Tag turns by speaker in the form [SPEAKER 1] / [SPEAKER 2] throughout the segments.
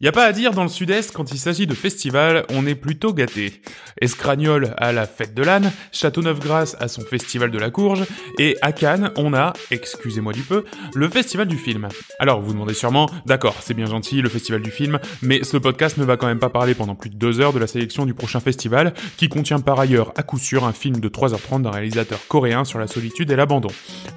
[SPEAKER 1] Il n'y a pas à dire dans le sud-est, quand il s'agit de festivals, on est plutôt gâté. Escragnol à la fête de l'âne, Châteauneuf-Grasse à son festival de la courge, et à Cannes, on a, excusez-moi du peu, le festival du film. Alors vous demandez sûrement, d'accord, c'est bien gentil, le festival du film, mais ce podcast ne va quand même pas parler pendant plus de deux heures de la sélection du prochain festival, qui contient par ailleurs à coup sûr un film de 3h30 d'un réalisateur coréen sur la solitude et l'abandon.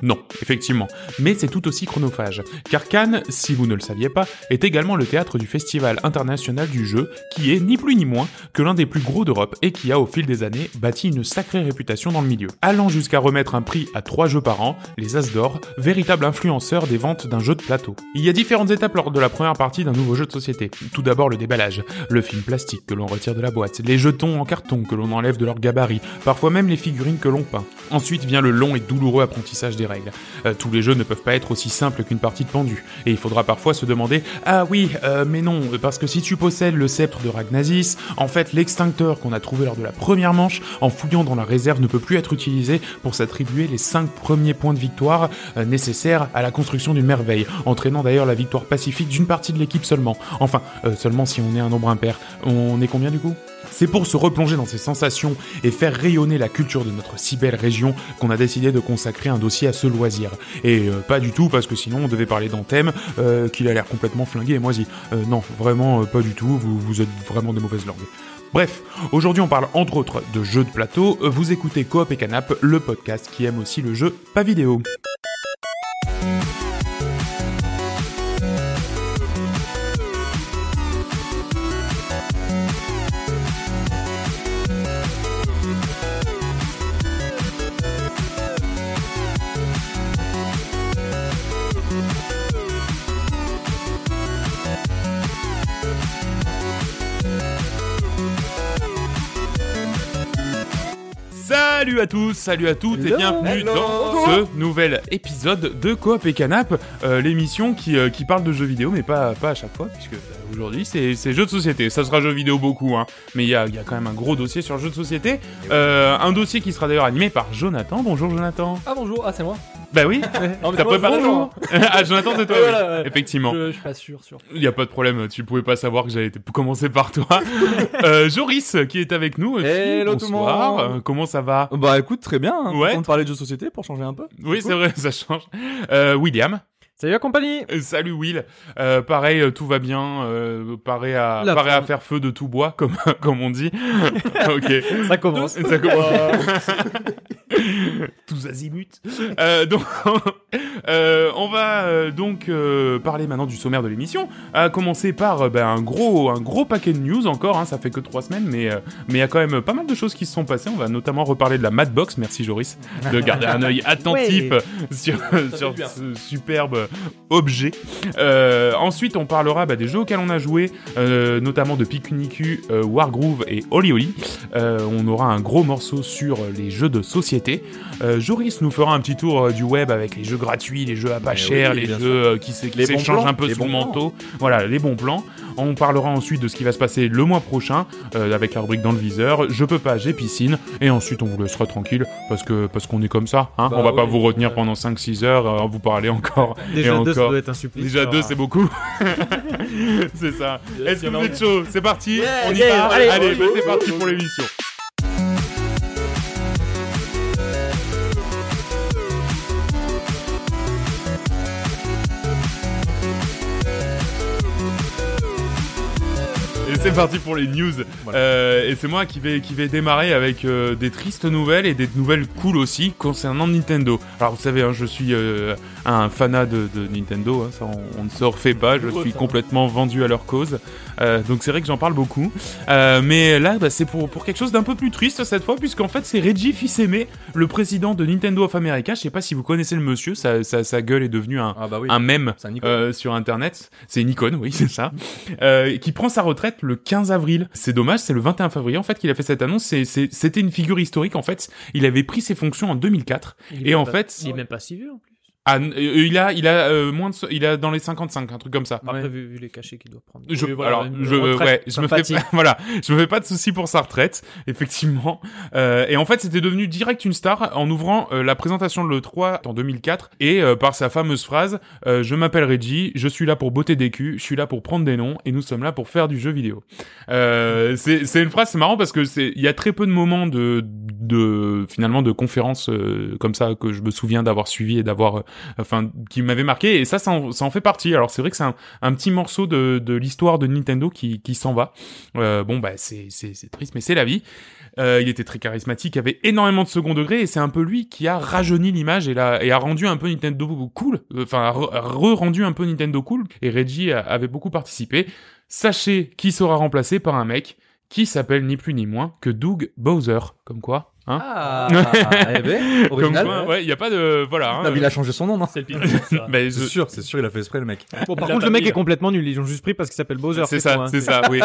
[SPEAKER 1] Non, effectivement, mais c'est tout aussi chronophage, car Cannes, si vous ne le saviez pas, est également le théâtre du festival festival international du jeu qui est ni plus ni moins que l'un des plus gros d'Europe et qui a au fil des années bâti une sacrée réputation dans le milieu, allant jusqu'à remettre un prix à trois jeux par an, les As d'Or, véritable influenceur des ventes d'un jeu de plateau. Il y a différentes étapes lors de la première partie d'un nouveau jeu de société. Tout d'abord le déballage, le film plastique que l'on retire de la boîte, les jetons en carton que l'on enlève de leur gabarit, parfois même les figurines que l'on peint. Ensuite vient le long et douloureux apprentissage des règles. Euh, tous les jeux ne peuvent pas être aussi simples qu'une partie de pendu, et il faudra parfois se demander Ah oui, euh, mais non, parce que si tu possèdes le sceptre de Ragnasis, en fait l'extincteur qu'on a trouvé lors de la première manche, en fouillant dans la réserve, ne peut plus être utilisé pour s'attribuer les 5 premiers points de victoire euh, nécessaires à la construction d'une merveille, entraînant d'ailleurs la victoire pacifique d'une partie de l'équipe seulement. Enfin, euh, seulement si on est un nombre impair. On est combien du coup c'est pour se replonger dans ces sensations et faire rayonner la culture de notre si belle région qu'on a décidé de consacrer un dossier à ce loisir. Et euh, pas du tout parce que sinon on devait parler d'Anthem, euh, qu'il a l'air complètement flingué et moisi. Euh, non, vraiment pas du tout, vous, vous êtes vraiment de mauvaise langue. Bref, aujourd'hui on parle entre autres de jeux de plateau, Euh, vous écoutez Coop et Canap, le podcast qui aime aussi le jeu, pas vidéo. Salut à tous, salut à toutes et
[SPEAKER 2] Hello.
[SPEAKER 1] bienvenue
[SPEAKER 2] Hello.
[SPEAKER 1] dans ce nouvel épisode de Coop et Canap, euh, l'émission qui, euh, qui parle de jeux vidéo, mais pas, pas à chaque fois, puisque bah, aujourd'hui c'est c'est jeux de société. Ça sera jeux vidéo beaucoup, hein, mais il y a, il y a quand même un gros dossier sur jeux de société. Euh, un dossier qui sera d'ailleurs animé par Jonathan. Bonjour Jonathan.
[SPEAKER 2] Ah bonjour, ah c'est moi.
[SPEAKER 1] Bah oui,
[SPEAKER 2] Non, mais
[SPEAKER 1] t'as
[SPEAKER 2] c'est moi,
[SPEAKER 1] préparé
[SPEAKER 2] bonjour.
[SPEAKER 1] Ah, Jonathan, c'est toi,
[SPEAKER 2] Ouais,
[SPEAKER 1] oui.
[SPEAKER 2] voilà, ouais.
[SPEAKER 1] effectivement.
[SPEAKER 2] Je, je suis pas sûr, sûr.
[SPEAKER 1] Il n'y a pas de problème, tu pouvais pas savoir que j'allais t- commencer par toi. Euh, Joris, qui est avec nous. aussi,
[SPEAKER 3] Hello tout le
[SPEAKER 1] bonsoir.
[SPEAKER 3] monde.
[SPEAKER 1] Euh, Comment ça va
[SPEAKER 3] Bah écoute, très bien. hein.
[SPEAKER 1] Ouais.
[SPEAKER 3] On te parlait de jeux de société pour changer un peu.
[SPEAKER 1] Oui,
[SPEAKER 3] cool.
[SPEAKER 1] c'est vrai, ça change. Euh, William.
[SPEAKER 2] Salut la compagnie.
[SPEAKER 1] Euh, Salut Will, Euh, pareil, euh, tout va bien, euh, pareil, à,
[SPEAKER 2] La
[SPEAKER 1] pareil à
[SPEAKER 2] forme.
[SPEAKER 1] faire feu de tout bois, comme, comme on dit. ok.
[SPEAKER 2] Ça commence.
[SPEAKER 1] Ça commence. Tous azimuts. Euh, donc, euh, on va euh, donc euh, parler maintenant du sommaire de l'émission. À commencer par euh, ben, un gros, un gros paquet de news encore. hein, ça fait que trois semaines, mais euh, mais il y a quand même pas mal de choses qui se sont passées. On va notamment reparler de la Madbox. Merci Joris de garder un œil attentif
[SPEAKER 2] Ouais.
[SPEAKER 1] sur,
[SPEAKER 2] fait
[SPEAKER 1] sur
[SPEAKER 2] du bien.
[SPEAKER 1] ce superbe objet. Euh, ensuite, on parlera bah, des jeux auxquels on a joué, euh, notamment de Pikuniku, euh, Wargroove et Oli Oli. Euh, on aura un gros morceau sur les jeux de société. Euh, Joris nous fera un petit tour euh, du web avec les jeux gratuits, les jeux à pas
[SPEAKER 3] Eh
[SPEAKER 1] cher,
[SPEAKER 3] oui,
[SPEAKER 1] les
[SPEAKER 3] bien
[SPEAKER 1] jeux
[SPEAKER 3] sûr.
[SPEAKER 1] euh, qui s'é- qui
[SPEAKER 3] Les bons
[SPEAKER 1] s'échangent
[SPEAKER 3] plans,
[SPEAKER 1] un peu
[SPEAKER 3] les
[SPEAKER 1] sous le
[SPEAKER 3] bons
[SPEAKER 1] manteau. Voilà, les bons plans. On parlera ensuite de ce qui va se passer le mois prochain euh, avec la rubrique dans le viseur. Je peux pas, j'ai piscine. Et ensuite, on vous laissera tranquille parce que parce qu'on est comme ça. Hein
[SPEAKER 2] Bah
[SPEAKER 1] on va pas
[SPEAKER 2] oui.
[SPEAKER 1] vous retenir pendant 5-6 heures, euh, vous parler encore.
[SPEAKER 4] Déjà
[SPEAKER 1] et
[SPEAKER 4] deux, ça
[SPEAKER 1] encore.
[SPEAKER 4] doit être un supplice.
[SPEAKER 1] Déjà
[SPEAKER 4] Alors,
[SPEAKER 1] deux, c'est beaucoup. c'est ça. Est-ce que vous êtes chaud C'est parti. on y
[SPEAKER 2] yeah,
[SPEAKER 1] part. Allez,
[SPEAKER 2] allez,
[SPEAKER 1] bah, c'est parti pour l'émission. Et c'est parti pour les news. Euh, et c'est moi qui vais, qui vais démarrer avec euh, des tristes nouvelles et des nouvelles cool aussi concernant Nintendo. Alors vous savez, hein, je suis euh, un fanat de, de Nintendo, hein, ça on, on ne se refait pas, je suis complètement vendu à leur cause. Euh, donc c'est vrai que j'en parle beaucoup. Euh, mais là, bah, c'est pour, pour quelque chose d'un peu plus triste cette fois, puisqu'en fait c'est Reggie Fils-Aimé, le président de Nintendo of America. Je sais pas si vous connaissez le monsieur, sa, sa, sa gueule est devenue un,
[SPEAKER 3] Ah bah oui.
[SPEAKER 1] un mème
[SPEAKER 3] C'est un icône.
[SPEAKER 1] euh, sur internet, c'est une icône, oui, c'est ça, euh, qui prend sa retraite le 15 avril. C'est dommage, c'est le 21 février en fait qu'il a fait cette annonce. C'est- c'est- C'était une figure historique en fait. Il avait pris ses fonctions en 2004
[SPEAKER 4] il est
[SPEAKER 1] et
[SPEAKER 4] même
[SPEAKER 1] en
[SPEAKER 4] pas-
[SPEAKER 1] fait,
[SPEAKER 4] il est même pas si vieux en plus.
[SPEAKER 1] Ah, n- euh, il a, il a euh, moins de, so- il a dans les 55, un truc comme ça.
[SPEAKER 2] Après,
[SPEAKER 3] Ouais.
[SPEAKER 2] vu, vu les cachets qu'il doit prendre.
[SPEAKER 1] Je,
[SPEAKER 2] Oui, voilà,
[SPEAKER 1] alors,
[SPEAKER 2] une
[SPEAKER 1] je,
[SPEAKER 2] retraite
[SPEAKER 1] ouais, je me fais,
[SPEAKER 2] sympathique.
[SPEAKER 1] voilà, je me fais pas de soucis pour sa retraite, effectivement. Euh, et en fait, c'était devenu direct une star en ouvrant euh, la présentation de l'E3 en 2004 et euh, par sa fameuse phrase euh, Je m'appelle Reggie, je suis là pour botter des culs, je suis là pour prendre des noms et nous sommes là pour faire du jeu vidéo. Euh, c'est c'est une phrase, c'est marrant parce que c'est, il y a très peu de moments de, de finalement de conférences euh, comme ça que je me souviens d'avoir suivi et d'avoir, euh, enfin, qui m'avait marqué. Et ça, ça en, ça en fait partie. Alors c'est vrai que c'est un un petit morceau de, de l'histoire de Nintendo qui, qui s'en va. Euh, bon, bah, c'est c'est- c'est triste, mais c'est la vie. Euh, il était très charismatique, avait énormément de second degré, et c'est un peu lui qui a rajeuni l'image et, l'a- et a rendu un peu Nintendo cool. Enfin, a re- a re-rendu un peu Nintendo cool. Et Reggie a- avait beaucoup participé. Sachez qui sera remplacé par un mec qui s'appelle ni plus ni moins que Doug Bowser. Comme quoi, hein
[SPEAKER 2] Ah,
[SPEAKER 3] eh ben, original.
[SPEAKER 1] Comme quoi, ouais, il n'y a pas de... Voilà. hein,
[SPEAKER 3] Non, mais il a changé son nom, non
[SPEAKER 2] c'est le pire. ça.
[SPEAKER 1] bah, je-
[SPEAKER 3] C'est sûr, c'est sûr, il a fait exprès le mec.
[SPEAKER 4] Bon, par
[SPEAKER 2] Il a
[SPEAKER 4] contre,
[SPEAKER 2] pas
[SPEAKER 4] le mec
[SPEAKER 2] mis,
[SPEAKER 4] est
[SPEAKER 2] hein.
[SPEAKER 4] complètement nul. Ils ont juste pris parce qu'il s'appelle Bowser.
[SPEAKER 1] C'est ça,
[SPEAKER 4] tout, hein.
[SPEAKER 1] c'est ça, oui.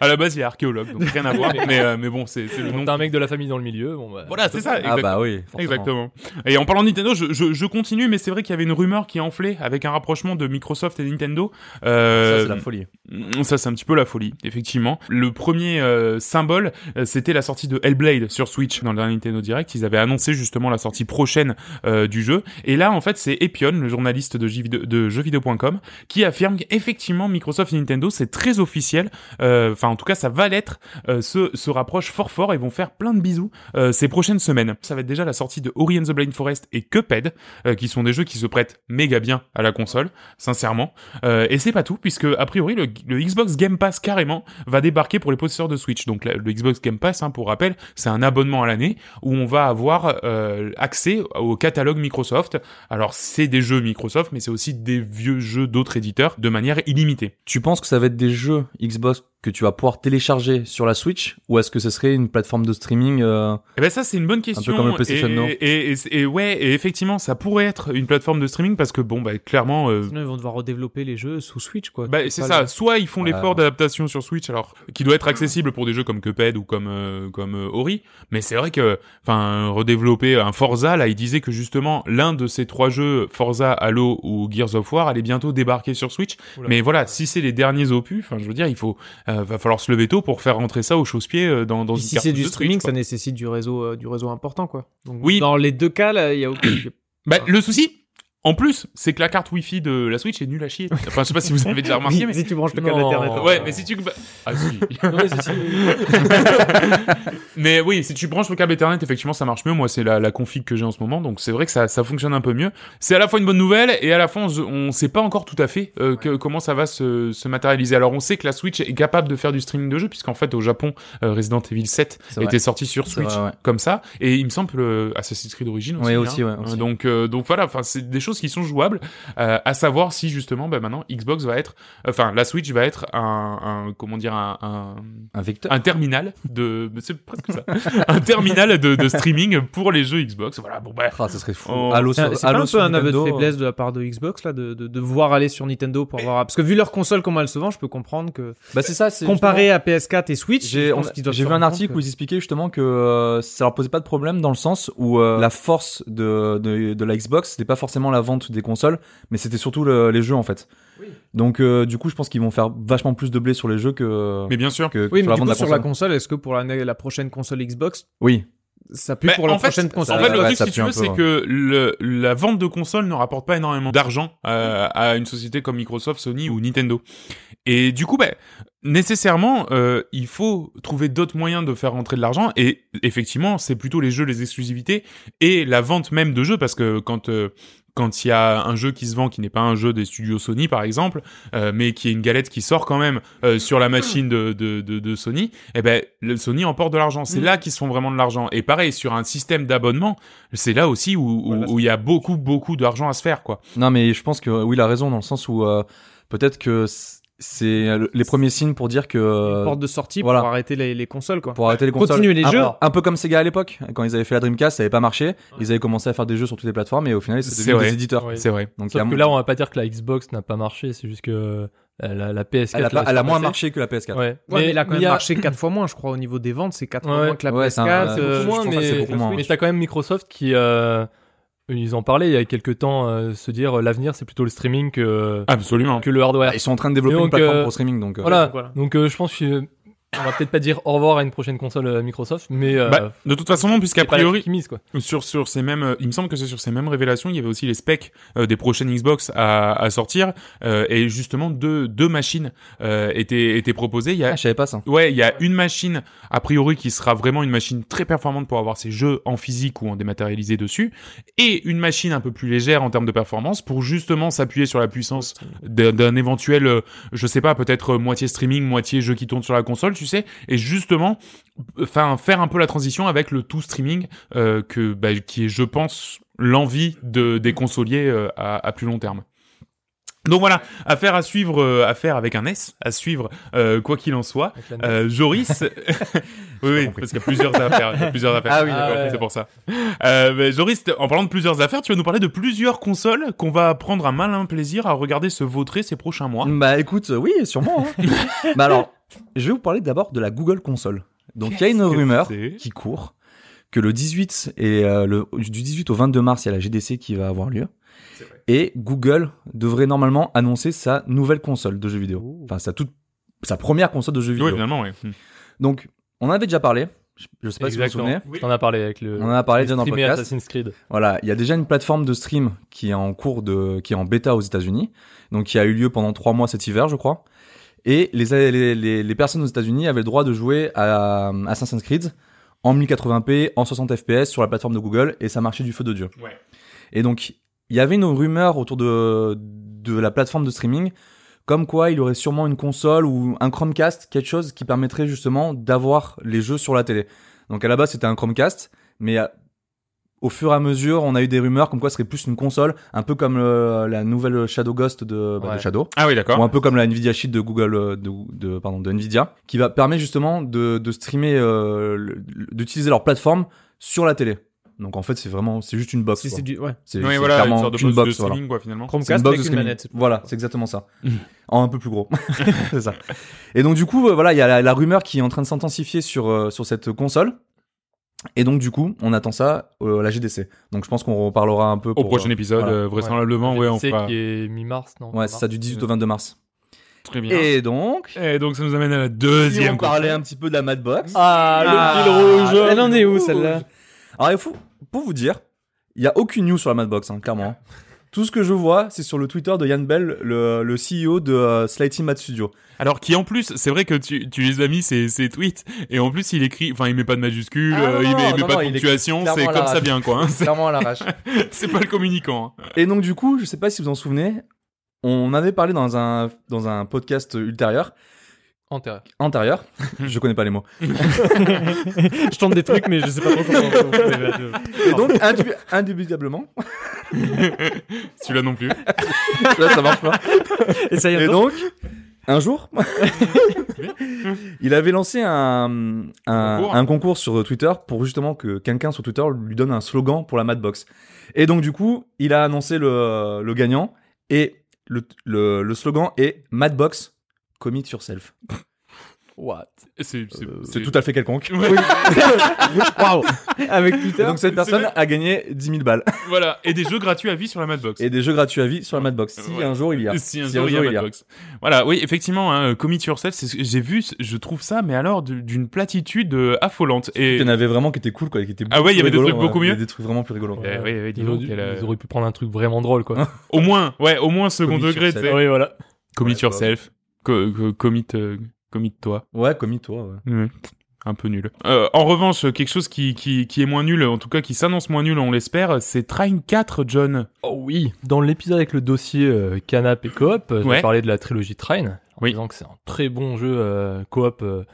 [SPEAKER 1] à la base, il est archéologue, donc rien à voir. mais, euh, mais bon, c'est c'est le nom.
[SPEAKER 2] T'as un mec de la famille dans le milieu. Bon, bah,
[SPEAKER 1] Voilà, c'est ça.
[SPEAKER 3] Ah
[SPEAKER 1] exact-
[SPEAKER 3] bah oui. forcément.
[SPEAKER 1] Exactement. Et en parlant de Nintendo, je, je, je continue, mais c'est vrai qu'il y avait une rumeur qui enflait avec un rapprochement de Microsoft et Nintendo.
[SPEAKER 4] Ça,
[SPEAKER 1] Euh,
[SPEAKER 4] c'est la folie.
[SPEAKER 1] Mmh, ça, c'est un petit peu la folie, effectivement. Le premier euh, symbole, euh, c'était la sortie de Hellblade sur Switch dans le dernier Nintendo Direct. Ils avaient annoncé justement la sortie prochaine euh, du jeu. Et là, en fait, c'est Epion, le journaliste de, jeuxvideo- de jeuxvideo.com, qui affirme qu'effectivement, Microsoft et Nintendo, c'est très officiel. Euh, Enfin, en tout cas, ça va l'être. Euh, se, se rapprochent fort fort et vont faire plein de bisous euh, ces prochaines semaines. Ça va être déjà la sortie de Ori and the Blind Forest et Cuphead, euh, qui sont des jeux qui se prêtent méga bien à la console, sincèrement. Euh, et c'est pas tout, puisque a priori le, le Xbox Game Pass carrément va débarquer pour les possesseurs de Switch. Donc la- le Xbox Game Pass, hein, pour rappel, c'est un abonnement à l'année où on va avoir euh, accès au catalogue Microsoft. Alors c'est des jeux Microsoft, mais c'est aussi des vieux jeux d'autres éditeurs de manière illimitée.
[SPEAKER 3] Tu penses que ça va être des jeux Xbox que tu vas pouvoir télécharger sur la Switch ou est-ce que ce serait une plateforme de streaming euh,
[SPEAKER 1] Eh ben ça c'est une bonne question.
[SPEAKER 3] comme le PlayStation
[SPEAKER 1] et,
[SPEAKER 3] Now.
[SPEAKER 1] et, et- et ouais, et effectivement ça pourrait être une plateforme de streaming parce que bon bah clairement. euh,
[SPEAKER 4] Sinon, ils vont devoir redévelopper les jeux sous Switch, quoi.
[SPEAKER 1] bah, c'est ça. Soit ils font
[SPEAKER 3] Voilà.
[SPEAKER 1] l'effort d'adaptation sur Switch, alors qui doit être accessible pour des jeux comme Cuphead ou comme euh, comme euh, Ori, mais c'est vrai que, enfin, redévelopper un Forza, là, il disait que justement l'un de ces trois jeux, Forza, Halo ou Gears of War, allait bientôt débarquer sur Switch.
[SPEAKER 2] Oula.
[SPEAKER 1] Mais voilà, si c'est les derniers opus, enfin, je veux dire, il faut, euh, va falloir se lever tôt pour faire rentrer ça au chausse-pied euh, dans dans
[SPEAKER 4] Puis
[SPEAKER 1] une
[SPEAKER 4] si c'est
[SPEAKER 1] cartouche
[SPEAKER 4] du
[SPEAKER 1] de Switch,
[SPEAKER 4] streaming,
[SPEAKER 1] quoi.
[SPEAKER 4] ça nécessite du réseau, euh, du réseau important, quoi. Donc,
[SPEAKER 1] Oui.
[SPEAKER 4] Dans les deux cas, là, il y a aucune.
[SPEAKER 1] Bah, le souci, en plus, c'est que la carte Wi-Fi de la Switch est nulle à chier. Enfin, je sais pas si vous avez déjà remarqué, mais.
[SPEAKER 4] Si tu branches le câble
[SPEAKER 2] Non.
[SPEAKER 4] internet. hein.
[SPEAKER 1] Ouais, mais si tu. bah- Ah, si.
[SPEAKER 2] Ouais, c'est- c'est-
[SPEAKER 1] mais oui, si tu branches le câble Ethernet, effectivement, ça marche mieux. Moi, c'est la, la config que j'ai en ce moment, donc c'est vrai que ça, ça fonctionne un peu mieux. C'est à la fois une bonne nouvelle et à la fois, on se- on sait pas encore tout à fait euh, que- comment ça va se, se matérialiser. Alors, on sait que la Switch est capable de faire du streaming de jeux, puisqu'en fait, au Japon, euh, Resident Evil 7
[SPEAKER 3] C'est
[SPEAKER 1] était
[SPEAKER 3] vrai.
[SPEAKER 1] sorti sur
[SPEAKER 3] C'est
[SPEAKER 1] Switch
[SPEAKER 3] vrai, ouais.
[SPEAKER 1] comme ça, et il me semble euh, Assassin's Creed d'origine aussi.
[SPEAKER 3] Ouais,
[SPEAKER 1] hein.
[SPEAKER 3] aussi, ouais, aussi.
[SPEAKER 1] Euh, Donc, euh, donc voilà, enfin, c'est des choses qui sont jouables, euh, à savoir si justement, bah, maintenant, Xbox va être, enfin, la Switch va être un, un- comment dire, un- un
[SPEAKER 3] un vecteur
[SPEAKER 1] un terminal de c'est presque ça un terminal de, de streaming pour les jeux Xbox voilà bon bah
[SPEAKER 3] Ah, ça serait fou.
[SPEAKER 1] Oh.
[SPEAKER 3] Halo
[SPEAKER 4] C'est un-
[SPEAKER 3] sur-
[SPEAKER 4] c'est pas
[SPEAKER 3] Halo
[SPEAKER 4] un peu
[SPEAKER 3] sur
[SPEAKER 4] un aveu de
[SPEAKER 3] Nintendo,
[SPEAKER 4] faiblesse de la part de Xbox là, de, de, de devoir aller sur Nintendo pour avoir parce que vu leur console comment elle se vend, je peux comprendre que
[SPEAKER 3] euh, Bah c'est ça, c'est
[SPEAKER 4] comparé à PS4 et Switch,
[SPEAKER 3] J'ai
[SPEAKER 4] je pense
[SPEAKER 3] on-
[SPEAKER 4] qu'ils doivent
[SPEAKER 3] j'ai
[SPEAKER 4] se
[SPEAKER 3] vu un
[SPEAKER 4] rendre
[SPEAKER 3] article où
[SPEAKER 4] compte
[SPEAKER 3] ils expliquaient justement que euh, ça leur posait pas de problème dans le sens où euh, la force de, de, de la Xbox c'était pas forcément la vente des consoles, mais c'était surtout le- les jeux en fait. Donc euh, du coup je pense qu'ils vont faire vachement plus de blé sur les jeux que,
[SPEAKER 1] mais bien sûr
[SPEAKER 3] que
[SPEAKER 4] que- Oui,
[SPEAKER 3] sur
[SPEAKER 4] mais
[SPEAKER 3] la
[SPEAKER 4] du
[SPEAKER 3] vente
[SPEAKER 4] coup,
[SPEAKER 3] de la
[SPEAKER 4] sur la
[SPEAKER 3] console.
[SPEAKER 4] console, est-ce que pour la, la prochaine console Xbox,
[SPEAKER 3] oui,
[SPEAKER 4] ça pue
[SPEAKER 1] Bah,
[SPEAKER 4] pour la
[SPEAKER 1] en fait,
[SPEAKER 4] prochaine console
[SPEAKER 1] en fait le
[SPEAKER 3] ouais,
[SPEAKER 1] truc
[SPEAKER 3] ça
[SPEAKER 1] si tu
[SPEAKER 3] pue un
[SPEAKER 1] veux
[SPEAKER 3] peu,
[SPEAKER 1] c'est
[SPEAKER 3] ouais.
[SPEAKER 1] que le, la vente de consoles ne rapporte pas énormément d'argent euh, à une société comme Microsoft Sony ou Nintendo et du coup bah nécessairement euh, il faut trouver d'autres moyens de faire rentrer de l'argent et effectivement c'est plutôt les jeux les exclusivités et la vente même de jeux parce que quand euh, quand il y a un jeu qui se vend qui n'est pas un jeu des studios Sony par exemple euh, mais qui est une galette qui sort quand même euh, sur la machine de, de, de, de Sony eh ben le Sony emporte de l'argent c'est
[SPEAKER 4] Mm.
[SPEAKER 1] là qu'ils se font vraiment de l'argent et pareil sur un système d'abonnement c'est là aussi où où-
[SPEAKER 2] Voilà,
[SPEAKER 1] où il y a beaucoup beaucoup d'argent à se faire quoi
[SPEAKER 3] non mais je pense que oui il a raison dans le sens où euh, peut-être que c- c'est le- les premiers signes pour dire que euh,
[SPEAKER 4] porte de sortie
[SPEAKER 3] Voilà.
[SPEAKER 4] pour arrêter les, les consoles quoi.
[SPEAKER 3] pour arrêter les consoles.
[SPEAKER 4] Continuer les
[SPEAKER 3] un,
[SPEAKER 4] jeux.
[SPEAKER 3] Un peu comme Sega à l'époque, quand ils avaient fait la Dreamcast, ça avait pas marché. Ils avaient commencé à faire des jeux sur toutes les plateformes et au final,
[SPEAKER 1] C'est
[SPEAKER 3] c'était devenu
[SPEAKER 1] vrai.
[SPEAKER 3] des éditeurs.
[SPEAKER 2] Ouais.
[SPEAKER 1] c'est vrai
[SPEAKER 3] Donc, il y a
[SPEAKER 2] Sauf que
[SPEAKER 3] mo-
[SPEAKER 2] là, on va pas dire que la Xbox n'a pas marché, c'est juste que euh, la, la PS4
[SPEAKER 3] elle a, pas-
[SPEAKER 2] l'a
[SPEAKER 3] elle a moins
[SPEAKER 2] surpassée.
[SPEAKER 3] marché que la PS4.
[SPEAKER 2] Ouais.
[SPEAKER 4] Ouais, mais, là quand
[SPEAKER 2] il
[SPEAKER 4] même
[SPEAKER 2] y a-
[SPEAKER 4] marché 4 fois moins, je crois au niveau des ventes, c'est 4 fois
[SPEAKER 2] Ouais.
[SPEAKER 4] moins que la
[SPEAKER 3] Ouais, c'est un-
[SPEAKER 4] PS4.
[SPEAKER 3] c'est beaucoup
[SPEAKER 4] euh,
[SPEAKER 3] moins,
[SPEAKER 4] je pense
[SPEAKER 3] mais-
[SPEAKER 4] que c'est
[SPEAKER 3] beaucoup moins.
[SPEAKER 2] Mais t'as quand même Microsoft qui, euh, Ils en parlaient il y a quelques temps, euh, se dire euh, l'avenir c'est plutôt le streaming que,
[SPEAKER 1] Absolument.
[SPEAKER 2] que le hardware.
[SPEAKER 3] Ils sont en train de développer
[SPEAKER 2] Et donc,
[SPEAKER 3] une plateforme
[SPEAKER 2] euh,
[SPEAKER 3] pour streaming, donc. euh,
[SPEAKER 2] Voilà.
[SPEAKER 4] Donc, voilà.
[SPEAKER 2] Donc euh, je pense que on va peut-être pas dire au revoir à une prochaine console euh, Microsoft, mais euh,
[SPEAKER 1] Bah, de toute façon, non,
[SPEAKER 2] c'est
[SPEAKER 1] puisqu'a
[SPEAKER 2] pas la
[SPEAKER 1] priori,
[SPEAKER 2] qui mise quoi.
[SPEAKER 1] sur, sur ces mêmes, euh, il me semble que c'est sur ces mêmes révélations, il y avait aussi les specs euh, des prochaines Xbox à, à sortir, euh, et justement deux, deux machines euh, étaient, étaient proposées. Il y a
[SPEAKER 3] Ah, je savais pas ça.
[SPEAKER 1] Ouais, il y a une machine, a priori, qui sera vraiment une machine très performante pour avoir ses jeux en physique ou en dématérialisé dessus, et une machine un peu plus légère en termes de performance pour justement s'appuyer sur la puissance d'un d'un éventuel, euh, je sais pas, peut-être euh, moitié streaming, moitié jeu qui tourne sur la console, tu sais, et justement, enfin, faire un peu la transition avec le tout streaming euh, que, bah, qui est, je pense, l'envie de, des consoliers euh, à, à plus long terme. Donc voilà, affaire à suivre, euh, affaire avec un S, à suivre euh, quoi qu'il en soit.
[SPEAKER 2] Avec la-
[SPEAKER 1] Euh, Joris, oui, oui parce qu'il y a plusieurs affaires, il y a plusieurs affaires.
[SPEAKER 3] Ah oui,
[SPEAKER 2] d'accord.
[SPEAKER 1] c'est pour ça. Euh, mais Joris, t- en parlant de plusieurs affaires, tu vas nous parler de plusieurs consoles qu'on va prendre un malin plaisir à regarder se vautrer ces prochains mois.
[SPEAKER 3] Bah écoute, euh, oui, sûrement. hein. bah alors, je vais vous parler d'abord de la Google Console. Donc il y a une rumeur
[SPEAKER 1] c'est
[SPEAKER 3] qui court que le 18 et euh, le, du 18 au 22 mars, il y a la GDC qui va avoir lieu. Et Google devrait normalement annoncer sa nouvelle console de jeux vidéo. Enfin, sa toute sa première console de jeux
[SPEAKER 1] Oui,
[SPEAKER 3] vidéo.
[SPEAKER 1] finalement, oui. Hmm.
[SPEAKER 3] Donc, on en avait déjà parlé. Je, je sais pas si vous vous
[SPEAKER 2] Exactement.
[SPEAKER 3] souvenez.
[SPEAKER 2] On en a parlé avec le.
[SPEAKER 3] On en a parlé déjà dans le
[SPEAKER 2] streamer
[SPEAKER 3] podcast.
[SPEAKER 2] Assassin's Creed.
[SPEAKER 3] Voilà, il y a déjà une plateforme de stream qui est en cours de, qui est en bêta aux États-Unis, donc qui a eu lieu pendant trois mois cet hiver, je crois. Et les les, les, les personnes aux États-Unis avaient le droit de jouer à Assassin's Creed en 1080p, en 60 fps sur la plateforme de Google, et ça marchait du feu de dieu.
[SPEAKER 1] Ouais.
[SPEAKER 3] Et donc, il y avait une rumeur autour de de la plateforme de streaming, comme quoi il y aurait sûrement une console ou un Chromecast, quelque chose qui permettrait justement d'avoir les jeux sur la télé. Donc à la base c'était un Chromecast, mais euh, à- au fur et à mesure, on a eu des rumeurs comme quoi ce serait plus une console, un peu comme euh, la nouvelle Shadow Ghost de, bah, de
[SPEAKER 2] Ouais.
[SPEAKER 3] Shadow,
[SPEAKER 1] Ah oui, d'accord.
[SPEAKER 3] ou un peu comme la Nvidia Shield de Google, euh, de, de- pardon, de Nvidia, qui va permettre justement de, de streamer, euh, le- d'utiliser leur plateforme sur la télé. Donc en fait, c'est vraiment, c'est juste une box.
[SPEAKER 4] Si
[SPEAKER 3] quoi.
[SPEAKER 4] c'est du. Ouais.
[SPEAKER 3] C'est
[SPEAKER 1] oui,
[SPEAKER 3] c'est
[SPEAKER 1] voilà, une
[SPEAKER 3] clairement
[SPEAKER 1] sorte de
[SPEAKER 3] qu'une
[SPEAKER 1] box, de
[SPEAKER 3] box, voilà.
[SPEAKER 1] streaming, quoi, finalement.
[SPEAKER 3] C'est une
[SPEAKER 4] Chromecast
[SPEAKER 3] box
[SPEAKER 4] avec
[SPEAKER 3] de
[SPEAKER 4] une
[SPEAKER 3] streaming.
[SPEAKER 4] manette.
[SPEAKER 3] Voilà, c'est exactement ça.
[SPEAKER 1] Mhm.
[SPEAKER 3] en un peu plus gros. c'est ça. Et donc du coup, euh, voilà, il y a la, la rumeur qui est en train de s'intensifier sur euh, sur cette console. Et donc du coup, on attend ça euh, à la GDC. Donc je pense qu'on reparlera un peu
[SPEAKER 1] Au
[SPEAKER 3] pour,
[SPEAKER 1] prochain
[SPEAKER 3] euh,
[SPEAKER 1] épisode,
[SPEAKER 3] voilà.
[SPEAKER 1] euh,
[SPEAKER 3] Ah
[SPEAKER 1] vraisemblablement, ouais, on
[SPEAKER 2] C'est
[SPEAKER 1] fera.
[SPEAKER 2] qui est mi-mars, non
[SPEAKER 3] euh, Ouais, c'est ça du 18 au 22 mars.
[SPEAKER 1] Très bien. Et...
[SPEAKER 3] Et donc,
[SPEAKER 1] donc, ça nous amène à la
[SPEAKER 3] si
[SPEAKER 1] Mmh. deuxième.
[SPEAKER 3] on parlait un petit peu de la Madbox.
[SPEAKER 4] Ah,
[SPEAKER 3] Ah,
[SPEAKER 4] le fil rouge.
[SPEAKER 3] le
[SPEAKER 4] Elle en est
[SPEAKER 3] fil
[SPEAKER 4] où
[SPEAKER 3] rouge.
[SPEAKER 4] celle-là
[SPEAKER 3] Alors il faut pour vous dire, il y a aucune news sur la Madbox, hein, clairement. Tout ce que je vois, c'est sur le Twitter de Yann Bell, le, le CEO de euh, Slighty Mad Studio.
[SPEAKER 1] Alors, qui en plus, c'est vrai que tu, tu les as mis ces, ces tweets, et en plus, il écrit, enfin, il met pas de majuscule,
[SPEAKER 3] Ah, non,
[SPEAKER 1] euh, il
[SPEAKER 3] non,
[SPEAKER 1] met, il
[SPEAKER 3] non,
[SPEAKER 1] met
[SPEAKER 3] non,
[SPEAKER 1] pas
[SPEAKER 3] non,
[SPEAKER 1] de
[SPEAKER 3] il écrit
[SPEAKER 1] ponctuation, c'est
[SPEAKER 3] clairement à
[SPEAKER 1] comme ça
[SPEAKER 3] l'arrache.
[SPEAKER 1] vient, quoi. hein. C'est-
[SPEAKER 3] Clairement à l'arrache.
[SPEAKER 1] C'est pas le communicant. hein.
[SPEAKER 3] Et donc du coup, je sais pas si vous en souvenez, on avait parlé dans un dans un podcast ultérieur,
[SPEAKER 2] Antérieur.
[SPEAKER 3] antérieur, je connais pas les mots.
[SPEAKER 4] Je tente des trucs, mais je sais pas trop comment.
[SPEAKER 3] Et donc indu- indubitablement,
[SPEAKER 1] Celui-là non plus.
[SPEAKER 3] là ça marche pas.
[SPEAKER 4] Et ça y
[SPEAKER 3] Et
[SPEAKER 4] est.
[SPEAKER 3] donc un jour, il avait lancé un un,
[SPEAKER 1] Concours.
[SPEAKER 3] un concours sur Twitter pour justement que quelqu'un sur Twitter lui donne un slogan pour la Madbox. Et donc du coup, il a annoncé le le gagnant et le le, le slogan est Madbox commit yourself.
[SPEAKER 2] What
[SPEAKER 1] C'est c'est-
[SPEAKER 3] Euh,
[SPEAKER 1] c'est-
[SPEAKER 3] C'est tout à fait quelconque.
[SPEAKER 1] Ouais,
[SPEAKER 4] Waouh. Avec
[SPEAKER 3] Et
[SPEAKER 4] Twitter.
[SPEAKER 3] donc cette
[SPEAKER 1] C'est
[SPEAKER 3] personne
[SPEAKER 1] vrai.
[SPEAKER 3] a gagné 10 000 balles.
[SPEAKER 1] voilà. Et des jeux gratuits à vie sur la Madbox.
[SPEAKER 3] et des jeux gratuits à vie sur la Madbox. Si
[SPEAKER 1] Ouais.
[SPEAKER 3] un jour il y a.
[SPEAKER 1] Si un jour, il y a Madbox. Voilà, oui, effectivement, hein, Commit Yourself, c'est ce que j'ai vu, je trouve ça, mais alors du- d'une platitude euh, affolante.
[SPEAKER 3] Il y
[SPEAKER 1] Et...
[SPEAKER 3] en avait vraiment qui étaient cool quoi, qui étaient
[SPEAKER 1] Ah ouais, il y
[SPEAKER 3] beaucoup
[SPEAKER 1] avait des
[SPEAKER 3] rigolos,
[SPEAKER 1] trucs beaucoup
[SPEAKER 3] ouais. Il y
[SPEAKER 1] mieux.
[SPEAKER 3] avait des trucs vraiment plus rigolos.
[SPEAKER 1] Eh oui, oui, dis
[SPEAKER 2] ils,
[SPEAKER 1] donc,
[SPEAKER 2] auraient,
[SPEAKER 1] elle, euh,
[SPEAKER 2] ils auraient pu prendre un truc vraiment drôle quoi.
[SPEAKER 1] Au moins, ouais, au moins second
[SPEAKER 3] Commit
[SPEAKER 1] degré, tu
[SPEAKER 3] yourself.
[SPEAKER 1] sais.
[SPEAKER 2] oui voilà.
[SPEAKER 1] Commit
[SPEAKER 3] Ouais, bah,
[SPEAKER 1] Yourself, co- co- commit, euh, commit toi.
[SPEAKER 3] Ouais, comme toi. Ouais.
[SPEAKER 1] Ouais. Un peu nul. Euh, en revanche, quelque chose qui, qui, qui est moins nul, en tout cas qui s'annonce moins nul, on l'espère, c'est Train 4, John.
[SPEAKER 2] Oh oui. Dans l'épisode avec le dossier euh, Canap et Coop, euh,
[SPEAKER 1] Ouais.
[SPEAKER 2] j'ai parlé de la trilogie Train, en
[SPEAKER 1] Oui.
[SPEAKER 2] disant que c'est un très bon jeu euh, Coop euh,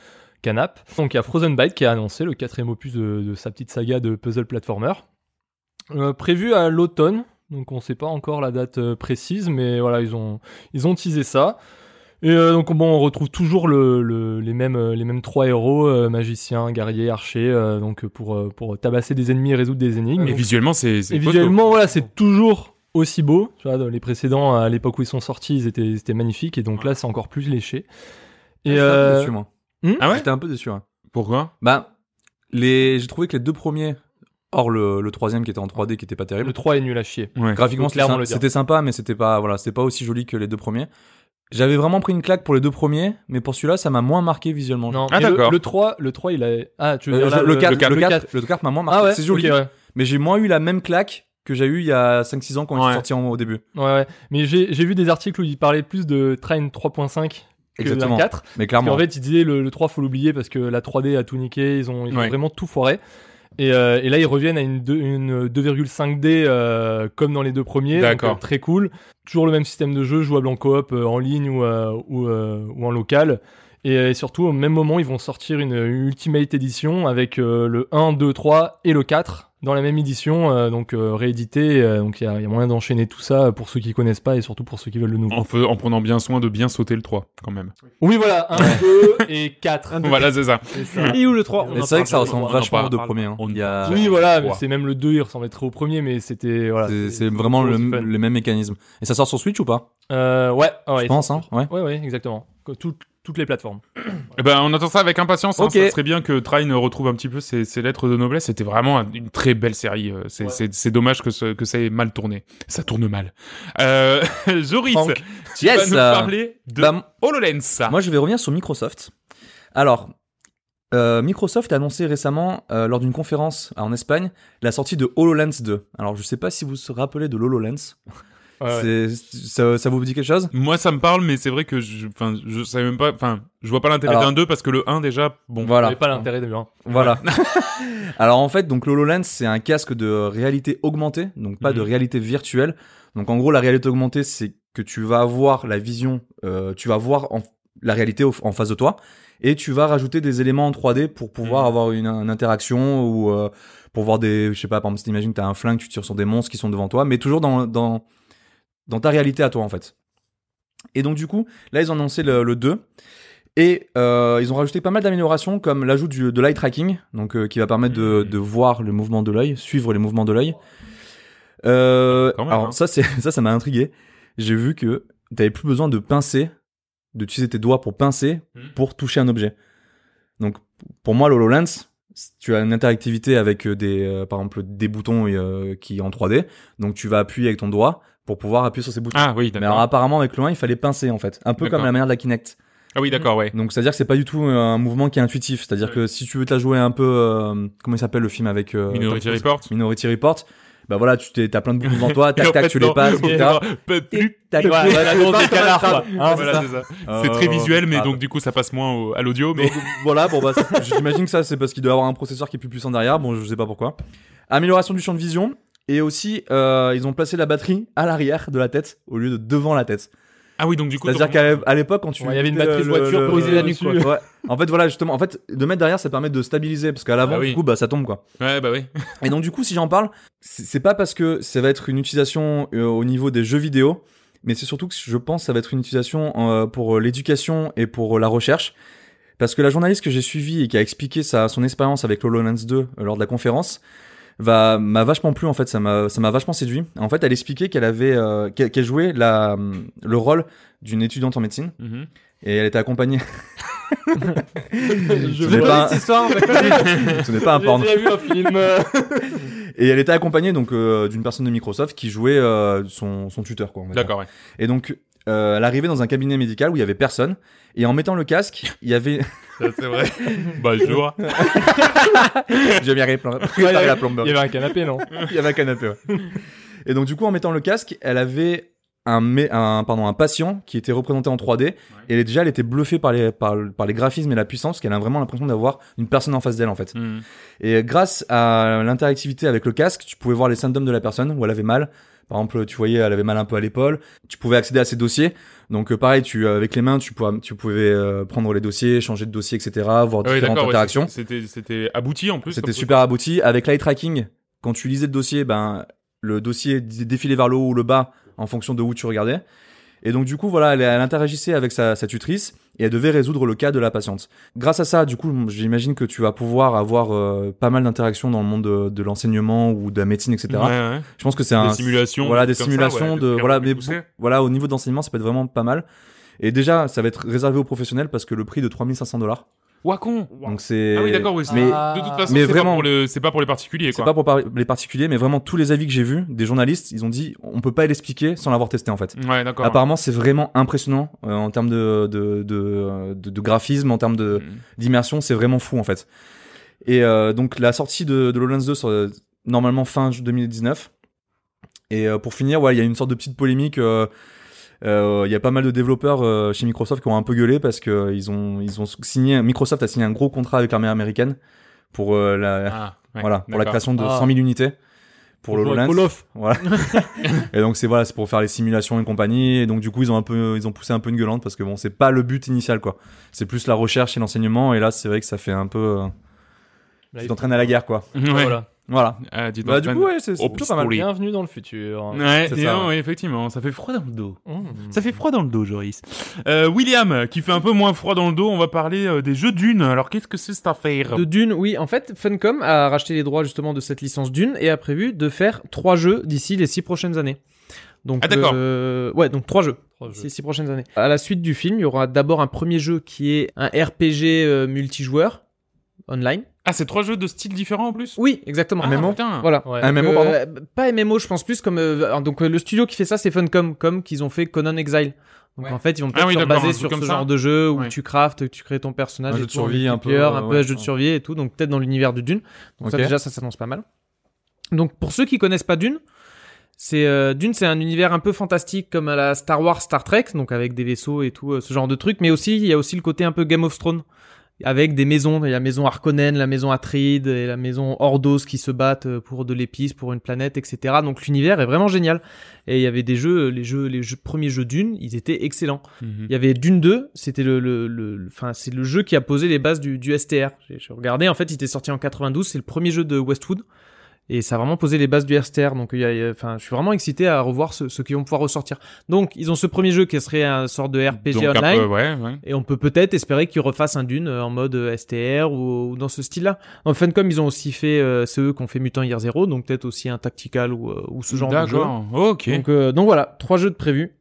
[SPEAKER 2] Canap. Donc il y a Frozen Byte qui a annoncé le quatrième opus de, de sa petite saga de puzzle platformer, Euh, prévu à l'automne. Donc on sait pas encore la date euh, précise, mais voilà ils ont ils ont teasé ça. Et euh, donc bon, on retrouve toujours le- le- les mêmes euh, les mêmes trois héros euh, magicien, guerrier, archer, euh, donc pour euh, pour tabasser des ennemis et résoudre des énigmes.
[SPEAKER 1] Et
[SPEAKER 2] Donc,
[SPEAKER 1] visuellement, c'est c'est
[SPEAKER 2] et
[SPEAKER 1] costaud.
[SPEAKER 2] visuellement, voilà, c'est toujours aussi beau. Tu vois, dans les précédents, à l'époque où ils sont sortis, ils étaient, ils étaient magnifiques. Et donc là, c'est encore plus léché. Et
[SPEAKER 3] J'étais un peu
[SPEAKER 2] euh,
[SPEAKER 3] déçu moi.
[SPEAKER 1] Ah ouais
[SPEAKER 3] J'étais un peu déçu. ouais.
[SPEAKER 1] Pourquoi
[SPEAKER 3] Bah les, j'ai trouvé que les deux premiers Or le, le troisième qui était en 3D qui était pas terrible.
[SPEAKER 2] Le 3 est nul à chier.
[SPEAKER 1] Ouais.
[SPEAKER 3] Graphiquement,
[SPEAKER 2] faut
[SPEAKER 3] c'était
[SPEAKER 2] clairement
[SPEAKER 3] sym-
[SPEAKER 2] le dire.
[SPEAKER 3] c'était sympa, mais c'était pas, voilà, c'était pas aussi joli que les deux premiers. J'avais vraiment pris une claque pour les deux premiers, mais pour celui-là, ça m'a moins marqué visuellement.
[SPEAKER 2] Non,
[SPEAKER 1] Ah,
[SPEAKER 2] mais le-
[SPEAKER 1] d'accord.
[SPEAKER 2] Le 3, le 3, il a. Ah, tu veux
[SPEAKER 3] Euh,
[SPEAKER 2] dire là,
[SPEAKER 3] le, 4, le
[SPEAKER 1] quatre,
[SPEAKER 3] 4,
[SPEAKER 2] le quatre.
[SPEAKER 3] le quatre m'a moins marqué.
[SPEAKER 2] Ah ouais,
[SPEAKER 3] c'est joli,
[SPEAKER 2] ok, ouais.
[SPEAKER 3] mais j'ai moins eu la même claque que j'ai eu il y a 5-6 ans quand ils
[SPEAKER 1] Ouais.
[SPEAKER 3] sont sortis en- au début.
[SPEAKER 2] Ouais, ouais. Mais j'ai j'ai vu des articles où il parlait plus de Train 3.5 que
[SPEAKER 3] Exactement.
[SPEAKER 2] de la 4.
[SPEAKER 3] Mais
[SPEAKER 2] Parce
[SPEAKER 3] clairement,
[SPEAKER 2] qu'en fait, il disait le, le 3, faut l'oublier parce que la 3D a tout niqué, ils ont, ils ont
[SPEAKER 1] Ouais.
[SPEAKER 2] vraiment tout foiré. Et, euh, et là, ils reviennent à une, deux- une 2,5D euh, comme dans les deux premiers. donc,
[SPEAKER 1] D'accord.
[SPEAKER 2] euh, très cool. Toujours le même système de jeu, jouable en coop, euh, en ligne ou, euh, ou, euh, ou en local. Et, euh, surtout, au même moment, ils vont sortir une, une Ultimate Edition avec euh, le 1, 2, 3 et le 4 dans la même édition, euh, donc euh, réédité. euh, donc il y, a- il y a moyen d'enchaîner tout ça pour ceux qui connaissent pas et surtout pour ceux qui veulent le nouveau.
[SPEAKER 1] En, fais- en prenant bien soin de bien sauter le 3, quand même.
[SPEAKER 2] Oui, voilà, 1, 2 et 4.
[SPEAKER 1] Voilà, c'est ça.
[SPEAKER 2] C'est ça.
[SPEAKER 4] Et où le 3
[SPEAKER 3] Mais c'est vrai que ça ressemble
[SPEAKER 1] on en
[SPEAKER 3] vachement
[SPEAKER 1] parle,
[SPEAKER 3] aux deux
[SPEAKER 1] on en
[SPEAKER 3] premiers. hein.
[SPEAKER 1] parle.
[SPEAKER 3] Il y a-
[SPEAKER 2] Oui, voilà, mais
[SPEAKER 1] Trois.
[SPEAKER 2] c'est même le 2, il ressemblait trop au premier, mais c'était. Voilà,
[SPEAKER 3] c'est- C'est vraiment le,
[SPEAKER 2] c'est fun.
[SPEAKER 3] le même mécanisme. Et ça sort sur Switch ou pas
[SPEAKER 2] Euh, ouais, ouais,
[SPEAKER 3] Je pense, hein. Ouais.
[SPEAKER 2] Ouais, ouais, exactement. Que tout- toutes les plateformes.
[SPEAKER 1] Eh ben, on attend ça avec impatience. hein.
[SPEAKER 3] Ok.
[SPEAKER 1] Ça serait bien que Trine retrouve un petit peu ses, ses lettres de noblesse. C'était vraiment un- une très belle série. euh, C'est c'est- c'est dommage que, ce- que ça ait mal tourné. Ça tourne mal. Euh, Joris,
[SPEAKER 3] Franck.
[SPEAKER 1] tu vas
[SPEAKER 3] Yes,
[SPEAKER 1] nous
[SPEAKER 3] euh,
[SPEAKER 1] parler de
[SPEAKER 3] bah, m-
[SPEAKER 1] HoloLens.
[SPEAKER 3] Moi, je vais revenir sur Microsoft. Alors, euh, Microsoft a annoncé récemment, euh, lors d'une conférence en Espagne, la sortie de HoloLens 2. Alors, je sais pas si vous vous rappelez de l'HoloLens.
[SPEAKER 2] Ouais, ouais.
[SPEAKER 3] C'est- Ça, ça vous dit quelque chose
[SPEAKER 1] Moi, ça me parle, mais c'est vrai que je, enfin, je savais même pas, enfin, je vois pas l'intérêt
[SPEAKER 3] Alors.
[SPEAKER 1] d'un 2 parce que le 1 déjà, bon.
[SPEAKER 3] Voilà.
[SPEAKER 2] J'avais pas l'intérêt de bien.
[SPEAKER 3] Voilà. Alors en fait, donc l'HoloLens, c'est un casque de réalité augmentée, donc pas de
[SPEAKER 1] Mhm.
[SPEAKER 3] réalité virtuelle. Donc en gros, la réalité augmentée, c'est que tu vas avoir la vision, euh, tu vas voir en- la réalité au- en face de toi, et tu vas rajouter des éléments en 3D pour pouvoir
[SPEAKER 1] Mhm.
[SPEAKER 3] avoir une, une interaction ou euh, pour voir des, je sais pas, par exemple, si t'imagines que t'as un flingue, tu tires sur des monstres qui sont devant toi, mais toujours dans, dans, dans ta réalité à toi en fait. Et donc du coup, là ils ont annoncé le, le 2. Et euh, ils ont rajouté pas mal d'améliorations comme l'ajout du- de l'eye tracking, donc euh, qui va permettre de, de voir le mouvement de l'œil, suivre les mouvements de l'œil. Euh,
[SPEAKER 1] Quand même,
[SPEAKER 3] alors
[SPEAKER 1] hein.
[SPEAKER 3] ça, c'est ça, ça m'a intrigué. J'ai vu que t'avais plus besoin de pincer, d'utiliser tes doigts pour pincer
[SPEAKER 1] Mhm.
[SPEAKER 3] pour toucher un objet. Donc pour moi, l'HoloLens, tu as une interactivité avec euh, des, euh, par exemple, des boutons euh, qui en 3D. Donc tu vas appuyer avec ton doigt pour pouvoir appuyer sur ces boutons.
[SPEAKER 1] Ah oui,
[SPEAKER 3] Mais alors
[SPEAKER 1] d'accord.
[SPEAKER 3] apparemment avec le 1, il fallait pincer en fait, un peu
[SPEAKER 1] D'accord.
[SPEAKER 3] comme la manière de la Kinect.
[SPEAKER 1] Ah oui, d'accord, ouais.
[SPEAKER 3] Donc c'est-à-dire que c'est pas du tout euh, un mouvement qui est intuitif. C'est-à-dire que si tu veux te la jouer un peu, euh, comment il s'appelle le film avec euh,
[SPEAKER 1] Minority
[SPEAKER 3] Tom Cruise
[SPEAKER 1] Report.
[SPEAKER 3] Minority Report. Bah voilà, tu t'es- t'as plein de boutons devant toi,
[SPEAKER 1] Et
[SPEAKER 3] tac
[SPEAKER 1] en
[SPEAKER 3] tac,
[SPEAKER 1] fait,
[SPEAKER 3] tu
[SPEAKER 1] non,
[SPEAKER 3] les passes,
[SPEAKER 1] on
[SPEAKER 3] etc.
[SPEAKER 1] en peut plus.
[SPEAKER 3] Tac,
[SPEAKER 2] Ouais,
[SPEAKER 3] tu
[SPEAKER 2] voilà,
[SPEAKER 3] passes,
[SPEAKER 2] la grosse
[SPEAKER 3] tac, tac,
[SPEAKER 2] canard,
[SPEAKER 3] tac.
[SPEAKER 2] quoi.
[SPEAKER 3] Ah, c'est
[SPEAKER 1] Voilà,
[SPEAKER 3] ça.
[SPEAKER 1] c'est ça.
[SPEAKER 3] Euh,
[SPEAKER 1] C'est très visuel, mais
[SPEAKER 3] ah,
[SPEAKER 1] donc du coup, ça passe moins au- à l'audio, mais.
[SPEAKER 3] donc, voilà, bon bah c'est- j'imagine que ça c'est parce qu'il doit avoir un processeur qui est plus puissant derrière. Bon, je sais pas pourquoi. Amélioration du champ de vision et aussi euh, ils ont placé la batterie à l'arrière de la tête au lieu de devant la tête.
[SPEAKER 1] Ah oui, donc du coup,
[SPEAKER 3] C'est-à-dire
[SPEAKER 1] ton-
[SPEAKER 3] qu'à à l'époque, quand tu.
[SPEAKER 2] Ouais, il y avait une
[SPEAKER 3] mettais,
[SPEAKER 2] batterie
[SPEAKER 3] euh,
[SPEAKER 2] de voiture
[SPEAKER 3] le-
[SPEAKER 2] posée
[SPEAKER 3] le-
[SPEAKER 2] là-dessus.
[SPEAKER 3] dessus, ouais. En fait, voilà, justement. En fait, de mettre derrière, ça permet de stabiliser. Parce qu'à l'avant,
[SPEAKER 1] Ah oui.
[SPEAKER 3] du coup, bah, ça tombe, quoi.
[SPEAKER 1] Ouais, bah oui.
[SPEAKER 3] Et donc, du coup, si j'en parle, c'est c'est pas parce que ça va être une utilisation euh, au niveau des jeux vidéo. Mais c'est surtout que je pense que ça va être une utilisation euh, pour l'éducation et pour euh, la recherche. Parce que la journaliste que j'ai suivie et qui a expliqué sa, son expérience avec l'HoloLens 2 euh, lors de la conférence va m'a vachement plu en fait ça m'a ça m'a vachement séduit en fait elle expliquait qu'elle avait euh, qu'elle qu'elle jouait la le rôle d'une étudiante en médecine
[SPEAKER 1] Mhm.
[SPEAKER 3] et elle était accompagnée. Ce
[SPEAKER 2] Je vais
[SPEAKER 3] n'est pas,
[SPEAKER 4] histoire,
[SPEAKER 3] ce n'est pas un porno.
[SPEAKER 2] J'ai déjà vu un film. euh,
[SPEAKER 3] Et elle était accompagnée donc euh, d'une personne de Microsoft qui jouait euh, son, son tuteur quoi. on va dire.
[SPEAKER 1] D'accord, ouais.
[SPEAKER 3] Et donc euh, elle arrivait dans un cabinet médical où il y avait personne et en mettant le casque, il y avait
[SPEAKER 1] Ça, c'est vrai. Bah, Bonjour.
[SPEAKER 3] j'aime y arriver plein- préparer la plombe.
[SPEAKER 2] Il y avait un canapé, non
[SPEAKER 3] Il y avait un canapé. ouais. Et donc du coup en mettant le casque, elle avait un, mé- un pardon un patient qui était représenté en 3D et elle, est- déjà elle était bluffée par les par, par les graphismes et la puissance parce qu'elle a vraiment l'impression d'avoir une personne en face d'elle en fait.
[SPEAKER 1] Mhm.
[SPEAKER 3] Et grâce à l'interactivité avec le casque, tu pouvais voir les symptômes de la personne où elle avait mal. Par exemple, tu voyais, elle avait mal un peu à l'épaule. Tu pouvais accéder à ses dossiers. Donc, euh, pareil, tu, euh, avec les mains, tu pouvais, tu pouvais euh, prendre les dossiers, changer de dossier, etc., voir
[SPEAKER 1] Ah oui,
[SPEAKER 3] différentes
[SPEAKER 1] d'accord, ouais,
[SPEAKER 3] interactions.
[SPEAKER 1] c'était- c'était c'était abouti en plus.
[SPEAKER 3] C'était
[SPEAKER 1] comme
[SPEAKER 3] super abouti. Avec l'eye tracking, quand tu lisais le dossier, ben, le dossier d- défilait vers le haut ou le bas en fonction de où tu regardais. Et donc, du coup, voilà, elle, elle interagissait avec sa, sa tutrice et elle devait résoudre le cas de la patiente. Grâce à ça, du coup, j'imagine que tu vas pouvoir avoir euh, pas mal d'interactions dans le monde de, de l'enseignement ou de la médine, etc.
[SPEAKER 1] truc. Ouais, ouais.
[SPEAKER 3] Je pense que c'est un.
[SPEAKER 1] Des simulations.
[SPEAKER 3] Voilà, des
[SPEAKER 1] trucs comme
[SPEAKER 3] simulations
[SPEAKER 1] ça, ouais,
[SPEAKER 3] de.
[SPEAKER 1] trucs un
[SPEAKER 3] Voilà,
[SPEAKER 1] peu
[SPEAKER 3] mais
[SPEAKER 1] plus poussés.
[SPEAKER 3] bon, voilà, au niveau d'enseignement, ça peut être vraiment pas mal. Et déjà, ça va être réservé aux professionnels parce que le prix de 3500 dollars.
[SPEAKER 1] Wacon
[SPEAKER 3] Donc c'est.
[SPEAKER 1] Ah oui, d'accord, oui. c'est- De
[SPEAKER 3] Mais-
[SPEAKER 1] toute façon,
[SPEAKER 3] mais
[SPEAKER 1] c'est pas,
[SPEAKER 3] vraiment-
[SPEAKER 1] pour le- c'est pas pour les particuliers,
[SPEAKER 3] C'est
[SPEAKER 1] quoi.
[SPEAKER 3] pas pour par- les particuliers, mais vraiment tous les avis que j'ai vus des journalistes, ils ont dit on peut pas l'expliquer sans l'avoir testé en fait.
[SPEAKER 1] Ouais, d'accord.
[SPEAKER 3] Apparemment, c'est vraiment impressionnant euh, en termes de, de, de, de- de graphisme, en termes de-
[SPEAKER 1] Mm.
[SPEAKER 3] d'immersion, c'est vraiment fou en fait. Et euh, donc, la sortie de, de HoloLens 2 sera normalement fin ju- 2019. Et euh, pour finir, ouais, il y a une sorte de petite polémique. euh, euh, Il y a pas mal de développeurs euh, chez Microsoft qui ont un peu gueulé parce que euh, ils ont, ils ont signé, Microsoft a signé un gros contrat avec l'armée américaine pour, euh, la,
[SPEAKER 1] Ah, ouais,
[SPEAKER 3] voilà, pour la
[SPEAKER 1] d'accord.
[SPEAKER 3] création de
[SPEAKER 2] Ah.
[SPEAKER 3] 100 000 unités pour le
[SPEAKER 2] Bonjour,
[SPEAKER 3] HoloLens.
[SPEAKER 2] Call of.
[SPEAKER 3] Voilà. et donc c'est voilà, c'est pour faire les simulations et compagnie. Et donc du coup ils ont un peu, ils ont poussé un peu une gueulante parce que bon c'est pas le but initial quoi. C'est plus la recherche et l'enseignement. Et là c'est vrai que ça fait un peu, euh, tu t'entraînes à la guerre quoi.
[SPEAKER 1] Ouais.
[SPEAKER 2] Voilà.
[SPEAKER 3] Voilà.
[SPEAKER 1] Ah, tu
[SPEAKER 3] Bah du
[SPEAKER 1] t'entraînes.
[SPEAKER 3] coup ouais c'est c'est
[SPEAKER 1] au
[SPEAKER 3] plutôt pas mal.
[SPEAKER 1] pistolet. Oui.
[SPEAKER 2] Bienvenue dans le futur.
[SPEAKER 1] Ouais,
[SPEAKER 3] C'est
[SPEAKER 1] dis
[SPEAKER 3] ça,
[SPEAKER 1] donc,
[SPEAKER 3] ouais.
[SPEAKER 1] oui, effectivement, ça fait froid dans le dos.
[SPEAKER 2] Mmh.
[SPEAKER 1] Ça fait froid dans le dos, Joris. Euh, William, qui fait un peu moins froid dans le dos, on va parler euh, des jeux d'une. Alors, qu'est-ce que c'est cette affaire
[SPEAKER 4] De Dune, oui. En fait, Funcom a racheté les droits justement de cette licence Dune et a prévu de faire trois jeux d'ici les six prochaines années. Donc,
[SPEAKER 1] Ah, d'accord.
[SPEAKER 4] euh, ouais, donc trois jeux.
[SPEAKER 2] Trois jeux.
[SPEAKER 4] Ces six prochaines années. À la suite du film, il y aura d'abord un premier jeu qui est un RPG euh, multijoueur online.
[SPEAKER 1] Ah, c'est trois jeux de styles différents en plus
[SPEAKER 4] Oui, exactement.
[SPEAKER 1] Ah, putain.
[SPEAKER 4] Voilà.
[SPEAKER 2] Ouais.
[SPEAKER 3] Un MMO
[SPEAKER 4] Euh,
[SPEAKER 3] pardon.
[SPEAKER 4] euh, Pas MMO, je pense plus comme euh, alors, donc euh, le studio qui fait ça, c'est Funcom, comme qu'ils ont fait Conan Exile. Donc
[SPEAKER 1] Ouais.
[SPEAKER 4] en fait, ils vont
[SPEAKER 1] Ah
[SPEAKER 4] peut-être
[SPEAKER 1] oui,
[SPEAKER 4] se
[SPEAKER 1] d'accord, un
[SPEAKER 4] baser
[SPEAKER 1] truc
[SPEAKER 4] sur
[SPEAKER 1] comme
[SPEAKER 4] ce
[SPEAKER 1] ça.
[SPEAKER 4] genre de jeu où
[SPEAKER 1] Ouais.
[SPEAKER 4] tu craftes, tu crées ton personnage,
[SPEAKER 3] Un
[SPEAKER 4] et
[SPEAKER 3] jeu de
[SPEAKER 4] tout, en
[SPEAKER 3] survie, un
[SPEAKER 4] multiplayer,
[SPEAKER 3] peu, euh,
[SPEAKER 4] un peu
[SPEAKER 3] ouais,
[SPEAKER 4] un jeu de
[SPEAKER 3] ouais.
[SPEAKER 4] survie et tout. Donc peut-être dans l'univers de Dune. Donc ça
[SPEAKER 3] Ok.
[SPEAKER 4] déjà, ça s'annonce pas mal. Donc pour ceux qui connaissent pas Dune. C'est euh, Dune, c'est un univers un peu fantastique comme à la Star Wars, Star Trek, donc avec des vaisseaux et tout euh, ce genre de trucs, mais aussi il y a aussi le côté un peu Game of Thrones avec des maisons, il y a la maison Harkonnen, la maison Atride et la maison Ordos qui se battent euh, pour de l'épice, pour une planète, etc. Donc l'univers est vraiment génial. Et il y avait des jeux, euh, les jeux, les jeux, premiers jeux Dune, ils étaient excellents.
[SPEAKER 1] Mhm.
[SPEAKER 4] Il y avait Dune 2, c'était le, le, le, le- enfin, c'est le jeu qui a posé les bases du, du STR. J'ai j'ai regardé, en fait, il était sorti en 92, c'est le premier jeu de Westwood. Et ça a vraiment posé les bases du STR. Donc, il y a- il y a- enfin, je suis vraiment excité à revoir ce- ceux qui vont pouvoir ressortir. Donc, ils ont ce premier jeu qui serait un sort de RPG
[SPEAKER 1] Donc, un
[SPEAKER 4] online.
[SPEAKER 1] peu, ouais, ouais.
[SPEAKER 4] Et on peut peut-être espérer qu'ils refassent un Dune euh, en mode euh, STR ou, ou dans ce style-là. En Funcom, ils ont aussi fait euh, ceux qui ont fait Mutant Year Zero, donc peut-être aussi un tactical ou, euh, ou ce genre de jeu.
[SPEAKER 1] D'accord, ok.
[SPEAKER 4] Donc, euh, donc voilà, trois jeux de prévus.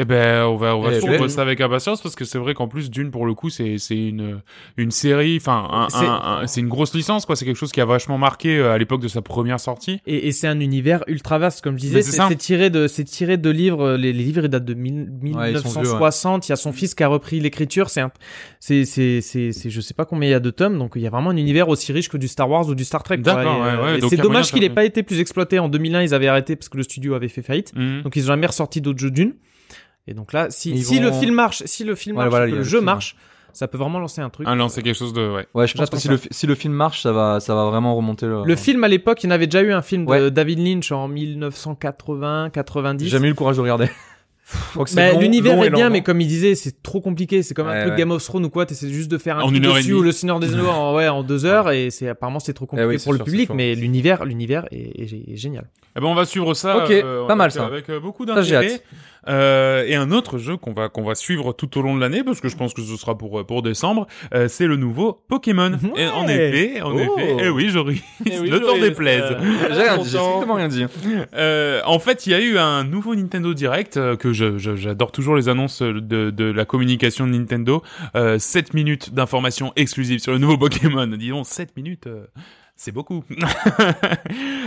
[SPEAKER 1] Eh ben, on va, on va
[SPEAKER 3] Eh
[SPEAKER 1] suivre
[SPEAKER 3] ben.
[SPEAKER 1] ça avec impatience parce que c'est vrai qu'en plus, d'une, pour le coup, c'est, c'est une, une série, enfin, un-
[SPEAKER 4] C'est-
[SPEAKER 1] un- un- c'est une grosse licence, quoi. C'est quelque chose qui a vachement marqué euh, à l'époque de sa première sortie.
[SPEAKER 4] Et, et c'est un univers ultra vaste, comme je disais.
[SPEAKER 1] Mais c'est
[SPEAKER 4] C'est
[SPEAKER 1] ça.
[SPEAKER 4] c'est tiré de, c'est tiré de livres. euh, Les, les livres ils datent de mille-
[SPEAKER 3] Ouais, ils sont vieux, ouais.
[SPEAKER 4] 1960. Il y a son fils qui a repris l'écriture. C'est, un- c'est, c'est, c'est, c'est- je sais pas combien il y a de tomes. Donc il y a vraiment un univers aussi riche que du Star Wars ou du Star Trek. quoi.
[SPEAKER 1] D'accord,
[SPEAKER 4] Et, euh,
[SPEAKER 1] ouais, ouais,
[SPEAKER 4] et
[SPEAKER 1] donc il
[SPEAKER 4] c'est
[SPEAKER 1] y a moyen de
[SPEAKER 4] dommage qu'il ait
[SPEAKER 1] faire-
[SPEAKER 4] pas été plus exploité. En 2001, ils avaient arrêté parce que le studio avait fait faillite.
[SPEAKER 1] Mhm.
[SPEAKER 4] Donc ils ont jamais ressorti d'autres jeux d'une. Et donc là, si,
[SPEAKER 3] Ils
[SPEAKER 4] si
[SPEAKER 3] vont-
[SPEAKER 4] le film marche, si le film
[SPEAKER 3] Ouais,
[SPEAKER 4] marche,
[SPEAKER 3] voilà,
[SPEAKER 4] que
[SPEAKER 3] il y a
[SPEAKER 4] le
[SPEAKER 3] le
[SPEAKER 4] jeu
[SPEAKER 3] film.
[SPEAKER 4] marche, ça peut vraiment lancer un truc.
[SPEAKER 1] Ah non, c'est quelque chose de, ouais.
[SPEAKER 3] Ouais je pense
[SPEAKER 4] j'attends
[SPEAKER 3] que si
[SPEAKER 4] ça.
[SPEAKER 3] le, fi- si le film marche ça va ça va vraiment remonter le.
[SPEAKER 4] Le film à l'époque, il y en avait déjà eu un film de
[SPEAKER 3] Ouais.
[SPEAKER 4] David Lynch en 1980, 90.
[SPEAKER 3] J'ai jamais eu le courage de regarder. Je crois que c'est
[SPEAKER 4] Bah,
[SPEAKER 3] long,
[SPEAKER 4] l'univers
[SPEAKER 3] long
[SPEAKER 4] est
[SPEAKER 3] et
[SPEAKER 4] bien,
[SPEAKER 3] lent,
[SPEAKER 4] mais
[SPEAKER 3] non
[SPEAKER 4] comme il disait, c'est trop compliqué. C'est comme un
[SPEAKER 3] Ouais,
[SPEAKER 4] truc
[SPEAKER 3] ouais.
[SPEAKER 4] Game of Thrones ou quoi. T'essaies juste de faire un
[SPEAKER 1] En
[SPEAKER 4] truc
[SPEAKER 1] une heure et
[SPEAKER 4] dessus
[SPEAKER 1] demie. Eh
[SPEAKER 4] ou le Seigneur des Anneaux en, ouais, en deux heures. Et c'est apparemment c'est trop compliqué
[SPEAKER 3] oui, c'est
[SPEAKER 4] pour le
[SPEAKER 3] sûr, c'est
[SPEAKER 4] public,
[SPEAKER 3] chaud.
[SPEAKER 4] mais l'univers, l'univers est, est- est génial.
[SPEAKER 1] Eh ben, on va suivre ça.
[SPEAKER 3] Ok,
[SPEAKER 1] euh,
[SPEAKER 3] pas
[SPEAKER 1] avec-
[SPEAKER 3] mal, ça.
[SPEAKER 1] Avec euh, beaucoup
[SPEAKER 3] Ça, j'ai
[SPEAKER 1] d'intérêt. Euh, et un autre jeu qu'on va qu'on va suivre tout au long de l'année parce que je pense que ce sera pour euh, pour décembre. euh, c'est le nouveau Pokémon.
[SPEAKER 4] Ouais.
[SPEAKER 1] Et en effet, en
[SPEAKER 3] Mhm. Oh.
[SPEAKER 1] effet. Eh oui, Joris.
[SPEAKER 2] Eh oui,
[SPEAKER 1] le temps
[SPEAKER 2] Joris,
[SPEAKER 1] déplaise.
[SPEAKER 2] euh,
[SPEAKER 3] J'ai rien dit, j'ai
[SPEAKER 2] content.
[SPEAKER 3] strictement rien dit.
[SPEAKER 1] Euh, en fait, il y a eu un nouveau Nintendo Direct euh, que je- je- j'adore toujours les annonces euh, de, de la communication de Nintendo. Euh, 7 minutes d'informations exclusives sur le nouveau Pokémon. Disons 7 minutes. euh, C'est beaucoup.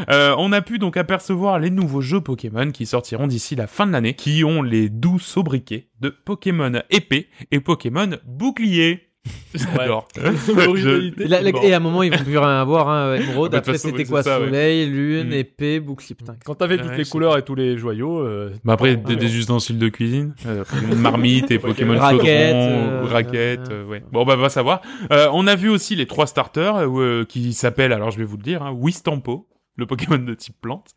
[SPEAKER 1] Euh, on a pu donc apercevoir les nouveaux jeux Pokémon qui sortiront d'ici la fin de l'année, qui ont les 12 sobriquets de Pokémon épée et Pokémon bouclier. J'adore.
[SPEAKER 2] L'originalité.
[SPEAKER 1] Je-
[SPEAKER 4] La- la-
[SPEAKER 1] Bon.
[SPEAKER 4] et à un moment, ils vont plus rien avoir. Hein, Emerald,
[SPEAKER 1] Ah bah, de
[SPEAKER 4] après,
[SPEAKER 1] toute façon,
[SPEAKER 4] c'était
[SPEAKER 1] oui,
[SPEAKER 4] quoi
[SPEAKER 1] c'est ça, ouais.
[SPEAKER 4] Soleil, Lune,
[SPEAKER 1] Mm.
[SPEAKER 4] Épée, Bouclier. Putain,
[SPEAKER 2] Quand t'avais toutes
[SPEAKER 1] Ouais,
[SPEAKER 2] les
[SPEAKER 1] je
[SPEAKER 2] couleurs et tous les joyaux, euh,
[SPEAKER 1] Bah après, des,
[SPEAKER 4] Ouais.
[SPEAKER 1] des ustensiles de cuisine, euh, une marmite et Pokémon chaudron,
[SPEAKER 4] Raquette, euh,
[SPEAKER 1] raquette,
[SPEAKER 4] euh,
[SPEAKER 1] euh, ouais. Bon, bah, va savoir. Euh, on a vu aussi les trois starters euh, qui s'appellent, alors je vais vous le dire, hein, Wistampo, le Pokémon de type plante,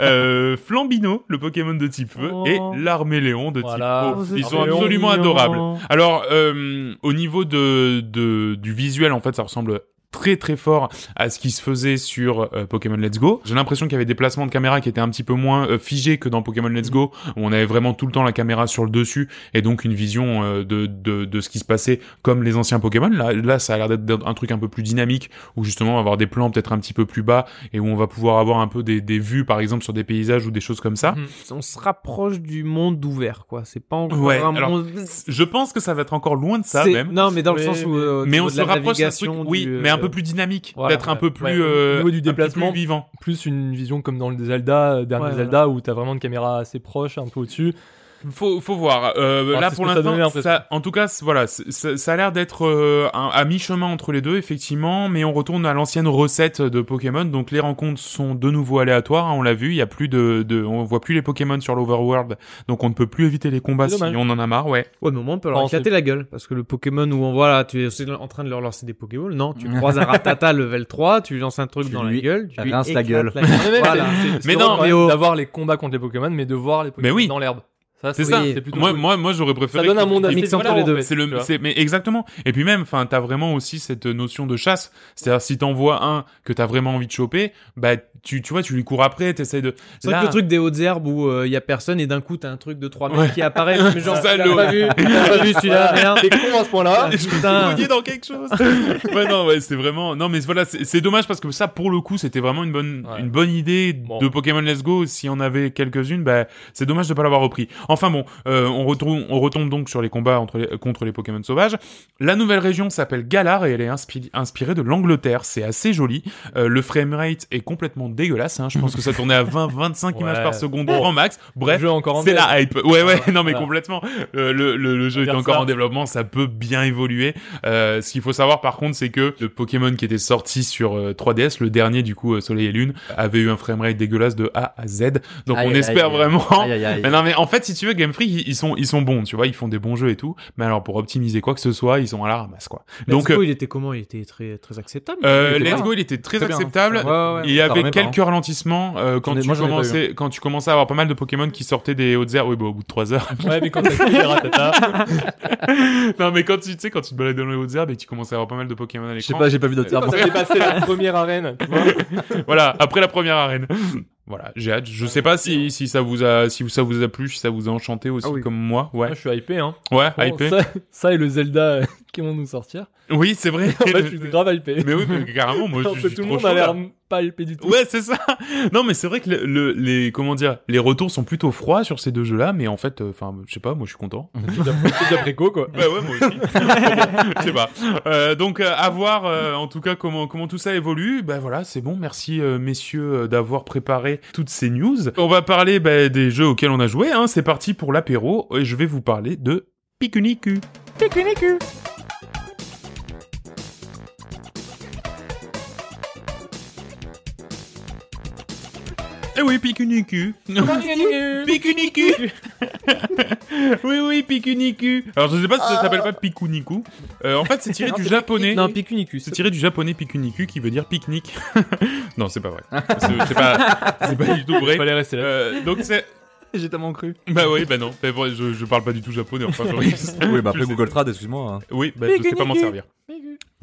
[SPEAKER 1] euh, Flambino, le Pokémon de type feu,
[SPEAKER 4] Oh.
[SPEAKER 1] et l'Arméléon de
[SPEAKER 2] Voilà.
[SPEAKER 1] type eau.
[SPEAKER 2] Oh,
[SPEAKER 1] Ils sont
[SPEAKER 2] Arméléon,
[SPEAKER 1] absolument
[SPEAKER 4] mignon.
[SPEAKER 1] adorables. Alors, euh, au niveau de, de, du visuel, en fait, ça ressemble très très fort à ce qui se faisait sur euh, Pokémon Let's Go. J'ai l'impression qu'il y avait des placements de caméra qui étaient un petit peu moins euh, figés que dans Pokémon Let's Go, où on avait vraiment tout le temps la caméra sur le dessus et donc une vision euh, de, de, de ce qui se passait comme les anciens Pokémon. Là, là ça a l'air d'être un truc un peu plus dynamique, où justement on va avoir des plans peut-être un petit peu plus bas et où on va pouvoir avoir un peu des, des vues par exemple sur des paysages ou des choses comme ça.
[SPEAKER 4] Mm. On se rapproche du monde ouvert, quoi. C'est pas encore
[SPEAKER 1] Ouais,
[SPEAKER 4] un
[SPEAKER 1] alors,
[SPEAKER 4] monde.
[SPEAKER 1] Je pense que ça va être encore loin de ça
[SPEAKER 4] C'est-
[SPEAKER 1] même.
[SPEAKER 4] Non, mais dans le
[SPEAKER 2] Mais-
[SPEAKER 4] sens où. euh, au
[SPEAKER 1] Mais
[SPEAKER 4] niveau
[SPEAKER 1] on
[SPEAKER 4] de
[SPEAKER 1] se
[SPEAKER 4] la
[SPEAKER 1] rapproche d'un truc,
[SPEAKER 4] navigation,
[SPEAKER 1] oui,
[SPEAKER 4] du,
[SPEAKER 1] mais un
[SPEAKER 4] euh,
[SPEAKER 1] peu plus dynamique,
[SPEAKER 2] voilà,
[SPEAKER 1] peut-être un
[SPEAKER 2] ouais.
[SPEAKER 1] peu plus,
[SPEAKER 2] Ouais, au
[SPEAKER 1] euh,
[SPEAKER 2] niveau du
[SPEAKER 1] un peu
[SPEAKER 2] déplacement.
[SPEAKER 1] plus vivant.
[SPEAKER 2] Plus une vision comme dans le Zelda, euh, dernier
[SPEAKER 4] Ouais,
[SPEAKER 2] Zelda, où t'as vraiment une caméra assez proche, un peu au-dessus.
[SPEAKER 1] Faut, faut voir. Euh,
[SPEAKER 2] Alors,
[SPEAKER 1] là,
[SPEAKER 2] c'est
[SPEAKER 1] pour
[SPEAKER 2] ce que ça donnait,
[SPEAKER 1] l'instant,
[SPEAKER 2] en fait.
[SPEAKER 1] ça- en tout cas, c'est- voilà, c'est- ça, ça a l'air d'être euh, un- à mi-chemin entre les deux, effectivement, mais on retourne à l'ancienne recette de Pokémon. Donc, les rencontres sont de nouveau aléatoires. hein, on l'a vu, il y a plus de, de, on voit plus les Pokémon sur l'Overworld, donc on ne peut plus éviter les combats
[SPEAKER 2] C'est
[SPEAKER 1] si
[SPEAKER 2] dommage.
[SPEAKER 1] on en a marre. Ouais.
[SPEAKER 4] Ouais, mais au moins, on peut leur
[SPEAKER 2] Non,
[SPEAKER 4] éclater la gueule. Parce que le Pokémon où on voit là, tu es en train de leur lancer des Pokéballs. Non, tu croises un Ratata level 3, tu lui lances un truc
[SPEAKER 3] Tu
[SPEAKER 4] dans la
[SPEAKER 3] lui
[SPEAKER 4] gueule. Tu lui
[SPEAKER 3] rinces la
[SPEAKER 4] éclates
[SPEAKER 3] gueule.
[SPEAKER 4] Voilà.
[SPEAKER 1] Mais
[SPEAKER 2] mais
[SPEAKER 1] non,
[SPEAKER 2] non,
[SPEAKER 4] mais au-
[SPEAKER 2] d'avoir les combats contre les Pokémon, mais de voir les Pokémon
[SPEAKER 1] oui.
[SPEAKER 2] dans l'herbe. Ça,
[SPEAKER 1] C'est ça.
[SPEAKER 4] Oui.
[SPEAKER 2] plutôt
[SPEAKER 1] Moi,
[SPEAKER 2] cool.
[SPEAKER 1] moi, moi, j'aurais préféré.
[SPEAKER 2] ça donne un
[SPEAKER 1] que-
[SPEAKER 2] monde
[SPEAKER 4] mix
[SPEAKER 2] assez
[SPEAKER 4] entre
[SPEAKER 2] différent,
[SPEAKER 4] les deux.
[SPEAKER 2] en fait,
[SPEAKER 1] C'est
[SPEAKER 2] tu
[SPEAKER 1] le,
[SPEAKER 2] vois.
[SPEAKER 1] c'est, mais exactement. Et puis même, enfin, t'as vraiment aussi cette notion de chasse. C'est-à-dire, si t'en vois un que t'as vraiment envie de choper, bah, tu, tu vois, tu lui cours après, t'essayes de.
[SPEAKER 4] C'est vrai
[SPEAKER 1] Là-
[SPEAKER 4] que le truc des hautes herbes où il y a personne et d'un coup t'as un truc de 3 mètres
[SPEAKER 1] Ouais.
[SPEAKER 4] qui apparaît. Mais genre,
[SPEAKER 1] C'est ça,
[SPEAKER 4] tu l'as
[SPEAKER 1] le-
[SPEAKER 4] pas vu, tu l'as pas vu celui-là, rien.
[SPEAKER 2] T'es con à ce point-là.
[SPEAKER 1] Je me suis
[SPEAKER 2] Ah.
[SPEAKER 4] Putain.
[SPEAKER 1] mouillé dans quelque chose. ouais, non, ouais, c'est vraiment. Non, mais voilà, c'est c'est dommage parce que ça, pour le coup, c'était vraiment une bonne,
[SPEAKER 2] Ouais.
[SPEAKER 1] une bonne idée
[SPEAKER 2] Bon.
[SPEAKER 1] de Pokémon Let's Go. Si on avait quelques-unes, bah, c'est dommage de pas l'avoir repris. Enfin bon, euh, on retombe, on retombe donc sur les combats entre les- contre les Pokémon sauvages. La nouvelle région s'appelle Galar et elle est inspi- inspirée de l'Angleterre. C'est assez joli. Euh, le framerate est complètement dégueulasse. hein. Je pense que ça tournait à 20-25 images
[SPEAKER 2] Ouais.
[SPEAKER 1] par seconde, grand max. Bref,
[SPEAKER 2] Jeu encore en
[SPEAKER 1] c'est
[SPEAKER 2] dev.
[SPEAKER 1] la hype. Ouais, ouais, non, mais
[SPEAKER 2] Voilà.
[SPEAKER 1] complètement. Euh, le, le, le jeu
[SPEAKER 2] On
[SPEAKER 1] est
[SPEAKER 2] va dire
[SPEAKER 1] encore
[SPEAKER 2] ça.
[SPEAKER 1] en développement, ça peut bien évoluer. Euh, ce qu'il faut savoir, par contre, c'est que le Pokémon qui était sorti sur euh, 3DS, le dernier, du coup, euh, Soleil et Lune, avait eu un framerate dégueulasse de A à Z. Donc,
[SPEAKER 3] Aïe,
[SPEAKER 1] on
[SPEAKER 3] aïe,
[SPEAKER 1] espère
[SPEAKER 3] aïe.
[SPEAKER 1] vraiment.
[SPEAKER 3] Aïe, aïe, aïe.
[SPEAKER 1] Mais non, mais en fait, si tu veux, Game Freak, ils, ils sont, ils sont bons, tu vois, ils font des bons jeux et tout. Mais alors, pour optimiser quoi que ce soit, ils sont à la ramasse, quoi. Donc,
[SPEAKER 4] Let's Go,
[SPEAKER 1] euh,
[SPEAKER 4] il était comment Il était très, très acceptable.
[SPEAKER 1] euh,
[SPEAKER 4] Il était
[SPEAKER 1] Let's
[SPEAKER 4] pas-
[SPEAKER 1] Go, il était très,
[SPEAKER 3] Très bien. hein.
[SPEAKER 1] acceptable.
[SPEAKER 3] Ouais, ouais, ouais.
[SPEAKER 1] Il y
[SPEAKER 3] Ça
[SPEAKER 1] avait
[SPEAKER 3] remet pas, hein.
[SPEAKER 1] quelques ralentissements euh, quand,
[SPEAKER 3] J'en ai-
[SPEAKER 1] tu
[SPEAKER 3] moi, j'en ai pas hein.
[SPEAKER 1] commençais, quand tu commençais à avoir pas mal de Pokémon qui sortaient des hautes herbes. Oui, bon, au bout de 3 heures,
[SPEAKER 2] Ouais, mais quand t'as fait les ratata,
[SPEAKER 1] non mais quand tu tu sais quand tu te balades dans les hautes herbes et que tu commences à avoir pas mal de Pokémon à
[SPEAKER 3] Je sais
[SPEAKER 1] l'écran.
[SPEAKER 3] pas, j'ai pas vu d'autres
[SPEAKER 2] quand
[SPEAKER 3] arbres.
[SPEAKER 2] t'as dépassé la première arène, tu vois,
[SPEAKER 1] Voilà, après la première arène. voilà, j'ai hâte. Je sais pas si, si ça vous a si ça vous a plu, si ça vous a enchanté aussi
[SPEAKER 3] Ah oui.
[SPEAKER 1] comme moi. Ouais,
[SPEAKER 2] je suis hypé, hein.
[SPEAKER 1] ouais,
[SPEAKER 2] Bon,
[SPEAKER 1] hypé.
[SPEAKER 2] Ça, ça et le Zelda euh, qui vont nous sortir.
[SPEAKER 1] Oui, c'est vrai.
[SPEAKER 2] Moi, je suis grave hypé.
[SPEAKER 1] mais oui, mais carrément, moi
[SPEAKER 2] Alors
[SPEAKER 1] je
[SPEAKER 2] que
[SPEAKER 1] suis
[SPEAKER 2] tout le
[SPEAKER 1] trop
[SPEAKER 2] monde a
[SPEAKER 1] chaud,
[SPEAKER 2] l'air
[SPEAKER 1] là.
[SPEAKER 2] pas hypé du tout.
[SPEAKER 1] Ouais, c'est ça. Non, mais c'est vrai que le, le- les comment dire, les retours sont plutôt froids sur ces deux jeux-là, mais en fait, euh, enfin, je sais pas, moi je suis content.
[SPEAKER 2] C'est après quoi, quoi.
[SPEAKER 1] Bah Ouais, ouais, moi aussi. Bon, je sais pas. Euh, donc, euh, à voir, euh, en tout cas, comment, comment tout ça évolue. Ben voilà, c'est bon. Merci, euh, messieurs, euh, d'avoir préparé toutes ces news. On va parler ben, des jeux auxquels on a joué. Hein. C'est parti pour l'apéro. Et je vais vous parler de Picunicu. Eh oui, Picunicu. Euh, Picunicu Oui, oui, Picunicu Alors, je sais pas si ça s'appelle pas Picunicu. Euh, en fait, c'est tiré du japonais.
[SPEAKER 4] Non, Picunicus.
[SPEAKER 1] C'est tiré du japonais Picunicu qui veut dire pique-nique. non, c'est pas vrai. C'est c'est pas, c'est pas du tout vrai.
[SPEAKER 2] Fallait rester là.
[SPEAKER 1] Euh, donc c'est...
[SPEAKER 3] J'ai tellement cru.
[SPEAKER 1] Bah oui, bah non. Bah, bon, je, je parle pas du tout japonais, enfin, je-
[SPEAKER 3] Oui, bah
[SPEAKER 1] Tu
[SPEAKER 3] après
[SPEAKER 1] le sais.
[SPEAKER 3] Google Trad, excuse-moi. hein.
[SPEAKER 1] Oui, bah, je sais pas m'en servir.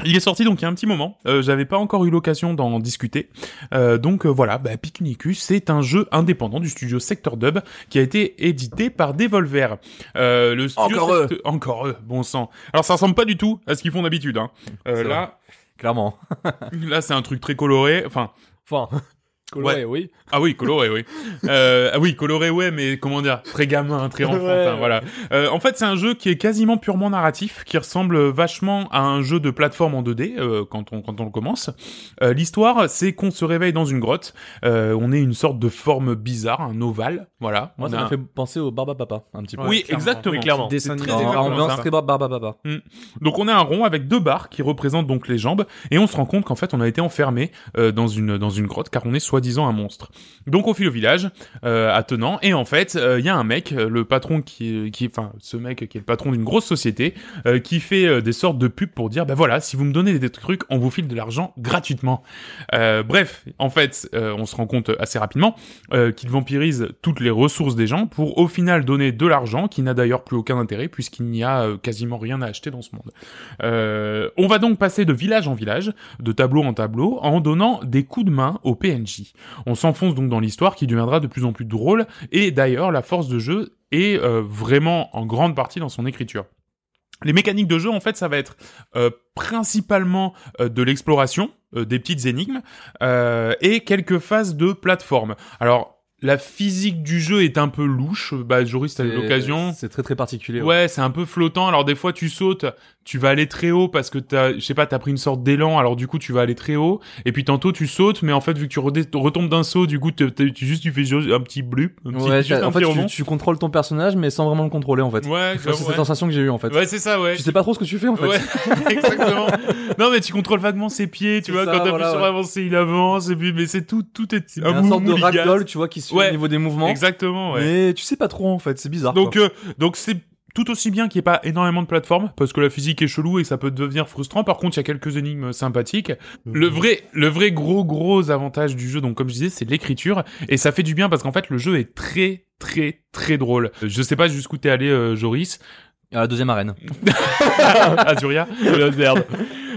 [SPEAKER 1] Il est sorti donc il y a un petit moment. Euh, J'avais pas encore eu l'occasion d'en discuter. Euh, donc euh, voilà, bah, Picnicu, c'est un jeu indépendant du studio Sector Dub qui a été édité par Devolver. Euh, le studio
[SPEAKER 3] Encore eux.
[SPEAKER 1] Sector- Encore eux, bon sang. Alors ça ressemble pas du tout à ce qu'ils font d'habitude. Hein. Euh,
[SPEAKER 3] C'est
[SPEAKER 1] là,
[SPEAKER 3] Clairement.
[SPEAKER 1] là c'est un truc très coloré. Enfin,
[SPEAKER 2] Enfin, coloré, oui.
[SPEAKER 1] Ah oui, coloré, oui. Euh, ah oui, coloré, ouais, mais comment dire, très gamin, très enfantin,
[SPEAKER 2] Ouais, ouais.
[SPEAKER 1] voilà. Euh, en fait, c'est un jeu qui est quasiment purement narratif, qui ressemble vachement à un jeu de plateforme en 2D euh, quand on quand on le commence. Euh, L'histoire, c'est qu'on se réveille dans une grotte. Euh, on est une sorte de forme bizarre, un ovale, voilà.
[SPEAKER 3] Moi,
[SPEAKER 1] On
[SPEAKER 3] ça
[SPEAKER 1] a
[SPEAKER 3] m'a
[SPEAKER 1] un-
[SPEAKER 3] fait penser au Barba Papa, un petit peu.
[SPEAKER 1] Oui,
[SPEAKER 4] clairement.
[SPEAKER 1] exactement.
[SPEAKER 2] Oui, clairement.
[SPEAKER 4] Dessin
[SPEAKER 1] C'est
[SPEAKER 4] animé.
[SPEAKER 1] très
[SPEAKER 3] En-
[SPEAKER 1] exactement
[SPEAKER 3] en ambiance
[SPEAKER 1] ça.
[SPEAKER 3] très Bar- Barba Papa.
[SPEAKER 1] Donc on a un rond avec deux barres qui représentent donc les jambes et on se rend compte qu'en fait on a été enfermé euh, dans une dans une grotte car on est soi-disant un monstre. Donc on file au village euh, à Tenant et en fait euh, il y a un mec, euh, le patron qui est- qui est- enfin ce mec qui est le patron d'une grosse société euh, qui fait euh, des sortes de pubs pour dire bah voilà si vous me donnez des trucs on vous file de l'argent gratuitement. Euh, bref en fait euh, on se rend compte assez rapidement euh, qu'il vampirise toutes les les ressources des gens pour au final donner de l'argent qui n'a d'ailleurs plus aucun intérêt puisqu'il n'y a euh, quasiment rien à acheter dans ce monde. Euh, on va donc passer de village en village, de tableau en tableau, en donnant des coups de main aux PNJ. On s'enfonce donc dans l'histoire qui deviendra de plus en plus drôle et d'ailleurs la force de jeu est euh, vraiment en grande partie dans son écriture. Les mécaniques de jeu, en fait, ça va être euh, principalement euh, de l'exploration, euh, des petites énigmes, euh, et quelques phases de plateforme. Alors, la physique du jeu est un peu louche. Bah, Joris, t'as eu l'occasion.
[SPEAKER 3] C'est très très particulier.
[SPEAKER 1] Ouais, c'est un peu flottant. Alors des fois tu sautes, tu vas aller très haut parce que t'as, je sais pas, t'as pris une sorte d'élan. Alors du coup tu vas aller très haut. Et puis tantôt tu sautes, mais en fait vu que tu redé- retombes d'un saut, du coup t'es- t'es- tu juste tu fais juste un petit blup, un petit,
[SPEAKER 3] Ouais,
[SPEAKER 1] juste
[SPEAKER 3] t'as-
[SPEAKER 1] un
[SPEAKER 3] en fait,
[SPEAKER 1] petit
[SPEAKER 3] tu,
[SPEAKER 1] rebond.
[SPEAKER 3] tu contrôles ton personnage, mais sans vraiment le contrôler, en fait.
[SPEAKER 1] Ouais,
[SPEAKER 3] C'est
[SPEAKER 1] grave,
[SPEAKER 3] cette
[SPEAKER 1] ouais.
[SPEAKER 3] sensation que j'ai eue, en fait.
[SPEAKER 1] Ouais, c'est ça, ouais.
[SPEAKER 3] Tu sais pas trop ce que tu fais, en fait.
[SPEAKER 1] Ouais, exactement. Non, mais tu contrôles vaguement ses pieds, tu
[SPEAKER 3] C'est
[SPEAKER 1] vois,
[SPEAKER 3] ça,
[SPEAKER 1] quand t'appuies
[SPEAKER 3] voilà,
[SPEAKER 1] sur
[SPEAKER 3] ouais.
[SPEAKER 1] avancer, il avance, et puis, mais c'est tout, tout est
[SPEAKER 3] Il y a une sorte de
[SPEAKER 1] mouligas.
[SPEAKER 3] ragdoll, tu vois, qui suit
[SPEAKER 1] Ouais.
[SPEAKER 3] au niveau des mouvements.
[SPEAKER 1] Exactement, ouais.
[SPEAKER 3] Mais tu sais pas trop, en fait. C'est bizarre.
[SPEAKER 1] Donc,
[SPEAKER 3] quoi.
[SPEAKER 1] euh, donc c'est tout aussi bien qu'il n'y ait pas énormément de plateformes, parce que la physique est chelou et ça peut devenir frustrant. Par contre, il y a quelques énigmes sympathiques. Le vrai, le vrai gros gros avantage du jeu, donc comme je disais, c'est l'écriture et ça fait du bien parce qu'en fait le jeu est très très très drôle. Je sais pas jusqu'où t'es allé, euh, Joris,
[SPEAKER 3] à la deuxième arène.
[SPEAKER 1] Azuria.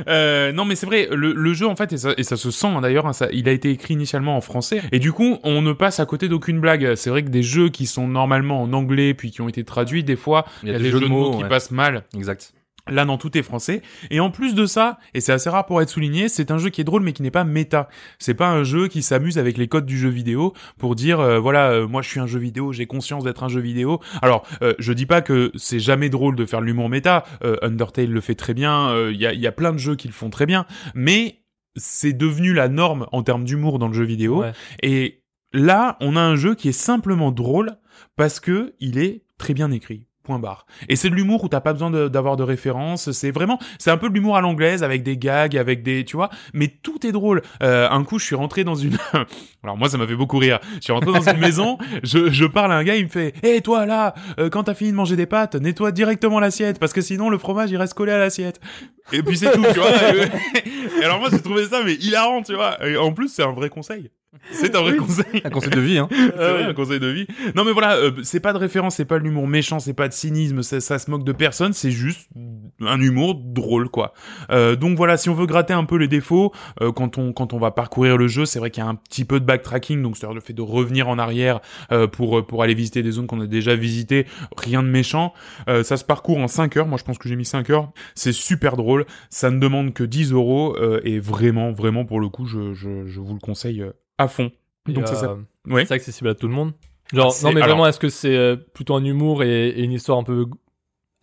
[SPEAKER 1] Euh, non mais c'est vrai, le, le jeu en fait, et ça, et ça se sent hein, d'ailleurs, hein, ça- il a été écrit initialement en français, et du coup on ne passe à côté d'aucune blague. C'est vrai que des jeux qui sont normalement en anglais puis qui ont été traduits, des fois il y a, des jeux de mots, qui
[SPEAKER 3] ouais.
[SPEAKER 1] passent mal.
[SPEAKER 3] Exact.
[SPEAKER 1] Là non tout est français, et en plus de ça, et c'est assez rare pour être souligné, c'est un jeu qui est drôle mais qui n'est pas méta. C'est pas un jeu qui s'amuse avec les codes du jeu vidéo pour dire euh, voilà euh, moi je suis un jeu vidéo, j'ai conscience d'être un jeu vidéo. Alors euh, je dis pas que c'est jamais drôle de faire de l'humour méta. euh, Undertale le fait très bien. Il y, a, y a plein de jeux qui le font très bien, mais c'est devenu la norme en termes d'humour dans le jeu vidéo.
[SPEAKER 2] Ouais.
[SPEAKER 1] Et là on a un jeu qui est simplement drôle parce que il est très bien écrit. Point barre. Et c'est de l'humour où t'as pas besoin de- d'avoir de, références. C'est vraiment, c'est un peu de l'humour à l'anglaise avec des gags, avec des, tu vois. Mais tout est drôle. Euh, un coup, je suis rentré dans une, alors moi, ça m'a fait beaucoup rire. Je suis rentré dans une maison, je, je parle à un gars, il me fait Hé toi là, euh, quand t'as fini de manger des pâtes, nettoie directement l'assiette, parce que sinon le fromage il reste collé à l'assiette. » Et puis c'est tout, tu vois. Et- Et alors moi, j'ai trouvé ça mais hilarant, tu vois. Et en plus, c'est un vrai conseil. C'est un vrai conseil.
[SPEAKER 3] Un concept de vie, hein.
[SPEAKER 1] C'est
[SPEAKER 2] Ah
[SPEAKER 1] vrai, un conseil de vie. Non mais voilà, euh, c'est pas de référence, c'est pas de l'humour méchant, c'est pas de cynisme, ça, ça se moque de personne, c'est juste un humour drôle quoi. Euh, donc voilà, si on veut gratter un peu les défauts, euh, quand on quand on va parcourir le jeu, c'est vrai qu'il y a un petit peu de backtracking, donc c'est-à-dire le fait de revenir en arrière euh, pour euh, pour aller visiter des zones qu'on a déjà visitées, rien de méchant. Euh, ça se parcourt en 5 heures, moi je pense que j'ai mis 5 heures. C'est super drôle, ça ne demande que 10 euros euh, et vraiment vraiment pour le coup, je je, je vous le conseille euh, à fond.
[SPEAKER 2] Et,
[SPEAKER 1] Donc ça,
[SPEAKER 2] euh,
[SPEAKER 1] ça- Oui.
[SPEAKER 2] C'est accessible à tout le monde. Genre,
[SPEAKER 1] C'est-
[SPEAKER 2] non, mais
[SPEAKER 1] alors-
[SPEAKER 2] vraiment, est-ce que c'est euh, plutôt un humour et, et une histoire un peu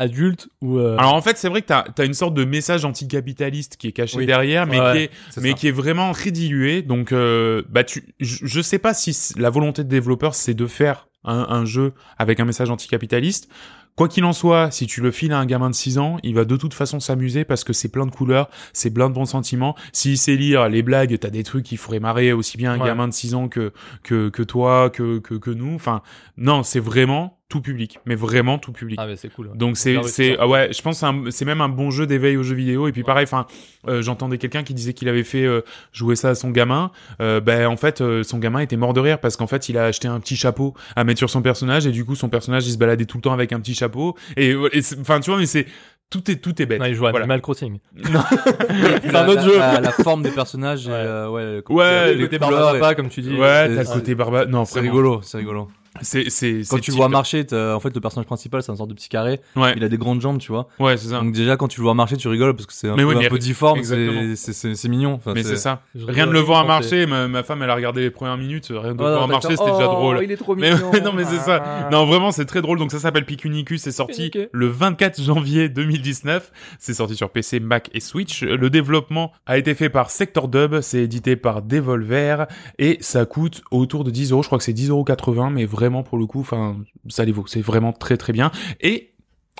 [SPEAKER 2] adulte ou euh,
[SPEAKER 1] Alors en fait, c'est vrai que t'as as une sorte de message anticapitaliste qui est caché
[SPEAKER 3] Oui.
[SPEAKER 1] derrière, mais,
[SPEAKER 2] Ouais,
[SPEAKER 1] qui, est,
[SPEAKER 3] C'est
[SPEAKER 1] mais
[SPEAKER 3] ça.
[SPEAKER 1] qui est vraiment très dilué. Donc, euh, bah, tu, je je sais pas si c- la volonté de développeur c'est de faire un, un jeu avec un message anticapitaliste. Quoi qu'il en soit, si tu le files à un gamin de 6 ans, il va de toute façon s'amuser parce que c'est plein de couleurs, c'est plein de bons sentiments. S'il sait lire les blagues, t'as des trucs qui feraient marrer aussi bien un
[SPEAKER 2] Ouais.
[SPEAKER 1] gamin de 6 ans que, que, que toi, que, que, que nous. Enfin, non, c'est vraiment tout public, mais vraiment tout public.
[SPEAKER 2] Ah, mais c'est cool. ouais.
[SPEAKER 1] Donc c'est
[SPEAKER 2] Bien réussi,
[SPEAKER 1] c'est
[SPEAKER 2] ça.
[SPEAKER 1] ah ouais, je pense que c'est un- c'est même un bon jeu d'éveil aux jeux vidéo et puis pareil enfin euh, j'entendais quelqu'un qui disait qu'il avait fait euh, jouer ça à son gamin, euh, ben en fait euh, son gamin était mort de rire parce qu'en fait il a acheté un petit chapeau à mettre sur son personnage et du coup son personnage il se baladait tout le temps avec un petit chapeau et euh, et c'est- enfin tu vois mais c'est tout est tout est bête.
[SPEAKER 2] Non, il joue à
[SPEAKER 1] Voilà.
[SPEAKER 2] Animal Crossing.
[SPEAKER 3] C'est
[SPEAKER 2] un autre jeu.
[SPEAKER 3] La, la forme des personnages, et,
[SPEAKER 2] Ouais.
[SPEAKER 3] euh, ouais, le-
[SPEAKER 1] Ouais,
[SPEAKER 3] les-
[SPEAKER 1] le
[SPEAKER 3] les
[SPEAKER 2] Côté
[SPEAKER 3] couleurs,
[SPEAKER 2] Barbara
[SPEAKER 3] et-
[SPEAKER 2] Papa, comme tu dis.
[SPEAKER 1] Ouais, t'as
[SPEAKER 3] c'est-
[SPEAKER 1] le
[SPEAKER 3] c'est-
[SPEAKER 1] côté barbare. Non,
[SPEAKER 3] C'est
[SPEAKER 1] vraiment.
[SPEAKER 3] rigolo, c'est rigolo.
[SPEAKER 1] C'est c'est c'est
[SPEAKER 3] Quand tu le
[SPEAKER 1] type-
[SPEAKER 3] vois marcher, t'as- en fait, le personnage principal, c'est un sorte de petit carré.
[SPEAKER 1] Ouais,
[SPEAKER 3] Il a des grandes jambes, tu vois.
[SPEAKER 1] ouais, c'est ça.
[SPEAKER 3] Donc déjà, quand tu le vois marcher, tu rigoles parce que c'est un,
[SPEAKER 1] Mais
[SPEAKER 3] peu,
[SPEAKER 1] ouais, mais
[SPEAKER 3] un peu
[SPEAKER 1] ri-
[SPEAKER 3] difforme.
[SPEAKER 1] exactement.
[SPEAKER 3] c'est- C'est c'est- c'est mignon. Enfin,
[SPEAKER 1] Mais c'est ça.
[SPEAKER 2] Je
[SPEAKER 1] Rien de
[SPEAKER 2] rigole,
[SPEAKER 1] le voir
[SPEAKER 2] je
[SPEAKER 1] marcher, ma, ma femme elle a regardé les premières minutes, euh, rien de le
[SPEAKER 3] Ouais,
[SPEAKER 1] voir
[SPEAKER 3] non,
[SPEAKER 1] marcher,
[SPEAKER 3] t'as- oh,
[SPEAKER 1] c'était déjà drôle.
[SPEAKER 4] Oh, il est trop
[SPEAKER 1] Mais non, mais c'est ça.
[SPEAKER 4] Ah.
[SPEAKER 1] Non, vraiment, c'est très drôle. Donc ça s'appelle Picunicus. C'est sorti
[SPEAKER 2] Picunicus.
[SPEAKER 1] le 24 janvier 2019. C'est sorti sur PC, Mac et Switch. Le développement a été fait par Sector Dub. C'est édité par Devolver et ça coûte autour de 10 euros. Je crois que c'est 10,80 euros, mais vraiment pour le coup, enfin, ça les vaut. C'est vraiment très très bien. Et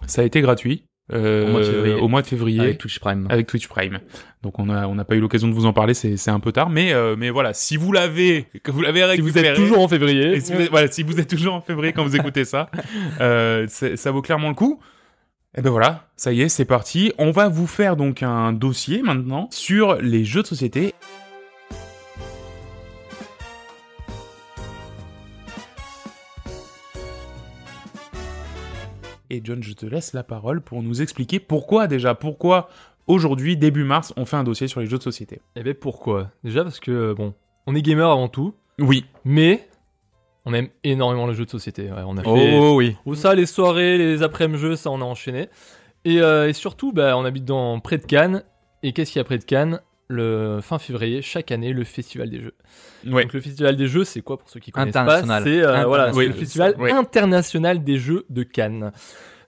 [SPEAKER 1] ça a été gratuit euh,
[SPEAKER 3] Au mois de février.
[SPEAKER 1] au mois de février
[SPEAKER 3] Avec Twitch Prime.
[SPEAKER 1] avec Twitch Prime. Donc on a on n'a pas eu l'occasion de vous en parler. C'est c'est un peu tard, mais euh, mais voilà. Si vous l'avez, que vous l'avez
[SPEAKER 2] Si
[SPEAKER 1] récupéré.
[SPEAKER 2] vous êtes toujours en février.
[SPEAKER 1] Et si vous êtes, voilà, si vous êtes toujours en février quand vous écoutez ça, euh, c'est- ça vaut clairement le coup. Et ben voilà, ça y est, c'est parti. On va vous faire donc un dossier maintenant sur les jeux de société. Et John, je te laisse la parole pour nous expliquer pourquoi déjà, pourquoi aujourd'hui, début mars, on fait un dossier sur les jeux de société.
[SPEAKER 2] Et ben pourquoi Déjà parce que, bon, on est gamer avant tout,
[SPEAKER 1] Oui.
[SPEAKER 2] mais on aime énormément les jeux de société. Ouais, on a
[SPEAKER 3] Oh,
[SPEAKER 2] fait
[SPEAKER 3] oh, oui.
[SPEAKER 2] Ou ça, les soirées, les après-midi-jeux, ça on a enchaîné. Et, euh, et surtout, bah, on habite dans près de Cannes. Et qu'est-ce qu'il y a près de Cannes Le fin février, chaque année, le Festival des Jeux.
[SPEAKER 1] Ouais.
[SPEAKER 2] Donc le Festival des Jeux, c'est quoi pour ceux qui connaissent pas
[SPEAKER 3] International.
[SPEAKER 2] C'est euh, voilà, c'est
[SPEAKER 1] Oui.
[SPEAKER 2] le Festival
[SPEAKER 1] Oui.
[SPEAKER 2] international des Jeux de Cannes.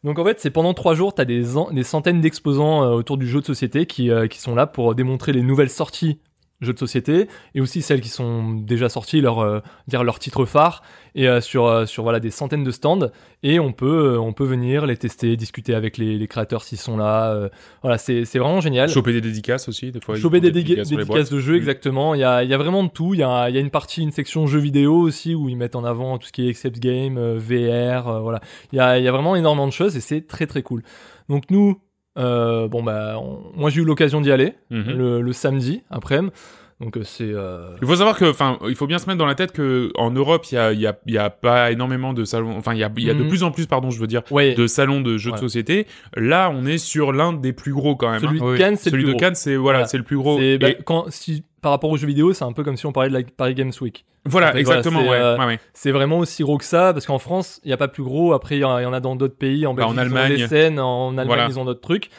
[SPEAKER 2] Donc en fait, c'est pendant trois jours, tu as des, an- des centaines d'exposants euh, autour du jeu de société qui, euh, qui sont là pour démontrer les nouvelles sorties jeux de société et aussi celles qui sont déjà sorties, leur, euh, dire leurs titres phares et euh, sur, euh, sur voilà, des centaines de stands et on peut, euh, on peut venir les tester, discuter avec les, les créateurs s'ils sont là. euh, voilà, c'est c'est vraiment génial.
[SPEAKER 1] Choper des dédicaces aussi, des fois. ils
[SPEAKER 2] Choper
[SPEAKER 1] font
[SPEAKER 2] des, déga-
[SPEAKER 1] sur les boîtes.
[SPEAKER 2] dédicaces de jeux,
[SPEAKER 1] Mm.
[SPEAKER 2] exactement. Il y a, il y a vraiment de tout. Il y a, il y a une partie, une section jeux vidéo aussi où ils mettent en avant tout ce qui est Except Game, euh, VR. euh, voilà. Il y a, il y a vraiment énormément de choses et c'est très très cool. Donc nous, euh, bon bah, on- moi j'ai eu l'occasion d'y aller
[SPEAKER 1] Mhm.
[SPEAKER 2] le, le samedi après-midi. Donc euh, c'est. euh,
[SPEAKER 1] Il faut savoir que, enfin, il faut bien se mettre dans la tête que en Europe, il y a, il y a, il y a pas énormément de salons. Enfin, il y a, il y a de
[SPEAKER 2] Mhm.
[SPEAKER 1] plus en plus, pardon, je veux dire,
[SPEAKER 2] Ouais,
[SPEAKER 1] de salons de jeux de
[SPEAKER 2] Ouais.
[SPEAKER 1] société. Là, on est sur l'un des plus gros quand même.
[SPEAKER 2] celui
[SPEAKER 1] hein.
[SPEAKER 2] de
[SPEAKER 3] Oui.
[SPEAKER 2] Cannes, c'est
[SPEAKER 1] Celui
[SPEAKER 2] le plus
[SPEAKER 1] de
[SPEAKER 2] gros.
[SPEAKER 1] Cannes, c'est voilà,
[SPEAKER 2] Voilà.
[SPEAKER 1] c'est le plus gros.
[SPEAKER 2] C'est- bah,
[SPEAKER 1] Et-
[SPEAKER 2] quand, si, par rapport aux jeux vidéo, c'est un peu comme si on parlait de la Paris Games Week.
[SPEAKER 1] voilà,
[SPEAKER 2] en fait,
[SPEAKER 1] exactement.
[SPEAKER 2] voilà, c'est,
[SPEAKER 1] ouais,
[SPEAKER 2] euh,
[SPEAKER 1] ouais, ouais.
[SPEAKER 2] c'est vraiment aussi gros que ça parce qu'en France il n'y a pas plus gros après il y, en il y en a dans d'autres pays en
[SPEAKER 1] Bah,
[SPEAKER 2] Belgique
[SPEAKER 1] en
[SPEAKER 2] ils ont
[SPEAKER 1] Allemagne.
[SPEAKER 2] des scènes en Allemagne
[SPEAKER 1] Voilà.
[SPEAKER 2] ils ont d'autres trucs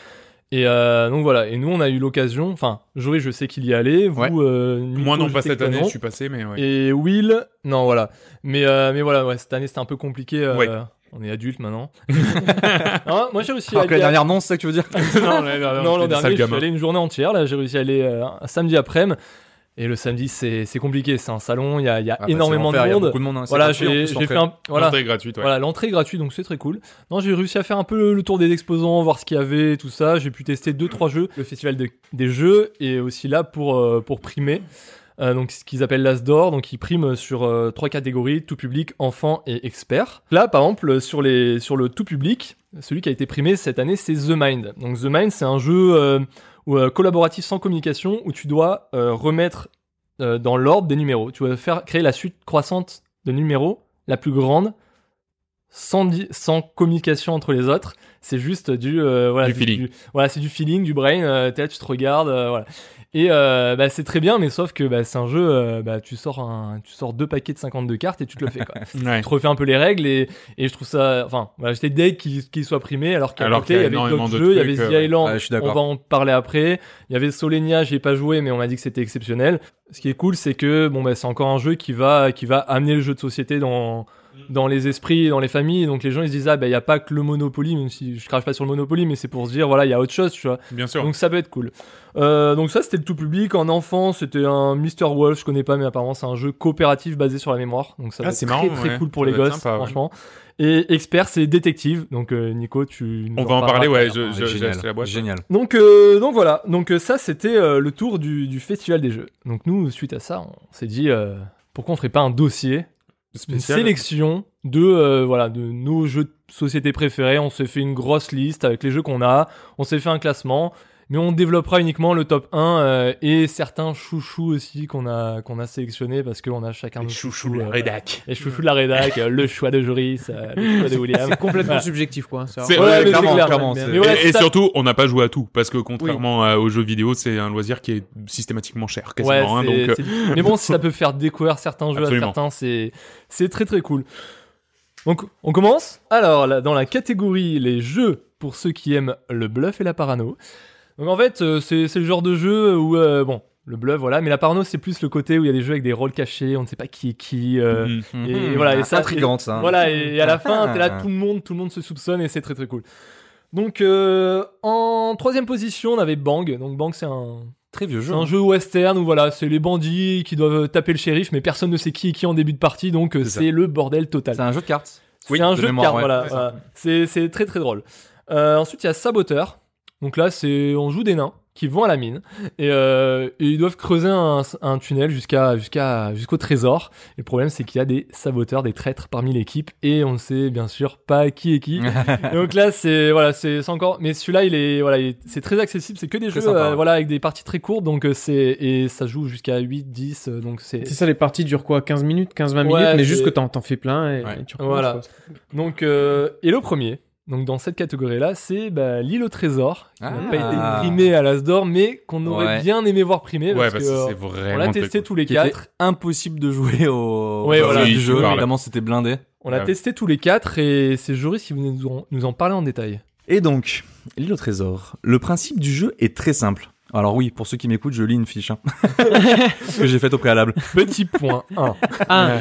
[SPEAKER 2] et euh, donc voilà et nous on a eu l'occasion enfin Jory je sais qu'il y allait vous
[SPEAKER 3] Ouais.
[SPEAKER 2] euh, Nico,
[SPEAKER 1] Moi non,
[SPEAKER 2] je
[SPEAKER 1] pas
[SPEAKER 2] sais que
[SPEAKER 1] cette
[SPEAKER 2] toi,
[SPEAKER 1] année.
[SPEAKER 2] non.
[SPEAKER 1] Je suis passé, mais ouais.
[SPEAKER 2] et Will non voilà mais euh, mais voilà ouais, cette année c'était un peu compliqué euh,
[SPEAKER 1] Ouais.
[SPEAKER 2] on est adulte maintenant Hein, moi j'ai réussi à
[SPEAKER 3] Alors que
[SPEAKER 2] y
[SPEAKER 3] la
[SPEAKER 2] aller-
[SPEAKER 3] dernière, non, c'est ça que tu veux dire
[SPEAKER 1] non, l'année dernière,
[SPEAKER 2] non, l'an
[SPEAKER 1] c'était des sales
[SPEAKER 2] dernier, je suis
[SPEAKER 1] gamins.
[SPEAKER 2] allé une journée entière. Là, j'ai réussi à aller euh, un samedi après-midi. Et le samedi, c'est c'est compliqué. C'est un salon, il y a, il y a
[SPEAKER 3] Ah bah,
[SPEAKER 2] énormément
[SPEAKER 3] c'est l'enfer, il y
[SPEAKER 2] de
[SPEAKER 3] a
[SPEAKER 2] monde.
[SPEAKER 3] beaucoup de monde, hein, c'est
[SPEAKER 2] Voilà,
[SPEAKER 3] gratuit, en
[SPEAKER 2] j'ai
[SPEAKER 3] plus,
[SPEAKER 2] j'ai
[SPEAKER 3] l'entrée.
[SPEAKER 2] fait un. Voilà,
[SPEAKER 1] L'entrée est gratuite. ouais.
[SPEAKER 2] voilà, l'entrée est gratuite, donc c'est très cool. Non, j'ai réussi à faire un peu le, le tour des exposants, voir ce qu'il y avait, tout ça. J'ai pu tester deux trois jeux. Le festival de- des jeux est aussi là pour euh, pour primer. Euh, donc ce qu'ils appellent l'Asdor, donc ils priment sur euh, trois catégories tout public, enfant et expert. Là, par exemple, sur les sur le tout public, celui qui a été primé cette année, c'est The Mind. Donc The Mind, c'est un jeu euh, ou, euh, collaboratif sans communication où tu dois euh, remettre euh, dans l'ordre des numéros. Tu dois faire créer la suite croissante de numéros la plus grande sans, di- sans communication entre les autres. C'est juste du, euh, voilà,
[SPEAKER 1] Du feeling.
[SPEAKER 2] voilà, c'est du feeling, du brain. euh, t'es là, tu te regardes, euh, voilà. Et euh, bah, c'est très bien, mais sauf que bah, c'est un jeu. euh, bah, tu sors un, tu sors deux paquets de 52 cartes et tu te le fais. Quoi.
[SPEAKER 1] Ouais.
[SPEAKER 2] tu te refais un peu les règles et, et je trouve ça. Enfin, voilà, j'étais deg qu'il qu'il soit primé alors qu'à
[SPEAKER 1] Alors
[SPEAKER 2] côté
[SPEAKER 1] qu'il y a
[SPEAKER 2] il y avait
[SPEAKER 1] énormément
[SPEAKER 2] d'autres
[SPEAKER 1] de
[SPEAKER 2] jeux, il y avait
[SPEAKER 1] trucs,
[SPEAKER 2] The
[SPEAKER 1] euh, ouais.
[SPEAKER 2] Island,
[SPEAKER 3] Ah, je suis
[SPEAKER 2] on
[SPEAKER 3] d'accord.
[SPEAKER 2] va en parler après. Il y avait Solenia, j'ai pas joué, mais on m'a dit que c'était exceptionnel. Ce qui est cool, c'est que bon, bah, c'est encore un jeu qui va, qui va amener le jeu de société dans,
[SPEAKER 1] Mm.
[SPEAKER 2] dans les esprits, et dans les familles. Donc les gens ils se disent ah bah il y a pas que le Monopoly, même si je crache pas sur le Monopoly, mais c'est pour se dire voilà il y a autre chose, tu vois.
[SPEAKER 1] Bien sûr.
[SPEAKER 2] Donc ça peut être cool. Euh, donc ça c'était le tout public. En enfant c'était un Mr Wolf, je connais pas, mais apparemment c'est un jeu coopératif basé sur la mémoire. Donc ça
[SPEAKER 1] Ah,
[SPEAKER 2] va
[SPEAKER 1] c'est
[SPEAKER 2] être
[SPEAKER 1] marrant,
[SPEAKER 2] très très
[SPEAKER 1] ouais.
[SPEAKER 2] cool pour
[SPEAKER 1] Ça
[SPEAKER 2] les
[SPEAKER 1] doit être
[SPEAKER 2] gosses,
[SPEAKER 1] sympa, ouais.
[SPEAKER 2] franchement. Et expert c'est détective. Donc euh, Nico tu. nous
[SPEAKER 1] on va en parler.
[SPEAKER 2] parleras.
[SPEAKER 1] Ouais, je-
[SPEAKER 3] Ah,
[SPEAKER 1] je- j'ai acheté la
[SPEAKER 3] Génial.
[SPEAKER 1] boîte.
[SPEAKER 3] Génial.
[SPEAKER 2] Donc, euh, donc voilà, donc euh, ça c'était euh, le tour du, du festival des jeux. Donc nous, suite à ça, on s'est dit euh, pourquoi on ferait pas un dossier, une
[SPEAKER 1] Spécial.
[SPEAKER 2] sélection de euh, voilà de nos jeux de société préférés. On s'est fait une grosse liste avec les jeux qu'on a, on s'est fait un classement, mais on développera uniquement le top 1 euh, et certains chouchous aussi qu'on a qu'on a sélectionnés parce qu'on a chacun
[SPEAKER 1] Les
[SPEAKER 2] nos
[SPEAKER 1] chouchous de la
[SPEAKER 2] euh,
[SPEAKER 1] rédac.
[SPEAKER 2] les chouchous de la rédac, euh, le choix de Joris, euh, le choix de William.
[SPEAKER 4] C'est complètement
[SPEAKER 2] Voilà.
[SPEAKER 4] subjectif, quoi. ça.
[SPEAKER 1] C'est-
[SPEAKER 2] Ouais,
[SPEAKER 1] Ouais,
[SPEAKER 2] mais
[SPEAKER 3] clairement,
[SPEAKER 2] c'est clair.
[SPEAKER 3] clairement,
[SPEAKER 2] Mais
[SPEAKER 3] c'est-
[SPEAKER 2] mais voilà,
[SPEAKER 1] et, et
[SPEAKER 2] ça-
[SPEAKER 1] surtout, on n'a pas joué à tout parce que contrairement à- aux jeux vidéo, c'est un loisir qui est systématiquement cher quasiment.
[SPEAKER 2] Ouais,
[SPEAKER 1] hein,
[SPEAKER 2] c'est-
[SPEAKER 1] donc, euh,
[SPEAKER 2] c'est- Mais bon, si ça peut faire découvrir certains jeux
[SPEAKER 1] Absolument.
[SPEAKER 2] à certains, c'est c'est très très cool. Donc, on commence Alors, là, dans la catégorie les jeux pour ceux qui aiment le bluff et la parano. Donc, en fait, euh, c'est c'est le genre de jeu où, euh, bon, le bluff, voilà, mais la parano, c'est plus le côté où il y a des jeux avec des rôles cachés, on ne sait pas qui est qui. euh,
[SPEAKER 1] mhm.
[SPEAKER 2] Et voilà, et
[SPEAKER 3] Mm-hmm.
[SPEAKER 2] ça,
[SPEAKER 3] Ah, Intrigante, ça. hein.
[SPEAKER 2] Voilà, et, et à la fin,
[SPEAKER 3] Ah.
[SPEAKER 2] t'es là, tout le monde, tout le monde se soupçonne et c'est très très cool. Donc, euh, en troisième position, on avait Bang. Donc, Bang, c'est un,
[SPEAKER 3] Très vieux jeu. hein.
[SPEAKER 2] c'est un jeu western où voilà, c'est les bandits qui doivent taper le shérif, mais personne ne sait qui est qui en début de partie, donc euh,
[SPEAKER 3] C'est ça.
[SPEAKER 2] c'est le bordel total.
[SPEAKER 3] C'est un jeu de cartes.
[SPEAKER 2] C'est un
[SPEAKER 3] de
[SPEAKER 2] jeu
[SPEAKER 3] mémoire,
[SPEAKER 2] de cartes,
[SPEAKER 3] ouais.
[SPEAKER 2] voilà. voilà. C'est c'est très très drôle. Euh, ensuite, il y a Saboteur. Donc là, c'est on joue des nains qui vont à la mine et, euh, et ils doivent creuser un, un tunnel jusqu'à jusqu'à jusqu'au trésor. Et le problème, c'est qu'il y a des saboteurs, des traîtres parmi l'équipe et on ne sait bien sûr pas qui est qui. Et donc là, c'est voilà, c'est c'est encore. Mais celui-là, il est voilà, il est- c'est très accessible. C'est que des
[SPEAKER 3] Très
[SPEAKER 2] jeux
[SPEAKER 3] sympa,
[SPEAKER 2] euh,
[SPEAKER 3] ouais.
[SPEAKER 2] voilà avec des parties très courtes. Donc euh, c'est et ça joue jusqu'à 8, 10. euh, donc c'est
[SPEAKER 4] C'est ça, les parties durent quoi 15 minutes, 15-20
[SPEAKER 2] Ouais,
[SPEAKER 4] minutes, mais
[SPEAKER 2] c'est-
[SPEAKER 4] juste que t'en t'en fais plein et,
[SPEAKER 3] Ouais.
[SPEAKER 4] et tu recommences,
[SPEAKER 2] Voilà.
[SPEAKER 4] quoi.
[SPEAKER 2] donc euh, et le premier, Donc dans cette catégorie-là, c'est bah, l'île au trésor, qui n'a
[SPEAKER 3] Ah.
[SPEAKER 2] pas été primée à l'as d'or, mais qu'on aurait
[SPEAKER 3] Ouais.
[SPEAKER 2] bien aimé voir primée,
[SPEAKER 1] Ouais,
[SPEAKER 2] parce,
[SPEAKER 1] parce,
[SPEAKER 2] que,
[SPEAKER 1] que c'est
[SPEAKER 2] euh,
[SPEAKER 1] vraiment.
[SPEAKER 2] on l'a
[SPEAKER 1] le truc.
[SPEAKER 2] testé tous les
[SPEAKER 3] Qui
[SPEAKER 2] quatre.
[SPEAKER 3] était impossible de jouer au
[SPEAKER 2] Ouais,
[SPEAKER 3] au
[SPEAKER 2] voilà.
[SPEAKER 3] jeu
[SPEAKER 1] Oui,
[SPEAKER 3] du jeu,
[SPEAKER 1] tu parles.
[SPEAKER 3] évidemment c'était blindé.
[SPEAKER 2] On l'a
[SPEAKER 1] Ouais.
[SPEAKER 2] testé tous les quatre et c'est Joris qui venait nous en, nous en parler en détail.
[SPEAKER 3] Et donc, l'île au trésor. Le principe du jeu est très simple. Alors oui, pour ceux qui m'écoutent, je lis une fiche hein. que j'ai faite au préalable.
[SPEAKER 2] Petit point 1.
[SPEAKER 4] Ah,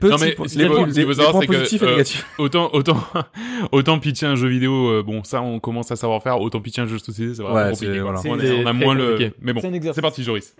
[SPEAKER 3] Petit
[SPEAKER 1] mais
[SPEAKER 3] point-
[SPEAKER 1] ce qu'il faut- ce qu'il faut savoir, c'est que, euh,
[SPEAKER 3] négatifs.
[SPEAKER 1] Autant, autant, autant pitcher un jeu vidéo, euh, bon, ça on commence à savoir faire, autant pitcher un jeu de société, c'est vraiment
[SPEAKER 3] Ouais,
[SPEAKER 1] compliqué.
[SPEAKER 3] c'est-
[SPEAKER 1] quoi.
[SPEAKER 3] voilà.
[SPEAKER 1] On,
[SPEAKER 2] C'est
[SPEAKER 1] a- on a
[SPEAKER 2] très
[SPEAKER 1] moins le.
[SPEAKER 2] compliqué.
[SPEAKER 1] Mais bon,
[SPEAKER 4] C'est un exercice.
[SPEAKER 1] c'est parti, Joris.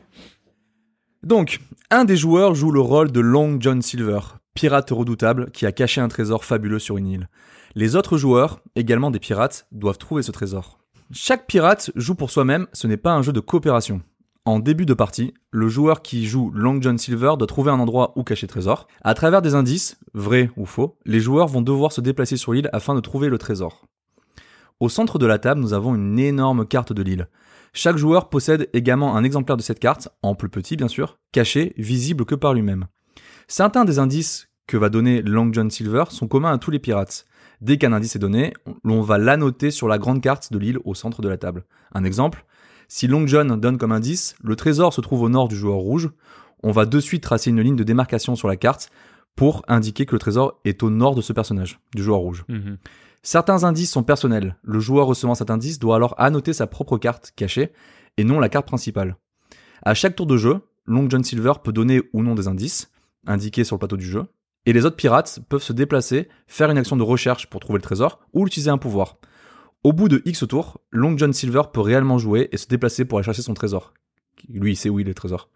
[SPEAKER 3] Donc, un des joueurs joue le rôle de Long John Silver, pirate redoutable qui a caché un trésor fabuleux sur une île. Les autres joueurs, également des pirates, doivent trouver ce trésor. Chaque pirate joue pour soi-même, ce n'est pas un jeu de coopération. En début de partie, le joueur qui joue Long John Silver doit trouver un endroit où cacher le trésor. À travers des indices, vrais ou faux, les joueurs vont devoir se déplacer sur l'île afin de trouver le trésor. Au centre de la table, nous avons une énorme carte de l'île. Chaque joueur possède également un exemplaire de cette carte, en plus petit bien sûr, caché, visible que par lui-même. Certains des indices que va donner Long John Silver sont communs à tous les pirates. Dès qu'un indice est donné, on va l'annoter sur la grande carte de l'île au centre de la table. Un exemple, si Long John donne comme indice le trésor se trouve au nord du joueur rouge, on va de suite tracer une ligne de démarcation sur la carte pour indiquer que le trésor est au nord de ce personnage, du joueur rouge. Certains indices sont personnels. Le joueur recevant cet indice doit alors annoter sa propre carte cachée et non la carte principale. À chaque tour de jeu, Long John Silver peut donner ou non des indices indiqués sur le plateau du jeu et les autres pirates peuvent se déplacer, faire une action de recherche pour trouver le trésor ou utiliser un pouvoir. Au bout de X tours, Long John Silver peut réellement jouer et se déplacer pour aller chercher son trésor. Lui, il sait où il est le trésor.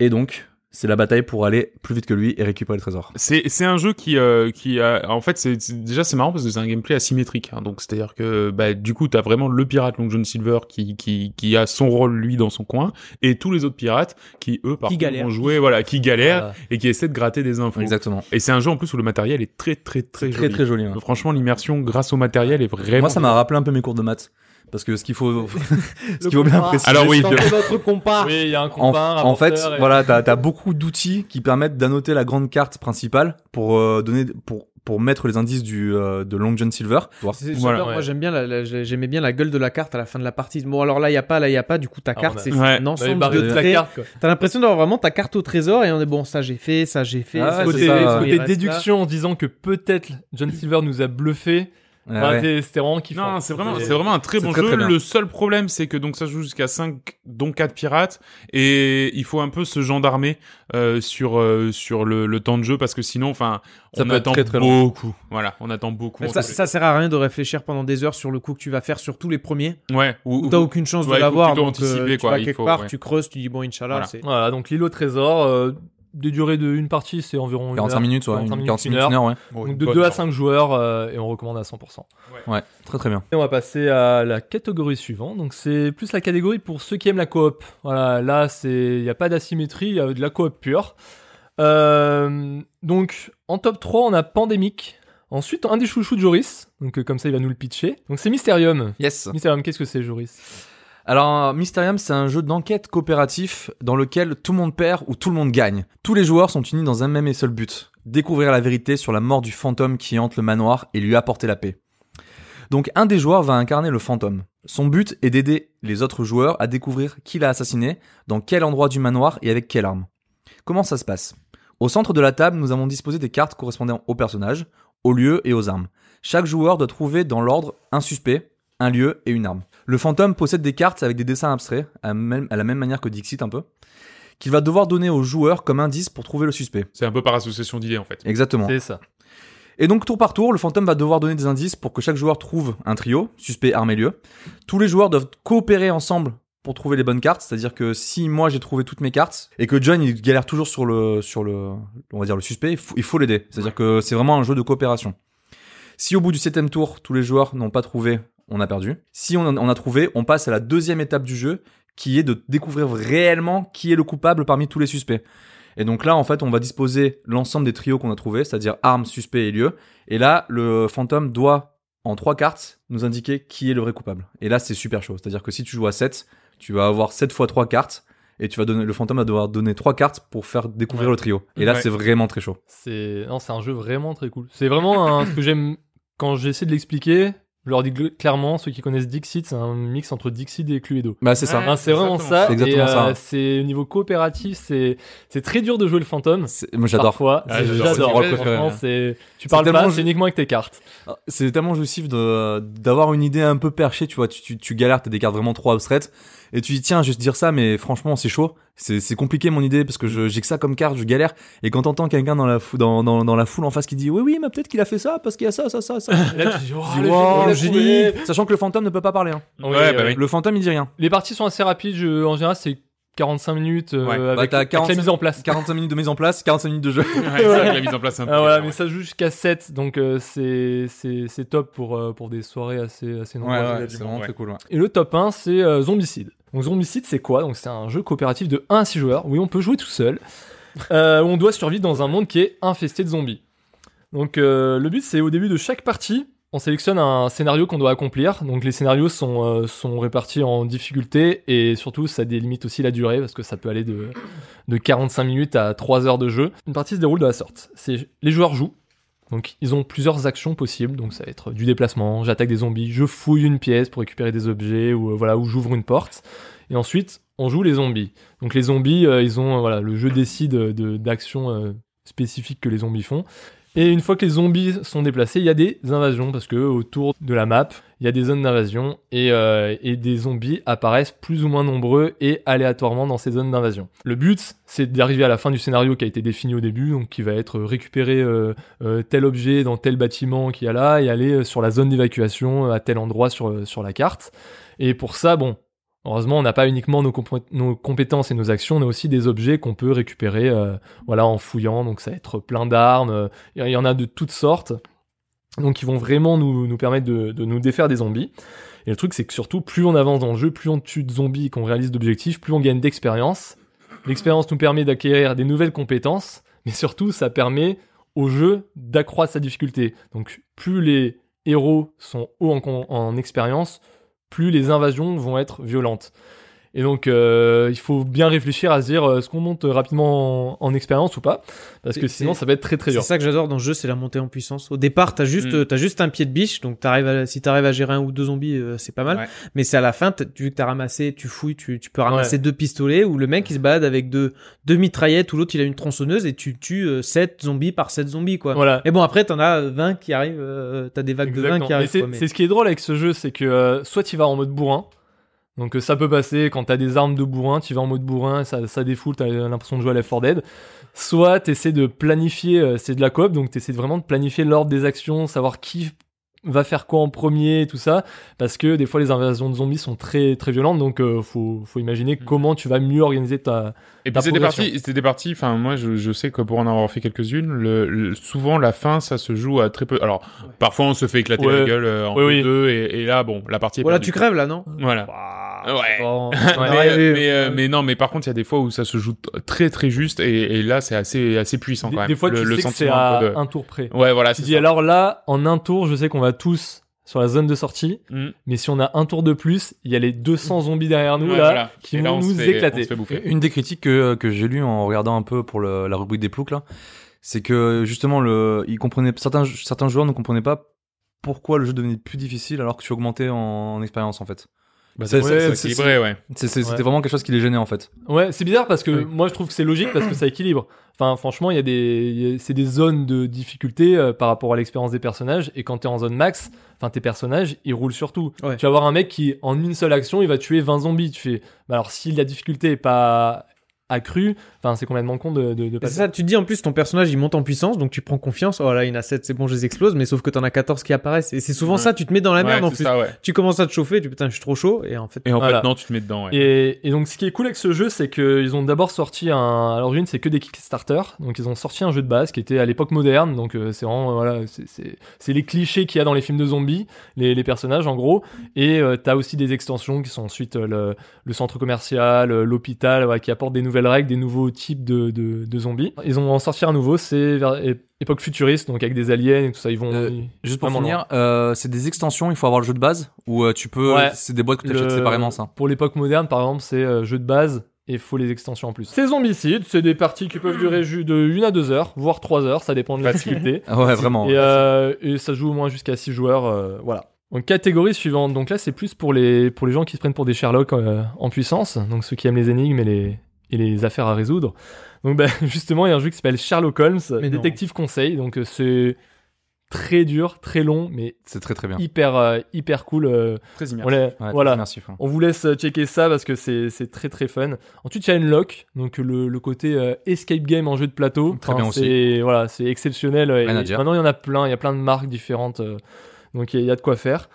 [SPEAKER 3] Et donc, c'est la bataille pour aller plus vite que lui et récupérer le trésor.
[SPEAKER 1] C'est c'est un jeu qui euh, qui a en fait c'est c'est- déjà c'est marrant parce que c'est un gameplay asymétrique hein. donc c'est à dire que bah, du coup t'as vraiment le pirate Long John Silver qui qui qui a son rôle lui dans son coin et tous les autres pirates qui eux par
[SPEAKER 4] Qui
[SPEAKER 1] contre
[SPEAKER 4] galèrent.
[SPEAKER 1] vont jouer voilà qui galèrent
[SPEAKER 2] Voilà.
[SPEAKER 1] et qui essaient de gratter des infos
[SPEAKER 3] Exactement.
[SPEAKER 1] et c'est un jeu en plus où le matériel est très très très
[SPEAKER 3] Très
[SPEAKER 1] joli.
[SPEAKER 3] très joli. hein.
[SPEAKER 1] Donc, franchement l'immersion grâce au matériel est vraiment
[SPEAKER 3] Moi, ça m'a rappelé un peu mes cours de maths. Parce que ce qu'il faut, ce qu'il faut bien
[SPEAKER 4] compas.
[SPEAKER 3] préciser.
[SPEAKER 1] Alors oui,
[SPEAKER 3] c'est-
[SPEAKER 1] je-
[SPEAKER 4] notre compas.
[SPEAKER 2] Oui, il y a un
[SPEAKER 3] En,
[SPEAKER 2] compas, un
[SPEAKER 3] en fait,
[SPEAKER 2] rapporteur et-
[SPEAKER 3] voilà, t'as as beaucoup d'outils qui permettent d'annoter la grande carte principale pour euh, donner, pour pour mettre les indices du euh, de Long John Silver.
[SPEAKER 4] C'est-
[SPEAKER 1] Voilà,
[SPEAKER 4] j'adore, Moi
[SPEAKER 2] ouais.
[SPEAKER 4] j'aime bien, la- la- j'ai- j'aimais bien la gueule de la carte à la fin de la partie. Bon alors là y a pas, là y a pas. Du coup ta
[SPEAKER 2] Ah,
[SPEAKER 4] carte
[SPEAKER 2] on a-
[SPEAKER 4] c'est
[SPEAKER 1] Ouais.
[SPEAKER 4] un
[SPEAKER 2] Bah, les
[SPEAKER 4] ensemble
[SPEAKER 2] barreaux
[SPEAKER 4] de
[SPEAKER 2] de la
[SPEAKER 4] traits.
[SPEAKER 2] carte, quoi.
[SPEAKER 4] T'as l'impression d'avoir vraiment ta carte au trésor et on est bon ça j'ai fait, ça j'ai fait.
[SPEAKER 3] Ah
[SPEAKER 4] ça,
[SPEAKER 3] ouais,
[SPEAKER 4] j'ai
[SPEAKER 3] c'est
[SPEAKER 2] Côté,
[SPEAKER 4] fait,
[SPEAKER 3] ça.
[SPEAKER 4] ça,
[SPEAKER 2] côté
[SPEAKER 4] il reste là.
[SPEAKER 2] déduction en disant que peut-être John Silver nous a bluffé.
[SPEAKER 3] Ouais,
[SPEAKER 2] Enfin,
[SPEAKER 3] Ah ouais.
[SPEAKER 2] c'est- C'était vraiment kiffant.
[SPEAKER 1] Non, c'est vraiment,
[SPEAKER 2] Et-
[SPEAKER 1] c'est vraiment un très
[SPEAKER 3] c'est
[SPEAKER 1] bon
[SPEAKER 3] très,
[SPEAKER 1] jeu.
[SPEAKER 3] très bien.
[SPEAKER 1] le seul problème, c'est que donc ça se joue jusqu'à 5, dont 4 pirates, et il faut un peu se gendarmer euh, sur euh, sur le, le temps de jeu parce que sinon, enfin,
[SPEAKER 3] Ça
[SPEAKER 1] on
[SPEAKER 3] peut être
[SPEAKER 1] attend
[SPEAKER 3] très, très long.
[SPEAKER 1] beaucoup. Voilà, on attend beaucoup.
[SPEAKER 4] Mais Ça, ça sert à rien de réfléchir pendant des heures sur le coup que tu vas faire sur tous les premiers.
[SPEAKER 1] ouais. Ou, ou-
[SPEAKER 4] T'as aucune chance
[SPEAKER 1] Ouais,
[SPEAKER 4] de
[SPEAKER 1] il faut
[SPEAKER 4] l'avoir.
[SPEAKER 1] plutôt
[SPEAKER 4] donc, euh,
[SPEAKER 1] anticiper,
[SPEAKER 4] tu
[SPEAKER 1] quoi,
[SPEAKER 4] vas
[SPEAKER 1] il
[SPEAKER 4] quelque
[SPEAKER 1] faut,
[SPEAKER 4] part,
[SPEAKER 1] ouais.
[SPEAKER 4] tu creuses, tu dis bon Inch'Allah.
[SPEAKER 1] Voilà.
[SPEAKER 4] c'est-
[SPEAKER 2] Voilà, donc l'île au trésor, euh, des durées de une partie, c'est environ une
[SPEAKER 3] 45
[SPEAKER 2] heure.
[SPEAKER 3] minutes, ouais,
[SPEAKER 2] 45
[SPEAKER 3] une
[SPEAKER 2] minutes,
[SPEAKER 3] 45
[SPEAKER 2] une
[SPEAKER 3] minutes,
[SPEAKER 2] heure.
[SPEAKER 3] une heure, ouais.
[SPEAKER 1] Ouais,
[SPEAKER 2] Donc
[SPEAKER 1] une
[SPEAKER 2] de
[SPEAKER 1] bonne
[SPEAKER 2] 2 à
[SPEAKER 1] heure.
[SPEAKER 2] 5 joueurs euh, et on recommande à 100%.
[SPEAKER 3] Ouais, très très bien.
[SPEAKER 2] Et on va passer à la catégorie suivante. Donc c'est plus la catégorie pour ceux qui aiment la coop. Voilà, là c'est il n'y a pas d'asymétrie, il y a de la coop pure. Euh, donc en top 3, on a Pandemic. Ensuite, un des chouchous de Joris. Donc euh, comme ça, il va nous le pitcher. Donc c'est Mysterium.
[SPEAKER 3] Yes.
[SPEAKER 2] Mysterium, qu'est-ce que c'est Joris
[SPEAKER 3] Alors, Mysterium, c'est un jeu d'enquête coopératif dans lequel tout le monde perd ou tout le monde gagne. Tous les joueurs sont unis dans un même et seul but découvrir la vérité sur la mort du fantôme qui hante le manoir et lui apporter la paix. Donc, un des joueurs va incarner le fantôme. Son but est d'aider les autres joueurs à découvrir qui l'a assassiné, dans quel endroit du manoir et avec quelle arme. Comment ça se passe Au centre de la table, nous avons disposé des cartes correspondant aux personnages, aux lieux et aux armes. Chaque joueur doit trouver dans l'ordre un suspect, un lieu et une arme. Le fantôme possède des cartes avec des dessins abstraits, à, même- à la même manière que Dixit un peu, qu'il va devoir donner aux joueurs comme indice pour trouver le suspect.
[SPEAKER 1] C'est un peu par association d'idées en fait.
[SPEAKER 3] Exactement.
[SPEAKER 2] C'est ça.
[SPEAKER 3] Et donc tour par tour, le fantôme va devoir donner des indices pour que chaque joueur trouve un trio, suspect, arme et lieu. Tous les joueurs doivent coopérer ensemble pour trouver les bonnes cartes, c'est-à-dire que si moi j'ai trouvé toutes mes cartes et que John il galère toujours sur le sur le on va dire le suspect, il faut- il faut l'aider. C'est-à-dire que c'est vraiment un jeu de coopération. Si au bout du septième tour, tous les joueurs n'ont pas trouvé, on a perdu. Si on en on a trouvé, on passe à la deuxième étape du jeu, qui est de découvrir réellement qui est le coupable parmi tous les suspects. Et donc là, en fait, on va disposer l'ensemble des trios qu'on a trouvés, c'est-à-dire armes, suspects et lieux. Et là, le fantôme doit, en trois cartes, nous indiquer qui est le vrai coupable. Et là, c'est super chaud. C'est-à-dire que si tu joues à 7, tu vas avoir 7 fois 3 cartes. Et tu vas donner, le fantôme va devoir donner trois cartes pour faire découvrir
[SPEAKER 2] Ouais.
[SPEAKER 3] le trio. Et là,
[SPEAKER 1] Ouais.
[SPEAKER 3] c'est vraiment très chaud.
[SPEAKER 2] C'est non, c'est un jeu vraiment très cool. C'est vraiment un- ce que j'aime quand j'essaie de l'expliquer, je leur dis gl- clairement, ceux qui connaissent Dixit, c'est un mix entre Dixit et Cluedo.
[SPEAKER 3] Bah, c'est ça.
[SPEAKER 1] Ouais.
[SPEAKER 2] Hein, c'est vraiment
[SPEAKER 1] exactement.
[SPEAKER 2] ça.
[SPEAKER 3] C'est exactement
[SPEAKER 2] et, euh,
[SPEAKER 3] ça, hein.
[SPEAKER 2] C'est au niveau coopératif, c'est c'est très dur de jouer le fantôme.
[SPEAKER 3] C'est- Moi, j'adore.
[SPEAKER 2] Parfois,
[SPEAKER 1] Ah, j'adore. C'est
[SPEAKER 2] j'adore.
[SPEAKER 1] mon rôle
[SPEAKER 3] préféré,
[SPEAKER 2] Franchement,
[SPEAKER 3] hein.
[SPEAKER 2] c'est- tu
[SPEAKER 3] C'est
[SPEAKER 2] parles
[SPEAKER 3] tellement
[SPEAKER 2] pas,
[SPEAKER 3] ju-
[SPEAKER 2] c'est uniquement avec tes cartes.
[SPEAKER 3] Ah, C'est tellement jouissif de d'avoir une idée un peu perchée, tu vois. Tu, tu, tu galères, t'as des cartes vraiment trop abstraites. Et tu dis, tiens, je vais te dire ça, mais franchement, c'est chaud. C'est c'est compliqué mon idée parce que je- j'ai que ça comme carte, je galère. Et quand t'entends quelqu'un dans, la fou- dans, dans, dans la foule en face qui dit, oui, oui, mais peut-être qu'il a fait ça parce qu'il y a ça, ça, ça, ça.
[SPEAKER 2] Là, tu dis, oh,
[SPEAKER 3] Tu dis,
[SPEAKER 2] le
[SPEAKER 3] Wow,
[SPEAKER 2] génie, il a trouvé.
[SPEAKER 3] Sachant que le fantôme ne peut pas parler. hein.
[SPEAKER 2] Ouais,
[SPEAKER 1] Ouais, bah
[SPEAKER 2] ouais.
[SPEAKER 1] oui.
[SPEAKER 3] Le fantôme, il dit rien.
[SPEAKER 2] Les parties sont assez rapides. je- en général, c'est 45 minutes euh,
[SPEAKER 1] Ouais. Bah,
[SPEAKER 2] avec,
[SPEAKER 3] t'as
[SPEAKER 2] avec
[SPEAKER 3] 45
[SPEAKER 2] la mise en place.
[SPEAKER 3] 45 minutes de mise en place, 45 minutes de jeu.
[SPEAKER 1] Ouais, c'est vrai que la mise en place est un peu
[SPEAKER 2] Ah, voilà, mais
[SPEAKER 1] galère,
[SPEAKER 2] ça joue jusqu'à 7, donc euh, c'est c'est- c'est top pour, euh, pour des soirées assez, assez nombreuses.
[SPEAKER 1] c'est vraiment très
[SPEAKER 3] cool.
[SPEAKER 2] Et le top 1, c'est euh, Zombicide. Donc Zombicide, c'est quoi Donc c'est un jeu coopératif de 1 à 6 joueurs, où on peut jouer tout seul, euh, où on doit survivre dans un monde qui est infesté de zombies. Donc euh, le but, c'est au début de chaque partie, on sélectionne un scénario qu'on doit accomplir. Donc les scénarios sont, euh, sont répartis en difficulté, et surtout, ça délimite aussi la durée, parce que ça peut aller de, de 45 minutes à 3 heures de jeu. Une partie se déroule de la sorte. C'est Les joueurs jouent. Donc ils ont plusieurs actions possibles, donc ça va être du déplacement, j'attaque des zombies, je fouille une pièce pour récupérer des objets ou euh, voilà ou j'ouvre une porte. Et ensuite on joue les zombies. Donc les zombies euh, ils ont euh, voilà le jeu décide euh, de- d'actions euh, spécifiques que les zombies font. Et une fois que les zombies sont déplacés, il y a des invasions parce que autour de la map il y a des zones d'invasion et, euh, et des zombies apparaissent plus ou moins nombreux et aléatoirement dans ces zones d'invasion. Le but c'est d'arriver à la fin du scénario qui a été défini au début, donc qui va être récupérer euh, euh, tel objet dans tel bâtiment qu'il y a là et aller euh, sur la zone d'évacuation euh, à tel endroit sur, euh, sur la carte. Et pour ça, bon, heureusement, on n'a pas uniquement nos, compé- nos compétences et nos actions, on a aussi des objets qu'on peut récupérer euh, voilà, en fouillant. Donc ça va être plein d'armes, euh, il y en a de toutes sortes. Donc ils vont vraiment nous, nous permettre de, de nous défaire des zombies. Et le truc, c'est que surtout, plus on avance dans le jeu, plus on tue de zombies et qu'on réalise d'objectifs, plus on gagne d'expérience. L'expérience nous permet d'acquérir des nouvelles compétences, mais surtout, ça permet au jeu d'accroître sa difficulté. Donc plus les héros sont hauts en, con- en expérience, plus les invasions vont être violentes. Et donc euh, il faut bien réfléchir à se dire euh, est-ce qu'on monte rapidement en, en expérience ou pas parce que
[SPEAKER 4] C'est-
[SPEAKER 2] sinon
[SPEAKER 4] c'est-
[SPEAKER 2] ça va être très très
[SPEAKER 4] C'est
[SPEAKER 2] dur.
[SPEAKER 4] ça que j'adore dans ce jeu, c'est la montée en puissance. Au départ, t'as juste,
[SPEAKER 1] Mm.
[SPEAKER 4] t'as juste un pied de biche, donc t'arrives à- si t'arrives à gérer un ou deux zombies, euh, c'est pas mal.
[SPEAKER 1] Ouais.
[SPEAKER 4] Mais c'est à la fin, t'as- vu que t'as ramassé, tu fouilles, tu, tu peux ramasser deux pistolets, ou le mec il se balade avec deux, deux mitraillettes, ou l'autre il a une tronçonneuse, et tu tues euh, sept zombies par sept zombies, quoi.
[SPEAKER 2] Voilà.
[SPEAKER 4] Mais bon, après, t'en as euh, 20 qui arrivent, euh, t'as des vagues de 20
[SPEAKER 2] Exactement.
[SPEAKER 4] qui
[SPEAKER 2] Mais
[SPEAKER 4] arrivent.
[SPEAKER 2] c'est
[SPEAKER 4] quoi, mais-
[SPEAKER 2] c'est ce qui est drôle avec ce jeu, c'est que euh, soit tu vas en mode bourrin, donc euh, ça peut passer quand t'as des armes de bourrin, tu vas en mode bourrin, ça, ça défoule, t'as l'impression de jouer à Left 4 Dead. Soit t'essaies de planifier, euh, c'est de la coop, donc t'essaies vraiment de planifier l'ordre des actions, savoir qui va faire quoi en premier, et tout ça, parce que des fois les invasions de zombies sont très très violentes, donc euh, faut, faut
[SPEAKER 4] Mm.
[SPEAKER 2] imaginer comment tu vas mieux organiser ta...
[SPEAKER 1] Et puis
[SPEAKER 2] Ta
[SPEAKER 1] c'est des
[SPEAKER 2] progression.
[SPEAKER 1] parties, c'est des parties. Enfin, moi, je, je sais que pour en avoir fait quelques-unes, le, le- souvent la fin, ça se joue à très peu. Alors, parfois, on se fait éclater la
[SPEAKER 2] Ouais.
[SPEAKER 1] gueule euh, en
[SPEAKER 2] Oui, oui.
[SPEAKER 1] deux, et, et là, bon, la partie. Est
[SPEAKER 4] Voilà,
[SPEAKER 1] perdue.
[SPEAKER 4] tu crèves là, non
[SPEAKER 1] Voilà. Ah
[SPEAKER 2] Ah,
[SPEAKER 1] Ouais.
[SPEAKER 4] Bon,
[SPEAKER 1] Mais,
[SPEAKER 4] ouais,
[SPEAKER 1] euh,
[SPEAKER 4] oui,
[SPEAKER 1] mais, euh,
[SPEAKER 4] oui.
[SPEAKER 1] mais non, mais par contre, il y a des fois où ça se joue t- très très juste, et, et là, c'est assez assez puissant
[SPEAKER 2] Des,
[SPEAKER 1] quand même.
[SPEAKER 2] des fois
[SPEAKER 1] le,
[SPEAKER 2] tu
[SPEAKER 1] le
[SPEAKER 2] sais que c'est
[SPEAKER 1] sentiment
[SPEAKER 2] à
[SPEAKER 1] un peu de-
[SPEAKER 2] un tour près.
[SPEAKER 1] Ouais, voilà.
[SPEAKER 2] Tu
[SPEAKER 1] c'est
[SPEAKER 2] dis
[SPEAKER 1] ça.
[SPEAKER 2] alors là, en un tour, je sais qu'on va tous sur la zone de sortie,
[SPEAKER 1] Mm.
[SPEAKER 2] Mais si on a un tour de plus, il y a les 200 zombies derrière nous
[SPEAKER 1] Ouais,
[SPEAKER 2] là
[SPEAKER 1] voilà.
[SPEAKER 2] qui
[SPEAKER 1] Et là,
[SPEAKER 2] vont
[SPEAKER 1] on se
[SPEAKER 2] nous
[SPEAKER 1] fait- on se
[SPEAKER 2] éclater.
[SPEAKER 1] fait bouffer.
[SPEAKER 3] Une des critiques que, que j'ai lues en regardant un peu pour le- la rubrique des ploucs là, c'est que justement le, ils comprenaient certains certains joueurs ne comprenaient pas pourquoi le jeu devenait plus difficile alors que tu augmentais en, en expérience en fait.
[SPEAKER 1] Bah, c'est
[SPEAKER 3] Ouais,
[SPEAKER 1] c'est-
[SPEAKER 3] c'est-
[SPEAKER 1] c'est équilibré, ouais.
[SPEAKER 3] C'est- c'est-
[SPEAKER 2] Ouais.
[SPEAKER 3] C'était vraiment quelque chose qui les gênait en fait.
[SPEAKER 2] Ouais, c'est bizarre parce que
[SPEAKER 1] Oui.
[SPEAKER 2] moi je trouve que c'est logique parce que ça équilibre. Enfin, franchement, il y a des, il y a- c'est des zones de difficulté euh, par rapport à l'expérience des personnages. Et quand t'es en zone max, enfin tes personnages, ils roulent sur tout.
[SPEAKER 4] Ouais.
[SPEAKER 2] Tu vas voir un mec qui, en une seule action, il va tuer 20 zombies. Tu fais, bah alors si la difficulté est pas accrue, enfin c'est complètement con de, de, de
[SPEAKER 4] C'est
[SPEAKER 2] pas.
[SPEAKER 4] ça, tu te dis en plus ton personnage il monte en puissance donc tu prends confiance. Oh là, il y en a 7, c'est bon, je les explose, mais sauf que t'en as 14 qui apparaissent. Et c'est souvent
[SPEAKER 1] Ouais.
[SPEAKER 4] ça, tu te mets dans
[SPEAKER 2] Ah,
[SPEAKER 4] la merde
[SPEAKER 1] Ouais,
[SPEAKER 4] en
[SPEAKER 1] c'est
[SPEAKER 4] plus.
[SPEAKER 1] ça, ouais.
[SPEAKER 4] Tu commences à te chauffer, tu putain, je suis trop chaud. Et en fait,
[SPEAKER 1] Et en
[SPEAKER 2] Voilà.
[SPEAKER 1] fait, non, tu te mets dedans. Ouais.
[SPEAKER 2] Et, et donc, ce qui est cool avec ce jeu, c'est qu'ils ont d'abord sorti un. À l'origine, c'est que des Kickstarter. Donc, ils ont sorti un jeu de base qui était à l'époque moderne. Donc, euh, c'est vraiment. euh, voilà, c'est- c'est c'est les clichés qu'il y a dans les films de zombies, les, les personnages en gros. Et euh, t'as aussi des extensions qui sont ensuite euh, le, le centre commercial, euh, l'hôpital, ouais, qui apportent des nouvelles règles, des nouveaux types de, de, de zombies. Ils ont en sorti un nouveau, c'est vers é- époque futuriste, donc avec des aliens et tout ça. Ils vont.
[SPEAKER 3] Euh,
[SPEAKER 2] ils-
[SPEAKER 3] Juste pour
[SPEAKER 2] Vraiment
[SPEAKER 3] finir, euh, c'est des extensions, il faut avoir le jeu de base ou euh, tu peux.
[SPEAKER 2] Ouais.
[SPEAKER 3] C'est hein. des boîtes que tu achètes
[SPEAKER 2] Le-
[SPEAKER 3] séparément ça.
[SPEAKER 2] Pour l'époque moderne, par exemple, c'est euh, jeu de base, et faut les extensions en plus. C'est zombicide, c'est des parties qui peuvent durer ju- de 1 à 2 heures, voire 3 heures, ça dépend de la
[SPEAKER 1] Facile.
[SPEAKER 2] difficulté.
[SPEAKER 3] Ah ouais, vraiment.
[SPEAKER 2] Et, euh, et ça joue au moins jusqu'à 6 joueurs. euh, voilà. Donc, catégorie suivante. Donc là, c'est plus pour les, pour les gens qui se prennent pour des Sherlock euh, en puissance. Donc ceux qui aiment les énigmes et les, et les affaires à résoudre. Donc bah, justement, il y a un jeu qui s'appelle Sherlock Holmes,
[SPEAKER 4] Mais non.
[SPEAKER 2] détective conseil. Donc euh, c'est très dur, très long, mais
[SPEAKER 3] C'est très très bien.
[SPEAKER 2] hyper, euh, hyper cool. euh,
[SPEAKER 3] Très
[SPEAKER 2] on l'a-
[SPEAKER 3] Ouais,
[SPEAKER 2] voilà.
[SPEAKER 3] Merci. Franck.
[SPEAKER 2] On vous laisse euh, checker ça parce que c'est c'est très très fun. Ensuite, il y a Unlock, donc le, le côté euh, escape game en jeu de plateau.
[SPEAKER 3] Très bien aussi.
[SPEAKER 2] c'est- Voilà, c'est exceptionnel. euh, et
[SPEAKER 3] Rien à dire.
[SPEAKER 2] maintenant, il y en a plein, il y a plein de marques différentes. euh, donc, il y, a- il y a de quoi faire.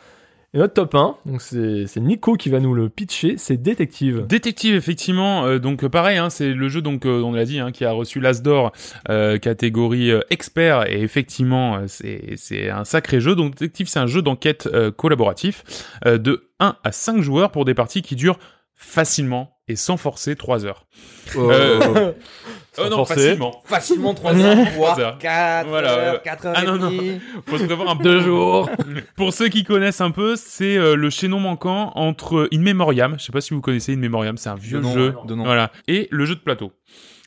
[SPEAKER 2] Et notre top 1, donc c'est c'est Nico qui va nous le pitcher, c'est Détective.
[SPEAKER 1] Euh. Détective, effectivement. euh, donc euh, pareil, hein, c'est le jeu donc euh, on l'a dit hein, qui a reçu l'as d'or euh, catégorie euh, expert et effectivement euh, c'est c'est un sacré jeu. Donc Détective, c'est un jeu d'enquête euh, collaboratif euh, de 1 à 5 joueurs pour des parties qui durent facilement et sans forcer 3 heures. Euh,
[SPEAKER 2] Sans
[SPEAKER 1] oh non,
[SPEAKER 2] forcer.
[SPEAKER 1] facilement.
[SPEAKER 5] Facilement 3
[SPEAKER 1] Trois
[SPEAKER 5] heures, voire
[SPEAKER 1] heures.
[SPEAKER 5] 4
[SPEAKER 1] Voilà, ouais.
[SPEAKER 5] heures, 4 heures
[SPEAKER 1] Ah non,
[SPEAKER 5] et
[SPEAKER 1] non.
[SPEAKER 5] demie.
[SPEAKER 1] Faut se prévoir un peu.
[SPEAKER 2] Deux jours.
[SPEAKER 1] Pour ceux qui connaissent un peu, c'est euh, le chaînon manquant entre In Memoriam, je sais pas si vous connaissez In Memoriam, c'est un vieux
[SPEAKER 3] De nom,
[SPEAKER 1] jeu,
[SPEAKER 3] de nom.
[SPEAKER 1] voilà, et le jeu de plateau.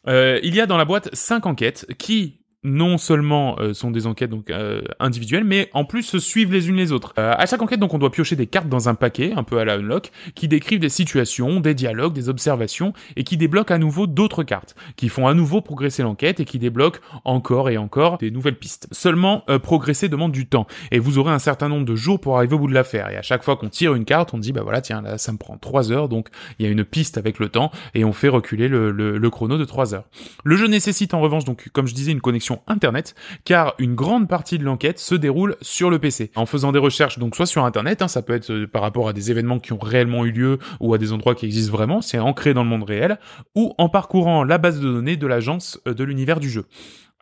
[SPEAKER 1] Euh, il y a dans la boîte cinq enquêtes qui non seulement euh, sont des enquêtes donc euh, individuelles, mais en plus se suivent les unes les autres. Euh, à chaque enquête, donc, on doit piocher des cartes dans un paquet, un peu à la Unlock, qui décrivent des situations, des dialogues, des observations, et qui débloquent à nouveau d'autres cartes, qui font à nouveau progresser l'enquête et qui débloquent encore et encore des nouvelles pistes. Seulement, euh, progresser demande du temps et vous aurez un certain nombre de jours pour arriver au bout de l'affaire. Et à chaque fois qu'on tire une carte, on dit bah voilà tiens là ça me prend trois heures donc il y a une piste avec le temps et on fait reculer le, le- le chrono de trois heures. Le jeu nécessite en revanche donc comme je disais une connexion internet car une grande partie de l'enquête se déroule sur le PC. En faisant des recherches donc soit sur internet, hein, ça peut être euh, par rapport à des événements qui ont réellement eu lieu ou à des endroits qui existent vraiment, c'est ancré dans le monde réel, ou en parcourant la base de données de l'agence euh, de l'univers du jeu.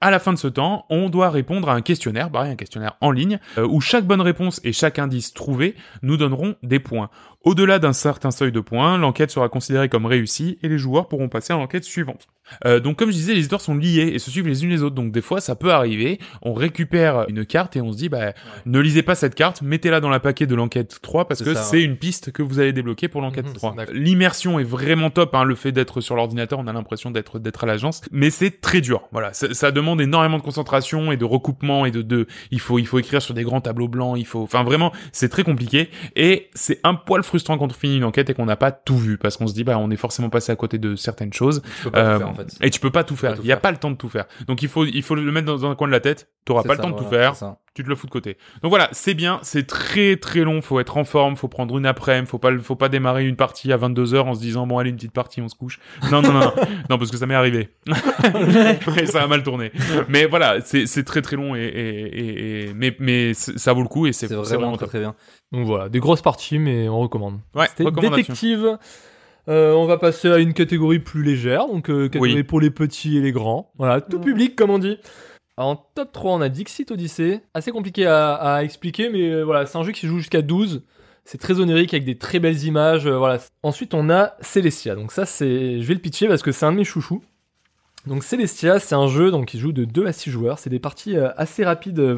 [SPEAKER 1] À la fin de ce temps, on doit répondre à un questionnaire, pareil, un questionnaire en ligne, euh, où chaque bonne réponse et chaque indice trouvé nous donneront des points. Au-delà d'un certain seuil de points, l'enquête sera considérée comme réussie et les joueurs pourront passer à l'enquête suivante. Euh, donc comme je disais, les histoires sont liées et se suivent les unes les autres. Donc des fois, ça peut arriver, on récupère une carte et on se dit, bah, ne lisez pas cette carte, mettez-la dans la paquet de l'enquête 3 parce
[SPEAKER 3] C'est
[SPEAKER 1] que
[SPEAKER 3] ça,
[SPEAKER 1] c'est une piste que vous allez débloquer pour l'enquête
[SPEAKER 2] Mhm,
[SPEAKER 1] 3.
[SPEAKER 2] d'accord.
[SPEAKER 1] L'immersion est vraiment top, hein, le fait d'être sur l'ordinateur, on a l'impression d'être d'être à l'agence, mais c'est très dur. Voilà, ça, ça demande énormément de concentration et de recoupement et de, de il faut il faut écrire sur des grands tableaux blancs, il faut enfin vraiment c'est très compliqué et c'est un poil frustrant quand on finit une enquête et qu'on n'a pas tout vu parce qu'on se dit bah on est forcément passé à côté de certaines choses
[SPEAKER 3] Je peux pas
[SPEAKER 1] Euh,
[SPEAKER 3] tout faire, en fait.
[SPEAKER 1] et tu peux pas tout
[SPEAKER 3] peux
[SPEAKER 1] faire,
[SPEAKER 3] pas tout
[SPEAKER 1] il y a
[SPEAKER 3] faire.
[SPEAKER 1] pas le temps de tout faire. Donc il faut il faut le mettre dans un coin de la tête, tu
[SPEAKER 3] C'est
[SPEAKER 1] pas le
[SPEAKER 3] ça,
[SPEAKER 1] temps de tout
[SPEAKER 3] voilà,
[SPEAKER 1] faire
[SPEAKER 3] c'est ça.
[SPEAKER 1] tu te le fous de côté. Donc voilà, c'est bien, c'est très très long, faut être en forme, faut prendre une après-midi, faut pas le- faut pas démarrer une partie à 22h en se disant bon allez une petite partie, on se couche. Non non non non, non parce que ça m'est arrivé. et ça a mal tourné. Mais voilà, c'est c'est très très long et, et, et- et- mais mais c'est- ça vaut le coup et c'est
[SPEAKER 3] C'est
[SPEAKER 1] c'est
[SPEAKER 3] vraiment très
[SPEAKER 1] top.
[SPEAKER 3] très bien.
[SPEAKER 2] Donc voilà, des grosses parties, mais on recommande.
[SPEAKER 1] Ouais,
[SPEAKER 2] C'était
[SPEAKER 1] recommandation.
[SPEAKER 2] Détective. Euh, on va passer à une catégorie plus légère, donc euh, catégorie
[SPEAKER 1] Oui.
[SPEAKER 2] pour les petits et les grands. Voilà, tout
[SPEAKER 4] Ouais.
[SPEAKER 2] public comme on dit. Alors, en top 3, on a Dixit Odyssey. Assez compliqué à, à expliquer, mais euh, voilà, c'est un jeu qui se joue jusqu'à 12. C'est très onirique avec des très belles images. euh, voilà. Ensuite, on a Celestia. Donc ça, c'est, je vais le pitcher parce que c'est un de mes chouchous. Donc Celestia, c'est un jeu donc, qui joue de 2 à 6 joueurs. C'est des parties euh, assez rapides, euh,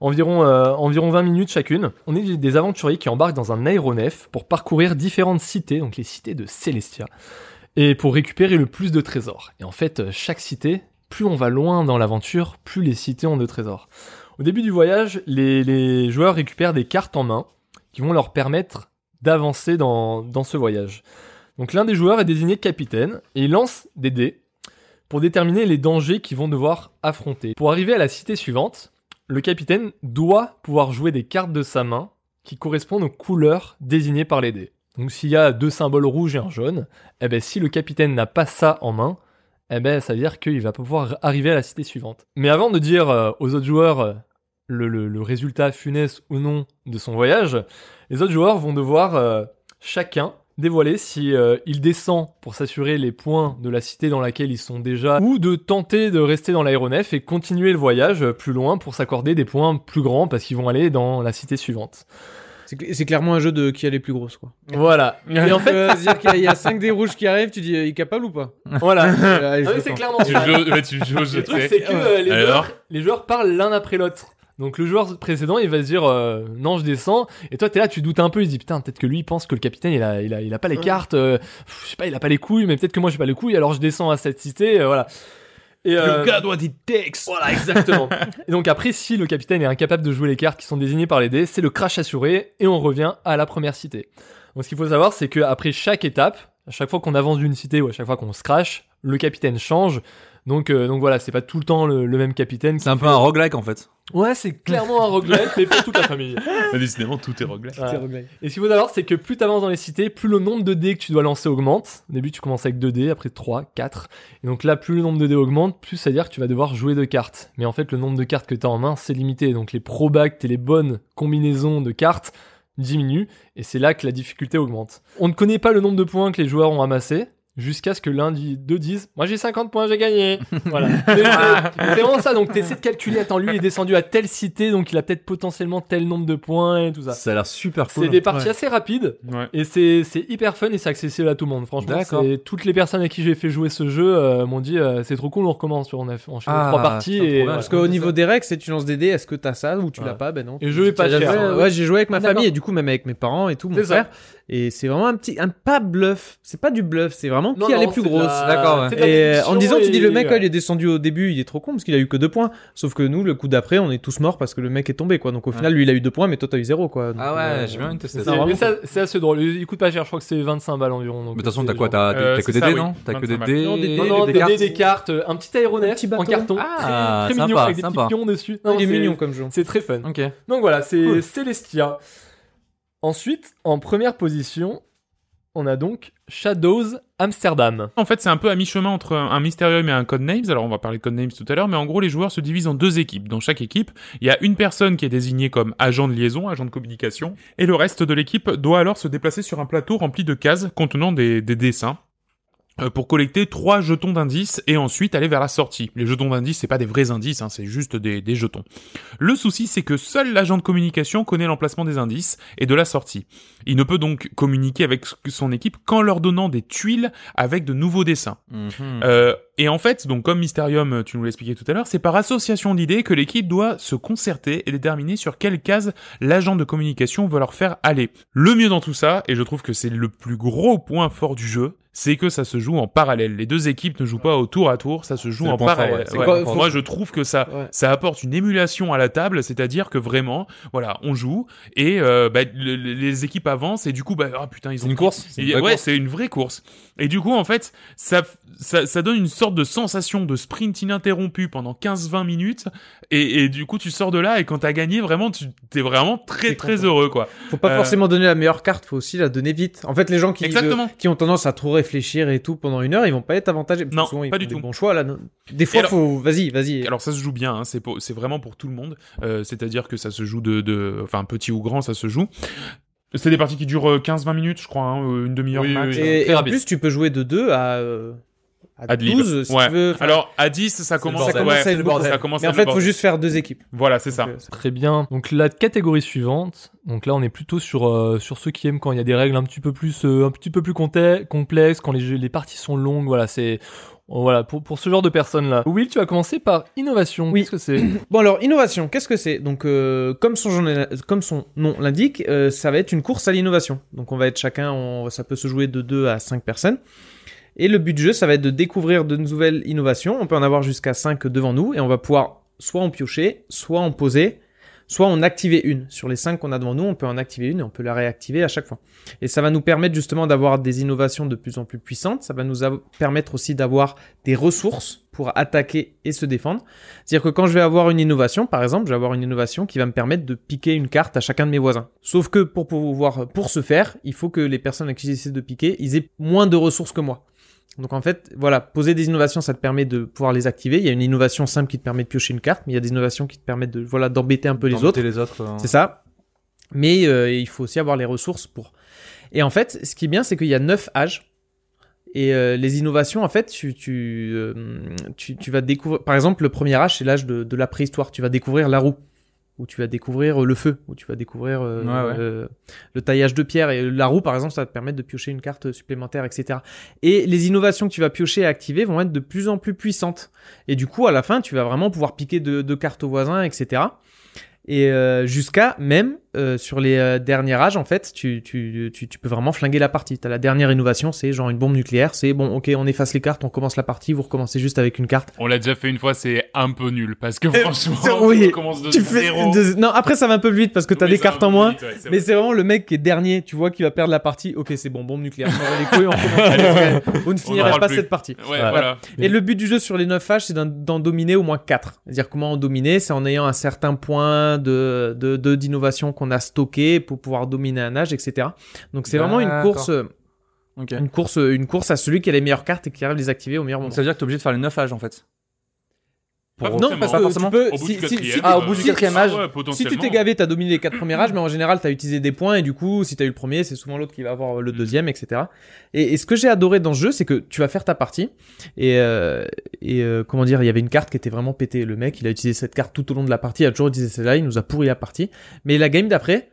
[SPEAKER 2] environ, euh, environ 20 minutes chacune. On est des- des aventuriers qui embarquent dans un aéronef pour parcourir différentes cités, donc les cités de Celestia, et pour récupérer le plus de trésors. Et en fait, euh, chaque cité, plus on va loin dans l'aventure, plus les cités ont de trésors. Au début du voyage, les, les joueurs récupèrent des cartes en main qui vont leur permettre d'avancer dans, dans ce voyage. Donc l'un des joueurs est désigné capitaine et il lance des dés pour déterminer les dangers qu'ils vont devoir affronter. Pour arriver à la cité suivante, le capitaine doit pouvoir jouer des cartes de sa main qui correspondent aux couleurs désignées par les dés. Donc s'il y a deux symboles rouges et un jaune, eh ben si le capitaine n'a pas ça en main, eh ben ça veut dire qu'il va pas pouvoir arriver à la cité suivante. Mais avant de dire euh, aux autres joueurs euh, le, le- le résultat funeste ou non de son voyage, les autres joueurs vont devoir euh, chacun dévoiler si euh, il descend pour s'assurer les points de la cité dans laquelle ils sont déjà ou de tenter de rester dans l'aéronef et continuer le voyage euh, plus loin pour s'accorder des points plus grands parce qu'ils vont aller dans la cité suivante.
[SPEAKER 4] C'est cl- c'est clairement un jeu de qui a les plus grosses, quoi.
[SPEAKER 2] Voilà. Et en fait,
[SPEAKER 4] Euh, c'est-à-dire qu'il y a- il y a 5 dés rouges qui arrivent, tu dis, euh, il est capable ou pas
[SPEAKER 2] voilà.
[SPEAKER 4] Allez, je
[SPEAKER 2] Ah oui,
[SPEAKER 4] le
[SPEAKER 2] c'est
[SPEAKER 4] tente.
[SPEAKER 2] clairement
[SPEAKER 1] Tu
[SPEAKER 2] ça.
[SPEAKER 1] joues- ouais, tu joues, je
[SPEAKER 2] Le truc
[SPEAKER 1] sais.
[SPEAKER 2] c'est que euh, les,
[SPEAKER 1] Alors
[SPEAKER 2] joueurs, les joueurs parlent l'un après l'autre. Donc le joueur précédent, il va se dire euh, non, je descends. Et toi, t'es là, tu doutes un peu. Il se dit putain, peut-être que lui il pense que le capitaine, il a, il a, il a pas les cartes. euh, pff, je sais pas, il a pas les couilles, mais peut-être que moi, j'ai pas les couilles. Alors je descends à cette cité, euh, voilà. Et, euh,
[SPEAKER 1] doit dire texte.
[SPEAKER 2] voilà, exactement. et donc après, si le capitaine est incapable de jouer les cartes qui sont désignées par les dés, c'est le crash assuré et on revient à la première cité. Donc ce qu'il faut savoir, c'est qu'après chaque étape, à chaque fois qu'on avance d'une cité ou à chaque fois qu'on se crash, le capitaine change. Donc, euh, donc voilà, c'est pas tout le temps le, le même capitaine. qui
[SPEAKER 3] C'est un peu
[SPEAKER 2] fait-
[SPEAKER 3] un roguelike en fait.
[SPEAKER 2] Ouais, c'est clairement un roguelite, mais pour toute la famille.
[SPEAKER 1] Décidément, tout est réglé.
[SPEAKER 2] Voilà. Et ce qu'il faut savoir, c'est que plus t'avances dans les cités, plus le nombre de dés que tu dois lancer augmente. Au début, tu commences avec 2 dés, après 3, 4. Et donc là, plus le nombre de dés augmente, plus ça veut dire que tu vas devoir jouer de cartes. Mais en fait, le nombre de cartes que t'as en main, c'est limité. Donc les probacts et les bonnes combinaisons de cartes diminuent. Et c'est là que la difficulté augmente. On ne connaît pas le nombre de points que les joueurs ont amassés. Jusqu'à ce que l'un des deux dise Moi j'ai 50 points, j'ai gagné. voilà. Mais C'est c'est vraiment ça. Donc t'essaies de calculer Attends, lui il est descendu à telle cité, donc il a peut-être potentiellement tel nombre de points et tout ça.
[SPEAKER 3] Ça a l'air super
[SPEAKER 2] C'est des parties assez rapides
[SPEAKER 1] Ouais.
[SPEAKER 2] et c'est c'est hyper fun et c'est accessible à tout le monde. Franchement,
[SPEAKER 3] D'accord.
[SPEAKER 2] c'est- toutes les personnes à qui j'ai fait jouer ce jeu euh, m'ont dit euh, c'est trop cool, on recommence. On a fait on a fait
[SPEAKER 3] Ah,
[SPEAKER 2] trois parties
[SPEAKER 3] putain, trop
[SPEAKER 2] et,
[SPEAKER 3] bien.
[SPEAKER 2] voilà.
[SPEAKER 4] Parce qu'au niveau des règles, c'est tu lances des dés, est-ce que t'as ça ou tu
[SPEAKER 2] Ouais.
[SPEAKER 4] l'as pas Ben non.
[SPEAKER 2] Et le jeu est pas
[SPEAKER 4] J'ai
[SPEAKER 2] cher.
[SPEAKER 4] joué,
[SPEAKER 2] hein.
[SPEAKER 4] euh, ouais, j'ai joué avec ma
[SPEAKER 2] Ah, d'accord.
[SPEAKER 4] famille et du coup même avec mes parents et tout, mon
[SPEAKER 2] C'est ça.
[SPEAKER 4] frère. Et c'est vraiment un petit, un pas bluff. C'est pas du bluff, c'est vraiment
[SPEAKER 2] Non,
[SPEAKER 4] qui a
[SPEAKER 2] non,
[SPEAKER 4] les plus
[SPEAKER 2] c'est de
[SPEAKER 4] grosses.
[SPEAKER 2] la-
[SPEAKER 3] d'accord, ouais.
[SPEAKER 2] c'est de la
[SPEAKER 4] Et euh,
[SPEAKER 2] compétition
[SPEAKER 4] en disant, tu dis le
[SPEAKER 2] et-
[SPEAKER 4] mec,
[SPEAKER 2] ouais.
[SPEAKER 4] ouais, il est descendu au début, il est trop con parce qu'il a eu que deux points. Sauf que nous, le coup d'après, on est tous morts parce que le mec est tombé, quoi. Donc au final, lui, il a eu deux points, mais toi, t'as eu zéro, quoi. Donc,
[SPEAKER 3] Ah
[SPEAKER 4] euh,
[SPEAKER 3] ouais, j'ai bien envie de tester
[SPEAKER 2] C'est-
[SPEAKER 3] ça.
[SPEAKER 4] vraiment
[SPEAKER 2] mais ça, c'est assez drôle. Il coûte pas cher, je crois que c'est 25 balles environ. donc,
[SPEAKER 3] Mais de toute façon,
[SPEAKER 2] c'est
[SPEAKER 3] t'as quoi
[SPEAKER 2] genre-
[SPEAKER 3] T'as
[SPEAKER 1] Euh,
[SPEAKER 3] t'as que
[SPEAKER 1] c'est
[SPEAKER 3] des
[SPEAKER 1] ça,
[SPEAKER 3] dés,
[SPEAKER 1] oui.
[SPEAKER 3] non T'as que des
[SPEAKER 1] 25
[SPEAKER 3] dés,
[SPEAKER 4] Non, des
[SPEAKER 3] des
[SPEAKER 4] dés,
[SPEAKER 2] Non, non,
[SPEAKER 3] des
[SPEAKER 2] des,
[SPEAKER 3] cartes.
[SPEAKER 2] dés, des cartes, euh, un petit aéronef
[SPEAKER 4] petit
[SPEAKER 2] en
[SPEAKER 4] bateau.
[SPEAKER 2] carton.
[SPEAKER 3] Ah,
[SPEAKER 2] très, très mignon
[SPEAKER 3] sympa,
[SPEAKER 2] avec des
[SPEAKER 3] sympa.
[SPEAKER 2] petits pions dessus. Non,
[SPEAKER 4] Il est
[SPEAKER 2] c'est-
[SPEAKER 4] mignon comme jeu.
[SPEAKER 2] C'est très fun.
[SPEAKER 3] Ok.
[SPEAKER 1] Euh,
[SPEAKER 2] Donc voilà, c'est
[SPEAKER 3] Cool.
[SPEAKER 2] Celestia. Ensuite, en première position, on a donc Shadows Amsterdam.
[SPEAKER 1] En fait, c'est un peu à mi-chemin entre un un Mysterium et un Codenames. Alors, on va parler de Codenames tout à l'heure, mais en gros, les joueurs se divisent en deux équipes. Dans chaque équipe, il y a une personne qui est désignée comme agent de liaison, agent de communication, et le reste de l'équipe doit alors se déplacer sur un plateau rempli de cases contenant des, des dessins euh, pour collecter trois jetons d'indices et ensuite aller vers la sortie. Les jetons d'indices, c'est pas des vrais indices, hein, c'est juste des, des jetons. Le souci, c'est que seul l'agent de communication connaît l'emplacement des indices et de la sortie. Il ne peut donc communiquer avec son équipe qu'en leur donnant des tuiles avec de nouveaux dessins.
[SPEAKER 3] Mhm.
[SPEAKER 1] Euh, et en fait, donc comme Mysterium, euh, tu nous l'expliquais tout à l'heure, c'est par association d'idées que l'équipe doit se concerter et déterminer sur quelle case l'agent de communication veut leur faire aller. Le mieux dans tout ça, et je trouve que c'est le plus gros point fort du jeu, c'est que ça se joue en parallèle. Les deux équipes ne jouent pas au tour à tour, ça se joue
[SPEAKER 3] C'est le
[SPEAKER 1] en
[SPEAKER 3] point fort,
[SPEAKER 1] parallèle.
[SPEAKER 3] ouais. C'est
[SPEAKER 1] Ouais.
[SPEAKER 4] quoi,
[SPEAKER 1] Moi,
[SPEAKER 4] faut-
[SPEAKER 1] je trouve que ça,
[SPEAKER 4] Ouais.
[SPEAKER 1] ça apporte une émulation à la table, c'est-à-dire que vraiment, voilà, on joue et euh, bah, le- le- les équipes avancent et du coup, bah ah, putain, ils
[SPEAKER 3] C'est
[SPEAKER 1] ont
[SPEAKER 3] une
[SPEAKER 1] pris-
[SPEAKER 3] course C'est
[SPEAKER 1] et-
[SPEAKER 3] une vraie
[SPEAKER 1] ouais,
[SPEAKER 3] course
[SPEAKER 1] c'est une vraie course. Et du coup, en fait, ça, ça, ça donne une sorte de sensation de sprint ininterrompu pendant 15-20 minutes. Et, et du coup, tu sors de là et quand t'as gagné, vraiment, tu t'es vraiment très
[SPEAKER 4] T'es
[SPEAKER 1] très
[SPEAKER 4] content.
[SPEAKER 1] heureux, quoi.
[SPEAKER 4] Faut pas
[SPEAKER 1] Euh,
[SPEAKER 4] forcément donner la meilleure carte, faut aussi la donner vite. En fait, les gens qui
[SPEAKER 1] Exactement.
[SPEAKER 4] de- qui ont tendance à trop réfléchir et tout pendant une heure, ils vont pas être avantagés. Parce que
[SPEAKER 1] Non,
[SPEAKER 4] souvent, ils
[SPEAKER 1] pas
[SPEAKER 4] font
[SPEAKER 1] du
[SPEAKER 4] des
[SPEAKER 1] tout.
[SPEAKER 4] bons choix là. non. Des fois,
[SPEAKER 1] alors-
[SPEAKER 4] faut vas-y, vas-y.
[SPEAKER 1] Alors ça se joue bien, hein, c'est pour- c'est vraiment pour tout le monde. Euh, C'est-à-dire que ça se joue de, de, enfin petit ou grand, ça se joue. C'est des parties qui durent euh, 15-20 minutes, je crois, hein, euh, une demi-heure
[SPEAKER 2] Oui,
[SPEAKER 1] max.
[SPEAKER 2] oui, oui.
[SPEAKER 4] Et,
[SPEAKER 2] Très
[SPEAKER 4] et en
[SPEAKER 2] rapide.
[SPEAKER 4] plus, tu peux jouer de 2 à, euh, à,
[SPEAKER 1] À de libre.
[SPEAKER 4] 12 si
[SPEAKER 1] Ouais.
[SPEAKER 4] tu veux. Enfin,
[SPEAKER 1] Alors à 10, ça commence,
[SPEAKER 4] ça
[SPEAKER 3] bordel.
[SPEAKER 4] commence
[SPEAKER 1] ouais,
[SPEAKER 4] à être beaucoup.
[SPEAKER 1] ça commence
[SPEAKER 4] Mais
[SPEAKER 1] à
[SPEAKER 4] en
[SPEAKER 1] être
[SPEAKER 4] fait,
[SPEAKER 1] le
[SPEAKER 4] faut
[SPEAKER 1] bordel.
[SPEAKER 4] juste faire deux équipes.
[SPEAKER 1] Voilà, c'est ça.
[SPEAKER 4] Donc, euh, c'est-
[SPEAKER 2] Très bien. Donc la catégorie suivante. Donc là, on est plutôt sur euh, sur ceux qui aiment quand il y a des règles un petit peu plus euh, un petit peu plus conte- complexes, quand les jeux- les parties sont longues. Voilà, c'est euh, voilà pour pour ce genre de personnes là. Will, tu vas commencer par innovation.
[SPEAKER 4] Oui.
[SPEAKER 2] Qu'est-ce que c'est
[SPEAKER 4] Bon alors, innovation, qu'est-ce que c'est Donc, euh, comme, son, journa- comme son nom l'indique, euh, ça va être une course à l'innovation. Donc, on va être chacun, on- ça peut se jouer de 2 à 5 personnes. Et le but du jeu, ça va être de découvrir de nouvelles innovations. On peut en avoir jusqu'à 5 devant nous et on va pouvoir soit en piocher, soit en poser, soit en activer une. Sur les 5 qu'on a devant nous, on peut en activer une et on peut la réactiver à chaque fois. Et ça va nous permettre justement d'avoir des innovations de plus en plus puissantes. Ça va nous av- permettre aussi d'avoir des ressources pour attaquer et se défendre. C'est-à-dire que quand je vais avoir une innovation, par exemple, je vais avoir une innovation qui va me permettre de piquer une carte à chacun de mes voisins. Sauf que pour pouvoir, pour ce faire, il faut que les personnes à qui j'essaie de piquer, ils aient moins de ressources que moi. Donc en fait, voilà, poser des innovations, ça te permet de pouvoir les activer. Il y a une innovation simple qui te permet de piocher une carte, mais il y a des innovations qui te permettent de, voilà, d'embêter un peu les autres.
[SPEAKER 3] T'embêter les autres. euh,
[SPEAKER 4] C'est ça. Mais euh, il faut aussi avoir les ressources pour. Et en fait, ce qui est bien, c'est qu'il y a neuf âges. Et euh, les innovations, en fait, tu, tu, euh, tu, tu vas découvrir. Par exemple, le premier âge, c'est l'âge de, de la préhistoire. Tu vas découvrir la roue, ou tu vas découvrir euh, le feu, ou tu vas découvrir euh,
[SPEAKER 3] Ouais, ouais.
[SPEAKER 4] euh, le taillage de pierre. Et la roue, par exemple, ça va te permettre de piocher une carte supplémentaire, etc. Et les innovations que tu vas piocher et activer vont être de plus en plus puissantes. Et du coup, à la fin, tu vas vraiment pouvoir piquer de, de cartes aux voisins, etc. Et euh, jusqu'à même euh, sur les euh, derniers âges, en fait, tu, tu, tu, tu peux vraiment flinguer la partie. T'as la dernière innovation, c'est genre une bombe nucléaire. C'est bon, ok, on efface les cartes, on commence la partie, vous recommencez juste avec une carte.
[SPEAKER 1] On l'a déjà fait une fois, c'est un peu nul parce que
[SPEAKER 4] Euh,
[SPEAKER 1] franchement,
[SPEAKER 4] oui.
[SPEAKER 1] on commence de
[SPEAKER 4] Tu fais
[SPEAKER 1] Euh, zéro.
[SPEAKER 4] deux- Non, après ça va un peu plus vite parce que t'as
[SPEAKER 1] Oui,
[SPEAKER 4] des
[SPEAKER 1] ça
[SPEAKER 4] cartes
[SPEAKER 1] va
[SPEAKER 4] en moins.
[SPEAKER 1] vite, ouais, c'est
[SPEAKER 4] Mais
[SPEAKER 1] vrai.
[SPEAKER 4] c'est vraiment le mec qui est dernier, tu vois, qui va perdre la partie. Ok, c'est bon, bombe nucléaire. on va les couilles, on recommence. On ne
[SPEAKER 1] en
[SPEAKER 4] finirait
[SPEAKER 1] parle
[SPEAKER 4] pas
[SPEAKER 1] plus.
[SPEAKER 4] cette partie.
[SPEAKER 1] Ouais,
[SPEAKER 2] Ouais.
[SPEAKER 1] voilà.
[SPEAKER 4] Et le but du jeu sur les 9 H, c'est d'en- d'en dominer au moins 4. C'est-à-dire comment en dominer, c'est en ayant un certain point de de- de- d'innovation qu'on a stocké pour pouvoir dominer un âge, etc. Donc c'est vraiment une
[SPEAKER 3] D'accord.
[SPEAKER 4] course, euh,
[SPEAKER 3] Ok.
[SPEAKER 4] une course, euh, une course à celui qui a les meilleures cartes et qui arrive à les activer au meilleur moment.
[SPEAKER 3] Donc ça veut dire que t'es obligé de faire les 9 âges en fait.
[SPEAKER 1] Pas
[SPEAKER 3] Pour-
[SPEAKER 4] Non, parce
[SPEAKER 3] pas
[SPEAKER 4] que tu
[SPEAKER 3] forcément.
[SPEAKER 4] peux,
[SPEAKER 1] Au bout
[SPEAKER 4] si,
[SPEAKER 1] du
[SPEAKER 4] si- si-
[SPEAKER 1] quatrième,
[SPEAKER 4] si-
[SPEAKER 1] euh,
[SPEAKER 5] au bout du quatrième
[SPEAKER 1] ah
[SPEAKER 5] âge,
[SPEAKER 1] ouais,
[SPEAKER 4] si tu
[SPEAKER 1] potentiellement.
[SPEAKER 4] t'es gavé, t'as dominé les quatre premiers âges, mais en général, t'as utilisé des points et du coup, si t'as eu le premier, c'est souvent l'autre qui va avoir
[SPEAKER 1] Mm.
[SPEAKER 4] le deuxième, etc. Et, et ce que j'ai adoré dans ce jeu, c'est que tu vas faire ta partie et, euh, et euh, comment dire, il y avait une carte qui était vraiment pétée. Le mec, il a utilisé cette carte tout au long de la partie, il a toujours utilisé celle-là, il nous a pourri la partie. Mais la game d'après,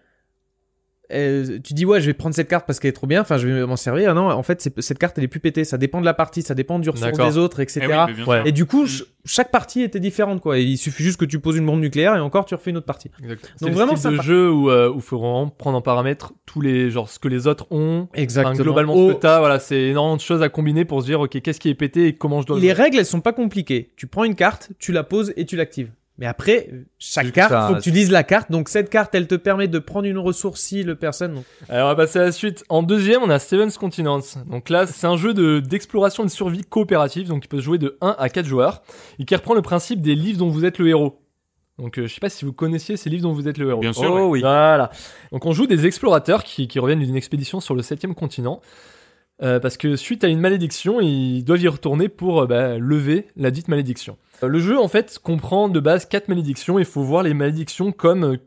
[SPEAKER 4] euh, tu dis ouais, je vais prendre cette carte parce qu'elle est trop bien, enfin, je vais m'en servir. Ah non, en fait, c'est- cette carte, elle est plus pétée. Ça dépend de la partie, ça dépend du ressources
[SPEAKER 2] D'accord.
[SPEAKER 4] des autres, etc.
[SPEAKER 1] Eh oui, mais bien
[SPEAKER 2] Ouais.
[SPEAKER 1] sûr.
[SPEAKER 4] Et du coup, ch- chaque partie était différente, quoi. Et il suffit juste que tu poses une bombe nucléaire et encore tu refais une autre partie.
[SPEAKER 2] C'est le
[SPEAKER 4] vraiment
[SPEAKER 2] style de
[SPEAKER 4] sympa.
[SPEAKER 2] jeu où euh, où faut vraiment prendre en paramètre tous les genre ce que les autres ont. Enfin,
[SPEAKER 4] Exactement.
[SPEAKER 2] globalement, ce que t'as, voilà, c'est énormément de choses à combiner pour se dire, ok, qu'est-ce qui est pété et comment je dois. le
[SPEAKER 4] les
[SPEAKER 2] jouer.
[SPEAKER 4] règles, elles sont pas compliquées. Tu prends une carte, tu la poses et tu l'actives. Mais après, euh, chaque
[SPEAKER 3] Juste
[SPEAKER 4] carte,
[SPEAKER 3] ça,
[SPEAKER 4] faut que tu
[SPEAKER 3] c'est-
[SPEAKER 4] lises la carte. Donc cette carte, elle te permet de prendre une ressource si le personne. donc-
[SPEAKER 2] Alors, on va passer à la suite. En deuxième, on a Seven's Continents. Donc là, c'est un jeu de- d'exploration et de survie coopérative, donc qui peut se jouer de 1 à 4 joueurs, et qui reprend le principe des livres dont vous êtes le héros. Donc, euh, je sais pas si vous connaissiez ces livres dont vous êtes le héros.
[SPEAKER 1] Bien sûr.
[SPEAKER 3] Oh
[SPEAKER 1] ouais.
[SPEAKER 3] oui.
[SPEAKER 2] Voilà. Donc on joue des explorateurs qui, qui reviennent d'une expédition sur le septième continent. euh, parce que suite à une malédiction, ils doivent y retourner pour euh, bah, lever la dite malédiction. Euh, le jeu en fait comprend de base quatre malédictions. Il faut voir les malédictions comme euh,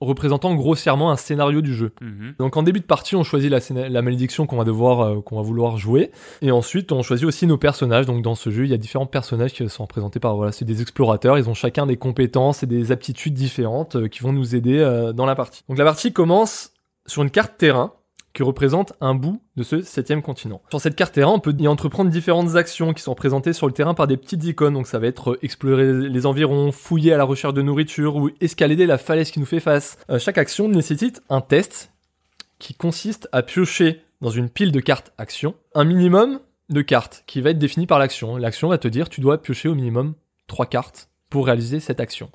[SPEAKER 2] représentant grossièrement un scénario du jeu.
[SPEAKER 1] Mhm.
[SPEAKER 2] Donc en début de partie, on choisit la, scéna- la malédiction qu'on va devoir, euh, qu'on va vouloir jouer, et ensuite on choisit aussi nos personnages. Donc dans ce jeu, il y a différents personnages qui sont représentés par voilà, c'est des explorateurs. Ils ont chacun des compétences et des aptitudes différentes euh, qui vont nous aider euh, dans la partie. Donc la partie commence sur une carte terrain qui représente un bout de ce septième continent. Sur cette carte terrain, on peut y entreprendre différentes actions qui sont représentées sur le terrain par des petites icônes. Donc ça va être euh, explorer les environs, fouiller à la recherche de nourriture ou escalader la falaise qui nous fait face. Euh, chaque action nécessite un test qui consiste à piocher dans une pile de cartes action un minimum de cartes qui va être défini par l'action. L'action va te dire tu dois piocher au minimum trois cartes pour réaliser cette action.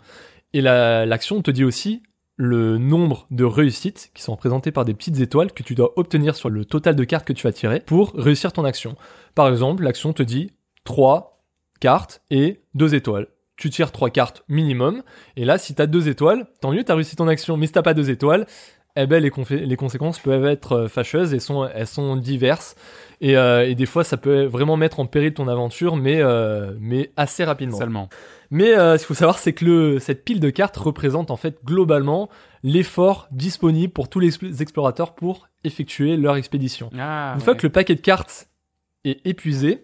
[SPEAKER 2] Et la- l'action te dit aussi le nombre de réussites qui sont représentées par des petites étoiles que tu dois obtenir sur le total de cartes que tu as tirées pour réussir ton action. Par exemple, l'action te dit 3 cartes et 2 étoiles. Tu tires 3 cartes minimum, et là, si t'as 2 étoiles, tant mieux, t'as réussi ton action. Mais si t'as pas 2 étoiles, eh ben, les, confé- les conséquences peuvent être euh, fâcheuses et sont, elles sont diverses. Et, euh, et des fois, ça peut vraiment mettre en péril ton aventure, mais, euh, mais assez rapidement.
[SPEAKER 1] Salement.
[SPEAKER 2] Mais euh, ce qu'il faut savoir, c'est que le, cette pile de cartes représente en fait globalement l'effort disponible pour tous les expl- explorateurs pour effectuer leur expédition.
[SPEAKER 1] Ah,
[SPEAKER 2] Une fois
[SPEAKER 1] ouais.
[SPEAKER 2] que le paquet de cartes est épuisé,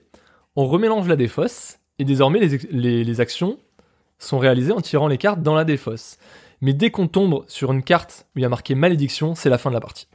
[SPEAKER 2] on remélange la défausse et désormais les, ex- les- les actions sont réalisées en tirant les cartes dans la défausse. Mais dès qu'on tombe sur une carte où il y a marqué malédiction, c'est la fin de la partie.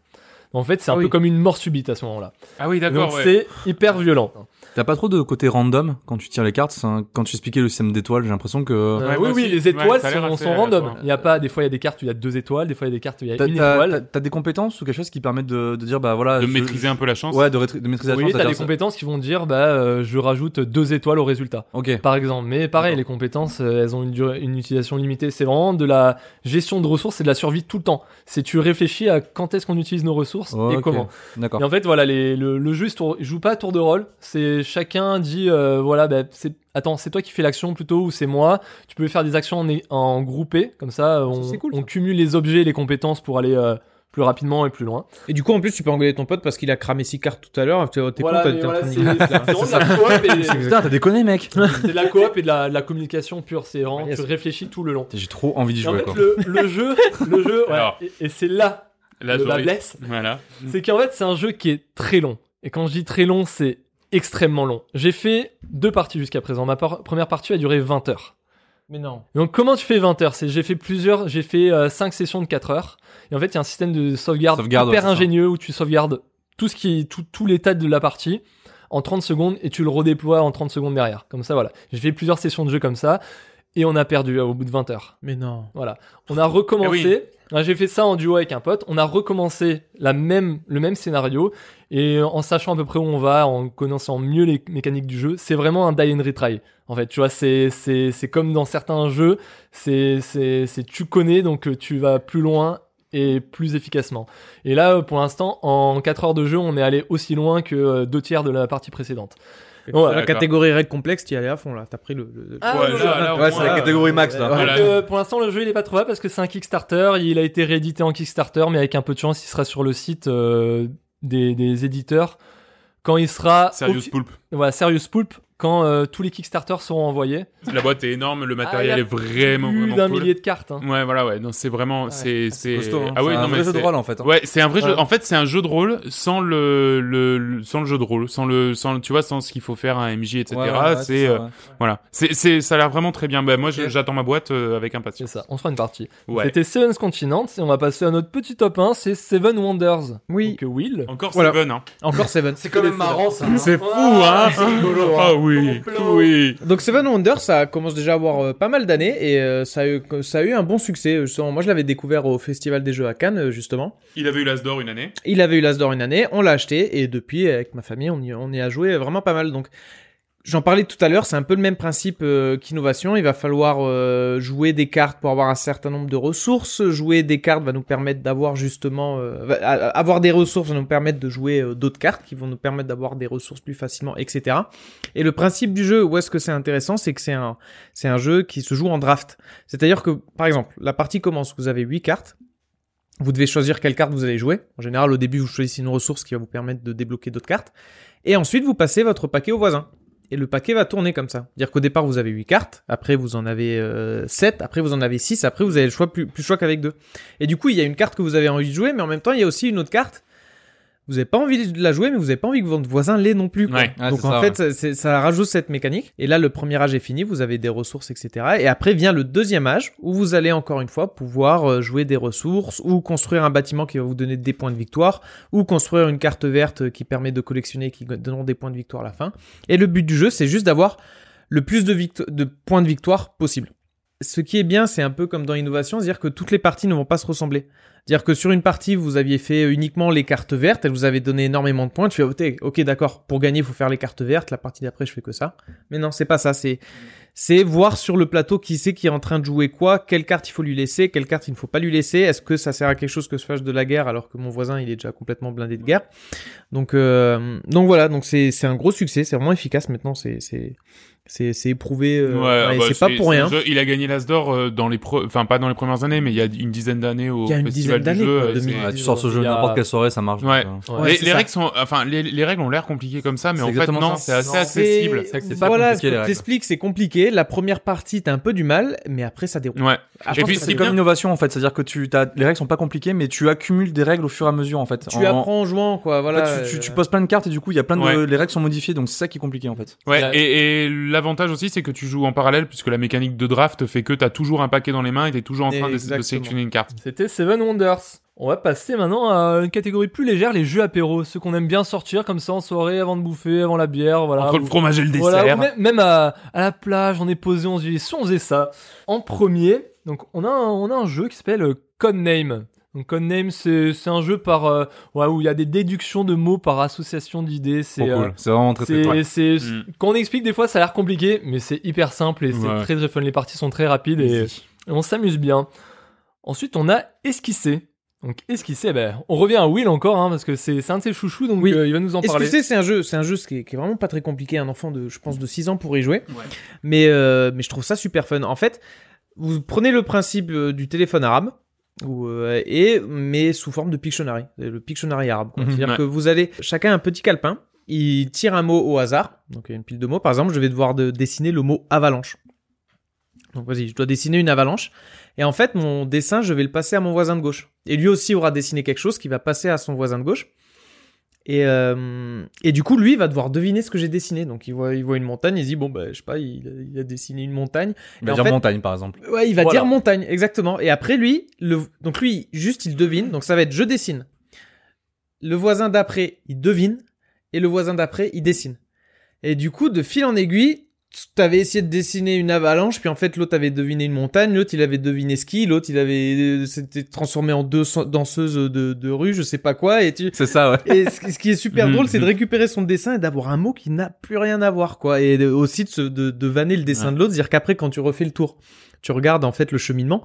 [SPEAKER 2] En fait, c'est un
[SPEAKER 4] Ah
[SPEAKER 2] peu
[SPEAKER 4] oui.
[SPEAKER 2] comme une mort subite à ce moment-là.
[SPEAKER 1] Ah oui, d'accord.
[SPEAKER 2] Donc
[SPEAKER 1] ouais.
[SPEAKER 2] c'est hyper violent.
[SPEAKER 3] T'as pas trop de côté random quand tu tires les cartes. c'est un- Quand tu expliquais le système d'étoiles, j'ai l'impression que.
[SPEAKER 2] Euh,
[SPEAKER 1] Ouais,
[SPEAKER 2] oui,
[SPEAKER 1] moi
[SPEAKER 2] oui,
[SPEAKER 1] aussi.
[SPEAKER 2] les étoiles
[SPEAKER 1] Ouais, ça a l'air
[SPEAKER 2] sont,
[SPEAKER 1] assez
[SPEAKER 2] sont random.
[SPEAKER 1] aléatoire.
[SPEAKER 2] Il y a pas, des fois, il y a des cartes où il y a deux étoiles, des fois, il y a des cartes où il y a
[SPEAKER 3] T'as-
[SPEAKER 2] une
[SPEAKER 3] T'as t'as-
[SPEAKER 2] étoile.
[SPEAKER 3] t'as des compétences ou quelque chose qui permet de, de dire bah voilà.
[SPEAKER 1] De
[SPEAKER 3] je-
[SPEAKER 1] maîtriser un peu la chance.
[SPEAKER 3] Ouais, de, rétri- de maîtriser la
[SPEAKER 2] Oui,
[SPEAKER 3] chance.
[SPEAKER 2] t'as des
[SPEAKER 3] c'est-à-dire
[SPEAKER 2] compétences qui vont dire, bah, euh, je rajoute deux étoiles au résultat,
[SPEAKER 3] ça- Ok.
[SPEAKER 2] par exemple. Mais pareil,
[SPEAKER 3] D'accord.
[SPEAKER 2] les compétences, euh, elles ont une, durée- une utilisation limitée. C'est vraiment de la gestion de ressources et de la survie tout le temps. C'est tu réfléchis à quand est-ce qu'on utilise nos ressources et
[SPEAKER 3] Ok,
[SPEAKER 2] comment.
[SPEAKER 3] D'accord.
[SPEAKER 2] Et en fait, voilà, les- le, le jeu il se tour- il joue pas à tour de rôle. C'est chacun dit, euh, voilà, bah, c'est, attends, c'est toi qui fais l'action plutôt ou c'est moi. Tu peux faire des actions en, é- en groupé, comme ça, on,
[SPEAKER 4] c'est cool,
[SPEAKER 2] on
[SPEAKER 4] ça.
[SPEAKER 2] cumule les objets, et les compétences pour aller euh, plus rapidement et plus loin.
[SPEAKER 4] Et du coup, en plus, tu peux engueuler ton pote parce qu'il a cramé six cartes tout à l'heure. T'es t'es con, t'es en train de niquer.
[SPEAKER 2] de la coop et,
[SPEAKER 3] Putain, t'as déconné, mec.
[SPEAKER 2] c'est de la coop et de la, de la communication pure. C'est vraiment,
[SPEAKER 4] Yes.
[SPEAKER 2] tu réfléchis tout le long.
[SPEAKER 3] J'ai trop envie d'y
[SPEAKER 2] Et en
[SPEAKER 3] jouer
[SPEAKER 2] fait,
[SPEAKER 3] quoi.
[SPEAKER 2] le, le jeu, le jeu, ouais,
[SPEAKER 1] Alors.
[SPEAKER 2] et, et c'est là,
[SPEAKER 1] Là,
[SPEAKER 2] le- la
[SPEAKER 1] j'aurais-
[SPEAKER 2] blesse.
[SPEAKER 1] Voilà.
[SPEAKER 3] Mm.
[SPEAKER 2] C'est qu'en fait, c'est un jeu qui est très long. Et quand je dis très long, c'est extrêmement long. J'ai fait deux parties jusqu'à présent. Ma par- première partie a duré 20 heures.
[SPEAKER 4] Mais non.
[SPEAKER 2] Donc comment tu fais 20 heures C'est j'ai fait plusieurs, j'ai fait 5 sessions de 4 heures. Et en fait, il y a un système de sauvegarde,
[SPEAKER 3] Sauvegarde, ouais,
[SPEAKER 2] hyper
[SPEAKER 3] c'est ça.
[SPEAKER 2] ingénieux où tu sauvegardes tout ce qui tout, tout l'état de la partie en 30 secondes et tu le redéploies en 30 secondes derrière. Comme ça voilà. J'ai fait plusieurs sessions de jeu comme ça et on a perdu euh, au bout de 20 heures.
[SPEAKER 4] Mais non.
[SPEAKER 2] Voilà. On a recommencé. Ah, J'ai fait ça en duo avec un pote. On a recommencé la même, le même scénario. Et en sachant à peu près où on va, en connaissant mieux les mécaniques du jeu, c'est vraiment un die and retry. En fait, tu vois, c'est, c'est, c'est comme dans certains jeux. C'est, c'est, c'est tu connais, donc euh, tu vas plus loin et plus efficacement. Et là, euh, pour l'instant, en 4 heures de jeu, on est allé aussi loin que euh, deux tiers de la partie précédente.
[SPEAKER 4] Sur
[SPEAKER 2] d'accord.
[SPEAKER 4] la catégorie règles complexes, t'y allais à fond là. T'as pris le. le-
[SPEAKER 2] Ah,
[SPEAKER 1] Ouais,
[SPEAKER 2] non,
[SPEAKER 1] là,
[SPEAKER 2] non,
[SPEAKER 1] là, au
[SPEAKER 3] Ouais, c'est
[SPEAKER 1] moins,
[SPEAKER 3] la catégorie max là.
[SPEAKER 1] Voilà.
[SPEAKER 2] donc, euh, pour l'instant, le jeu il est pas trouvable parce que c'est un Kickstarter. Il a été réédité en Kickstarter, mais avec un peu de chance, il sera sur le site euh, des, des éditeurs quand il sera
[SPEAKER 1] Serious
[SPEAKER 2] offi-
[SPEAKER 1] Pulp.
[SPEAKER 2] voilà, Serious Pulp quand euh, tous les Kickstarters seront envoyés.
[SPEAKER 1] La boîte est énorme, le matériel
[SPEAKER 2] Ah, il y
[SPEAKER 1] est
[SPEAKER 2] a
[SPEAKER 1] vraiment,
[SPEAKER 2] Plus
[SPEAKER 1] vraiment
[SPEAKER 2] d'un
[SPEAKER 1] cool. Mm.
[SPEAKER 2] millier de cartes. hein.
[SPEAKER 1] Ouais, voilà, ouais. Non, c'est vraiment,
[SPEAKER 2] Ouais,
[SPEAKER 1] c'est, c'est.
[SPEAKER 3] Costaud, hein.
[SPEAKER 1] Ah ouais,
[SPEAKER 3] Ah, C'est un
[SPEAKER 1] non mais
[SPEAKER 3] vrai jeu de
[SPEAKER 1] c'est-
[SPEAKER 3] rôle en fait. hein.
[SPEAKER 1] Ouais, c'est un vrai
[SPEAKER 4] Ouais.
[SPEAKER 1] jeu. En fait, c'est un jeu de rôle sans le, le, le- sans le jeu de rôle, sans le, sans le- tu vois, sans ce qu'il faut faire à un MJ, etc.
[SPEAKER 3] Ouais, ouais, ouais,
[SPEAKER 1] c'est,
[SPEAKER 3] ça,
[SPEAKER 1] euh,
[SPEAKER 3] ouais.
[SPEAKER 1] voilà. C'est, c'est, ça a l'air vraiment très bien. Bah, moi, je-
[SPEAKER 3] Ok.
[SPEAKER 1] j'attends ma boîte euh, avec
[SPEAKER 2] C'est
[SPEAKER 1] impatience.
[SPEAKER 2] ça. On se fera une partie.
[SPEAKER 1] Ouais.
[SPEAKER 2] C'était Seven's Continent et on va passer à notre petit top 1, c'est Seven Wonders.
[SPEAKER 4] Oui.
[SPEAKER 2] Donc euh, Will.
[SPEAKER 1] Encore
[SPEAKER 4] Voilà.
[SPEAKER 1] Seven, hein.
[SPEAKER 4] Encore Seven.
[SPEAKER 3] C'est quand même marrant ça. hein.
[SPEAKER 1] C'est fou, hein. Ah oui, oui.
[SPEAKER 4] Donc Seven Wonders, ça commence déjà à avoir euh, pas mal d'années et euh, ça, a eu, ça a eu un bon succès. Euh, justement. moi, je l'avais découvert au Festival des Jeux à Cannes, euh, justement.
[SPEAKER 1] Il avait eu l'as d'or une année.
[SPEAKER 4] Il avait eu l'As d'or une année, on l'a acheté, et depuis, avec ma famille, on y, on y a joué vraiment pas mal. Donc, j'en parlais tout à l'heure, c'est un peu le même principe euh, qu'innovation. Il va falloir euh, jouer des cartes pour avoir un certain nombre de ressources. Jouer des cartes va nous permettre d'avoir justement... euh, va- a- avoir des ressources va nous permettre de jouer euh, d'autres cartes qui vont nous permettre d'avoir des ressources plus facilement, etc. Et le principe du jeu, où est-ce que c'est intéressant, c'est que c'est un, c'est un jeu qui se joue en draft. C'est-à-dire que, par exemple, la partie commence, vous avez 8 cartes. Vous devez choisir quelle carte vous allez jouer. En général, au début, vous choisissez une ressource qui va vous permettre de débloquer d'autres cartes. Et ensuite, vous passez votre paquet au voisin. Et le paquet va tourner comme ça. C'est-à-dire qu'au départ, vous avez 8 cartes, après vous en avez 7, après vous en avez 6, après vous avez le choix plus, plus choix qu'avec deux. Et du coup, il y a une carte que vous avez envie de jouer, mais en même temps, il y a aussi une autre carte. Vous n'avez pas envie de la jouer, mais vous n'avez pas envie que votre voisin l'ait non plus. quoi.
[SPEAKER 1] Ouais.
[SPEAKER 3] Ouais,
[SPEAKER 4] Donc
[SPEAKER 3] c'est
[SPEAKER 4] en
[SPEAKER 3] ça,
[SPEAKER 4] fait, ça, c'est- ça rajoute cette mécanique. Et là, le premier âge est fini, vous avez des ressources, etc. Et après vient le deuxième âge, où vous allez encore une fois pouvoir euh, jouer des ressources, ou construire un bâtiment qui va vous donner des points de victoire, ou construire une carte verte qui permet de collectionner, et qui donneront des points de victoire à la fin. Et le but du jeu, c'est juste d'avoir le plus de, victo- de points de victoire possible. Ce qui est bien, c'est un peu comme dans Innovation, c'est-à-dire que toutes les parties ne vont pas se ressembler. Dire que sur une partie, vous aviez fait uniquement les cartes vertes, elles vous avaient donné énormément de points, tu fais, oh, t'es- ok, d'accord, pour gagner, il faut faire les cartes vertes, la partie d'après, je fais que ça. Mais non, c'est pas ça, c'est, c'est voir sur le plateau qui c'est qui est en train de jouer quoi, quelle carte il faut lui laisser, quelle carte il ne faut pas lui laisser, est-ce que ça sert à quelque chose que je fasse de la guerre alors que mon voisin, il est déjà complètement blindé de guerre. Donc, euh, donc voilà, donc c'est, c'est un gros succès, c'est vraiment efficace maintenant, c'est, c'est, c'est, c'est éprouvé, euh,
[SPEAKER 1] ah
[SPEAKER 4] et
[SPEAKER 1] bah,
[SPEAKER 4] c'est pas pour
[SPEAKER 1] c'est un
[SPEAKER 4] rien.
[SPEAKER 1] jeu- il a gagné l'as d'or euh, dans les, pre- enfin pas dans les premières années, mais il y a une dizaine d'années au
[SPEAKER 4] Il y a une
[SPEAKER 1] festival
[SPEAKER 4] dizaine
[SPEAKER 1] du
[SPEAKER 4] d'années,
[SPEAKER 1] jeu.
[SPEAKER 4] quoi,
[SPEAKER 1] euh, c'est-
[SPEAKER 4] 2000.
[SPEAKER 3] Ah, tu sors ce jeu
[SPEAKER 2] Il y a-
[SPEAKER 3] n'importe quelle soirée, ça marche.
[SPEAKER 1] Ouais.
[SPEAKER 3] donc, euh.
[SPEAKER 2] Ouais.
[SPEAKER 4] Ouais,
[SPEAKER 1] les,
[SPEAKER 4] c'est
[SPEAKER 1] les
[SPEAKER 4] ça.
[SPEAKER 1] règles sont, enfin les, les règles ont l'air compliquées comme ça, mais
[SPEAKER 3] C'est
[SPEAKER 1] en fait
[SPEAKER 3] exactement
[SPEAKER 1] non,
[SPEAKER 3] ça.
[SPEAKER 1] c'est assez
[SPEAKER 3] Non,
[SPEAKER 1] accessible.
[SPEAKER 3] C'est vrai que c'est pas
[SPEAKER 4] Voilà,
[SPEAKER 3] compliqué, les
[SPEAKER 4] je
[SPEAKER 3] règles.
[SPEAKER 4] t'explique, c'est compliqué. La première partie, t'as un peu du mal, mais après, ça déroule.
[SPEAKER 1] Ouais.
[SPEAKER 4] Ah,
[SPEAKER 1] Et
[SPEAKER 4] je pense
[SPEAKER 1] puis
[SPEAKER 4] que ça
[SPEAKER 1] c'est
[SPEAKER 3] C'est
[SPEAKER 4] déroule.
[SPEAKER 1] bien-
[SPEAKER 3] comme innovation en fait, c'est-à-dire que tu t'as- les règles sont pas compliquées, mais tu accumules des règles au fur et à mesure en fait.
[SPEAKER 4] tu
[SPEAKER 3] En- en-
[SPEAKER 4] apprends en jouant, quoi.
[SPEAKER 3] en fait,
[SPEAKER 4] Voilà.
[SPEAKER 3] tu, tu- tu
[SPEAKER 4] euh,
[SPEAKER 3] poses plein de cartes et du coup, il y a plein de
[SPEAKER 1] Ouais.
[SPEAKER 3] les règles sont modifiées, donc c'est ça qui est compliqué en fait.
[SPEAKER 1] Ouais,
[SPEAKER 2] Là-
[SPEAKER 1] et, et l'avantage aussi, c'est que tu joues en parallèle, puisque la mécanique de draft fait que t'as toujours un paquet dans les mains et t'es toujours en train de- de,
[SPEAKER 4] Exactement.
[SPEAKER 1] sélectionner une carte.
[SPEAKER 2] C'était Seven Wonders. On va passer maintenant à une catégorie plus légère, les jeux apéro, ceux qu'on aime bien sortir comme ça en soirée, avant de bouffer, avant la bière, voilà.
[SPEAKER 1] Entre le
[SPEAKER 2] Ou-
[SPEAKER 1] fromage et le dessert.
[SPEAKER 2] Voilà, ou même, même à, à la plage, on est posé, on se dit, si on faisait ça. En premier, donc on a un, on a un jeu qui s'appelle euh, Codename. Donc Codename, c'est c'est un jeu par euh, ouais, où il y a des déductions de mots par association d'idées. C'est
[SPEAKER 3] Trop
[SPEAKER 2] euh,
[SPEAKER 3] cool. C'est vraiment très très
[SPEAKER 2] c'est-
[SPEAKER 3] cool.
[SPEAKER 2] c'est-
[SPEAKER 1] Mm.
[SPEAKER 2] quand on explique des fois, ça a l'air compliqué, mais c'est hyper simple et c'est
[SPEAKER 1] Ouais.
[SPEAKER 2] très très fun. Les parties sont très rapides et, et on s'amuse bien. Ensuite, on a esquissé. Donc esquissé, ben, on revient à Will encore hein, parce que c'est c'est un de ses chouchous, donc
[SPEAKER 4] Oui.
[SPEAKER 2] euh, il va nous en
[SPEAKER 4] Est-ce que
[SPEAKER 2] parler.
[SPEAKER 4] c'est c'est un jeu, c'est un jeu ce qui est, qui est vraiment pas très compliqué. Un enfant de, je pense, de 6 ans pourrait y jouer.
[SPEAKER 1] Ouais.
[SPEAKER 4] Mais, euh, mais je trouve ça super fun. En fait, vous prenez le principe euh, du téléphone arabe, ou, euh, et, mais sous forme de Pictionary, euh, le Pictionary arabe. quoi.
[SPEAKER 3] Mhm,
[SPEAKER 4] C'est-à-dire
[SPEAKER 1] ouais.
[SPEAKER 4] que vous allez, chacun un petit calepin, il tire un mot au hasard, donc une pile de mots. Par exemple, je vais devoir de, dessiner le mot avalanche. Donc vas-y, je dois dessiner une avalanche. Et en fait, mon dessin, je vais le passer à mon voisin de gauche. Et lui aussi aura dessiné quelque chose qui va passer à son voisin de gauche. Et, euh, et du coup, lui, il va devoir deviner ce que j'ai dessiné. Donc, il voit, il voit une montagne, il se dit, bon, bah, je sais pas, il a- il a dessiné une montagne.
[SPEAKER 3] Il va
[SPEAKER 4] en
[SPEAKER 3] dire
[SPEAKER 4] fait-
[SPEAKER 3] montagne par exemple.
[SPEAKER 4] Ouais, il va
[SPEAKER 2] Voilà.
[SPEAKER 4] dire montagne, exactement. Et après lui, le... donc lui, juste il devine. Donc ça va être je dessine. Le voisin d'après, il devine. Et le voisin d'après, il dessine. Et du coup, de fil en aiguille, t'avais essayé de dessiner une avalanche, puis en fait l'autre avait deviné une montagne, l'autre il avait deviné ski, l'autre il avait euh, s'était transformé en deux so- danseuses de, de rue, je sais pas quoi, et tu.
[SPEAKER 3] C'est ça, ouais.
[SPEAKER 4] Et ce, ce qui est super
[SPEAKER 1] Mhm.
[SPEAKER 4] drôle, c'est de récupérer son dessin et d'avoir un mot qui n'a plus rien à voir, quoi. Et de- aussi de, se- de, de vanner le dessin
[SPEAKER 3] Ouais.
[SPEAKER 4] de l'autre, dire qu'après quand tu refais le tour, tu regardes en fait le cheminement.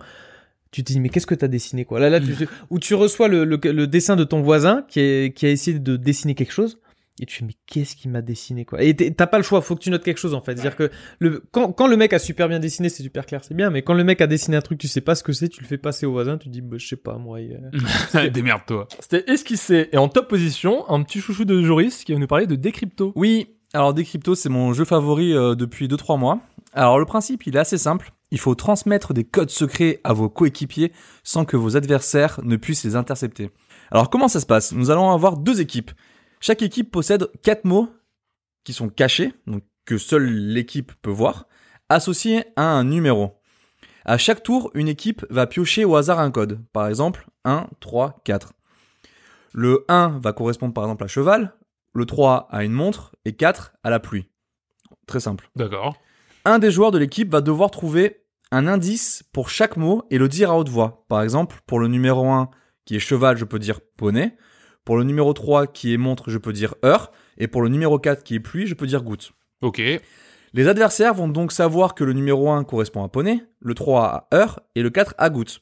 [SPEAKER 4] Tu te dis mais qu'est-ce que t'as dessiné quoi là là tu, ou tu reçois le, le, le dessin de ton voisin qui, est, qui a essayé de dessiner quelque chose et tu fais mais qu'est-ce qu'il m'a dessiné quoi et t'es- t'as pas le choix faut que tu notes quelque chose en fait dire que le quand, quand le mec a super bien dessiné c'est super clair c'est bien mais quand le mec a dessiné un truc tu sais pas ce que c'est tu le fais passer au voisin tu te dis bah, je sais pas moi il, euh,
[SPEAKER 1] Démerde-toi.
[SPEAKER 2] C'était esquissé. Et en top position, un petit chouchou de Joris qui va nous parler de Décrypto.
[SPEAKER 3] Oui, alors Decrypto, c'est mon jeu favori euh, depuis 2-3 mois. Alors le principe, il est assez simple. Il faut transmettre des codes secrets à vos coéquipiers sans que vos adversaires ne puissent les intercepter. Alors comment ça se passe Nous allons avoir deux équipes. Chaque équipe possède quatre mots qui sont cachés, donc que seule l'équipe peut voir, associés à un numéro. À chaque tour, une équipe va piocher au hasard un code. Par exemple, 1, 3, 4. Le 1 va correspondre par exemple à cheval, le 3 à une montre et 4 à la pluie. Très simple.
[SPEAKER 1] D'accord.
[SPEAKER 3] Un des joueurs de l'équipe va devoir trouver un indice pour chaque mot et le dire à haute voix. Par exemple, pour le numéro 1 qui est cheval, je peux dire poney. Pour le numéro 3 qui est montre, je peux dire heure. Et pour le numéro 4 qui est pluie, je peux dire goutte.
[SPEAKER 1] Ok.
[SPEAKER 3] Les adversaires vont donc savoir que le numéro 1 correspond à poney, le 3 à heure et le 4 à goutte.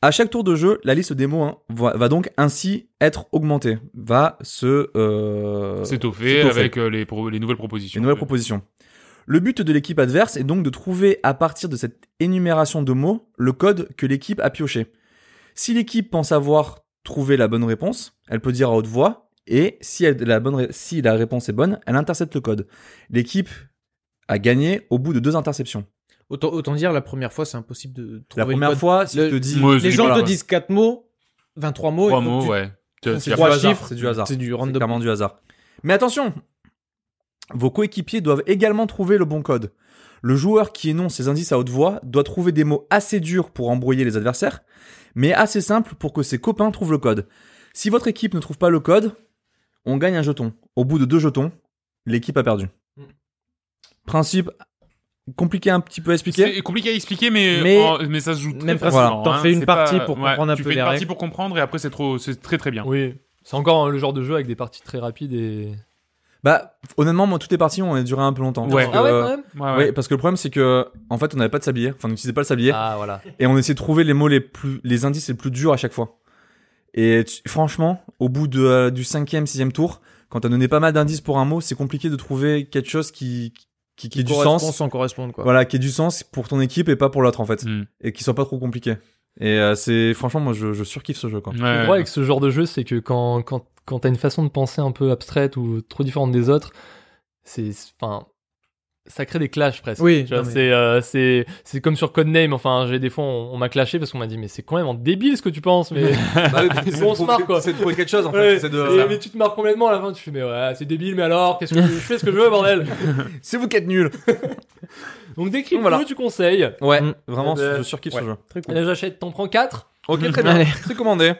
[SPEAKER 3] À chaque tour de jeu, la liste des mots hein, va, va donc ainsi être augmentée, va se euh,
[SPEAKER 1] S'étoffer
[SPEAKER 3] s'étoffer.
[SPEAKER 1] avec euh, les, pro- les nouvelles propositions.
[SPEAKER 3] Une nouvelle
[SPEAKER 1] Euh,
[SPEAKER 3] proposition. Le but de l'équipe adverse est donc de trouver à partir de cette énumération de mots le code que l'équipe a pioché. Si l'équipe pense avoir trouvé la bonne réponse, elle peut dire à haute voix et si, elle- la, bonne, ré- si la réponse est bonne, elle intercepte le code. L'équipe a gagné au bout de deux interceptions.
[SPEAKER 4] autant autant dire la première fois c'est impossible de trouver
[SPEAKER 3] La
[SPEAKER 4] le
[SPEAKER 3] première
[SPEAKER 4] code.
[SPEAKER 3] fois, si
[SPEAKER 4] Le-
[SPEAKER 3] je te dis
[SPEAKER 1] Ouais,
[SPEAKER 4] les
[SPEAKER 1] c'est-
[SPEAKER 4] gens
[SPEAKER 1] voilà,
[SPEAKER 4] te
[SPEAKER 1] ouais.
[SPEAKER 4] disent quatre mots 23 mots
[SPEAKER 1] Trois
[SPEAKER 4] il faut que
[SPEAKER 1] mots,
[SPEAKER 4] tu-
[SPEAKER 1] ouais. Tu- tu
[SPEAKER 3] c'est
[SPEAKER 1] as
[SPEAKER 3] trois
[SPEAKER 1] pas le hasard.
[SPEAKER 3] chiffres, c'est du hasard.
[SPEAKER 4] c'est du
[SPEAKER 3] C'est
[SPEAKER 4] random
[SPEAKER 3] clairement du hasard. Mais attention, vos coéquipiers doivent également trouver le bon code. Le joueur qui énonce ses indices à haute voix doit trouver des mots assez durs pour embrouiller les adversaires, mais assez simples pour que ses copains trouvent le code. Si votre équipe ne trouve pas le code, on gagne un jeton. Au bout de deux jetons, l'équipe a perdu.
[SPEAKER 1] Mm.
[SPEAKER 3] Principe compliqué un petit peu à expliquer.
[SPEAKER 1] C'est compliqué à expliquer, mais,
[SPEAKER 3] Mais-
[SPEAKER 1] en- mais ça se joue très
[SPEAKER 4] même principe,
[SPEAKER 1] facilement,
[SPEAKER 4] t'en
[SPEAKER 1] hein.
[SPEAKER 4] fais une
[SPEAKER 1] C'est
[SPEAKER 4] partie pour comprendre un
[SPEAKER 1] tu
[SPEAKER 4] peu
[SPEAKER 1] fais
[SPEAKER 4] les
[SPEAKER 1] une partie
[SPEAKER 4] règles.
[SPEAKER 1] pour comprendre et après c'est trop, c'est très très bien.
[SPEAKER 2] Oui. C'est encore hein, le genre de jeu avec des parties très rapides et.
[SPEAKER 3] Bah honnêtement, moi toutes les parties ont duré un peu longtemps.
[SPEAKER 1] Ouais.
[SPEAKER 3] Parce que,
[SPEAKER 2] Ah ouais,
[SPEAKER 3] euh,
[SPEAKER 2] quand même
[SPEAKER 1] Ouais,
[SPEAKER 3] ouais,
[SPEAKER 1] ouais.
[SPEAKER 3] parce que le problème c'est que en fait on n'avait pas de sablier, enfin on n'utilisait pas le sablier.
[SPEAKER 2] Ah voilà.
[SPEAKER 3] et on essayait de trouver les mots les plus les indices les plus durs à chaque fois et tu- franchement au bout de, euh, du cinquième sixième tour quand t'as donné pas mal d'indices pour un mot c'est compliqué de trouver quelque chose qui qui, qui ait du
[SPEAKER 4] correspond
[SPEAKER 3] sens
[SPEAKER 4] sans correspondre quoi
[SPEAKER 3] voilà qui ait du sens pour ton équipe et pas pour l'autre en fait
[SPEAKER 4] Mmh.
[SPEAKER 1] Hmm.
[SPEAKER 3] et qui soit pas trop compliqué et euh, c'est franchement moi je, je surkiffe ce jeu quoi
[SPEAKER 1] Ouais.
[SPEAKER 2] Le problème avec ce genre de jeu, c'est que quand, quand, quand t'as une façon de penser un peu abstraite ou trop différente des autres, c'est. Enfin. Ça crée des clashs presque.
[SPEAKER 4] Oui,
[SPEAKER 2] Tu vois,
[SPEAKER 4] non, mais-
[SPEAKER 2] c'est, euh, c'est, c'est comme sur Codename. Enfin, j'ai des fois, on, on m'a clashé parce qu'on m'a dit, mais c'est quand même en débile ce que tu penses. Mais,
[SPEAKER 3] Bah
[SPEAKER 2] bon, on se marre quoi.
[SPEAKER 3] c'est de trouver quelque chose en
[SPEAKER 2] Ouais, et- mais tu te marres complètement à la fin. Tu fais, mais ouais, c'est débile, mais alors, qu'est-ce que je, je fais ce que je veux, bordel.
[SPEAKER 3] c'est vous qui êtes nuls
[SPEAKER 2] Donc, décris-le,
[SPEAKER 3] Voilà.
[SPEAKER 2] tu conseilles.
[SPEAKER 3] ouais
[SPEAKER 4] Mm.
[SPEAKER 3] vraiment
[SPEAKER 2] Eh ben,
[SPEAKER 3] je surkiffe ce
[SPEAKER 2] ouais.
[SPEAKER 3] jeu
[SPEAKER 4] très
[SPEAKER 2] Et
[SPEAKER 4] cool
[SPEAKER 2] là, j'achète, t'en prends 4.
[SPEAKER 3] ok très bien
[SPEAKER 4] Mm. Allez.
[SPEAKER 3] c'est commandé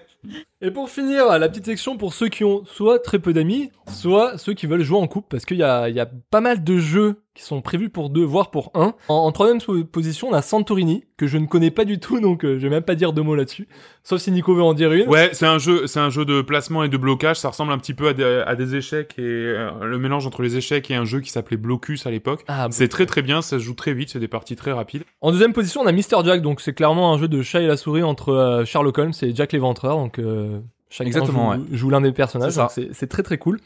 [SPEAKER 2] Et pour finir, la petite section pour ceux qui ont soit très peu d'amis, soit ceux qui veulent jouer en couple, parce qu'il y a, il y a pas mal de jeux qui sont prévus pour deux, voire pour un. En, en troisième sou- position, on a Santorini, que je ne connais pas du tout, donc euh, je vais même pas dire deux mots là-dessus. Sauf si Nico veut en dire une.
[SPEAKER 1] Ouais, c'est un jeu, c'est un jeu de placement et de blocage. Ça ressemble un petit peu à des, à des échecs et euh, le mélange entre les échecs et un jeu qui s'appelait Blocus à l'époque.
[SPEAKER 2] Ah, bon.
[SPEAKER 1] C'est très très bien, ça se joue très vite, c'est des parties très rapides.
[SPEAKER 2] En deuxième position, on a Mister Jack, donc c'est clairement un jeu de chat et la souris entre euh, Sherlock Holmes et Jack l'Éventreur, donc euh, chacun
[SPEAKER 3] Exactement,
[SPEAKER 2] joue, joue l'un des
[SPEAKER 3] C'est
[SPEAKER 2] personnages,
[SPEAKER 3] ça.
[SPEAKER 2] donc c'est c'est très très cool.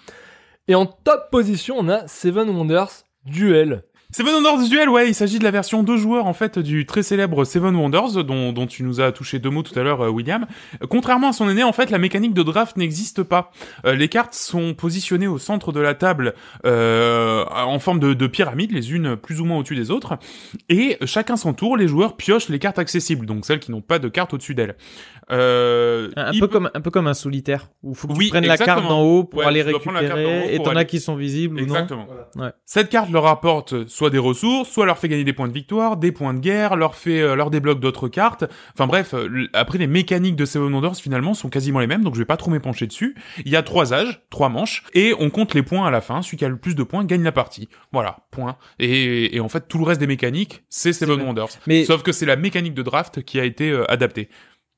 [SPEAKER 2] Et en top position, on a Seven Wonders Duel.
[SPEAKER 1] Seven Wonders Duel, ouais, il s'agit de la version deux joueurs en fait du très célèbre Seven Wonders dont, dont tu nous as touché deux mots tout à l'heure, euh, William. Euh, Contrairement à son aîné, en fait, la mécanique de draft n'existe pas. Euh, les cartes sont positionnées au centre de la table euh, en forme de, de pyramide, les unes plus ou moins au-dessus des autres, et chacun son tour, les joueurs piochent les cartes accessibles, donc celles qui n'ont pas de carte au-dessus d'elles. Euh,
[SPEAKER 4] un, un
[SPEAKER 1] il
[SPEAKER 4] peu
[SPEAKER 1] peut-
[SPEAKER 4] comme un peu comme un solitaire où faut que
[SPEAKER 1] Oui,
[SPEAKER 4] tu prennes la carte
[SPEAKER 1] exactement.
[SPEAKER 4] d'en haut pour
[SPEAKER 1] Ouais,
[SPEAKER 4] aller
[SPEAKER 1] tu dois prendre la carte d'en haut
[SPEAKER 4] récupérer et
[SPEAKER 1] pour
[SPEAKER 4] t'en as
[SPEAKER 1] aller-
[SPEAKER 4] qui sont visibles ou non
[SPEAKER 1] Exactement.
[SPEAKER 4] Ouais.
[SPEAKER 1] Cette carte leur apporte soit des ressources, soit leur fait gagner des points de victoire, des points de guerre, leur fait euh, leur débloque d'autres cartes. Enfin bref, euh, l- après les mécaniques de Seven Wonders finalement sont quasiment les mêmes, donc je vais pas trop m'épancher dessus. Il y a trois âges, trois manches, et on compte les points à la fin. Celui qui a le plus de points gagne la partie. Voilà, point. Et, et en fait, tout le reste des mécaniques, c'est Seven
[SPEAKER 4] vrai.
[SPEAKER 1] Wonders.
[SPEAKER 4] Mais-
[SPEAKER 1] Sauf que c'est la mécanique de draft qui a été euh, adaptée.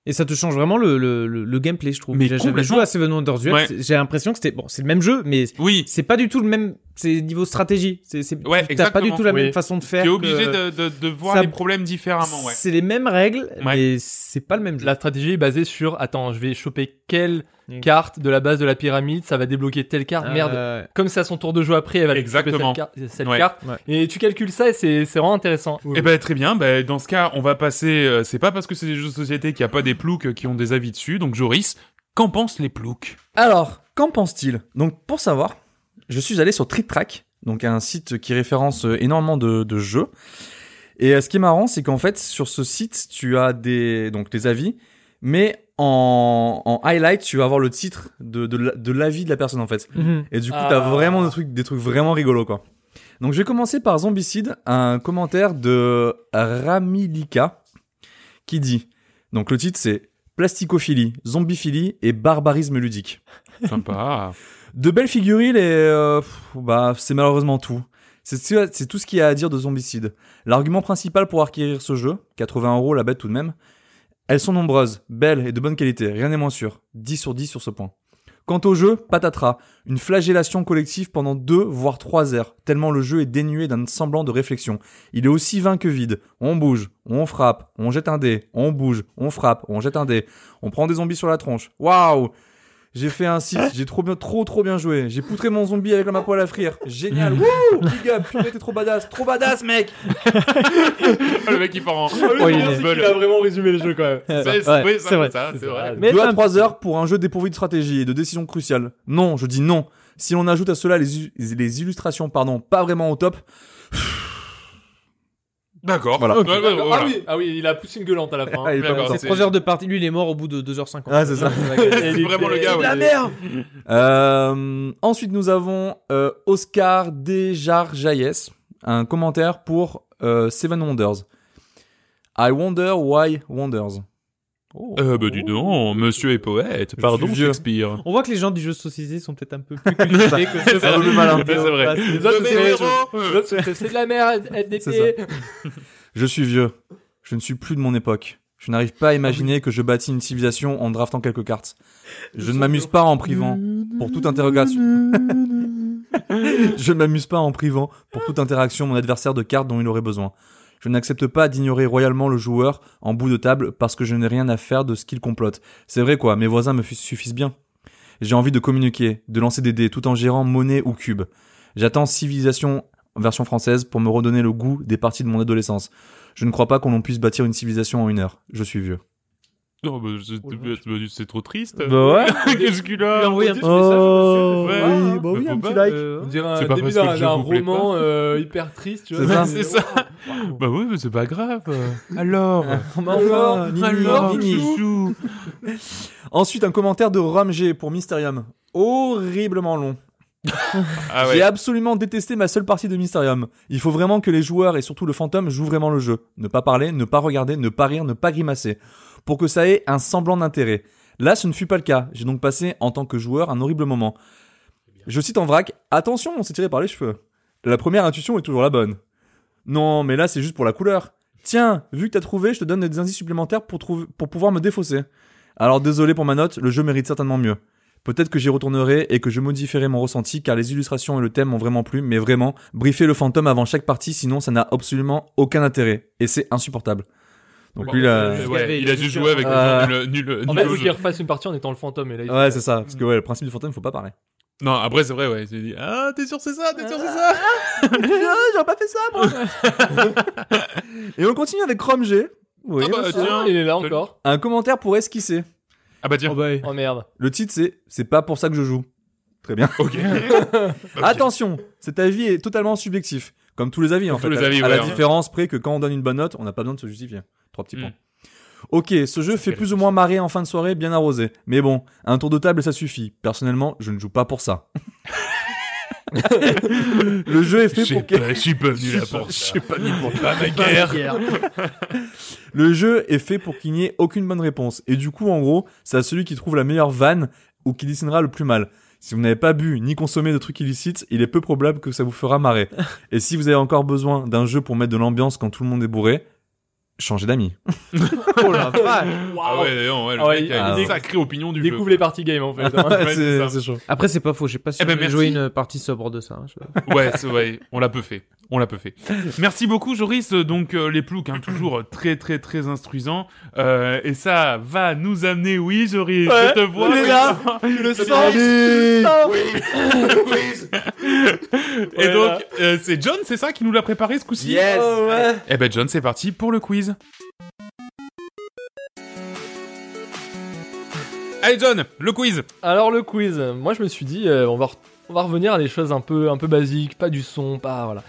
[SPEAKER 4] Et ça te change vraiment le, le, le, le gameplay, je trouve.
[SPEAKER 1] Mais
[SPEAKER 4] J'ai- J'avais
[SPEAKER 1] complètement.
[SPEAKER 4] joué à Seven Wonders Duel,
[SPEAKER 1] Ouais.
[SPEAKER 4] c'est- j'ai l'impression que c'était bon, c'est le même jeu, mais
[SPEAKER 1] Oui.
[SPEAKER 4] c'est pas du tout le même. C'est niveau stratégie. C'est c'est-
[SPEAKER 1] Ouais,
[SPEAKER 4] t'as pas du
[SPEAKER 1] exactement.
[SPEAKER 4] tout la
[SPEAKER 2] Oui.
[SPEAKER 4] même façon de
[SPEAKER 1] Tu
[SPEAKER 4] faire.
[SPEAKER 1] es obligé
[SPEAKER 4] que-
[SPEAKER 1] de, de, de voir
[SPEAKER 4] ça-
[SPEAKER 1] les problèmes différemment, ouais.
[SPEAKER 4] C'est les mêmes règles,
[SPEAKER 1] Ouais.
[SPEAKER 4] mais c'est pas le même jeu.
[SPEAKER 2] La stratégie est basée sur attends, je vais choper quelle
[SPEAKER 4] Mm.
[SPEAKER 2] carte de la base de la pyramide, ça va débloquer telle carte.
[SPEAKER 4] Euh,
[SPEAKER 2] Merde, comme c'est à son tour de jeu après, elle va aller choper
[SPEAKER 1] Exactement.
[SPEAKER 2] cette carte. cette
[SPEAKER 1] Ouais.
[SPEAKER 2] carte.
[SPEAKER 4] Ouais.
[SPEAKER 2] Et tu calcules ça et c'est c'est vraiment intéressant.
[SPEAKER 1] Eh ben très bien, ben, dans ce cas on va passer, euh, c'est pas parce que c'est des jeux de société qu'il n'y a pas des ploucs euh, qui ont des avis dessus, donc Joris, qu'en pensent les ploucs
[SPEAKER 3] Alors, qu'en pense-t-il Donc, pour savoir, je suis allé sur TrickTrack, donc un site qui référence euh, énormément de, de jeux. Et euh, ce qui est marrant, c'est qu'en fait, sur ce site, tu as des, donc, des avis, mais en, en highlight, tu vas avoir le titre de, de, la- de l'avis de la personne, en fait.
[SPEAKER 4] Mhm.
[SPEAKER 3] Et du coup,
[SPEAKER 2] Ah.
[SPEAKER 3] t'as vraiment des trucs, des trucs vraiment rigolos, quoi. Donc, je vais commencer par Zombicide, un commentaire de Ramilika qui dit Donc, le titre, c'est Plasticophilie, zombiphilie et barbarisme ludique.
[SPEAKER 1] Sympa.
[SPEAKER 3] De belles figurines et euh, pff, bah c'est malheureusement tout. C'est c'est tout ce qu'il y a à dire de Zombicide. L'argument principal pour acquérir ce jeu, 80 euros la bête tout de même, elles sont nombreuses, belles et de bonne qualité, rien n'est moins sûr. 10 sur 10 sur ce point. Quant au jeu, patatras, une flagellation collective pendant deux voire trois heures, tellement le jeu est dénué d'un semblant de réflexion. Il est aussi vain que vide. On bouge, on frappe, on jette un dé, on bouge, on frappe, on jette un dé, on prend des zombies sur la tronche. Waouh j'ai fait un 6, j'ai trop bien, trop trop bien joué. J'ai poutré mon zombie avec ma poêle à frire. Génial, wouh, big up, putain, t'es trop badass, trop badass, mec.
[SPEAKER 1] le mec il part en...
[SPEAKER 2] Ah
[SPEAKER 4] Oh, il est-
[SPEAKER 2] vraiment résumé le jeu quand même.
[SPEAKER 1] C'est
[SPEAKER 4] Ouais,
[SPEAKER 1] oui, ça,
[SPEAKER 4] c'est vrai.
[SPEAKER 1] ça, c'est
[SPEAKER 2] Ah,
[SPEAKER 1] vrai.
[SPEAKER 4] Mais
[SPEAKER 3] 2 à
[SPEAKER 4] un-
[SPEAKER 3] 3 heures pour un jeu dépourvu de stratégie et de décision cruciale. Non, je dis non. Si on ajoute à cela les, u- les illustrations, pardon, pas vraiment au top.
[SPEAKER 1] D'accord.
[SPEAKER 3] Voilà.
[SPEAKER 1] Ouais, ouais, ouais, voilà.
[SPEAKER 2] Ah, oui. ah oui, il a poussé une gueulante à la fin.
[SPEAKER 3] Ah, il est pas
[SPEAKER 1] d'accord,
[SPEAKER 3] content.
[SPEAKER 4] C'est
[SPEAKER 1] c'est-
[SPEAKER 4] 3 heures de partie. Lui, il est mort au bout de 2h50.
[SPEAKER 3] Ah, c'est ça.
[SPEAKER 1] C'est vraiment le gars, ouais.
[SPEAKER 4] merde
[SPEAKER 3] Euh, ensuite, nous avons euh, Oscar Dejarjaïs, un commentaire pour euh, Seven Wonders. I wonder why wonders. Oh.
[SPEAKER 1] Euh, bah dis donc, monsieur est poète, pardon
[SPEAKER 3] suis vieux.
[SPEAKER 1] Shakespeare.
[SPEAKER 4] On voit que les gens du jeu de société sont peut-être un peu plus cultivés que ceux
[SPEAKER 1] Un peu plus malins. C'est vrai.
[SPEAKER 4] Bah, c'est-
[SPEAKER 2] Les autres,
[SPEAKER 1] Le
[SPEAKER 2] c'est-
[SPEAKER 1] héros.
[SPEAKER 2] les autres, c'est- C'est de la merde, FDP.
[SPEAKER 3] C'est Je suis vieux. Je ne suis plus de mon époque. Je n'arrive pas à imaginer que je bâtis une civilisation en draftant quelques cartes. Je ne m'amuse pas en privant pour toute interrogation. je ne m'amuse pas en privant pour toute interaction mon adversaire de cartes dont il aurait besoin. Je n'accepte pas d'ignorer royalement le joueur en bout de table parce que je n'ai rien à faire de ce qu'il complote. C'est vrai quoi, mes voisins me fu- suffisent bien. J'ai envie de communiquer, de lancer des dés tout en gérant monnaie ou cube. J'attends civilisation version française pour me redonner le goût des parties de mon adolescence. Je ne crois pas qu'on puisse bâtir une civilisation en une heure. Je suis vieux.
[SPEAKER 1] Non, bah, c'est- bah, c'est trop triste.
[SPEAKER 3] Bah ouais.
[SPEAKER 1] Qu'est-ce qu'il a
[SPEAKER 4] Il a envoyé un
[SPEAKER 1] petit
[SPEAKER 3] Oh,
[SPEAKER 1] message, monsieur. Ouais.
[SPEAKER 3] oui, bah oui,
[SPEAKER 1] Faut
[SPEAKER 3] un petit
[SPEAKER 1] pas,
[SPEAKER 3] like.
[SPEAKER 2] Euh, On dirait
[SPEAKER 1] C'est
[SPEAKER 2] un
[SPEAKER 1] pas
[SPEAKER 2] début
[SPEAKER 1] parce que le
[SPEAKER 2] d'un
[SPEAKER 1] jeu
[SPEAKER 2] d'un
[SPEAKER 1] vous plaît
[SPEAKER 2] roman euh, hyper triste, tu vois.
[SPEAKER 3] C'est ça.
[SPEAKER 1] C'est ça. Bah oui, mais c'est pas grave. Oh, Alors
[SPEAKER 3] euh, Alors, Bah Nini,
[SPEAKER 1] Alors,
[SPEAKER 3] Nini.
[SPEAKER 1] chouchou
[SPEAKER 3] Ensuite, un commentaire de Romg pour Mysterium. Horriblement long.
[SPEAKER 1] Ah
[SPEAKER 3] J'ai
[SPEAKER 1] ouais.
[SPEAKER 3] absolument détesté ma seule partie de Mysterium. Il faut vraiment que les joueurs et surtout le fantôme jouent vraiment le jeu. Ne pas parler, ne pas regarder, ne pas rire, ne pas grimacer. Pour que ça ait un semblant d'intérêt. Là, ce ne fut pas le cas. J'ai donc passé, en tant que joueur, un horrible moment. Je cite en vrac, attention, on s'est tiré par les cheveux. La première intuition est toujours la bonne. Non, mais là, c'est juste pour la couleur. Tiens, vu que t'as trouvé, je te donne des indices supplémentaires pour, trouver, pour pouvoir me défausser. Alors désolé pour ma note, le jeu mérite certainement mieux. Peut-être que j'y retournerai et que je modifierai mon ressenti car les illustrations et le thème m'ont vraiment plu, mais vraiment, briefer le fantôme avant chaque partie, sinon ça n'a absolument aucun intérêt. Et c'est insupportable. Donc
[SPEAKER 1] Bon,
[SPEAKER 3] lui, là...
[SPEAKER 1] Ouais, il a dû jouer avec
[SPEAKER 3] Euh,
[SPEAKER 1] le nul, nul,
[SPEAKER 2] En
[SPEAKER 1] nul
[SPEAKER 2] fait,
[SPEAKER 1] au
[SPEAKER 2] faut
[SPEAKER 1] jeu.
[SPEAKER 2] qu'il refasse une partie en étant le fantôme. Et là, il-
[SPEAKER 3] Ouais, c'est ça. Parce
[SPEAKER 1] Mm.
[SPEAKER 3] que ouais, le principe du fantôme, faut pas parler.
[SPEAKER 1] Non, après, c'est vrai, ouais. J'ai dit, ah, t'es sûr, c'est ça, t'es sûr, c'est ça.
[SPEAKER 3] J'aurais pas fait ça, moi Et on continue avec Romg. Oui,
[SPEAKER 1] Ah bah,
[SPEAKER 3] monsieur.
[SPEAKER 1] tiens.
[SPEAKER 2] il est là encore.
[SPEAKER 3] Un commentaire pour esquisser.
[SPEAKER 1] Ah bah, tiens,
[SPEAKER 4] Oh, bah,
[SPEAKER 2] Oh merde.
[SPEAKER 3] Le titre, c'est C'est pas pour ça que je joue. Très bien.
[SPEAKER 1] ok.
[SPEAKER 3] Attention, cet avis est totalement subjectif. Comme tous les avis, en
[SPEAKER 1] Comme
[SPEAKER 3] fait.
[SPEAKER 1] tous les
[SPEAKER 3] à-
[SPEAKER 1] avis,
[SPEAKER 3] à
[SPEAKER 1] ouais,
[SPEAKER 3] la
[SPEAKER 1] ouais.
[SPEAKER 3] différence près que quand on donne une bonne note, on n'a pas besoin de se justifier. Trois petits
[SPEAKER 1] Mm.
[SPEAKER 3] points. Ok, ce jeu fait
[SPEAKER 1] fait
[SPEAKER 3] plus ou moins marrer en fin de soirée, bien arrosé. Mais bon, un tour de table, ça suffit. Personnellement, je ne joue pas pour ça. Le jeu
[SPEAKER 1] Je
[SPEAKER 3] est fait
[SPEAKER 1] sais
[SPEAKER 3] pour
[SPEAKER 1] pas, je suis pas venu là pour
[SPEAKER 3] Je
[SPEAKER 1] ça.
[SPEAKER 3] suis pas venu pour
[SPEAKER 1] Pas ma guerre.
[SPEAKER 3] Le jeu est fait pour qu'il n'y ait aucune bonne réponse. Et du coup, en gros, c'est à celui qui trouve la meilleure vanne ou qui dessinera le plus mal. Si vous n'avez pas bu ni consommé de trucs illicites, il est peu probable que ça vous fera marrer. Et si vous avez encore besoin d'un jeu pour mettre de l'ambiance quand tout le monde est bourré, changez d'amis.
[SPEAKER 4] Oh la vache.
[SPEAKER 1] Ah ouais, non, ouais, le
[SPEAKER 2] Ah ouais,
[SPEAKER 1] mec
[SPEAKER 2] il-
[SPEAKER 1] a une
[SPEAKER 3] il-
[SPEAKER 1] sacrée opinion du
[SPEAKER 2] Il
[SPEAKER 1] jeu.
[SPEAKER 2] découvre les parties game en fait.
[SPEAKER 3] Ah,
[SPEAKER 2] hein.
[SPEAKER 1] Ouais, c'est ça.
[SPEAKER 3] c'est c'est chaud.
[SPEAKER 4] Après, c'est pas faux. J'ai pas su
[SPEAKER 1] Eh ben,
[SPEAKER 4] jouer
[SPEAKER 1] merci.
[SPEAKER 4] une partie sobre de ça. hein, je-
[SPEAKER 1] Ouais, c'est vrai, on l'a peu fait. On l'a peu fait. Merci beaucoup Joris, donc euh, les ploucs, hein, toujours très très très instruisants. Euh, et ça va nous amener, oui Joris, je te vois.
[SPEAKER 3] il est
[SPEAKER 1] oui.
[SPEAKER 3] là,
[SPEAKER 1] le Et
[SPEAKER 2] Ouais,
[SPEAKER 1] donc, euh, c'est John, c'est ça, qui nous l'a préparé ce coup-ci
[SPEAKER 5] Yes.
[SPEAKER 2] Oh,
[SPEAKER 1] Eh ben John, c'est parti pour le quiz. Allez John, le quiz
[SPEAKER 2] Alors le quiz, moi je me suis dit, euh, on, va re- on va revenir à des choses un peu, un peu basiques, pas du son, pas voilà.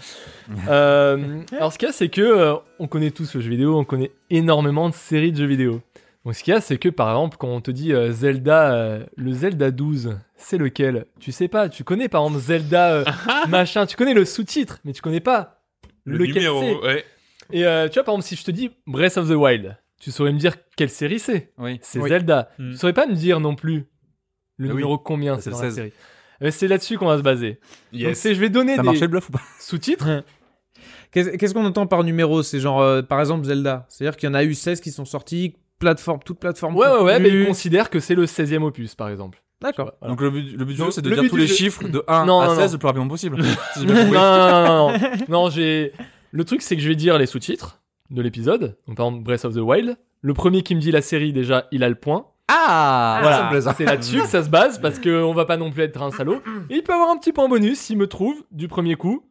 [SPEAKER 2] Euh, alors ce qu'il y a, c'est que euh, on connaît tous le jeu vidéo, on connaît énormément de séries de jeux vidéo. Donc ce qu'il y a, c'est que par exemple, quand on te dit euh, Zelda, euh, le Zelda 12, c'est lequel Tu sais pas, tu connais par exemple Zelda euh, machin, tu connais le sous-titre, mais tu connais pas lequel c'est.
[SPEAKER 1] ouais.
[SPEAKER 2] Et euh, tu vois, par exemple, si je te dis Breath of the Wild, tu saurais me dire quelle série c'est
[SPEAKER 3] Oui.
[SPEAKER 2] C'est
[SPEAKER 4] Oui.
[SPEAKER 2] Zelda.
[SPEAKER 1] Mm.
[SPEAKER 2] Tu saurais pas me dire non plus le
[SPEAKER 3] Ah oui.
[SPEAKER 2] numéro combien
[SPEAKER 3] Bah,
[SPEAKER 2] c'est
[SPEAKER 3] c'est
[SPEAKER 2] dans
[SPEAKER 3] le
[SPEAKER 2] la
[SPEAKER 3] 16.
[SPEAKER 2] série. Euh, c'est là-dessus qu'on va se baser. Donc,
[SPEAKER 1] Yes.
[SPEAKER 2] c'est, je vais donner
[SPEAKER 3] T'as
[SPEAKER 2] des
[SPEAKER 3] marché le bluff ou pas
[SPEAKER 2] sous-titres.
[SPEAKER 4] Qu'est-ce qu'est-ce qu'on entend par numéro C'est genre, euh, par exemple, Zelda. C'est-à-dire qu'il y en a eu 16 qui sont sortis, plateforme, toute plateforme.
[SPEAKER 2] Ouais, ouais, ouais, mais ils
[SPEAKER 4] confondue.
[SPEAKER 2] considèrent que c'est le 16e opus, par exemple.
[SPEAKER 4] D'accord.
[SPEAKER 2] Voilà.
[SPEAKER 3] Donc le but, le but du
[SPEAKER 2] Donc,
[SPEAKER 3] jeu, c'est de
[SPEAKER 2] le
[SPEAKER 3] dire
[SPEAKER 2] but
[SPEAKER 3] tous
[SPEAKER 2] du
[SPEAKER 3] les
[SPEAKER 2] jeu-
[SPEAKER 3] chiffres de 1
[SPEAKER 2] Non,
[SPEAKER 3] à
[SPEAKER 2] non,
[SPEAKER 3] 16
[SPEAKER 2] non.
[SPEAKER 3] le plus rapidement possible. Si j'ai
[SPEAKER 2] Non,
[SPEAKER 3] bien
[SPEAKER 2] non,
[SPEAKER 3] compris.
[SPEAKER 2] non, non, non, non. Non, j'ai. Le truc, c'est que je vais dire les sous-titres de l'épisode. Donc, par exemple, Breath of the Wild. Le premier qui me dit la série, déjà, il a le point.
[SPEAKER 3] Ah, ça me plaît, ça.
[SPEAKER 2] C'est là-dessus que ça se base parce qu'on va pas non plus être un salaud. Et il peut avoir un petit point bonus s'il me trouve du premier coup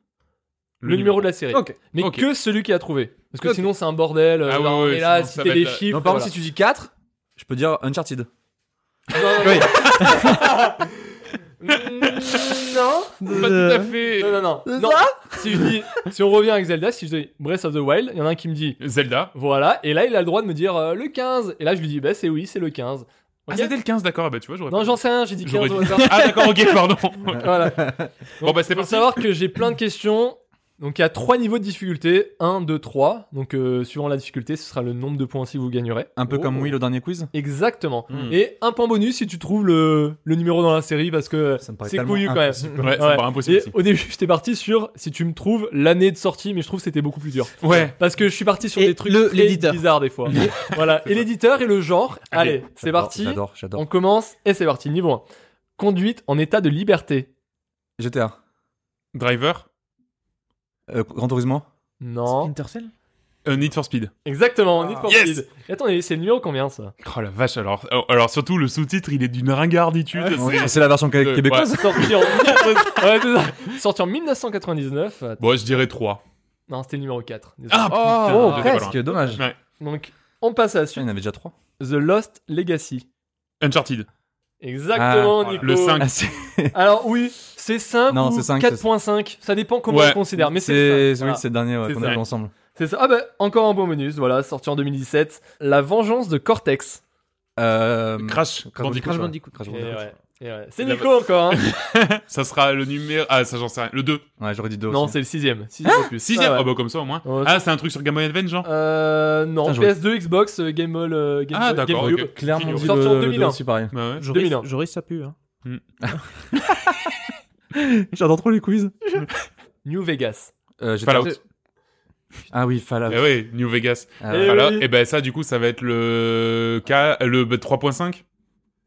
[SPEAKER 2] le, numéro de la série.
[SPEAKER 4] Ok.
[SPEAKER 2] Mais
[SPEAKER 1] Ok.
[SPEAKER 2] que celui qui a trouvé. Parce que
[SPEAKER 4] Ok.
[SPEAKER 2] sinon c'est un bordel. euh,
[SPEAKER 1] Ah ouais,
[SPEAKER 2] là, on
[SPEAKER 1] ouais,
[SPEAKER 2] est là,
[SPEAKER 1] sinon,
[SPEAKER 2] si
[SPEAKER 1] ça
[SPEAKER 2] t'es
[SPEAKER 1] va
[SPEAKER 2] les
[SPEAKER 1] être la-
[SPEAKER 2] chiffres.
[SPEAKER 3] Non, par exemple, si
[SPEAKER 2] voilà.
[SPEAKER 3] tu dis 4, je peux dire Uncharted.
[SPEAKER 2] non,
[SPEAKER 1] Pas tout à fait.
[SPEAKER 2] non, non, non, non. Si je dis, si on revient avec Zelda, si je dis Breath of the Wild, il y en a un qui me dit
[SPEAKER 1] Zelda.
[SPEAKER 2] voilà, et là il a le droit de me dire euh, le 15. Et là je lui dis bah c'est oui, c'est le 15.
[SPEAKER 1] Ah,
[SPEAKER 2] Ok
[SPEAKER 1] c'était le 15, d'accord, ah bah tu vois, j'aurais
[SPEAKER 2] non,
[SPEAKER 1] pas-
[SPEAKER 2] j'en sais rien, j'ai dit 15
[SPEAKER 1] J'aurais
[SPEAKER 2] au
[SPEAKER 1] dit-
[SPEAKER 2] hasard.
[SPEAKER 1] Ah d'accord, ok, pardon.
[SPEAKER 2] Voilà.
[SPEAKER 1] Bon bah c'est
[SPEAKER 2] Pour
[SPEAKER 1] parti.
[SPEAKER 2] savoir que j'ai plein de questions. Donc il y a trois niveaux de difficulté 1, 2, 3. Donc euh, suivant la difficulté, ce sera le nombre de points si vous gagnerez.
[SPEAKER 3] Un peu
[SPEAKER 2] Oh.
[SPEAKER 3] comme Will au dernier quiz.
[SPEAKER 2] Exactement.
[SPEAKER 1] Hmm.
[SPEAKER 2] Et un point bonus si tu trouves le, le numéro dans la série parce que
[SPEAKER 3] Ça me paraît
[SPEAKER 2] c'est
[SPEAKER 3] tellement
[SPEAKER 2] couillu quand même.
[SPEAKER 3] impossible.
[SPEAKER 1] Ouais, ça me
[SPEAKER 2] Ouais.
[SPEAKER 1] paraît impossible
[SPEAKER 2] Et
[SPEAKER 1] aussi.
[SPEAKER 2] au début, j'étais parti sur si tu me trouves l'année de sortie, mais je trouve que c'était beaucoup plus dur.
[SPEAKER 1] Ouais.
[SPEAKER 2] Parce que je suis parti sur
[SPEAKER 4] Et
[SPEAKER 2] des trucs
[SPEAKER 4] le-
[SPEAKER 2] très
[SPEAKER 4] l'éditeur.
[SPEAKER 2] bizarres des fois. voilà. Et l'éditeur et le genre.
[SPEAKER 1] Allez,
[SPEAKER 2] Allez, c'est
[SPEAKER 3] J'adore,
[SPEAKER 2] parti.
[SPEAKER 3] J'adore, j'adore.
[SPEAKER 2] On commence et c'est parti. Niveau 1. Conduite en état de liberté.
[SPEAKER 3] GTA.
[SPEAKER 1] Driver.
[SPEAKER 3] Euh, Grand Turismo.
[SPEAKER 2] Non.
[SPEAKER 4] Intercell
[SPEAKER 1] Euh, Need for Speed.
[SPEAKER 2] Exactement, Need for
[SPEAKER 1] Ah. Yes
[SPEAKER 2] Speed. Et Attendez, c'est le numéro combien ça
[SPEAKER 1] Oh la vache alors. oh, alors surtout le sous-titre il est d'une ringarditude. c'est-
[SPEAKER 3] Ouais, C'est la version qué-
[SPEAKER 1] Euh,
[SPEAKER 3] québécoise.
[SPEAKER 2] Sorti en, Ouais, c'est ça. Sorti en 1999. Attends,
[SPEAKER 1] Bon je dirais 3.
[SPEAKER 2] Non, c'était le numéro 4. désolé.
[SPEAKER 1] Ah putain,
[SPEAKER 3] Oh,
[SPEAKER 1] j'étais pas
[SPEAKER 3] presque,
[SPEAKER 1] loin.
[SPEAKER 3] dommage.
[SPEAKER 1] Ouais.
[SPEAKER 2] Donc, on passe à la
[SPEAKER 3] Il y
[SPEAKER 2] suite.
[SPEAKER 3] en avait déjà 3.
[SPEAKER 2] The Lost Legacy.
[SPEAKER 1] Uncharted.
[SPEAKER 2] Exactement,
[SPEAKER 1] Ah,
[SPEAKER 2] Nico.
[SPEAKER 1] le cinq.
[SPEAKER 2] Alors, oui, c'est 5
[SPEAKER 3] Non,
[SPEAKER 2] ou
[SPEAKER 3] c'est cinq,
[SPEAKER 2] 4.5. Ça dépend comment
[SPEAKER 1] Ouais.
[SPEAKER 2] on le considère, mais
[SPEAKER 3] c'est
[SPEAKER 2] c'est
[SPEAKER 3] oui,
[SPEAKER 2] ça. Voilà.
[SPEAKER 3] c'est le dernier ouais,
[SPEAKER 1] C'est
[SPEAKER 3] qu'on
[SPEAKER 1] ça.
[SPEAKER 3] a vu ensemble.
[SPEAKER 2] C'est ça. Ah bah, encore un bon bonus, voilà, sorti en 2017. La Vengeance de Cortex.
[SPEAKER 3] Euh,
[SPEAKER 1] Crash. Bandicoot.
[SPEAKER 4] Crash Bandicoot. Eh
[SPEAKER 3] Crash
[SPEAKER 2] Et
[SPEAKER 3] Bandicoot.
[SPEAKER 2] ouais, et ouais. C'est
[SPEAKER 1] C'est la
[SPEAKER 2] Nico encore, hein.
[SPEAKER 1] Ça sera le numéro. Ah ça j'en sais rien. Le 2.
[SPEAKER 3] Ouais, j'aurais dit 2
[SPEAKER 2] Non,
[SPEAKER 3] aussi.
[SPEAKER 2] c'est le sixième. Sixième opus.
[SPEAKER 1] Sixième.
[SPEAKER 2] Ah ouais.
[SPEAKER 1] Ah bah comme ça au moins.
[SPEAKER 2] Ouais,
[SPEAKER 1] Ah c'est un truc sur Game Boy Advance genre.
[SPEAKER 2] Euh, non,
[SPEAKER 3] Putain, j'aurais-
[SPEAKER 2] PS2, Xbox, euh, Game Boy, euh, Game
[SPEAKER 1] Ah
[SPEAKER 2] Boy-
[SPEAKER 1] d'accord.
[SPEAKER 2] GameCube.
[SPEAKER 1] ok.
[SPEAKER 3] clairement dit
[SPEAKER 2] Sorti en
[SPEAKER 3] le, le
[SPEAKER 2] 2001.
[SPEAKER 3] deux aussi pareil.
[SPEAKER 1] Bah ouais.
[SPEAKER 2] 2001.
[SPEAKER 4] J'aurais ça pu. Hein.
[SPEAKER 3] J'adore trop les quiz.
[SPEAKER 2] New Vegas.
[SPEAKER 3] Euh, j'étais-
[SPEAKER 1] Fallout.
[SPEAKER 3] Ah oui, Fallout.
[SPEAKER 1] Eh ouais, New Vegas.
[SPEAKER 3] Ah,
[SPEAKER 2] Et-
[SPEAKER 3] ouais.
[SPEAKER 1] Voilà.
[SPEAKER 2] Eh oui.
[SPEAKER 1] Et ben ça du coup ça va être le K- le 3.5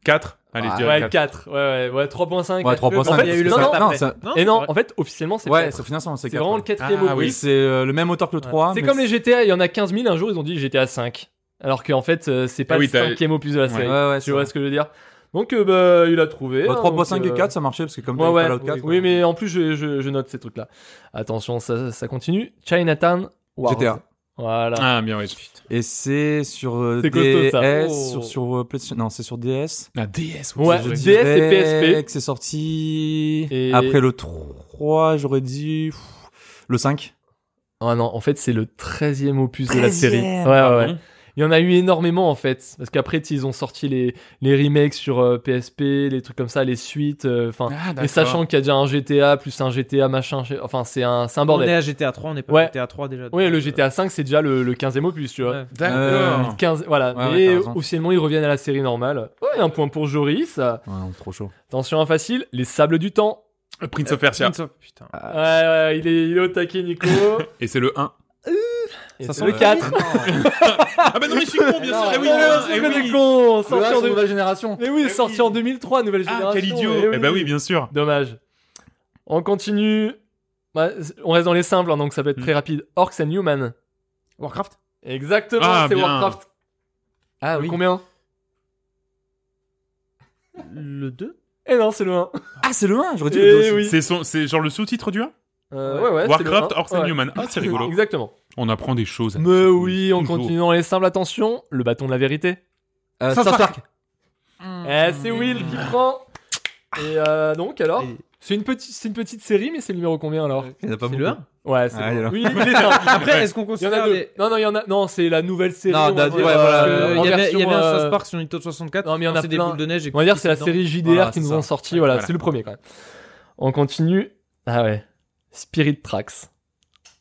[SPEAKER 1] 4 Allez, je
[SPEAKER 3] Ah,
[SPEAKER 1] dirais
[SPEAKER 2] Ouais,
[SPEAKER 1] quatre.
[SPEAKER 2] 4. Ouais, ouais, ouais, 3.5.
[SPEAKER 3] Ouais,
[SPEAKER 2] quatre, deux.
[SPEAKER 3] 3.5.
[SPEAKER 2] En fait,
[SPEAKER 4] il y a eu le
[SPEAKER 2] non, non,
[SPEAKER 4] quatre
[SPEAKER 3] non,
[SPEAKER 4] après.
[SPEAKER 3] c'est-
[SPEAKER 4] Non,
[SPEAKER 2] Et non,
[SPEAKER 4] c'est
[SPEAKER 2] en fait, officiellement, c'est
[SPEAKER 3] Ouais,
[SPEAKER 2] quatre.
[SPEAKER 3] c'est finalement, c'est
[SPEAKER 2] C'est
[SPEAKER 3] 4.
[SPEAKER 2] vraiment le quatrième
[SPEAKER 1] Ah,
[SPEAKER 3] Oui,
[SPEAKER 2] opus.
[SPEAKER 3] c'est euh, le même auteur que le 3.
[SPEAKER 2] C'est comme les GTA, il y en a 15 000, un jour ils ont dit GTA 5. Alors qu'en fait, euh, c'est pas
[SPEAKER 1] Ah oui,
[SPEAKER 2] le
[SPEAKER 1] t'as-
[SPEAKER 2] cinquième opus de la
[SPEAKER 3] Ouais,
[SPEAKER 2] série.
[SPEAKER 3] ouais,
[SPEAKER 2] tu vois ce que je veux dire Donc, euh, bah, il a trouvé. hein,
[SPEAKER 3] 3.5
[SPEAKER 2] donc,
[SPEAKER 3] et
[SPEAKER 2] euh,
[SPEAKER 3] 4, ça marchait parce que comme
[SPEAKER 2] Ouais,
[SPEAKER 3] t'as eu
[SPEAKER 2] ouais.
[SPEAKER 3] Fallout hein. 4.
[SPEAKER 2] oui, oui, mais en plus, je, je- je note ces trucs-là. Attention, ça, ça continue. Chinatown Wars.
[SPEAKER 3] GTA.
[SPEAKER 2] Voilà.
[SPEAKER 1] Ah bien ouais.
[SPEAKER 3] Et c'est sur euh,
[SPEAKER 2] C'est costaud, ça.
[SPEAKER 3] DS,
[SPEAKER 2] Oh.
[SPEAKER 3] sur, sur euh, PlayStation- non, c'est sur DS.
[SPEAKER 1] Ah DS.
[SPEAKER 2] Ouais,
[SPEAKER 1] c'est vrai.
[SPEAKER 2] DS et
[SPEAKER 3] dirais
[SPEAKER 2] PSP.
[SPEAKER 3] que C'est sorti
[SPEAKER 2] Et-
[SPEAKER 3] après le 3, j'aurais dit pff, le 5.
[SPEAKER 2] Ah non, en fait, c'est le 13e opus de la série. Ouais, ouais, ouais.
[SPEAKER 1] Pardon.
[SPEAKER 2] Il y en a eu énormément en fait, parce qu'après tu sais, ils ont sorti les les remakes sur euh, PSP, les trucs comme ça, les suites. euh, Enfin,
[SPEAKER 3] Ah,
[SPEAKER 1] Ah,
[SPEAKER 2] et sachant qu'il y a déjà un GTA plus un GTA machin, je- enfin c'est un c'est un
[SPEAKER 4] on est
[SPEAKER 2] bordel.
[SPEAKER 4] à GTA 3, on n'est pas
[SPEAKER 2] Ouais.
[SPEAKER 4] à GTA 3 déjà.
[SPEAKER 2] Ouais, le
[SPEAKER 4] donc, euh,
[SPEAKER 2] GTA 5 c'est déjà le, le 15e opus, tu vois.
[SPEAKER 4] ouais.
[SPEAKER 1] D'accord.
[SPEAKER 3] Euh,
[SPEAKER 2] 15, voilà,
[SPEAKER 3] Ouais, ouais,
[SPEAKER 2] mais
[SPEAKER 3] t'as raison.
[SPEAKER 2] officiellement ils reviennent à la série normale. Ouais, un point pour Joris.
[SPEAKER 3] Ouais, trop chaud.
[SPEAKER 2] Attention, un facile, les sables du temps.
[SPEAKER 1] Prince of Persia.
[SPEAKER 4] Prince of- Putain.
[SPEAKER 1] Ah,
[SPEAKER 2] Ouais, ouais, il est, il est au taquet, Nico.
[SPEAKER 1] Et c'est le 1.
[SPEAKER 2] Et
[SPEAKER 4] Ça
[SPEAKER 2] c'est
[SPEAKER 4] sent
[SPEAKER 2] le
[SPEAKER 4] le
[SPEAKER 2] 4.
[SPEAKER 1] Ah bah non, mais je suis con, bien sûr. Ah oui,
[SPEAKER 2] Oh,
[SPEAKER 1] le un,
[SPEAKER 2] c'est
[SPEAKER 1] eh
[SPEAKER 2] quoi
[SPEAKER 1] oui.
[SPEAKER 2] des cons,
[SPEAKER 3] Le
[SPEAKER 2] sorti
[SPEAKER 3] un,
[SPEAKER 2] en
[SPEAKER 3] c'est
[SPEAKER 2] deux-
[SPEAKER 3] nouvelle génération.
[SPEAKER 2] Mais oui,
[SPEAKER 1] Eh
[SPEAKER 2] sorti
[SPEAKER 1] oui.
[SPEAKER 2] en 2003, nouvelle génération.
[SPEAKER 1] Ah, quel
[SPEAKER 2] Eh
[SPEAKER 1] idiot. Eh bah oui, bien sûr.
[SPEAKER 2] Dommage. On continue. Bah, c'est- on reste dans les simples, hein, donc ça peut être
[SPEAKER 1] Hmm.
[SPEAKER 2] très rapide. Orcs and Human.
[SPEAKER 4] Warcraft
[SPEAKER 2] Exactement,
[SPEAKER 1] Ah,
[SPEAKER 2] c'est
[SPEAKER 1] bien.
[SPEAKER 2] Warcraft.
[SPEAKER 3] Ah
[SPEAKER 2] Le
[SPEAKER 3] oui.
[SPEAKER 2] Combien
[SPEAKER 4] Le 2
[SPEAKER 2] Eh non, c'est le 1.
[SPEAKER 3] Ah, c'est le 1, j'aurais dit
[SPEAKER 2] Eh
[SPEAKER 3] le 2
[SPEAKER 2] oui.
[SPEAKER 1] C'est son- c'est genre le sous-titre du 1
[SPEAKER 2] Euh, ouais, ouais, c'est le
[SPEAKER 1] Warcraft,
[SPEAKER 2] un.
[SPEAKER 1] Orcs and
[SPEAKER 2] Ouais. Ah,
[SPEAKER 1] Human. Ah, c'est rigolo.
[SPEAKER 2] Exactement.
[SPEAKER 1] On apprend des choses.
[SPEAKER 2] Mais oui, on
[SPEAKER 1] Toujours.
[SPEAKER 2] continue dans les simples, attention. Le bâton de la vérité.
[SPEAKER 3] aussi.
[SPEAKER 4] South
[SPEAKER 3] Euh, South Park.
[SPEAKER 1] Hmm.
[SPEAKER 2] Eh, c'est Will qui prend. Et euh, donc alors
[SPEAKER 4] Et-
[SPEAKER 2] C'est une petite, c'est une petite série, mais c'est le numéro combien alors
[SPEAKER 3] Il y en a pas
[SPEAKER 4] C'est
[SPEAKER 3] beaucoup.
[SPEAKER 4] le 1
[SPEAKER 2] Ouais, c'est
[SPEAKER 3] Ah,
[SPEAKER 2] bon.
[SPEAKER 3] il est là.
[SPEAKER 2] Oui, il est un.
[SPEAKER 4] Après, est-ce qu'on
[SPEAKER 2] Il y en a
[SPEAKER 4] considère
[SPEAKER 2] deux.
[SPEAKER 4] les-
[SPEAKER 2] Non, non, il y en a. Non, c'est la nouvelle série.
[SPEAKER 3] Non,
[SPEAKER 2] on
[SPEAKER 3] d'a-
[SPEAKER 2] va dire,
[SPEAKER 3] ouais,
[SPEAKER 2] euh,
[SPEAKER 3] voilà,
[SPEAKER 4] Parce que
[SPEAKER 2] en
[SPEAKER 4] il y avait, il y
[SPEAKER 2] version,
[SPEAKER 4] avait un
[SPEAKER 2] euh,
[SPEAKER 4] South Park sur Nintendo 64.
[SPEAKER 2] Non, mais il y en a
[SPEAKER 4] lançait des
[SPEAKER 2] plein.
[SPEAKER 4] boules de neige. et
[SPEAKER 2] On va dire
[SPEAKER 4] couper
[SPEAKER 2] c'est la
[SPEAKER 4] dedans.
[SPEAKER 2] série JDR
[SPEAKER 3] Voilà,
[SPEAKER 2] qui
[SPEAKER 3] c'est
[SPEAKER 2] nous
[SPEAKER 3] ça.
[SPEAKER 2] ont sorti. Voilà,
[SPEAKER 1] Voilà.
[SPEAKER 2] c'est le premier quand même. On continue. Ah ouais. Spirit Tracks.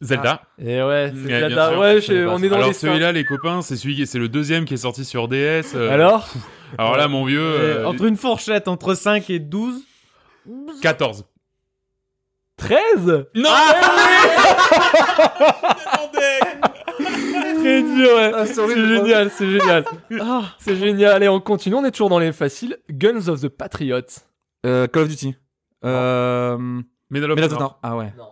[SPEAKER 1] Zelda.
[SPEAKER 2] Et ouais, c'est
[SPEAKER 1] Hmm. Ouais,
[SPEAKER 2] Zelda.
[SPEAKER 1] bien sûr,
[SPEAKER 2] ouais,
[SPEAKER 3] je connais pas
[SPEAKER 2] je- on
[SPEAKER 3] ça.
[SPEAKER 2] est dans
[SPEAKER 1] Alors
[SPEAKER 2] les simples.
[SPEAKER 1] celui-là, les copains, c'est celui, c'est le deuxième qui est sorti sur DS. euh,
[SPEAKER 2] Alors
[SPEAKER 1] alors là, mon vieux,
[SPEAKER 4] Euh,
[SPEAKER 1] euh,
[SPEAKER 4] entre une fourchette entre 5 et 12.
[SPEAKER 1] 14.
[SPEAKER 2] 13
[SPEAKER 1] Non.
[SPEAKER 4] Ah
[SPEAKER 2] Très dur, ouais.
[SPEAKER 3] Ah,
[SPEAKER 2] C'est
[SPEAKER 3] sorry, je
[SPEAKER 2] génial, c'est génial. Ah, c'est génial. Allez, on continue. On est toujours dans les faciles. Guns of the Patriot.
[SPEAKER 3] Euh, Call of Duty. Euh.
[SPEAKER 1] Medal of
[SPEAKER 3] Medal of
[SPEAKER 1] Honor.
[SPEAKER 3] Honor. Ah ouais.
[SPEAKER 2] Non.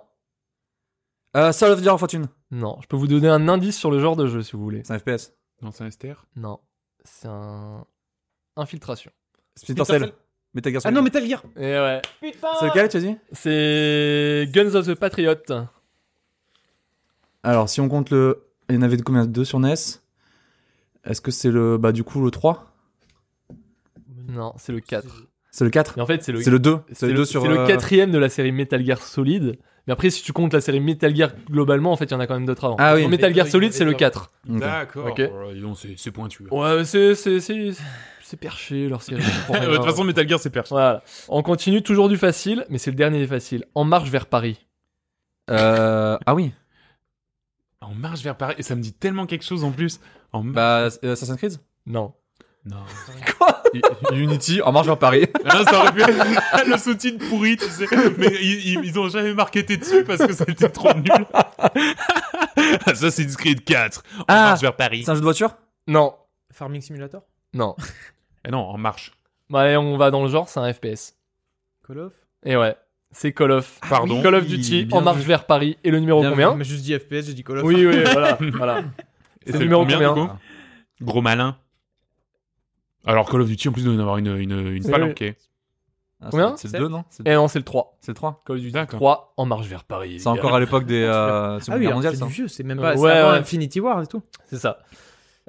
[SPEAKER 3] Euh, Soul of the Year of Fortune.
[SPEAKER 2] Non, je peux vous donner un indice sur le genre de jeu si vous voulez.
[SPEAKER 3] C'est un FPS.
[SPEAKER 1] Non, c'est un STR.
[SPEAKER 2] Non, c'est un infiltration.
[SPEAKER 3] Splinter Cell. Metal Gear
[SPEAKER 4] Ah
[SPEAKER 3] Solid.
[SPEAKER 4] non, Metal Gear.
[SPEAKER 2] Et ouais,
[SPEAKER 4] Putain.
[SPEAKER 3] C'est lequel, tu as dit
[SPEAKER 2] c'est Guns of the Patriot.
[SPEAKER 3] Alors, si on compte le. Il y en avait de combien Deux sur NES Est-ce que c'est le. Bah, du coup, le 3
[SPEAKER 2] Non, c'est le 4.
[SPEAKER 3] C'est le 4
[SPEAKER 2] Et en fait, c'est le
[SPEAKER 3] C'est le 2. C'est
[SPEAKER 2] c'est
[SPEAKER 3] le 2
[SPEAKER 2] le-
[SPEAKER 3] sur.
[SPEAKER 2] c'est le
[SPEAKER 3] euh,
[SPEAKER 2] quatrième de la série Metal Gear Solid. Mais après, si tu comptes la série Metal Gear globalement, en fait, il y en a quand même d'autres avant.
[SPEAKER 3] Ah oui.
[SPEAKER 2] Sur Metal Gear Solid, c'est le 4.
[SPEAKER 3] Ok.
[SPEAKER 1] D'accord.
[SPEAKER 2] Ok.
[SPEAKER 1] Oh, dis donc, c'est c'est pointu.
[SPEAKER 2] Ouais, c'est c'est c'est c'est perché leur série. je comprends
[SPEAKER 1] Euh,
[SPEAKER 2] rien.
[SPEAKER 1] De toute façon, Metal Gear, c'est perso.
[SPEAKER 2] Voilà. On continue toujours du facile, mais c'est le dernier des faciles. En marche vers Paris.
[SPEAKER 3] Euh, Ah oui.
[SPEAKER 1] En marche vers Paris. Et ça me dit tellement quelque chose en plus. En marche.
[SPEAKER 3] Bah, euh, Assassin's Creed
[SPEAKER 2] Non.
[SPEAKER 1] Non.
[SPEAKER 3] Unity, en marche vers Paris.
[SPEAKER 1] Ah, ça aurait pu être le sous-titre pourri, tu sais. Mais ils, ils- ils ont jamais marketé dessus parce que c'était trop nul. Assassin's Creed 4. En
[SPEAKER 3] Ah.
[SPEAKER 1] marche vers Paris.
[SPEAKER 3] C'est un jeu de voiture
[SPEAKER 2] Non.
[SPEAKER 4] Farming Simulator
[SPEAKER 2] Non.
[SPEAKER 1] Eh non, en marche.
[SPEAKER 2] Bah allez, on va dans le genre, c'est un FPS.
[SPEAKER 4] Call of
[SPEAKER 2] Et ouais, c'est Call of.
[SPEAKER 1] Pardon.
[SPEAKER 2] Call of Duty,
[SPEAKER 3] Ah bien
[SPEAKER 2] en marche vers Paris. Et le numéro
[SPEAKER 4] Bien
[SPEAKER 2] Oh, combien
[SPEAKER 4] vu, Mais juste dit FPS, j'ai dit Call of.
[SPEAKER 2] Oui, oui, voilà. voilà.
[SPEAKER 1] Et
[SPEAKER 2] C'est le numéro
[SPEAKER 1] du
[SPEAKER 2] combien
[SPEAKER 1] coup Ah. Gros malin. Alors Call of Duty, en plus, doit y en avoir une, une, une
[SPEAKER 2] C'est-
[SPEAKER 1] palanquée.
[SPEAKER 3] Ah, c'est-
[SPEAKER 2] Combien
[SPEAKER 3] C'est
[SPEAKER 4] Sept.
[SPEAKER 3] le 2, non C'est
[SPEAKER 2] Et non, c'est le 3.
[SPEAKER 3] c'est le 3.
[SPEAKER 2] Call of Duty
[SPEAKER 1] D'accord.
[SPEAKER 2] 3, en marche vers Paris. les
[SPEAKER 3] C'est
[SPEAKER 2] gars.
[SPEAKER 3] encore à l'époque des. Euh,
[SPEAKER 4] Ah
[SPEAKER 3] Seconde
[SPEAKER 4] oui,
[SPEAKER 3] Guerre
[SPEAKER 4] alors,
[SPEAKER 3] mondiale,
[SPEAKER 4] c'est
[SPEAKER 3] ça.
[SPEAKER 4] du vieux, c'est même pas.
[SPEAKER 2] Euh, ouais,
[SPEAKER 4] c'est avant
[SPEAKER 2] ouais.
[SPEAKER 4] Infinity War et tout.
[SPEAKER 2] C'est ça.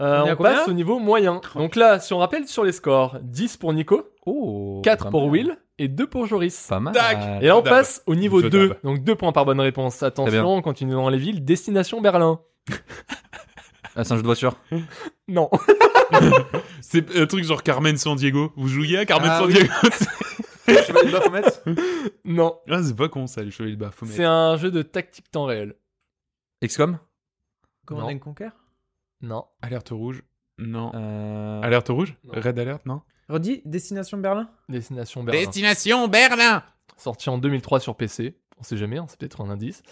[SPEAKER 2] Euh,
[SPEAKER 4] On est à
[SPEAKER 2] on
[SPEAKER 4] combien
[SPEAKER 2] passe au niveau moyen. Donc là, si on rappelle sur les scores, 10 pour Nico,
[SPEAKER 3] Oh,
[SPEAKER 2] 4
[SPEAKER 3] pas
[SPEAKER 2] pour
[SPEAKER 3] mal.
[SPEAKER 2] Will et 2 pour Joris.
[SPEAKER 3] Pas mal.
[SPEAKER 1] Tac.
[SPEAKER 2] Et là, on
[SPEAKER 1] Jodab.
[SPEAKER 2] passe au niveau
[SPEAKER 1] Jodab.
[SPEAKER 2] 2. Donc 2 points par bonne réponse.
[SPEAKER 3] Très bien.
[SPEAKER 2] Attention, on continue dans les villes. Destination Berlin.
[SPEAKER 3] Ah, c'est un jeu de voiture.
[SPEAKER 2] Non.
[SPEAKER 1] C'est un truc genre Carmen San Diego. Vous jouiez à Carmen
[SPEAKER 3] Ah
[SPEAKER 1] San
[SPEAKER 3] oui.
[SPEAKER 1] Diego
[SPEAKER 2] non.
[SPEAKER 1] Ah, c'est pas con ça, les chevaliers de Baphomet.
[SPEAKER 2] C'est un jeu de tactique temps réel.
[SPEAKER 3] XCOM
[SPEAKER 4] Command
[SPEAKER 2] Non.
[SPEAKER 4] and Conquer
[SPEAKER 2] Non.
[SPEAKER 1] Alerte rouge Non.
[SPEAKER 3] Euh,
[SPEAKER 1] Alerte rouge
[SPEAKER 2] Non.
[SPEAKER 1] Red alert, non
[SPEAKER 4] Redis, Destination Berlin
[SPEAKER 1] hein.
[SPEAKER 2] Destination Berlin.
[SPEAKER 1] Destination Berlin
[SPEAKER 2] Sorti en 2003 sur PC. On sait jamais, hein, c'est peut-être un indice.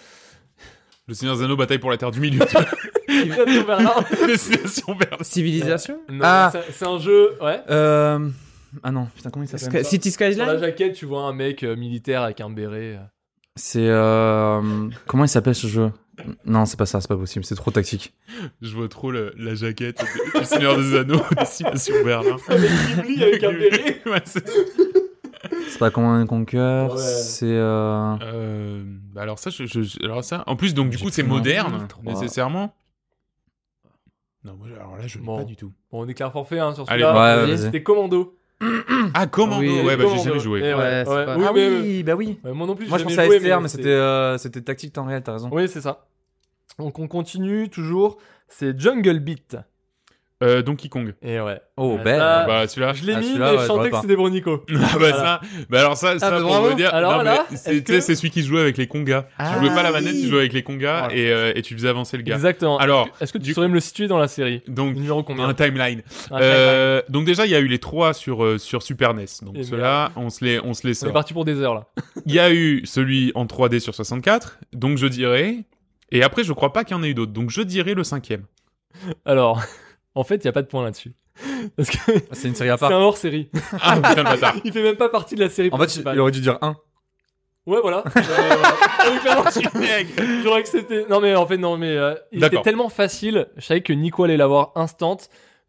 [SPEAKER 1] Le Seigneur Zano bataille pour la Terre du Milieu.
[SPEAKER 2] Destination Berlin.
[SPEAKER 1] Destination Berlin.
[SPEAKER 4] Civilisation
[SPEAKER 2] Non,
[SPEAKER 3] Ah.
[SPEAKER 2] c'est- c'est un jeu. Ouais.
[SPEAKER 3] Euh... Ah non, putain, comment il
[SPEAKER 4] Sky-
[SPEAKER 3] s'appelle
[SPEAKER 4] City
[SPEAKER 2] Sur la
[SPEAKER 4] Skyline
[SPEAKER 2] jaquette, tu vois un mec euh, militaire avec un béret. euh.
[SPEAKER 3] C'est. Euh... Comment il s'appelle ce jeu Non, c'est pas ça, c'est pas possible, c'est trop tactique.
[SPEAKER 1] Je vois trop le- la jaquette de- du Seigneur des Anneaux, Destination Berlin.
[SPEAKER 2] avec un béret.
[SPEAKER 1] Ouais, c'est-
[SPEAKER 3] C'est pas Command and Conquer,
[SPEAKER 2] Ouais.
[SPEAKER 3] c'est. Euh...
[SPEAKER 1] Euh, bah alors ça, je, je- je- alors ça, en plus donc du
[SPEAKER 3] J'ai
[SPEAKER 1] coup c'est
[SPEAKER 3] plus mon
[SPEAKER 1] moderne
[SPEAKER 3] titre, moi.
[SPEAKER 1] nécessairement. Non, moi, alors là je l'ai
[SPEAKER 2] Bon.
[SPEAKER 1] pas du tout.
[SPEAKER 2] Bon, on déclare forfait hein, sur
[SPEAKER 1] Allez,
[SPEAKER 2] celui-là.
[SPEAKER 3] ouais,
[SPEAKER 2] Oui,
[SPEAKER 3] vas-y.
[SPEAKER 2] C'était Commando.
[SPEAKER 1] Ah comment
[SPEAKER 4] Oui,
[SPEAKER 1] Ouais, bah j'ai
[SPEAKER 2] Commando.
[SPEAKER 1] jamais joué.
[SPEAKER 2] Eh ouais, ouais.
[SPEAKER 4] c'est
[SPEAKER 2] Oui,
[SPEAKER 3] ah
[SPEAKER 2] mais,
[SPEAKER 3] oui, bah oui.
[SPEAKER 2] ouais, moi non plus.
[SPEAKER 3] Moi
[SPEAKER 2] j'ai
[SPEAKER 3] je
[SPEAKER 2] jamais
[SPEAKER 3] pensais à
[SPEAKER 2] joué,
[SPEAKER 3] STR,
[SPEAKER 2] mais
[SPEAKER 3] mais c'était euh, c'était tactique temps réel, t'as raison.
[SPEAKER 2] Oui, c'est ça. Donc on continue toujours. C'est Jungle Beat.
[SPEAKER 1] Euh, Donkey Kong.
[SPEAKER 2] Et ouais.
[SPEAKER 3] Oh,
[SPEAKER 2] Ouais,
[SPEAKER 3] ben.
[SPEAKER 2] ça- Ah.
[SPEAKER 1] bah celui-là.
[SPEAKER 2] Je l'ai
[SPEAKER 3] Ah,
[SPEAKER 2] mis,
[SPEAKER 3] celui-là,
[SPEAKER 2] mais
[SPEAKER 3] ouais, j'aurais
[SPEAKER 2] je sentais que
[SPEAKER 3] pas.
[SPEAKER 2] c'était pour Nico.
[SPEAKER 1] Ah bah ça. Bah alors ça, ça
[SPEAKER 2] bah
[SPEAKER 1] pour
[SPEAKER 2] bravo.
[SPEAKER 1] vous dire.
[SPEAKER 2] Alors
[SPEAKER 1] non,
[SPEAKER 2] là,
[SPEAKER 1] mais
[SPEAKER 2] est-ce
[SPEAKER 1] c'est
[SPEAKER 2] que-
[SPEAKER 1] tu sais, c'est celui qui jouait avec les congas.
[SPEAKER 3] Ah
[SPEAKER 1] tu jouais pas la
[SPEAKER 3] oui.
[SPEAKER 1] manette, tu jouais avec les congas
[SPEAKER 2] Voilà.
[SPEAKER 1] et, euh, et tu faisais avancer le gars.
[SPEAKER 2] Exactement.
[SPEAKER 1] Alors
[SPEAKER 2] Est-ce que tu
[SPEAKER 1] du-
[SPEAKER 2] saurais me le situer dans la série
[SPEAKER 1] donc
[SPEAKER 2] Numéro combien Ah,
[SPEAKER 1] un timeline.
[SPEAKER 2] Un timeline.
[SPEAKER 1] Euh, donc déjà il y a eu les trois sur euh, sur Super NES.
[SPEAKER 2] Et
[SPEAKER 1] Donc ceux-là, on se les on se les
[SPEAKER 2] On est
[SPEAKER 1] sort.
[SPEAKER 2] Eh parti pour des heures là.
[SPEAKER 1] Il y a eu celui en 3D sur 64, donc je dirais. Et après, je crois pas qu'il y en ait eu d'autres, donc je dirais le cinquième.
[SPEAKER 2] Alors, en fait, il n'y a pas de point là-dessus. Parce que c'est
[SPEAKER 3] C'est une série à
[SPEAKER 2] un
[SPEAKER 3] part.
[SPEAKER 2] hors série.
[SPEAKER 1] Ah putain de bâtard
[SPEAKER 2] Il fait même pas partie de la série.
[SPEAKER 3] En fait, il
[SPEAKER 2] principale.
[SPEAKER 3] aurait dû dire 1.
[SPEAKER 2] Ouais, voilà. Euh, voilà. Donc, clairement, J'aurais accepté. Non, mais en fait, non, mais euh, il était
[SPEAKER 1] D'accord.
[SPEAKER 2] tellement facile. Je savais que Nico allait l'avoir instant.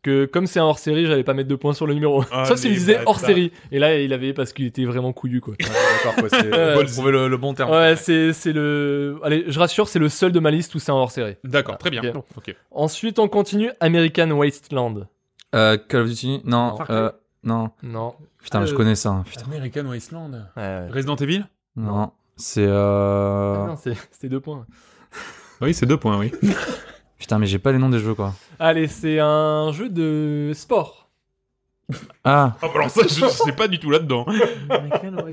[SPEAKER 2] Que comme c'est un hors série, j'allais pas mettre de points sur le numéro.
[SPEAKER 1] Ah,
[SPEAKER 2] Sauf s'il me
[SPEAKER 1] les
[SPEAKER 2] disait hors
[SPEAKER 1] bâtards.
[SPEAKER 2] série. Et là, il avait parce qu'il était vraiment couillu, quoi.
[SPEAKER 3] D'accord, quoi. C'est
[SPEAKER 2] Ouais.
[SPEAKER 3] faut trouver le, le bon terme.
[SPEAKER 2] Ouais, c'est c'est le. Allez, je rassure, c'est le seul de ma liste où c'est un hors série.
[SPEAKER 1] D'accord, très bien.
[SPEAKER 2] Ok.
[SPEAKER 1] Ok.
[SPEAKER 2] Ensuite, on continue American Wasteland.
[SPEAKER 3] Euh, Call of Duty Non.
[SPEAKER 4] Far Cry.
[SPEAKER 3] Euh, non.
[SPEAKER 2] Non.
[SPEAKER 3] Putain, mais je
[SPEAKER 4] Euh,
[SPEAKER 3] connais ça. hein, Putain.
[SPEAKER 1] American Wasteland.
[SPEAKER 2] Ouais, ouais.
[SPEAKER 1] Resident Evil
[SPEAKER 3] Non. C'est.
[SPEAKER 2] Ah
[SPEAKER 3] Euh...
[SPEAKER 2] non, c'est c'est deux points.
[SPEAKER 1] Oui, c'est deux points, oui.
[SPEAKER 3] Putain, mais j'ai pas les noms des jeux, quoi.
[SPEAKER 2] Allez, c'est un jeu de sport.
[SPEAKER 3] Ah,
[SPEAKER 1] Ah, bah alors ça, je, je sais pas du tout là-dedans.
[SPEAKER 4] Ah,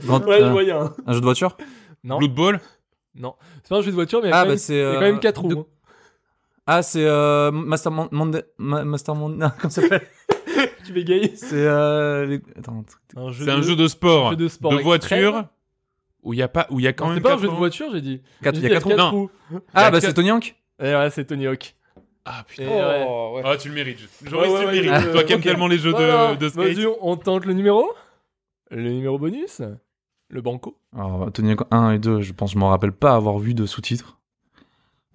[SPEAKER 3] Grand-
[SPEAKER 2] Ouais, je
[SPEAKER 3] euh,
[SPEAKER 2] voyais un.
[SPEAKER 3] un jeu de voiture
[SPEAKER 2] Non,
[SPEAKER 1] Blood Bowl
[SPEAKER 2] non. C'est pas un jeu de voiture, mais il y a
[SPEAKER 3] Ah,
[SPEAKER 2] quand
[SPEAKER 3] bah
[SPEAKER 2] même-
[SPEAKER 3] c'est.
[SPEAKER 2] il y a
[SPEAKER 3] euh,
[SPEAKER 2] quand même quatre roues.
[SPEAKER 3] de-
[SPEAKER 2] hein.
[SPEAKER 3] Ah, c'est euh, Master Mon- Monde- Ma- Master Monde. Non, comment ça s'appelle
[SPEAKER 2] Tu bégayes.
[SPEAKER 3] C'est. Euh... les- Attends, un truc-
[SPEAKER 1] C'est un jeu de sport.
[SPEAKER 2] un jeu de sport
[SPEAKER 1] De
[SPEAKER 2] extrême.
[SPEAKER 1] voiture Où il y a pas, où il y a quand
[SPEAKER 2] Non, C'est
[SPEAKER 1] même.
[SPEAKER 2] pas un jeu de
[SPEAKER 1] quatre-
[SPEAKER 2] voiture, j'ai dit.
[SPEAKER 3] Quatre-
[SPEAKER 2] J'ai
[SPEAKER 3] il y a
[SPEAKER 2] dit,
[SPEAKER 3] quatre
[SPEAKER 1] roues Non.
[SPEAKER 2] roues.
[SPEAKER 1] Il y
[SPEAKER 3] Ah,
[SPEAKER 1] a
[SPEAKER 3] bah
[SPEAKER 1] quatre-
[SPEAKER 3] c'est Tony Hawk
[SPEAKER 2] Et ouais, c'est Tony Hawk.
[SPEAKER 1] Ah putain.
[SPEAKER 2] Et ouais.
[SPEAKER 4] Oh.
[SPEAKER 1] Ah, tu le mérites. Joris,
[SPEAKER 2] Ouais, ouais,
[SPEAKER 1] tu le
[SPEAKER 2] ouais,
[SPEAKER 1] mérites.
[SPEAKER 2] ouais,
[SPEAKER 1] Toi
[SPEAKER 2] ouais,
[SPEAKER 1] qui aimes
[SPEAKER 2] ok.
[SPEAKER 1] tellement les jeux de,
[SPEAKER 2] Voilà.
[SPEAKER 1] de skate.
[SPEAKER 2] Vas-y, on tente le numéro. Le numéro bonus. Le banco.
[SPEAKER 3] Alors, Oh, Tony Hawk 1 et 2, je pense, je m'en rappelle pas avoir vu de sous-titres.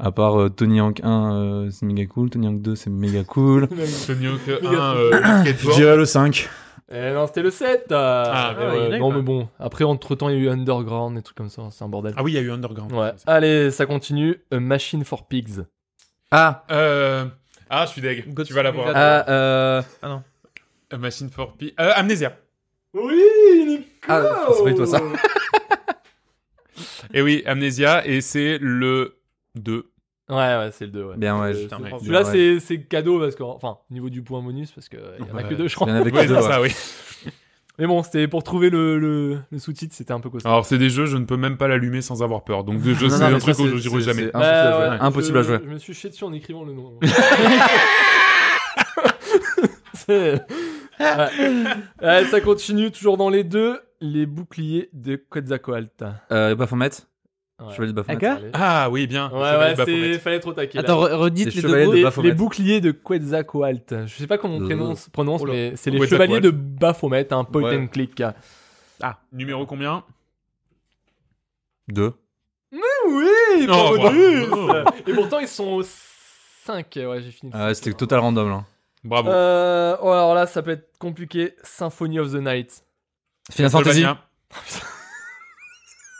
[SPEAKER 3] À part euh, Tony Hawk 1, euh, c'est méga cool. Tony Hawk 2, c'est méga cool.
[SPEAKER 1] Tony Hawk
[SPEAKER 2] Méga
[SPEAKER 1] 1, euh,
[SPEAKER 3] Je
[SPEAKER 1] skateboard.
[SPEAKER 3] dirais le 5.
[SPEAKER 2] Eh non, c'était le 7
[SPEAKER 1] Ah, mais
[SPEAKER 4] ouais.
[SPEAKER 2] Non, mais bon, après, entre-temps, il y a eu Underground et trucs comme ça, c'est un bordel.
[SPEAKER 1] Ah oui, il y a eu Underground.
[SPEAKER 2] ouais. Allez, ça continue. A Machine for Pigs.
[SPEAKER 3] Ah,
[SPEAKER 1] Euh... Ah, je suis deg.
[SPEAKER 4] Gods
[SPEAKER 1] tu vas
[SPEAKER 4] Simulator.
[SPEAKER 1] l'avoir.
[SPEAKER 3] ah, euh.
[SPEAKER 1] Euh, Machine for Pi. Euh, Amnesia.
[SPEAKER 2] Oui
[SPEAKER 3] Ah, c'est pas du tout ça.
[SPEAKER 1] Et Eh oui, Amnesia, et c'est le 2.
[SPEAKER 2] Ouais, ouais, c'est le 2, ouais.
[SPEAKER 3] Bien, ouais.
[SPEAKER 2] Euh,
[SPEAKER 3] Ah, je-
[SPEAKER 1] putain,
[SPEAKER 2] c'est-
[SPEAKER 1] ouais.
[SPEAKER 2] Celui-là,
[SPEAKER 3] Ouais.
[SPEAKER 2] c'est- c'est cadeau, parce que, enfin, au niveau du point bonus, parce qu'il y en a
[SPEAKER 1] Ouais.
[SPEAKER 2] que deux, je
[SPEAKER 3] Il
[SPEAKER 2] crois.
[SPEAKER 3] y en avait
[SPEAKER 1] Oui,
[SPEAKER 3] que deux.
[SPEAKER 1] c'est
[SPEAKER 3] ouais.
[SPEAKER 1] ça, oui.
[SPEAKER 2] Mais bon, c'était pour trouver le, le, le sous-titre, c'était un peu costaud.
[SPEAKER 1] Alors, c'est des jeux, je ne peux même pas l'allumer sans avoir peur. Donc, des jeux,
[SPEAKER 3] Non,
[SPEAKER 1] c'est
[SPEAKER 3] non,
[SPEAKER 1] un
[SPEAKER 3] mais
[SPEAKER 1] truc
[SPEAKER 3] ça,
[SPEAKER 1] où
[SPEAKER 3] c'est-
[SPEAKER 1] je jouerai
[SPEAKER 3] c'est-
[SPEAKER 1] jamais.
[SPEAKER 3] c'est Ah, Impossible à
[SPEAKER 2] Ouais,
[SPEAKER 3] jouer.
[SPEAKER 2] Bah, ouais,
[SPEAKER 3] Impossible à
[SPEAKER 2] je-
[SPEAKER 3] jouer.
[SPEAKER 2] Je me suis chié dessus en écrivant le nom. C'est- ouais. Ouais, ça continue toujours dans les deux. Les boucliers de Quetzalcoatl.
[SPEAKER 3] Euh, Baphomet
[SPEAKER 2] Ouais.
[SPEAKER 3] Chevalier de Baphomet.
[SPEAKER 4] Aka
[SPEAKER 2] Allez.
[SPEAKER 1] Ah oui, bien.
[SPEAKER 2] Ouais,
[SPEAKER 1] Chevalier
[SPEAKER 2] ouais,
[SPEAKER 1] de Baphomet.
[SPEAKER 2] c'est- fallait être au taquet. là.
[SPEAKER 4] Attends, re- redites
[SPEAKER 3] Les
[SPEAKER 4] les,
[SPEAKER 3] chevaliers
[SPEAKER 4] deux
[SPEAKER 3] de
[SPEAKER 4] mots.
[SPEAKER 2] les,
[SPEAKER 3] Baphomet.
[SPEAKER 2] les boucliers de Quetzalcoatl. Je sais pas comment on prononce, prononce,
[SPEAKER 4] Oh là.
[SPEAKER 2] mais c'est les
[SPEAKER 1] Quetzalcoatl.
[SPEAKER 2] chevaliers de Baphomet, un point
[SPEAKER 3] Ouais.
[SPEAKER 2] and click.
[SPEAKER 1] Ah, Numéro combien
[SPEAKER 3] Deux.
[SPEAKER 2] Oui,
[SPEAKER 1] point Oh, bonus. bravo.
[SPEAKER 2] Et pourtant, ils sont 5. Ouais, j'ai fini. le
[SPEAKER 3] Ah,
[SPEAKER 2] cinq.
[SPEAKER 3] C'était total random là.
[SPEAKER 1] Bravo.
[SPEAKER 2] Euh, oh, alors là, ça peut être compliqué. Symphony of the Night.
[SPEAKER 3] Final Fantasy.
[SPEAKER 1] Castlevania.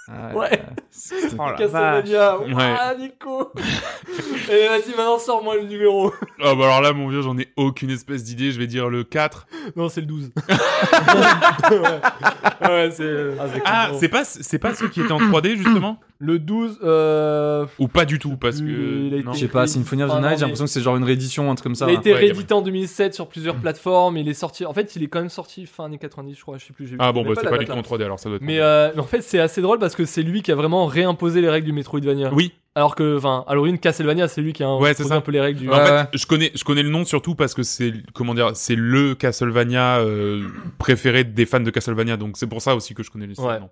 [SPEAKER 3] Ah,
[SPEAKER 2] Ouais.
[SPEAKER 3] euh, c'était-
[SPEAKER 4] Oh la
[SPEAKER 2] Castlevania.
[SPEAKER 1] vache.
[SPEAKER 2] Ah, Nico. Et vas-y, maintenant, sors-moi le numéro.
[SPEAKER 1] Ah, bah alors là, mon vieux, j'en ai aucune espèce d'idée. Je vais dire le 4.
[SPEAKER 2] Non, c'est le 12. ouais, ouais c'est. euh,
[SPEAKER 1] Ah, c'est pas, c'est pas ceux qui étaient en 3D, justement
[SPEAKER 2] Le 12. Euh...
[SPEAKER 1] Ou pas du tout, parce
[SPEAKER 2] Plus il a
[SPEAKER 1] que.
[SPEAKER 2] été-
[SPEAKER 1] non.
[SPEAKER 3] Je sais pas, Symphony of the
[SPEAKER 2] Ah, non,
[SPEAKER 3] Night, j'ai
[SPEAKER 2] mais-
[SPEAKER 3] l'impression que c'est genre une réédition, un truc comme ça. hein.
[SPEAKER 2] il a été
[SPEAKER 1] ouais,
[SPEAKER 2] réédité en 2007 sur
[SPEAKER 1] Mm.
[SPEAKER 2] plusieurs plateformes. Il est sorti. En fait, il est quand même sorti fin années 90, je crois. Je sais plus. j'ai-
[SPEAKER 1] Ah bon,
[SPEAKER 2] j'ai
[SPEAKER 1] bah
[SPEAKER 2] pas
[SPEAKER 1] c'est
[SPEAKER 2] la
[SPEAKER 1] pas
[SPEAKER 2] date,
[SPEAKER 1] du tout
[SPEAKER 2] là.
[SPEAKER 1] en 3D, alors ça doit être.
[SPEAKER 2] Mais euh, mais en fait, c'est assez drôle parce que c'est lui qui a vraiment réimposé les règles du Metroidvania.
[SPEAKER 1] Oui,
[SPEAKER 2] Alors que, enfin, à l'origine, Castlevania, c'est lui qui a
[SPEAKER 1] Ouais, c'est
[SPEAKER 2] imposé
[SPEAKER 1] ça.
[SPEAKER 2] un peu les règles du.
[SPEAKER 3] Ouais,
[SPEAKER 1] en fait,
[SPEAKER 3] ouais.
[SPEAKER 1] je connais, je connais le nom surtout parce que c'est, comment dire, c'est le Castlevania euh, préféré des fans de Castlevania, donc c'est pour ça aussi que je connais le
[SPEAKER 2] Ouais.
[SPEAKER 1] nom.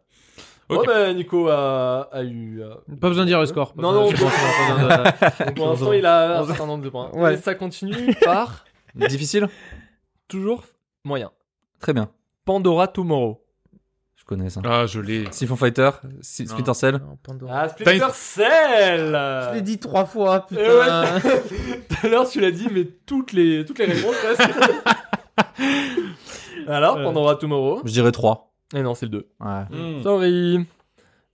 [SPEAKER 2] Ouais,
[SPEAKER 1] Ok.
[SPEAKER 2] bah, Nico a, a eu. euh,
[SPEAKER 4] Pas besoin de dire le score.
[SPEAKER 2] Non, non,
[SPEAKER 4] je pense qu'on a pas besoin de-
[SPEAKER 2] pour l'instant, il a un certain nombre de points.
[SPEAKER 4] Ouais.
[SPEAKER 2] Et ça continue par
[SPEAKER 3] Difficile
[SPEAKER 2] toujours moyen.
[SPEAKER 3] Très bien.
[SPEAKER 2] Pandora Tomorrow.
[SPEAKER 3] Je connais ça.
[SPEAKER 1] Ah, je l'ai.
[SPEAKER 3] Siphon Fighter, Si-
[SPEAKER 1] Non.
[SPEAKER 3] Splinter Cell.
[SPEAKER 4] Non, Pandora.
[SPEAKER 2] Ah, Splinter Cell
[SPEAKER 4] Je l'ai dit trois fois,
[SPEAKER 2] Eh
[SPEAKER 4] putain.
[SPEAKER 2] ouais. Tout à l'heure, tu l'as dit, mais toutes les, toutes les réponses presque. Alors,
[SPEAKER 3] Euh.
[SPEAKER 4] Ouais.
[SPEAKER 2] Pandora Tomorrow.
[SPEAKER 3] Je dirais 3.
[SPEAKER 2] Et non, c'est le 2.
[SPEAKER 3] Ouais.
[SPEAKER 2] Hmm. Sorry.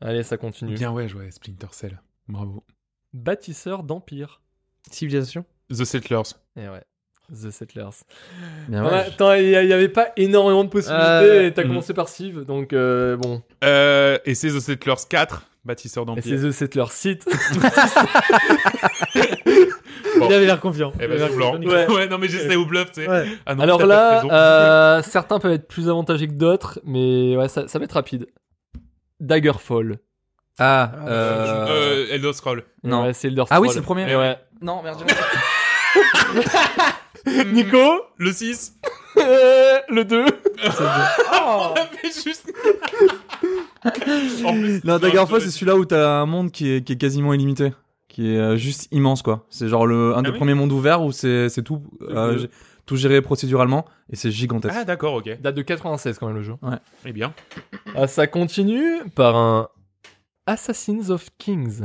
[SPEAKER 2] Allez, ça continue.
[SPEAKER 1] Bien ouais, ouais, Splinter Cell. Bravo.
[SPEAKER 2] Bâtisseur d'Empire.
[SPEAKER 4] Civilisation.
[SPEAKER 1] The Settlers.
[SPEAKER 2] Et ouais. The Settlers.
[SPEAKER 3] Bien
[SPEAKER 2] T'en as-
[SPEAKER 3] Ah ouais. hmm.
[SPEAKER 2] T'en as- Il y, avait pas énormément de possibilités.
[SPEAKER 4] Euh,
[SPEAKER 2] et T'as
[SPEAKER 1] mm.
[SPEAKER 2] commencé par Civ, donc euh, bon.
[SPEAKER 1] Euh, et c'est The Settlers 4, bâtisseur
[SPEAKER 2] Et c'est
[SPEAKER 1] d'empire.
[SPEAKER 2] The Settlers Site.
[SPEAKER 1] Bon.
[SPEAKER 4] Il avait l'air confiant.
[SPEAKER 1] Eh
[SPEAKER 4] Il
[SPEAKER 1] ben,
[SPEAKER 4] avait
[SPEAKER 1] c'est
[SPEAKER 4] l'air
[SPEAKER 1] blanc.
[SPEAKER 4] confiant.
[SPEAKER 1] Ouais. non, mais j'essaie au bluff, tu sais.
[SPEAKER 4] Ouais.
[SPEAKER 1] Ah non,
[SPEAKER 2] Alors
[SPEAKER 1] t'as
[SPEAKER 2] là,
[SPEAKER 1] peut-être raison.
[SPEAKER 2] euh, certains peuvent être plus avantagés que d'autres, mais ouais, ça, ça va être rapide. Daggerfall.
[SPEAKER 3] Ah,
[SPEAKER 4] Ah,
[SPEAKER 3] euh...
[SPEAKER 1] Euh, Elder Scroll.
[SPEAKER 2] Et
[SPEAKER 3] Non.
[SPEAKER 2] ouais, c'est Elder
[SPEAKER 3] Ah oui,
[SPEAKER 2] Scrolls.
[SPEAKER 3] c'est le premier.
[SPEAKER 2] Et ouais.
[SPEAKER 3] Non, merde.
[SPEAKER 2] Nico
[SPEAKER 1] Hmm, Le 6.
[SPEAKER 2] Le 2
[SPEAKER 1] On
[SPEAKER 3] Oh.
[SPEAKER 1] a fait juste. en plus,
[SPEAKER 3] Non, Daggerfall,
[SPEAKER 1] je-
[SPEAKER 3] c'est celui-là où t'as un monde qui est, qui est quasiment illimité. Qui est euh, juste immense, quoi. C'est genre le, un des
[SPEAKER 1] oui
[SPEAKER 3] premiers mondes ouverts où c'est c'est tout, euh,
[SPEAKER 1] bleu.
[SPEAKER 3] gé- tout géré procéduralement et c'est gigantesque.
[SPEAKER 1] Ah, d'accord, ok.
[SPEAKER 2] Date de 96 quand même le jeu.
[SPEAKER 1] Eh bien.
[SPEAKER 2] Ah, ça continue par un Assassins of Kings.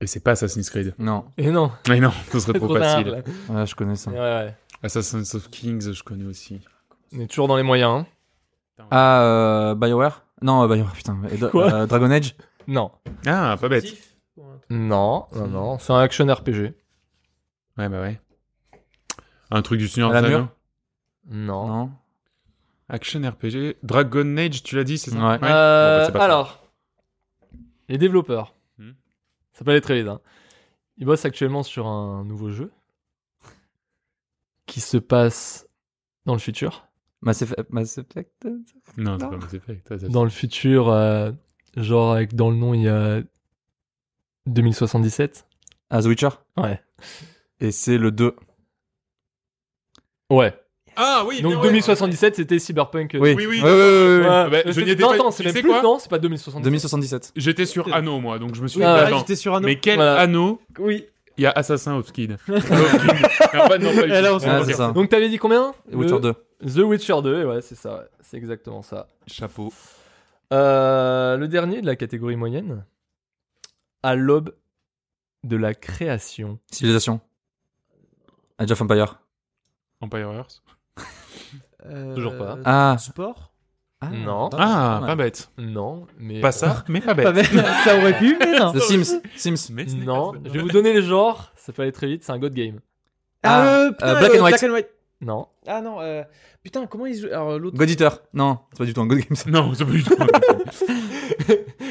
[SPEAKER 1] Et c'est pas Assassin's Creed.
[SPEAKER 3] Non,
[SPEAKER 2] Et non,
[SPEAKER 1] Mais non, ce serait
[SPEAKER 2] c'est
[SPEAKER 1] trop
[SPEAKER 2] trop tard.
[SPEAKER 1] facile.
[SPEAKER 2] là.
[SPEAKER 3] ouais, je connais ça.
[SPEAKER 2] Ouais, ouais.
[SPEAKER 1] Assassin's of Kings, je connais aussi.
[SPEAKER 2] On est toujours dans les moyens. hein.
[SPEAKER 3] Ah, euh, BioWare Non, euh, BioWare, putain. Et dra-
[SPEAKER 2] Quoi
[SPEAKER 3] euh, Dragon Age
[SPEAKER 2] Non,
[SPEAKER 1] Ah, pas bête.
[SPEAKER 2] non, non, non. C'est un action RPG.
[SPEAKER 1] Ouais, bah ouais. Un truc du Seigneur
[SPEAKER 3] À la
[SPEAKER 1] des
[SPEAKER 3] mur.
[SPEAKER 1] Anneaux.
[SPEAKER 2] Non.
[SPEAKER 3] Non.
[SPEAKER 1] Action RPG. Dragon Age, tu l'as dit, c'est ça
[SPEAKER 3] Ouais.
[SPEAKER 1] Bon,
[SPEAKER 2] Euh,
[SPEAKER 1] bah, c'est pas ça.
[SPEAKER 2] alors, les développeurs,
[SPEAKER 1] Hmm.
[SPEAKER 2] ça peut aller très vite. hein. Ils bossent actuellement sur un nouveau jeu qui se passe dans le futur.
[SPEAKER 3] Mass Effect, Mass Effect
[SPEAKER 1] Non, c'est
[SPEAKER 3] Non.
[SPEAKER 1] pas Mass Effect. ça, ça-
[SPEAKER 2] Dans le futur, euh, genre avec dans le nom il y a 2077.
[SPEAKER 3] Ah, The Witcher
[SPEAKER 2] Ouais.
[SPEAKER 3] Et c'est le 2.
[SPEAKER 2] Ouais.
[SPEAKER 1] Ah oui,
[SPEAKER 2] Donc euh,
[SPEAKER 1] bien, ouais.
[SPEAKER 2] 2077, c'était Cyberpunk. euh,
[SPEAKER 3] Oui,
[SPEAKER 1] Oui, oui.
[SPEAKER 3] Ouais, ouais, ouais, ouais, ouais.
[SPEAKER 1] bah, je n'y étais
[SPEAKER 2] non,
[SPEAKER 1] pas-
[SPEAKER 2] attends,
[SPEAKER 1] tu
[SPEAKER 2] c'est même
[SPEAKER 1] sais
[SPEAKER 2] plus.
[SPEAKER 1] quoi
[SPEAKER 2] Non, c'est pas 2077.
[SPEAKER 3] 2077.
[SPEAKER 1] J'étais sur Anneau, moi, donc je me suis dit,
[SPEAKER 2] Ah,
[SPEAKER 4] Ouais, bah,
[SPEAKER 2] ouais.
[SPEAKER 1] attends.
[SPEAKER 4] J'étais sur un autre.
[SPEAKER 1] Mais quel
[SPEAKER 2] Voilà.
[SPEAKER 1] anneau
[SPEAKER 4] Oui.
[SPEAKER 1] Il y a Assassin of Kid. Of Kid. Ah, bah, non, pas du
[SPEAKER 4] Et là,
[SPEAKER 1] tout.
[SPEAKER 4] on se
[SPEAKER 3] Ah,
[SPEAKER 1] Ok.
[SPEAKER 3] c'est ça.
[SPEAKER 2] Donc t'avais dit combien
[SPEAKER 3] Witcher
[SPEAKER 2] Le-
[SPEAKER 3] 2.
[SPEAKER 2] The Witcher 2, et ouais, c'est ça, ouais. c'est exactement ça.
[SPEAKER 3] Chapeau.
[SPEAKER 2] Euh, le dernier de la catégorie moyenne, à l'aube de la création.
[SPEAKER 3] Civilisation. Age of Empire.
[SPEAKER 1] Empire Earth.
[SPEAKER 4] Euh,
[SPEAKER 2] Toujours pas.
[SPEAKER 3] Ah.
[SPEAKER 4] Sport
[SPEAKER 2] Non.
[SPEAKER 1] Ah,
[SPEAKER 3] ouais.
[SPEAKER 1] pas bête.
[SPEAKER 2] Non, mais.
[SPEAKER 1] Pas ça, mais pas bête.
[SPEAKER 4] Pas bête. Ça aurait pu, mais non.
[SPEAKER 3] The Sims. Sims.
[SPEAKER 1] Mais ce n'est
[SPEAKER 2] Non,
[SPEAKER 1] pas ça.
[SPEAKER 2] je vais vous donner le genre, ça peut aller très vite, c'est un god game.
[SPEAKER 4] Ah,
[SPEAKER 3] Ah,
[SPEAKER 4] euh, putain,
[SPEAKER 3] euh, Black
[SPEAKER 4] euh,
[SPEAKER 3] and White.
[SPEAKER 2] Non.
[SPEAKER 4] Ah non, euh, putain, comment ils jouent Alors l'autre.
[SPEAKER 3] God Eater. Non, c'est pas du tout un God Game. ça.
[SPEAKER 1] Non, c'est pas du tout.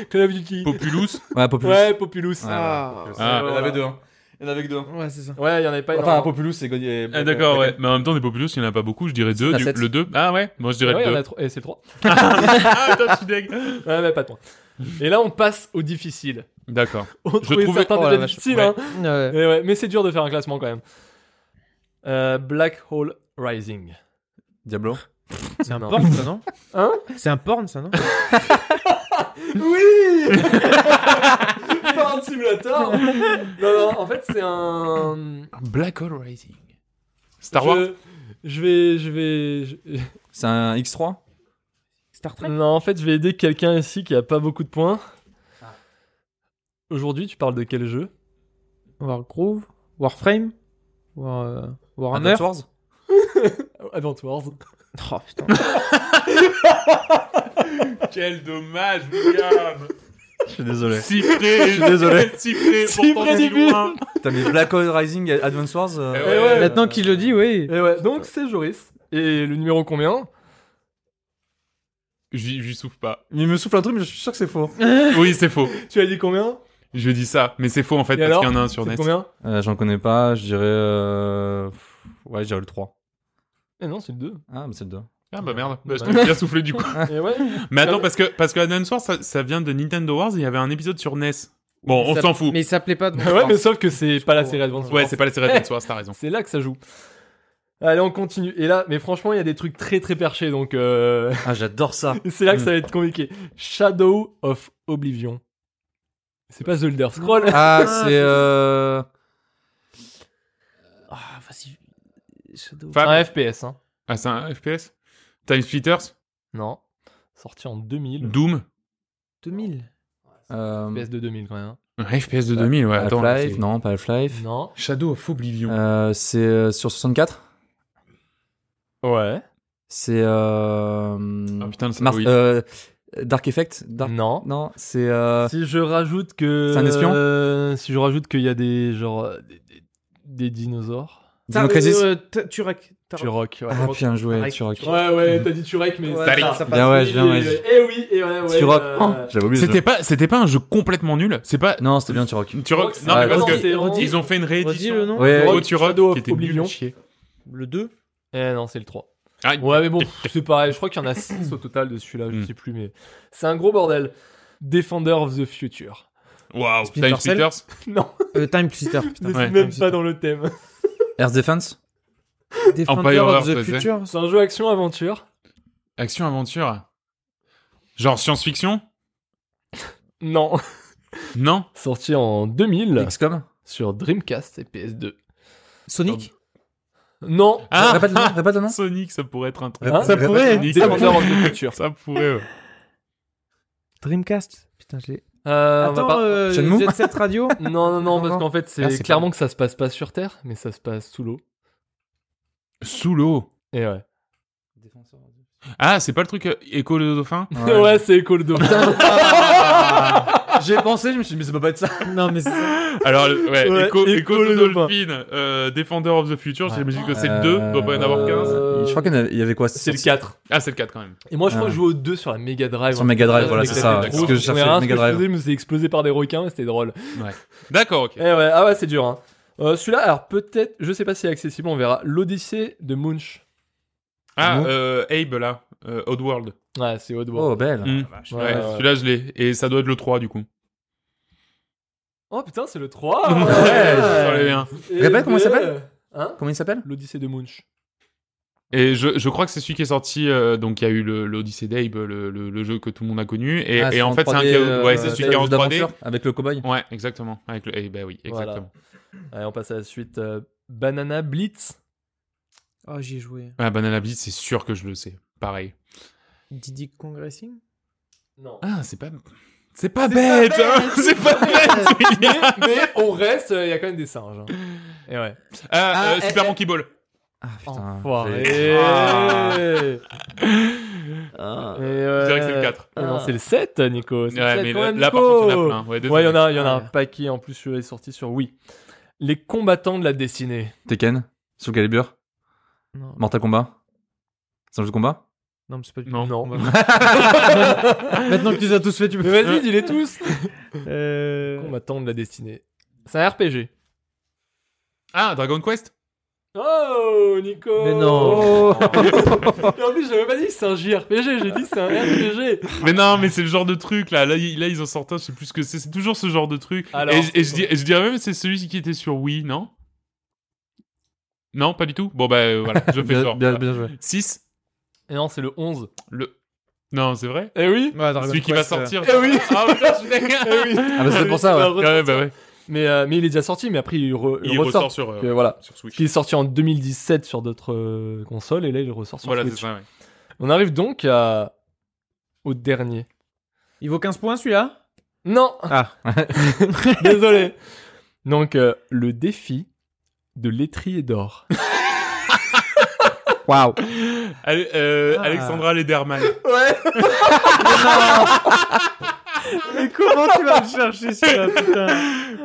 [SPEAKER 2] Call of Duty.
[SPEAKER 1] Populous.
[SPEAKER 3] Ouais, Populous.
[SPEAKER 2] Ouais, Populous.
[SPEAKER 3] Ouais,
[SPEAKER 4] Ah,
[SPEAKER 1] Ah,
[SPEAKER 2] il y en
[SPEAKER 3] en
[SPEAKER 2] avait
[SPEAKER 3] deux. hein. Il y en avait que deux.
[SPEAKER 4] ouais, c'est ça.
[SPEAKER 2] Ouais, il y en avait pas.
[SPEAKER 3] Enfin,
[SPEAKER 2] énormément.
[SPEAKER 3] Populous et God et-
[SPEAKER 1] Ah, D'accord, ouais. Mais en même temps, des Populous, il n'y en a pas beaucoup. Je dirais deux.
[SPEAKER 3] Il y en a
[SPEAKER 1] du-
[SPEAKER 3] sept.
[SPEAKER 1] Le 2. Ah ouais Moi, je dirais
[SPEAKER 2] Ouais, il y en
[SPEAKER 1] le
[SPEAKER 2] a
[SPEAKER 1] 2.
[SPEAKER 2] trois- Et c'est 3.
[SPEAKER 1] Ah, putain, je suis deg.
[SPEAKER 2] Ouais, mais pas trois. Et là, on passe au difficile.
[SPEAKER 1] D'accord.
[SPEAKER 2] On trouvait
[SPEAKER 1] trouvais-
[SPEAKER 2] certains
[SPEAKER 4] oh la
[SPEAKER 2] déjà
[SPEAKER 4] vache,
[SPEAKER 2] difficiles,
[SPEAKER 1] ouais.
[SPEAKER 2] hein.
[SPEAKER 4] Ouais.
[SPEAKER 2] Et ouais, mais c'est dur de faire un classement quand même. Euh, Black Hole Rising.
[SPEAKER 3] Diablo.
[SPEAKER 4] C'est un
[SPEAKER 2] Non.
[SPEAKER 4] porn, ça, non
[SPEAKER 2] Hein
[SPEAKER 4] C'est un porn, ça, non
[SPEAKER 2] Oui Pas un simulateur Non, non, en fait, c'est un.
[SPEAKER 1] Black Hole Rising. Star Wars
[SPEAKER 2] Je, je vais. Je vais. je-
[SPEAKER 3] C'est un X3
[SPEAKER 4] Star Trek
[SPEAKER 2] Non, en fait, je vais aider quelqu'un ici qui a pas beaucoup de points. Ah. Aujourd'hui, tu parles de quel jeu
[SPEAKER 4] Wargroove Warframe War, euh, Warhammer
[SPEAKER 3] Advance Wars
[SPEAKER 2] Advance Wars.
[SPEAKER 4] Oh putain.
[SPEAKER 1] Quel dommage, William
[SPEAKER 3] Je suis désolé.
[SPEAKER 1] Siffré Je
[SPEAKER 3] suis désolé.
[SPEAKER 1] Siffré,
[SPEAKER 2] Siffré
[SPEAKER 1] pourtant si
[SPEAKER 2] début.
[SPEAKER 1] loin
[SPEAKER 3] Putain, mais Black Hole Rising, Advance Wars. euh,
[SPEAKER 1] Eh ouais.
[SPEAKER 4] Maintenant qu'il le dit, oui.
[SPEAKER 2] Et ouais, donc c'est Joris. Et le numéro combien
[SPEAKER 1] J'y j'y souffle pas.
[SPEAKER 3] Mais il me souffle un truc, mais je suis sûr que c'est faux.
[SPEAKER 1] Oui, c'est faux.
[SPEAKER 2] Tu as dit combien
[SPEAKER 1] Je dis ça, mais c'est faux en fait,
[SPEAKER 2] Et
[SPEAKER 1] parce
[SPEAKER 2] alors
[SPEAKER 1] qu'il y en a un sur
[SPEAKER 2] C'est
[SPEAKER 1] NES.
[SPEAKER 2] combien
[SPEAKER 3] Euh, J'en connais pas, je dirais. euh, pff, Ouais, je dirais le 3.
[SPEAKER 2] Eh non, c'est le 2.
[SPEAKER 3] Ah, mais c'est le 2.
[SPEAKER 1] Ah bah merde, bah, je
[SPEAKER 2] Ouais.
[SPEAKER 1] t'ai bien soufflé du coup.
[SPEAKER 2] Et ouais.
[SPEAKER 1] Mais attends, parce que, parce que Advance Wars, ça, ça vient de Nintendo Wars, et il y avait un épisode sur NES. Bon, on
[SPEAKER 4] Ça-
[SPEAKER 1] s'en fout.
[SPEAKER 4] Mais ça plaît pas. de
[SPEAKER 2] ouais, mais sauf que c'est pas la série Advance
[SPEAKER 1] Ouais,
[SPEAKER 2] Wars.
[SPEAKER 1] c'est pas la série Advance Wars, t'as raison.
[SPEAKER 2] C'est là que ça joue. Allez, on continue. Et là, mais franchement, il y a des trucs très très perchés, donc euh,
[SPEAKER 3] Ah, j'adore ça.
[SPEAKER 2] c'est là que ça va être compliqué. Shadow of Oblivion. C'est pas The Elder Scroll.
[SPEAKER 3] Ah, c'est. Euh...
[SPEAKER 4] Ah, vas-y. Shadow.
[SPEAKER 1] Fab.
[SPEAKER 2] un FPS, hein.
[SPEAKER 1] Ah, c'est un FPS Time Splitters
[SPEAKER 2] Non. Sorti en 2000.
[SPEAKER 1] Doom
[SPEAKER 4] 2000.
[SPEAKER 3] euh,
[SPEAKER 2] FPS de 2000 quand même. hein.
[SPEAKER 1] Un FPS de 2000, ouais, attends.
[SPEAKER 3] Half-Life
[SPEAKER 1] c'est-
[SPEAKER 3] Non, pas Half-Life.
[SPEAKER 2] Non.
[SPEAKER 1] Shadow of Oblivion.
[SPEAKER 3] Euh, c'est euh, sur 64
[SPEAKER 2] Ouais.
[SPEAKER 3] C'est. Euh...
[SPEAKER 1] Ah putain, ça
[SPEAKER 3] Mars-
[SPEAKER 1] oui.
[SPEAKER 3] euh, Dark Effect Dark...
[SPEAKER 2] Non.
[SPEAKER 3] Non, Mm. c'est. Euh...
[SPEAKER 2] Si je rajoute que.
[SPEAKER 3] C'est un espion
[SPEAKER 2] euh, Si je rajoute qu'il y a des genre euh, des, des- des dinosaures.
[SPEAKER 3] Dino Crisis
[SPEAKER 4] euh, t- Turek.
[SPEAKER 2] Turok, ouais.
[SPEAKER 3] Ah, bien joué,
[SPEAKER 4] Pareil,
[SPEAKER 3] Turok.
[SPEAKER 2] Ouais, ouais, t'as dit Turek, mais.
[SPEAKER 4] Ouais,
[SPEAKER 1] Talik.
[SPEAKER 4] ça- ça passe.
[SPEAKER 3] Bien, ouais,
[SPEAKER 2] Et-
[SPEAKER 3] bien, ouais.
[SPEAKER 2] et- Eh oui, et ouais, ouais.
[SPEAKER 3] Turok.
[SPEAKER 2] euh,
[SPEAKER 3] Oh, J'avais oublié. ce
[SPEAKER 1] C'était
[SPEAKER 3] jeu.
[SPEAKER 1] pas, c'était pas un jeu complètement nul. C'est pas.
[SPEAKER 3] Non, c'était bien Turok.
[SPEAKER 1] Turok.
[SPEAKER 2] Turok,
[SPEAKER 1] Non,
[SPEAKER 3] c'est
[SPEAKER 1] mais parce
[SPEAKER 4] vraiment-
[SPEAKER 1] que
[SPEAKER 2] Oh, c'est-
[SPEAKER 4] redis-
[SPEAKER 1] ils ont fait une
[SPEAKER 4] Redis le
[SPEAKER 1] réédition.
[SPEAKER 4] nom.
[SPEAKER 3] Ouais,
[SPEAKER 1] Au
[SPEAKER 2] Turok,
[SPEAKER 1] Turok,
[SPEAKER 2] Shadow
[SPEAKER 1] qui était
[SPEAKER 2] of
[SPEAKER 1] nul
[SPEAKER 2] Oblivion.
[SPEAKER 1] à chier.
[SPEAKER 4] Le 2
[SPEAKER 2] Eh non, c'est le 3.
[SPEAKER 1] Ah,
[SPEAKER 2] Ouais, mais bon, c'est pareil. Je crois qu'il y en a 6 au total de celui-là, je
[SPEAKER 1] Hmm.
[SPEAKER 2] sais plus, mais c'est un gros bordel. Defender of the Future.
[SPEAKER 1] Waouh,
[SPEAKER 4] Splinter
[SPEAKER 1] Time
[SPEAKER 4] Cell.
[SPEAKER 1] Splitters.
[SPEAKER 2] Non,
[SPEAKER 4] Euh, Time Twister.
[SPEAKER 2] c'est
[SPEAKER 1] ouais.
[SPEAKER 2] même pas dans le thème.
[SPEAKER 3] Earth Defense
[SPEAKER 4] Defender
[SPEAKER 1] Empire
[SPEAKER 4] of
[SPEAKER 1] Earth,
[SPEAKER 4] the
[SPEAKER 1] ouais.
[SPEAKER 4] Future.
[SPEAKER 2] C'est un jeu action-aventure.
[SPEAKER 1] Action aventure. Genre science-fiction
[SPEAKER 2] Non.
[SPEAKER 1] Non.
[SPEAKER 2] Sorti en 2000
[SPEAKER 3] XCOM
[SPEAKER 2] sur Dreamcast et PS2.
[SPEAKER 4] Sonic
[SPEAKER 2] Non.
[SPEAKER 1] Ah,
[SPEAKER 3] Répète le nom, répète le nom.
[SPEAKER 1] Sonic, Ah, ça pourrait être un truc.
[SPEAKER 2] Hein
[SPEAKER 3] Ça pourrait.
[SPEAKER 1] Sonic, ça
[SPEAKER 2] Defender of the Future.
[SPEAKER 1] Ça pourrait. ouais.
[SPEAKER 4] Dreamcast. Putain, je l'ai.
[SPEAKER 2] Euh, on va
[SPEAKER 4] Attends,
[SPEAKER 2] pas-
[SPEAKER 4] euh,
[SPEAKER 3] Shenmue
[SPEAKER 4] Jet Set Radio
[SPEAKER 2] Non, non, non,
[SPEAKER 4] Non,
[SPEAKER 2] parce
[SPEAKER 4] non.
[SPEAKER 2] qu'en fait, c'est
[SPEAKER 1] Ah, c'est pas-
[SPEAKER 2] clairement que ça se passe pas sur Terre, mais ça se passe sous l'eau.
[SPEAKER 1] Sous l'eau.
[SPEAKER 2] Et ouais.
[SPEAKER 1] Ah, c'est pas le truc euh, écho de dauphin
[SPEAKER 2] Ouais,
[SPEAKER 3] Ouais.
[SPEAKER 2] c'est cool de
[SPEAKER 3] J'ai pensé, je me suis dit, mais ça peut pas être ça.
[SPEAKER 4] Non, mais c'est ça.
[SPEAKER 1] Alors, le- ouais,
[SPEAKER 2] Ouais,
[SPEAKER 1] Echo,
[SPEAKER 2] Echo
[SPEAKER 1] Echo
[SPEAKER 2] le
[SPEAKER 1] the
[SPEAKER 2] dauphin.
[SPEAKER 1] Dolphin, euh, Defender of the Future,
[SPEAKER 2] Ouais.
[SPEAKER 1] j'imagine que c'est le 2, doit pas y en avoir 15.
[SPEAKER 3] Euh, Je crois qu'il y en avait- il y avait quoi
[SPEAKER 2] C'est le
[SPEAKER 3] sorti-
[SPEAKER 2] 4.
[SPEAKER 1] Ah, c'est le 4 quand même.
[SPEAKER 2] Et moi, je crois
[SPEAKER 3] Ouais.
[SPEAKER 2] que je jouais au 2 sur la Mega Drive.
[SPEAKER 3] Ah. Sur Mega Drive,
[SPEAKER 2] Ouais,
[SPEAKER 3] voilà,
[SPEAKER 1] c'est ça,
[SPEAKER 2] Drive.
[SPEAKER 1] c'est ce que je
[SPEAKER 2] Ouais,
[SPEAKER 3] cherchais,
[SPEAKER 2] rien,
[SPEAKER 3] Mega
[SPEAKER 2] ce que
[SPEAKER 3] Drive.
[SPEAKER 2] je faisais, je me faisais exploser par des requins, c'était drôle.
[SPEAKER 1] D'accord, ok.
[SPEAKER 2] Eh ouais, ah ouais, c'est dur. Hein. Euh, Celui-là, alors peut-être, je sais pas si c'est accessible, on verra. L'Odyssée de Munch.
[SPEAKER 1] Ah,
[SPEAKER 3] bon
[SPEAKER 1] euh, Abe là, euh, Oddworld.
[SPEAKER 2] Ouais, c'est Oddworld.
[SPEAKER 3] Oh, belle.
[SPEAKER 1] Hmm.
[SPEAKER 2] Ouais,
[SPEAKER 1] Ouais,
[SPEAKER 2] ouais, ouais.
[SPEAKER 1] Celui-là, je l'ai. Et ça doit être le 3 du coup.
[SPEAKER 2] Oh, putain, c'est le 3.
[SPEAKER 1] Sur les liens.
[SPEAKER 3] Répète, comment il s'appelle
[SPEAKER 2] Hein
[SPEAKER 3] Comment il s'appelle
[SPEAKER 2] L'Odyssée de Munch.
[SPEAKER 1] Et je, je crois que c'est celui qui est sorti. euh, donc il y a eu le- l'Odyssée d'Abe, le, le- le jeu que tout le monde a connu. Et,
[SPEAKER 3] Ah,
[SPEAKER 1] et en fait, c'est un
[SPEAKER 3] 3D,
[SPEAKER 1] chaos- Ouais,
[SPEAKER 3] euh,
[SPEAKER 1] c'est celui qui est en 3D.
[SPEAKER 3] d'aventure, Avec le cowboy.
[SPEAKER 1] Ouais, exactement. Avec le... Eh ben oui, exactement.
[SPEAKER 2] Allez, on passe à la suite. euh, Banana Blitz.
[SPEAKER 4] Oh, j'y ai joué.
[SPEAKER 1] Ah, Banana Blitz, c'est sûr que je le sais. Pareil.
[SPEAKER 4] Diddy Kong Racing
[SPEAKER 2] Non.
[SPEAKER 1] Ah, c'est pas. C'est pas bête! hein. C'est pas bête! William.
[SPEAKER 2] Mais on reste, il y a quand même des singes. hein. Et ouais.
[SPEAKER 1] Ah, euh,
[SPEAKER 4] eh,
[SPEAKER 1] Super
[SPEAKER 4] eh.
[SPEAKER 1] Monkey Ball.
[SPEAKER 3] Ah putain.
[SPEAKER 2] Enfoiré.
[SPEAKER 3] j'ai- Ah.
[SPEAKER 2] Et
[SPEAKER 1] Je
[SPEAKER 2] ouais.
[SPEAKER 1] dirais que c'est le 4.
[SPEAKER 2] Et non, c'est le 7, Nico. C'est le
[SPEAKER 1] Ouais,
[SPEAKER 2] 7,
[SPEAKER 1] mais
[SPEAKER 2] quand
[SPEAKER 1] là,
[SPEAKER 2] même,
[SPEAKER 1] là, par
[SPEAKER 2] Nico.
[SPEAKER 1] contre, il y en a plein. Ah. Ouais, désolé.
[SPEAKER 2] Ouais, il y en a, il y en a un
[SPEAKER 4] Ouais.
[SPEAKER 2] paquet. En plus, il est sorti sur Wii. Les combattants de la destinée.
[SPEAKER 3] Tekken Soul Calibur
[SPEAKER 4] Non,
[SPEAKER 3] Mortal Kombat C'est un jeu de combat
[SPEAKER 4] non mais c'est pas du
[SPEAKER 1] Non.
[SPEAKER 2] Non.
[SPEAKER 4] Maintenant que Ah, tu les as tous fait, tu peux.
[SPEAKER 2] Mais vas-y, dis-les tous.
[SPEAKER 4] Euh...
[SPEAKER 2] combattants de la destinée. C'est un RPG.
[SPEAKER 1] Ah, Dragon Quest?
[SPEAKER 2] Oh, Nico.
[SPEAKER 4] Mais non.
[SPEAKER 2] Mais en plus, j'avais pas dit que c'est un JRPG, j'ai dit que c'est un RPG.
[SPEAKER 1] Mais non, mais c'est le genre de truc là. Là, il- là, ils en sortent un, je sais plus ce que c'est. C'est toujours ce genre de truc.
[SPEAKER 2] Alors,
[SPEAKER 1] et, je- et je,
[SPEAKER 2] c'est
[SPEAKER 1] dis- et je dirais même c'est celui qui était sur Wii, non? Non, pas du tout? Bon, bah euh, voilà, je fais
[SPEAKER 3] bien,
[SPEAKER 1] genre.
[SPEAKER 3] bien, bien joué.
[SPEAKER 1] 6?
[SPEAKER 2] Et non, c'est le 11.
[SPEAKER 1] Le. Non, c'est vrai?
[SPEAKER 2] Eh oui.
[SPEAKER 4] Ouais, Dragon
[SPEAKER 1] Celui qui va
[SPEAKER 4] Quest, euh,
[SPEAKER 1] sortir.
[SPEAKER 2] Eh oui.
[SPEAKER 1] Ah, putain, je suis d'accord.
[SPEAKER 3] Ah bah c'est pour ça, ouais.
[SPEAKER 2] Bah,
[SPEAKER 1] Ouais, bah ouais.
[SPEAKER 2] Mais, euh, mais il est déjà sorti, mais après il, re- il
[SPEAKER 1] Il
[SPEAKER 2] ressort.
[SPEAKER 1] ressort sur, euh,
[SPEAKER 2] Donc, euh, voilà.
[SPEAKER 1] sur
[SPEAKER 2] Qui
[SPEAKER 1] Switch.
[SPEAKER 2] est sorti en 2017 sur d'autres euh, consoles et là il ressort sur
[SPEAKER 1] Voilà, c'est
[SPEAKER 2] Switch.
[SPEAKER 1] ça, ouais.
[SPEAKER 2] On arrive donc à... au dernier.
[SPEAKER 4] euh. Il vaut 15 points celui-là
[SPEAKER 2] Non,
[SPEAKER 3] Ah
[SPEAKER 2] désolé. Donc euh, le défi de l'étrier d'or.
[SPEAKER 3] Waouh
[SPEAKER 1] Allez, euh,
[SPEAKER 4] Ah.
[SPEAKER 1] Alexandra Lederman.
[SPEAKER 2] Ouais.
[SPEAKER 4] Mais comment tu vas le chercher celui-là, putain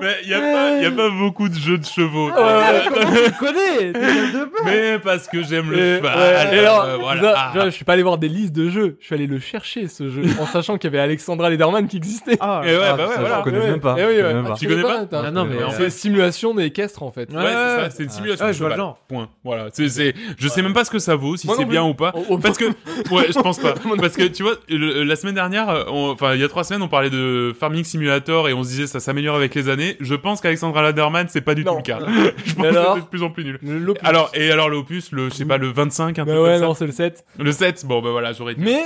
[SPEAKER 1] Mais il y a pas, y a pas beaucoup de jeux de chevaux.
[SPEAKER 4] Tu le connais Déjà deux points
[SPEAKER 1] Mais parce que j'aime
[SPEAKER 2] Et,
[SPEAKER 1] le cheval.
[SPEAKER 2] ouais, et alors,
[SPEAKER 1] euh,
[SPEAKER 2] ça,
[SPEAKER 1] voilà.
[SPEAKER 2] ça, je suis pas allé voir des listes de jeux, je suis allé le chercher ce jeu, en sachant qu'il y avait Alexandra Lederman qui existait.
[SPEAKER 4] Ah,
[SPEAKER 1] Et ouais,
[SPEAKER 3] Ah,
[SPEAKER 1] bah ouais,
[SPEAKER 3] ça,
[SPEAKER 1] voilà.
[SPEAKER 3] je connais
[SPEAKER 2] Ouais.
[SPEAKER 3] même pas.
[SPEAKER 2] Eh oui,
[SPEAKER 3] je connais
[SPEAKER 2] ouais.
[SPEAKER 3] même
[SPEAKER 2] Ah,
[SPEAKER 3] pas.
[SPEAKER 1] Tu connais pas
[SPEAKER 2] t'as-
[SPEAKER 4] Ah non, mais
[SPEAKER 1] en
[SPEAKER 2] C'est
[SPEAKER 1] fait-
[SPEAKER 2] une simulation des équestres en fait.
[SPEAKER 1] Ouais, c'est ça, c'est une simulation.
[SPEAKER 4] Ouais,
[SPEAKER 1] de
[SPEAKER 4] je vois le
[SPEAKER 1] cheval.
[SPEAKER 4] genre.
[SPEAKER 1] Point. Voilà. C'est, c'est- je sais même pas ce que ça vaut, si
[SPEAKER 2] Moi
[SPEAKER 1] c'est
[SPEAKER 2] non
[SPEAKER 1] bien ou pas.
[SPEAKER 2] Oh, oh,
[SPEAKER 1] Parce que, ouais, je pense pas. Parce que tu vois, le- la semaine dernière, euh, on- enfin il y a trois semaines, on parlait de Farming Simulator et on se disait ça s'améliore avec les années. Je pense qu'Alexandra Laderman, c'est pas du
[SPEAKER 2] Non.
[SPEAKER 1] tout le cas. Je pense
[SPEAKER 2] Mais alors
[SPEAKER 1] que c'est de plus en plus nul.
[SPEAKER 2] le l'opus.
[SPEAKER 1] Alors et alors l'opus, le je sais pas le 25, un
[SPEAKER 2] Bah
[SPEAKER 1] truc
[SPEAKER 2] ouais,
[SPEAKER 1] comme ça.
[SPEAKER 2] non, c'est le 7.
[SPEAKER 1] Le 7, bon bah voilà, j'aurais dit.
[SPEAKER 2] Mais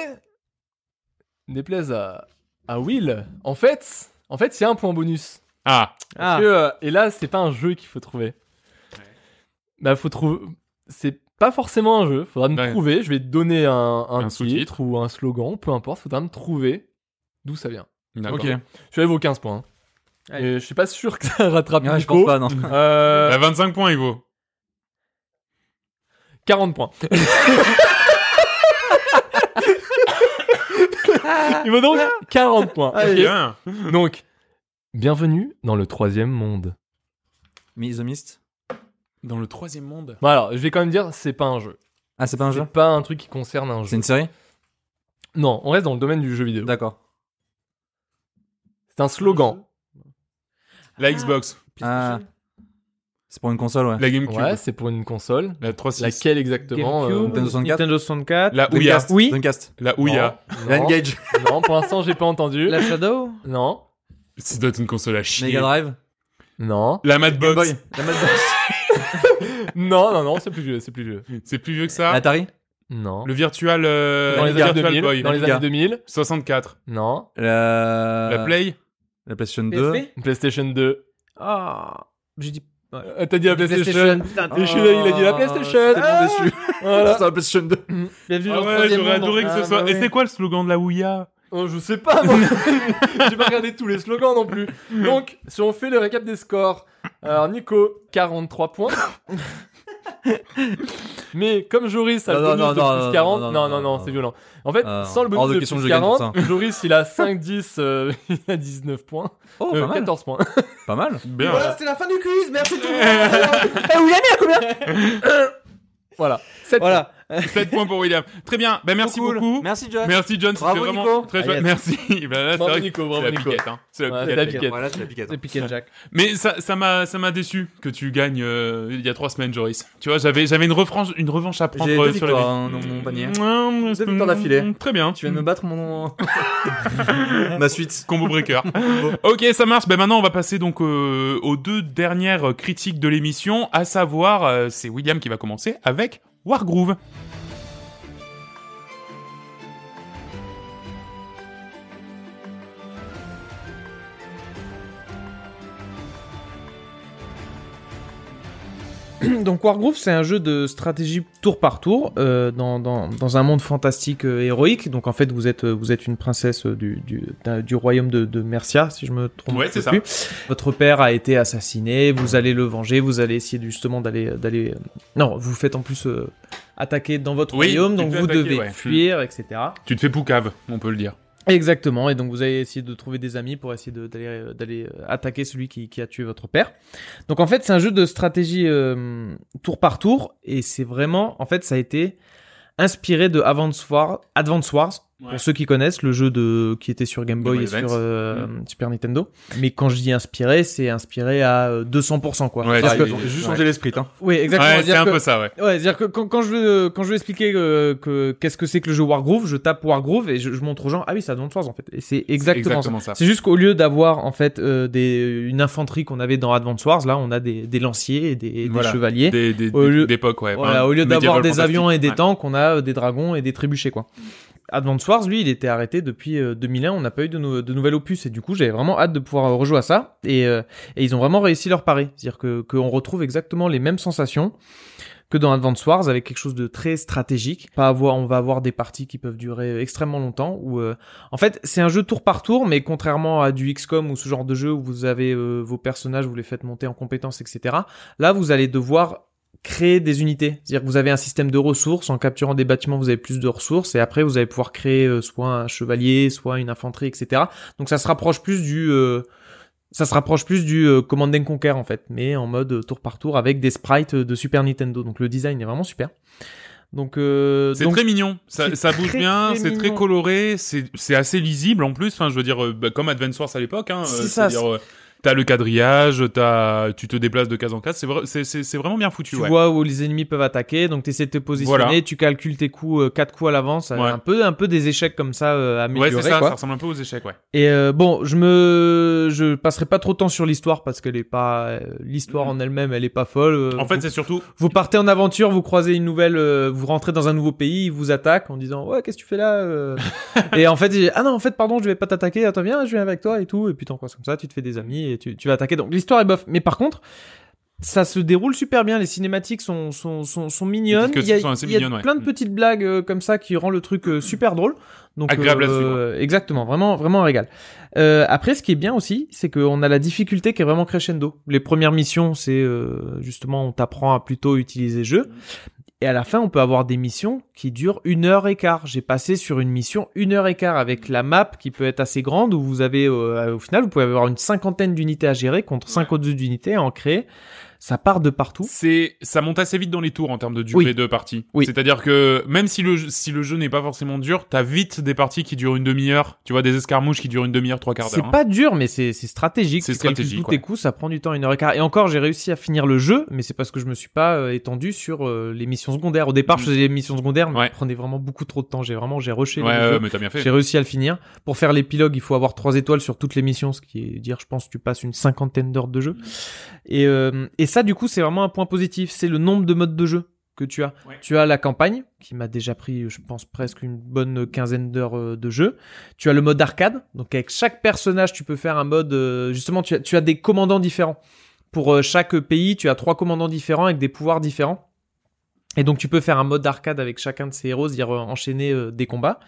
[SPEAKER 2] déplaise à, à Will, en fait, en fait, il y a un point bonus.
[SPEAKER 1] Ah,
[SPEAKER 4] Ah.
[SPEAKER 2] Que, euh, et là, c'est pas un jeu qu'il faut trouver. Bah, faut trouver. C'est pas forcément un jeu. Faudra me
[SPEAKER 1] Ouais.
[SPEAKER 2] trouver. Je vais te donner un, un
[SPEAKER 1] Un
[SPEAKER 2] titre
[SPEAKER 1] sous-titre.
[SPEAKER 2] ou un slogan, peu importe. Faudra me trouver d'où ça vient.
[SPEAKER 1] d'accord.
[SPEAKER 3] Ok.
[SPEAKER 2] Je suis allé vos 15 points. hein.
[SPEAKER 4] Allez.
[SPEAKER 2] Et je suis pas sûr que ça rattrape
[SPEAKER 3] Ah, je
[SPEAKER 2] Nico.
[SPEAKER 3] pense pas, non.
[SPEAKER 2] Euh,
[SPEAKER 1] Bah, 25 points, Ivo.
[SPEAKER 2] 40 points. Il vaut donc 40 points. ok
[SPEAKER 1] Bien.
[SPEAKER 2] Donc, bienvenue dans le troisième monde.
[SPEAKER 3] Mais The Mist
[SPEAKER 1] Dans le troisième monde.
[SPEAKER 2] Bon, alors, je vais quand même dire, c'est pas un jeu.
[SPEAKER 3] Ah, c'est pas un jeu
[SPEAKER 2] C'est pas un truc qui concerne un
[SPEAKER 3] C'est
[SPEAKER 2] jeu.
[SPEAKER 3] une série
[SPEAKER 2] Non, on reste dans le domaine du jeu vidéo.
[SPEAKER 3] D'accord.
[SPEAKER 2] C'est un slogan.
[SPEAKER 1] La
[SPEAKER 4] Ah.
[SPEAKER 1] Xbox,
[SPEAKER 3] Ah. C'est pour une console, ouais.
[SPEAKER 1] la GameCube,
[SPEAKER 2] Ah. Ouais, c'est pour une console.
[SPEAKER 1] la 360,
[SPEAKER 2] Laquelle exactement
[SPEAKER 4] GameCube,
[SPEAKER 2] euh,
[SPEAKER 3] Nintendo 64.
[SPEAKER 4] Nintendo 64,
[SPEAKER 1] la Ouya,
[SPEAKER 3] Dreamcast.
[SPEAKER 4] Oui.
[SPEAKER 3] Dreamcast.
[SPEAKER 1] la Ouya.
[SPEAKER 2] non, non,
[SPEAKER 3] Engage.
[SPEAKER 2] non, pour l'instant, j'ai pas entendu.
[SPEAKER 4] la Shadow.
[SPEAKER 2] Non,
[SPEAKER 1] Ça doit être une console à chier.
[SPEAKER 3] Mega Drive.
[SPEAKER 2] non,
[SPEAKER 1] La
[SPEAKER 3] Game
[SPEAKER 1] Madbox,
[SPEAKER 3] Boy. La Mad Box.
[SPEAKER 2] non, non, non, c'est plus vieux, c'est plus vieux.
[SPEAKER 1] c'est plus vieux que ça.
[SPEAKER 3] Atari.
[SPEAKER 2] Non.
[SPEAKER 1] Hein. Le Virtual, euh,
[SPEAKER 2] Dans les
[SPEAKER 1] Virtual
[SPEAKER 2] années 2000.
[SPEAKER 1] Boy,
[SPEAKER 2] Dans les
[SPEAKER 3] Amiga.
[SPEAKER 2] années 2000.
[SPEAKER 1] 64,
[SPEAKER 2] Non.
[SPEAKER 3] La...
[SPEAKER 1] la Play,
[SPEAKER 3] La PlayStation 2.
[SPEAKER 4] PSP
[SPEAKER 2] Une PlayStation 2.
[SPEAKER 4] Ah, j'ai dit Ouais.
[SPEAKER 2] Euh, T'as dit la PlayStation.
[SPEAKER 4] putain,
[SPEAKER 2] Et je suis là, il a dit la
[SPEAKER 3] Ah,
[SPEAKER 2] PlayStation.
[SPEAKER 3] J'étais
[SPEAKER 2] Ah,
[SPEAKER 3] bien déçu.
[SPEAKER 2] Voilà.
[SPEAKER 3] C'est la PlayStation 2.
[SPEAKER 4] Bienvenue
[SPEAKER 1] Ah
[SPEAKER 4] dans le
[SPEAKER 1] ouais,
[SPEAKER 4] troisième
[SPEAKER 1] j'aurais
[SPEAKER 4] monde.
[SPEAKER 1] adoré que
[SPEAKER 3] hein.
[SPEAKER 1] ce
[SPEAKER 4] Ah,
[SPEAKER 1] soit.
[SPEAKER 4] bah
[SPEAKER 1] Et
[SPEAKER 4] oui.
[SPEAKER 1] c'est quoi le slogan de la Ouya
[SPEAKER 2] Oh, je sais pas, moi. J'ai pas regardé tous les slogans non plus. Donc, si on fait le récap des scores, alors Nico, 43 points. Mais comme Joris a
[SPEAKER 3] Non,
[SPEAKER 2] le
[SPEAKER 3] non,
[SPEAKER 2] bonus
[SPEAKER 3] non,
[SPEAKER 2] de
[SPEAKER 3] non,
[SPEAKER 2] plus
[SPEAKER 3] non,
[SPEAKER 2] 40,
[SPEAKER 3] non,
[SPEAKER 2] non,
[SPEAKER 3] non,
[SPEAKER 2] non,
[SPEAKER 3] non, non.
[SPEAKER 2] c'est violent. En fait,
[SPEAKER 3] Euh,
[SPEAKER 2] sans le
[SPEAKER 3] hors de
[SPEAKER 2] bonus de,
[SPEAKER 3] question que
[SPEAKER 2] plus
[SPEAKER 3] je gagne
[SPEAKER 2] 40, Joris il a 5-10, euh, il a 19 points,
[SPEAKER 3] Oh,
[SPEAKER 2] Euh,
[SPEAKER 3] pas mal.
[SPEAKER 2] 14 points.
[SPEAKER 3] Pas mal.
[SPEAKER 1] Bien.
[SPEAKER 4] Voilà, c'était la fin du quiz, merci tout le monde. Eh, William, il a combien
[SPEAKER 2] Voilà. 7
[SPEAKER 4] Voilà.
[SPEAKER 1] 7 points pour William. Très bien. Bah, merci
[SPEAKER 5] Cool.
[SPEAKER 1] beaucoup.
[SPEAKER 5] Merci John.
[SPEAKER 1] Merci John, c'était
[SPEAKER 5] Bravo,
[SPEAKER 1] vraiment
[SPEAKER 5] Nico.
[SPEAKER 1] très
[SPEAKER 4] Ah,
[SPEAKER 1] chouette.
[SPEAKER 4] yes.
[SPEAKER 1] Merci. Bah, là, c'est
[SPEAKER 2] Bravo
[SPEAKER 1] vrai que
[SPEAKER 2] Nico,
[SPEAKER 1] c'est
[SPEAKER 2] bravo
[SPEAKER 1] la
[SPEAKER 2] Nico.
[SPEAKER 1] piquette, hein. C'est la
[SPEAKER 2] Ouais,
[SPEAKER 1] piquette.
[SPEAKER 2] c'est la piquette.
[SPEAKER 5] Voilà, c'est la piquette.
[SPEAKER 4] C'est Piquet Jack.
[SPEAKER 1] Mais ça, ça m'a, ça m'a déçu que tu gagnes euh, il y a trois semaines, Joris. Tu vois, j'avais, j'avais une revanche, une revanche à prendre
[SPEAKER 3] J'ai deux
[SPEAKER 1] euh, sur la
[SPEAKER 3] victoires,
[SPEAKER 1] vie.
[SPEAKER 3] hein, dans mon panier.
[SPEAKER 1] Mouah,
[SPEAKER 3] Deux victoires d'affilée.
[SPEAKER 1] Très bien.
[SPEAKER 3] Tu viens de me battre mon. hein. Ma suite.
[SPEAKER 1] Combo breaker. ok, ça marche. Ben maintenant, on va passer donc euh, aux deux dernières euh, critiques de l'émission, à savoir, euh, c'est William qui va commencer avec Wargroove.
[SPEAKER 4] Donc Wargroove, c'est un jeu de stratégie tour par tour euh, dans, dans, dans un monde fantastique euh, héroïque. Donc en fait, vous êtes euh, vous êtes une princesse euh, du, du, d'un- du royaume de, de Mercia, si je me trompe
[SPEAKER 1] Ouais, c'est ça.
[SPEAKER 4] plus. Votre père a été assassiné. Vous allez le venger. Vous allez essayer de- justement d'aller d'aller. euh, Non, vous faites en plus euh, attaquer dans votre
[SPEAKER 1] Oui,
[SPEAKER 4] royaume,
[SPEAKER 1] tu
[SPEAKER 4] donc
[SPEAKER 1] te fais
[SPEAKER 4] vous
[SPEAKER 1] attaquer,
[SPEAKER 4] devez
[SPEAKER 1] ouais.
[SPEAKER 4] fuir, etc.
[SPEAKER 1] Tu te fais poucave, on peut le dire.
[SPEAKER 4] Exactement, et donc vous allez essayer de trouver des amis pour essayer de- d'aller euh, d'aller euh, attaquer celui qui, qui a tué votre père. Donc en fait, c'est un jeu de stratégie euh, tour par tour, et c'est vraiment, en fait, ça a été inspiré de Advance Wars, Advance Wars
[SPEAKER 1] Ouais.
[SPEAKER 4] pour ceux qui connaissent, le jeu de qui était sur Game
[SPEAKER 1] Game
[SPEAKER 4] Boy
[SPEAKER 1] Boy
[SPEAKER 4] et sur
[SPEAKER 1] Advance. Mm.
[SPEAKER 4] euh, Super Nintendo. Mais quand je dis inspiré, c'est inspiré à euh, 200%, quoi.
[SPEAKER 1] Ouais,
[SPEAKER 4] Parce
[SPEAKER 1] ah,
[SPEAKER 4] que-
[SPEAKER 1] ils ont
[SPEAKER 3] juste changé l'esprit. Hein.
[SPEAKER 4] oui, exactement.
[SPEAKER 1] ouais, c'est
[SPEAKER 4] C'est-à-dire
[SPEAKER 1] un
[SPEAKER 4] que-
[SPEAKER 1] peu ça, ouais.
[SPEAKER 4] Ouais, c'est-à-dire que quand, quand je veux quand je veux expliquer euh, que qu'est-ce que c'est que le jeu Wargroove, je tape Wargroove et je, je montre aux gens ah oui, ça Advance Wars en fait. Et c'est exactement, ça.
[SPEAKER 1] ça.
[SPEAKER 4] C'est juste qu'au lieu d'avoir en fait euh, des une infanterie qu'on avait dans Advance Wars, là on a des, des lanciers et des, des
[SPEAKER 1] Voilà.
[SPEAKER 4] chevaliers.
[SPEAKER 1] Des- des-
[SPEAKER 4] Au lieu-
[SPEAKER 1] des- D'époque, ouais.
[SPEAKER 4] Voilà,
[SPEAKER 1] Enfin,
[SPEAKER 4] au lieu d'avoir
[SPEAKER 1] médiéval
[SPEAKER 4] des avions et des
[SPEAKER 1] fantastique.
[SPEAKER 4] tanks, on a euh, des dragons et des trébuchets quoi. Advance Wars, lui, il était arrêté depuis euh, 2001. On n'a pas eu de, nou- de nouvel opus et du coup, j'avais vraiment hâte de pouvoir euh, rejouer à ça. Et, euh, et ils ont vraiment réussi leur pari, c'est-à-dire que qu'on retrouve exactement les mêmes sensations que dans Advance Wars avec quelque chose de très stratégique. Pas avoir, on va avoir des parties qui peuvent durer euh, extrêmement longtemps. Ou euh, en fait, c'est un jeu tour par tour, mais contrairement à du XCOM ou ce genre de jeu où vous avez euh, vos personnages, vous les faites monter en compétences, etc. Là, vous allez devoir créer des unités. C'est-à-dire que vous avez un système de ressources, en capturant des bâtiments, vous avez plus de ressources, et après, vous allez pouvoir créer euh, soit un chevalier, soit une infanterie, etc. Donc ça se rapproche plus du... euh, ça se rapproche plus du euh, Command and Conquer, en fait, mais en mode euh, tour par tour, avec des sprites euh, de Super Nintendo. Donc le design est vraiment super. Donc, euh,
[SPEAKER 1] C'est
[SPEAKER 4] donc-
[SPEAKER 1] très mignon, ça,
[SPEAKER 4] c'est
[SPEAKER 1] ça bouge
[SPEAKER 4] très,
[SPEAKER 1] bien,
[SPEAKER 4] très
[SPEAKER 1] c'est très
[SPEAKER 4] mignon.
[SPEAKER 1] coloré, c'est c'est assez lisible en plus. Enfin, je veux dire, euh, bah, comme Advance Wars à l'époque, hein, euh,
[SPEAKER 4] C'est ça,
[SPEAKER 1] c'est-à-dire, euh, T'as le quadrillage, t'as, tu te déplaces de case en case, c'est vrai- c'est- c'est- c'est vraiment bien foutu.
[SPEAKER 4] tu
[SPEAKER 1] ouais.
[SPEAKER 4] vois où les ennemis peuvent attaquer, donc tu essaies de te positionner,
[SPEAKER 1] Voilà.
[SPEAKER 4] tu calcules tes coups, euh, quatre coups à l'avance, euh,
[SPEAKER 1] Ouais.
[SPEAKER 4] un peu un peu des échecs comme ça euh,
[SPEAKER 1] ouais,
[SPEAKER 4] améliorés
[SPEAKER 1] c'est ça,
[SPEAKER 4] quoi.
[SPEAKER 1] ça ressemble un peu aux échecs, ouais.
[SPEAKER 4] Et euh, bon, je me je passerai pas trop de temps sur l'histoire parce qu'elle est pas euh, l'histoire en elle-même, elle est pas folle. euh,
[SPEAKER 1] Mm. En fait,
[SPEAKER 4] vous,
[SPEAKER 1] c'est surtout,
[SPEAKER 4] vous partez en aventure, vous croisez une nouvelle, euh, vous rentrez dans un nouveau pays, ils vous attaquent en disant ouais qu'est-ce que tu fais là euh Et en fait ils disent, ah non en fait pardon je vais pas t'attaquer, attends viens je viens avec toi et tout et puis t'en croises comme ça, tu te fais des amis et tu tu vas attaquer. Donc l'histoire est bof, mais par contre ça se déroule super bien, les cinématiques sont sont sont, sont mignonnes,
[SPEAKER 1] que
[SPEAKER 4] il y a,
[SPEAKER 1] ce sont assez
[SPEAKER 4] il y a
[SPEAKER 1] mignonnes, ouais.
[SPEAKER 4] plein de
[SPEAKER 1] Mm.
[SPEAKER 4] petites blagues euh, comme ça qui rend le truc euh, super drôle. Donc, euh,
[SPEAKER 1] Agréable à
[SPEAKER 4] Exactement, vraiment, vraiment un régal. Euh, après, ce qui est bien aussi, c'est qu'on a la difficulté qui est vraiment crescendo. Les premières missions, c'est euh, justement, on t'apprend à plutôt utiliser le jeu. Et à la fin, on peut avoir des missions qui durent une heure et quart. J'ai passé sur une mission une heure et quart avec la map qui peut être assez grande où vous avez, euh, au final, vous pouvez avoir une cinquantaine d'unités à gérer contre cinq autres unités à en créer. ça part de partout.
[SPEAKER 1] C'est, ça monte assez vite dans les tours en termes de durée
[SPEAKER 4] Oui.
[SPEAKER 1] de partie.
[SPEAKER 4] Oui.
[SPEAKER 1] C'est-à-dire que même si le jeu- si le jeu n'est pas forcément dur, t'as vite des parties qui durent une demi-heure. Tu vois des escarmouches qui durent une demi-heure, trois quarts
[SPEAKER 4] C'est
[SPEAKER 1] d'heure. hein.
[SPEAKER 4] pas dur, mais c'est c'est stratégique.
[SPEAKER 1] C'est
[SPEAKER 4] Tu calcules
[SPEAKER 1] stratégique,
[SPEAKER 4] Tous tes
[SPEAKER 1] ouais.
[SPEAKER 4] coups, ça prend du temps, une heure et quart. Et encore, j'ai réussi à finir le jeu, mais c'est parce que je me suis pas euh, étendu sur euh, les missions secondaires. Au départ, je
[SPEAKER 1] Mm.
[SPEAKER 4] faisais les missions secondaires, mais
[SPEAKER 1] Ouais.
[SPEAKER 4] ça prenait vraiment beaucoup trop de temps. J'ai vraiment, j'ai rushé
[SPEAKER 1] Ouais,
[SPEAKER 4] le jeu.
[SPEAKER 1] ouais, mais t'as bien fait.
[SPEAKER 4] J'ai réussi à le finir. Pour faire l'épilogue, il faut avoir trois étoiles sur toutes les missions, ce qui est dire, je pense, tu passes une cinquantaine d'heures de jeu. Et, euh, et ça, du coup, c'est vraiment un point positif. C'est le nombre de modes de jeu que tu as.
[SPEAKER 1] Ouais.
[SPEAKER 4] Tu as la campagne, qui m'a déjà pris, je pense, presque une bonne quinzaine d'heures euh, de jeu. Tu as le mode arcade. Donc, avec chaque personnage, tu peux faire un mode. euh, justement, tu as, tu as des commandants différents. Pour euh, chaque pays, tu as trois commandants différents avec des pouvoirs différents. Et donc, tu peux faire un mode arcade avec chacun de ces héros, c'est-à-dire euh, enchaîner euh, des combats.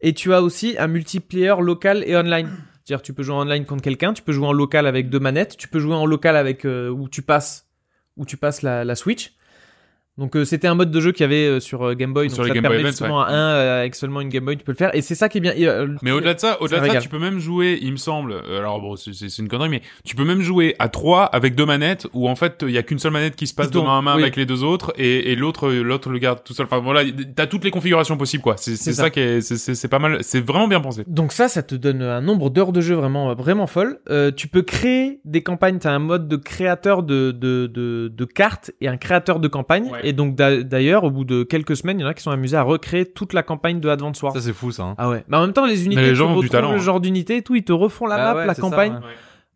[SPEAKER 4] Et tu as aussi un multiplayer local et online. C'est-à-dire, tu peux jouer en online contre quelqu'un, tu peux jouer en local avec deux manettes, tu peux jouer en local avec euh, où tu passes, où tu passes la, la Switch. Donc, euh, c'était un mode de jeu qu'il y avait euh, sur euh, Game Boy.
[SPEAKER 1] Sur
[SPEAKER 4] donc,
[SPEAKER 1] les
[SPEAKER 4] ça te
[SPEAKER 1] Game Boy
[SPEAKER 4] permet
[SPEAKER 1] Advance,
[SPEAKER 4] justement à un euh, avec seulement une Game Boy, tu peux le faire. Et c'est ça qui est bien. Et, euh, le-
[SPEAKER 1] Mais au-delà de ça, au-delà de ça,
[SPEAKER 4] régale.
[SPEAKER 1] tu peux même jouer, il me semble. euh, Alors bon, c'est- c'est c'est une connerie, mais tu peux même jouer à trois avec deux manettes, où en fait il y a qu'une seule manette qui se passe
[SPEAKER 4] Qui
[SPEAKER 1] de
[SPEAKER 4] tourne,
[SPEAKER 1] main à main
[SPEAKER 4] oui.
[SPEAKER 1] avec les deux autres, et, et l'autre, euh, l'autre le garde tout seul. Enfin voilà, t'as toutes les configurations possibles, quoi. C'est c'est
[SPEAKER 4] C'est
[SPEAKER 1] ça.
[SPEAKER 4] ça.
[SPEAKER 1] qui est, c'est- c'est c'est pas mal, c'est vraiment bien pensé.
[SPEAKER 4] Donc ça, ça te donne un nombre d'heures de jeu vraiment vraiment folle. Euh, tu peux créer des campagnes. T'as un mode de créateur de de, de, de cartes et un créateur de campagne.
[SPEAKER 1] Ouais.
[SPEAKER 4] Et donc d'a- d'ailleurs, au bout de quelques semaines, il y en a qui sont amusés à recréer toute la campagne de Advance Wars.
[SPEAKER 5] Ça, c'est fou, ça. hein.
[SPEAKER 4] Ah ouais. Mais en même temps, les unités,
[SPEAKER 1] les gens
[SPEAKER 4] tu
[SPEAKER 1] ont du
[SPEAKER 4] retrouves
[SPEAKER 1] talent,
[SPEAKER 4] le
[SPEAKER 1] hein. Bah
[SPEAKER 4] genre d'unité et tout, ils te refont la
[SPEAKER 3] Ah
[SPEAKER 4] map,
[SPEAKER 3] ouais,
[SPEAKER 4] la
[SPEAKER 3] c'est ça,
[SPEAKER 4] campagne.
[SPEAKER 3] ouais.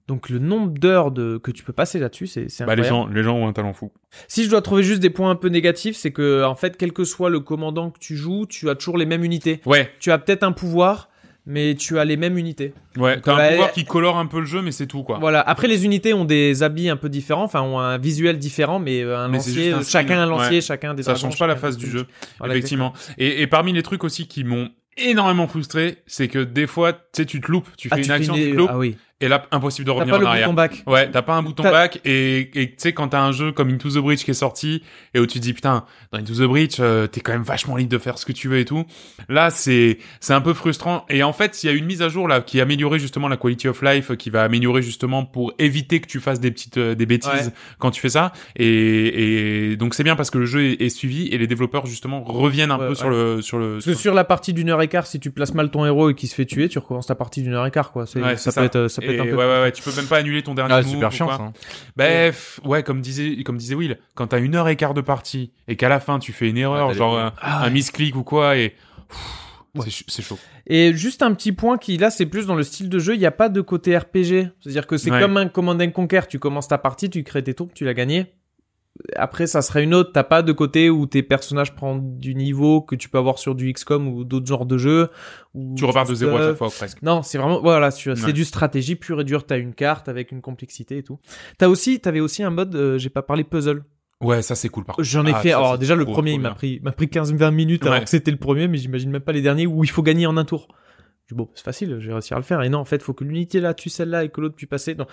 [SPEAKER 4] Donc le nombre d'heures de que tu peux passer là-dessus, c'est c'est
[SPEAKER 1] Bah
[SPEAKER 4] incroyable.
[SPEAKER 1] les gens, les gens ont un talent fou.
[SPEAKER 4] Si je dois trouver juste des points un peu négatifs, c'est que en fait, quel que soit le commandant que tu joues, tu as toujours les mêmes unités.
[SPEAKER 1] Ouais,
[SPEAKER 4] Tu as peut-être un pouvoir, mais tu as les mêmes unités.
[SPEAKER 1] ouais. T'as un
[SPEAKER 4] Bah,
[SPEAKER 1] pouvoir
[SPEAKER 4] elle-
[SPEAKER 1] qui colore un peu le jeu, mais c'est tout, quoi.
[SPEAKER 4] Voilà. Après, les unités ont des habits un peu différents, enfin ont un visuel différent, mais euh, un
[SPEAKER 1] Mais c'est
[SPEAKER 4] lancier,
[SPEAKER 1] juste un
[SPEAKER 4] euh, chacun un
[SPEAKER 1] style.
[SPEAKER 4] lancier, chacun des.
[SPEAKER 1] Ça
[SPEAKER 4] dragons,
[SPEAKER 1] change pas la
[SPEAKER 4] chacun
[SPEAKER 1] face
[SPEAKER 4] des
[SPEAKER 1] du
[SPEAKER 4] trucs.
[SPEAKER 1] jeu,
[SPEAKER 4] Voilà,
[SPEAKER 1] effectivement. Et, et parmi les trucs aussi qui m'ont énormément frustré, c'est que des fois, tu sais, tu te loupes, tu fais
[SPEAKER 4] exactement. Ah,
[SPEAKER 1] une
[SPEAKER 4] tu
[SPEAKER 1] action,
[SPEAKER 4] fais une-
[SPEAKER 1] tu te loupes,
[SPEAKER 4] Ah oui.
[SPEAKER 1] et là, impossible de
[SPEAKER 4] T'as
[SPEAKER 1] revenir
[SPEAKER 4] pas
[SPEAKER 1] en
[SPEAKER 4] le
[SPEAKER 1] arrière.
[SPEAKER 4] bouton back.
[SPEAKER 1] Ouais, t'as pas un bouton
[SPEAKER 4] T'as-
[SPEAKER 1] back et et tu sais quand t'as un jeu comme Into the Breach qui est sorti et où tu te dis putain dans Into the Breach euh, t'es quand même vachement libre de faire ce que tu veux et tout. Là c'est c'est un peu frustrant et en fait il y a une mise à jour là qui a amélioré justement la quality of life euh, qui va améliorer justement pour éviter que tu fasses des petites euh, des bêtises
[SPEAKER 4] Ouais.
[SPEAKER 1] quand tu fais ça et, et donc c'est bien parce que le jeu est, est suivi et les développeurs justement reviennent un
[SPEAKER 4] Ouais,
[SPEAKER 1] peu
[SPEAKER 4] ouais.
[SPEAKER 1] sur le sur le
[SPEAKER 4] Parce que
[SPEAKER 1] sur-
[SPEAKER 4] sur la partie d'une heure et quart, si tu places mal ton héros et qu'il se fait tuer, tu recommences ta partie d'une heure et quart, quoi. C'est-
[SPEAKER 1] Ouais, c'est
[SPEAKER 4] ça,
[SPEAKER 1] ça.
[SPEAKER 4] peut être, euh, ça peut
[SPEAKER 1] et
[SPEAKER 4] être un
[SPEAKER 1] ouais,
[SPEAKER 4] peu.
[SPEAKER 1] ouais, ouais, tu peux même pas annuler ton dernier
[SPEAKER 5] Ah,
[SPEAKER 1] move
[SPEAKER 5] c'est
[SPEAKER 1] ou
[SPEAKER 5] super chiant,
[SPEAKER 1] quoi.
[SPEAKER 5] ça. hein.
[SPEAKER 1] Bref, Ben, ouais, comme disait, comme disait Will, quand t'as une heure et quart de partie et qu'à la fin tu fais une erreur,
[SPEAKER 5] Ouais, t'as
[SPEAKER 1] genre
[SPEAKER 5] les-
[SPEAKER 1] un,
[SPEAKER 4] Ah ouais.
[SPEAKER 1] un misclick ou quoi, et pff,
[SPEAKER 4] Ouais.
[SPEAKER 1] c'est ch- c'est chaud.
[SPEAKER 4] Et juste un petit point qui là, c'est plus dans le style de jeu. Il n'y a pas de côté RPG. C'est-à-dire que c'est
[SPEAKER 1] Ouais.
[SPEAKER 4] comme un Command and Conquer. Tu commences ta partie, tu crées tes troupes, tu l'as gagné. Après, ça serait une autre. T'as pas de côté où tes personnages prennent du niveau que tu peux avoir sur du XCOM ou d'autres genres de jeux. où
[SPEAKER 1] Tu repars de zéro à
[SPEAKER 4] euh,
[SPEAKER 1] chaque fois presque.
[SPEAKER 4] Non, c'est vraiment voilà, tu-
[SPEAKER 1] Ouais.
[SPEAKER 4] c'est du stratégie pure et dure. T'as une carte avec une complexité et tout. T'as aussi, t'avais aussi un mode. euh, J'ai pas parlé puzzle.
[SPEAKER 1] Ouais, ça c'est cool par contre.
[SPEAKER 4] J'en ai
[SPEAKER 1] Ah,
[SPEAKER 4] fait.
[SPEAKER 1] ça,
[SPEAKER 4] alors
[SPEAKER 1] c'est
[SPEAKER 4] déjà le
[SPEAKER 1] trop,
[SPEAKER 4] premier,
[SPEAKER 1] trop
[SPEAKER 4] il m'a
[SPEAKER 1] bien.
[SPEAKER 4] pris, il m'a pris 15-20 minutes alors
[SPEAKER 1] Ouais.
[SPEAKER 4] que c'était le premier, mais j'imagine même pas les derniers où il faut gagner en un tour. Je dis, Bon, c'est facile, j'ai réussi à le faire. Et non, en fait, faut que l'unité là tue celle-là et que l'autre puisse passer. Non.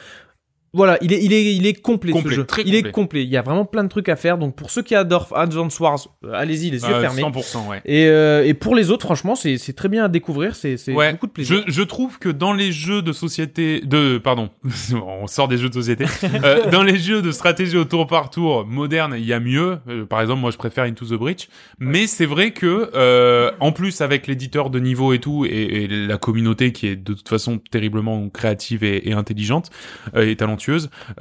[SPEAKER 4] Voilà, il est, il est, il est complet,
[SPEAKER 1] Complet,
[SPEAKER 4] ce jeu.
[SPEAKER 1] très
[SPEAKER 4] il
[SPEAKER 1] complet.
[SPEAKER 4] est complet. Il y a vraiment plein de trucs à faire. Donc pour ceux qui adorent Advance Wars, euh, allez-y les yeux
[SPEAKER 1] Euh,
[SPEAKER 4] fermés.
[SPEAKER 1] 100%, ouais.
[SPEAKER 4] Et, euh, et pour les autres, franchement, c'est c'est très bien à découvrir. C'est c'est
[SPEAKER 1] Ouais,
[SPEAKER 4] beaucoup de plaisir.
[SPEAKER 1] Je, je trouve que dans les jeux de société, de pardon, on sort des jeux de société. Euh, dans les jeux de stratégie au tour par tour moderne, il y a mieux. Euh, par exemple, moi, je préfère Into the Breach. Mais c'est vrai que euh, en plus avec l'éditeur de niveau et tout et, et la communauté qui est de toute façon terriblement créative et, et intelligente euh, et talentueuse,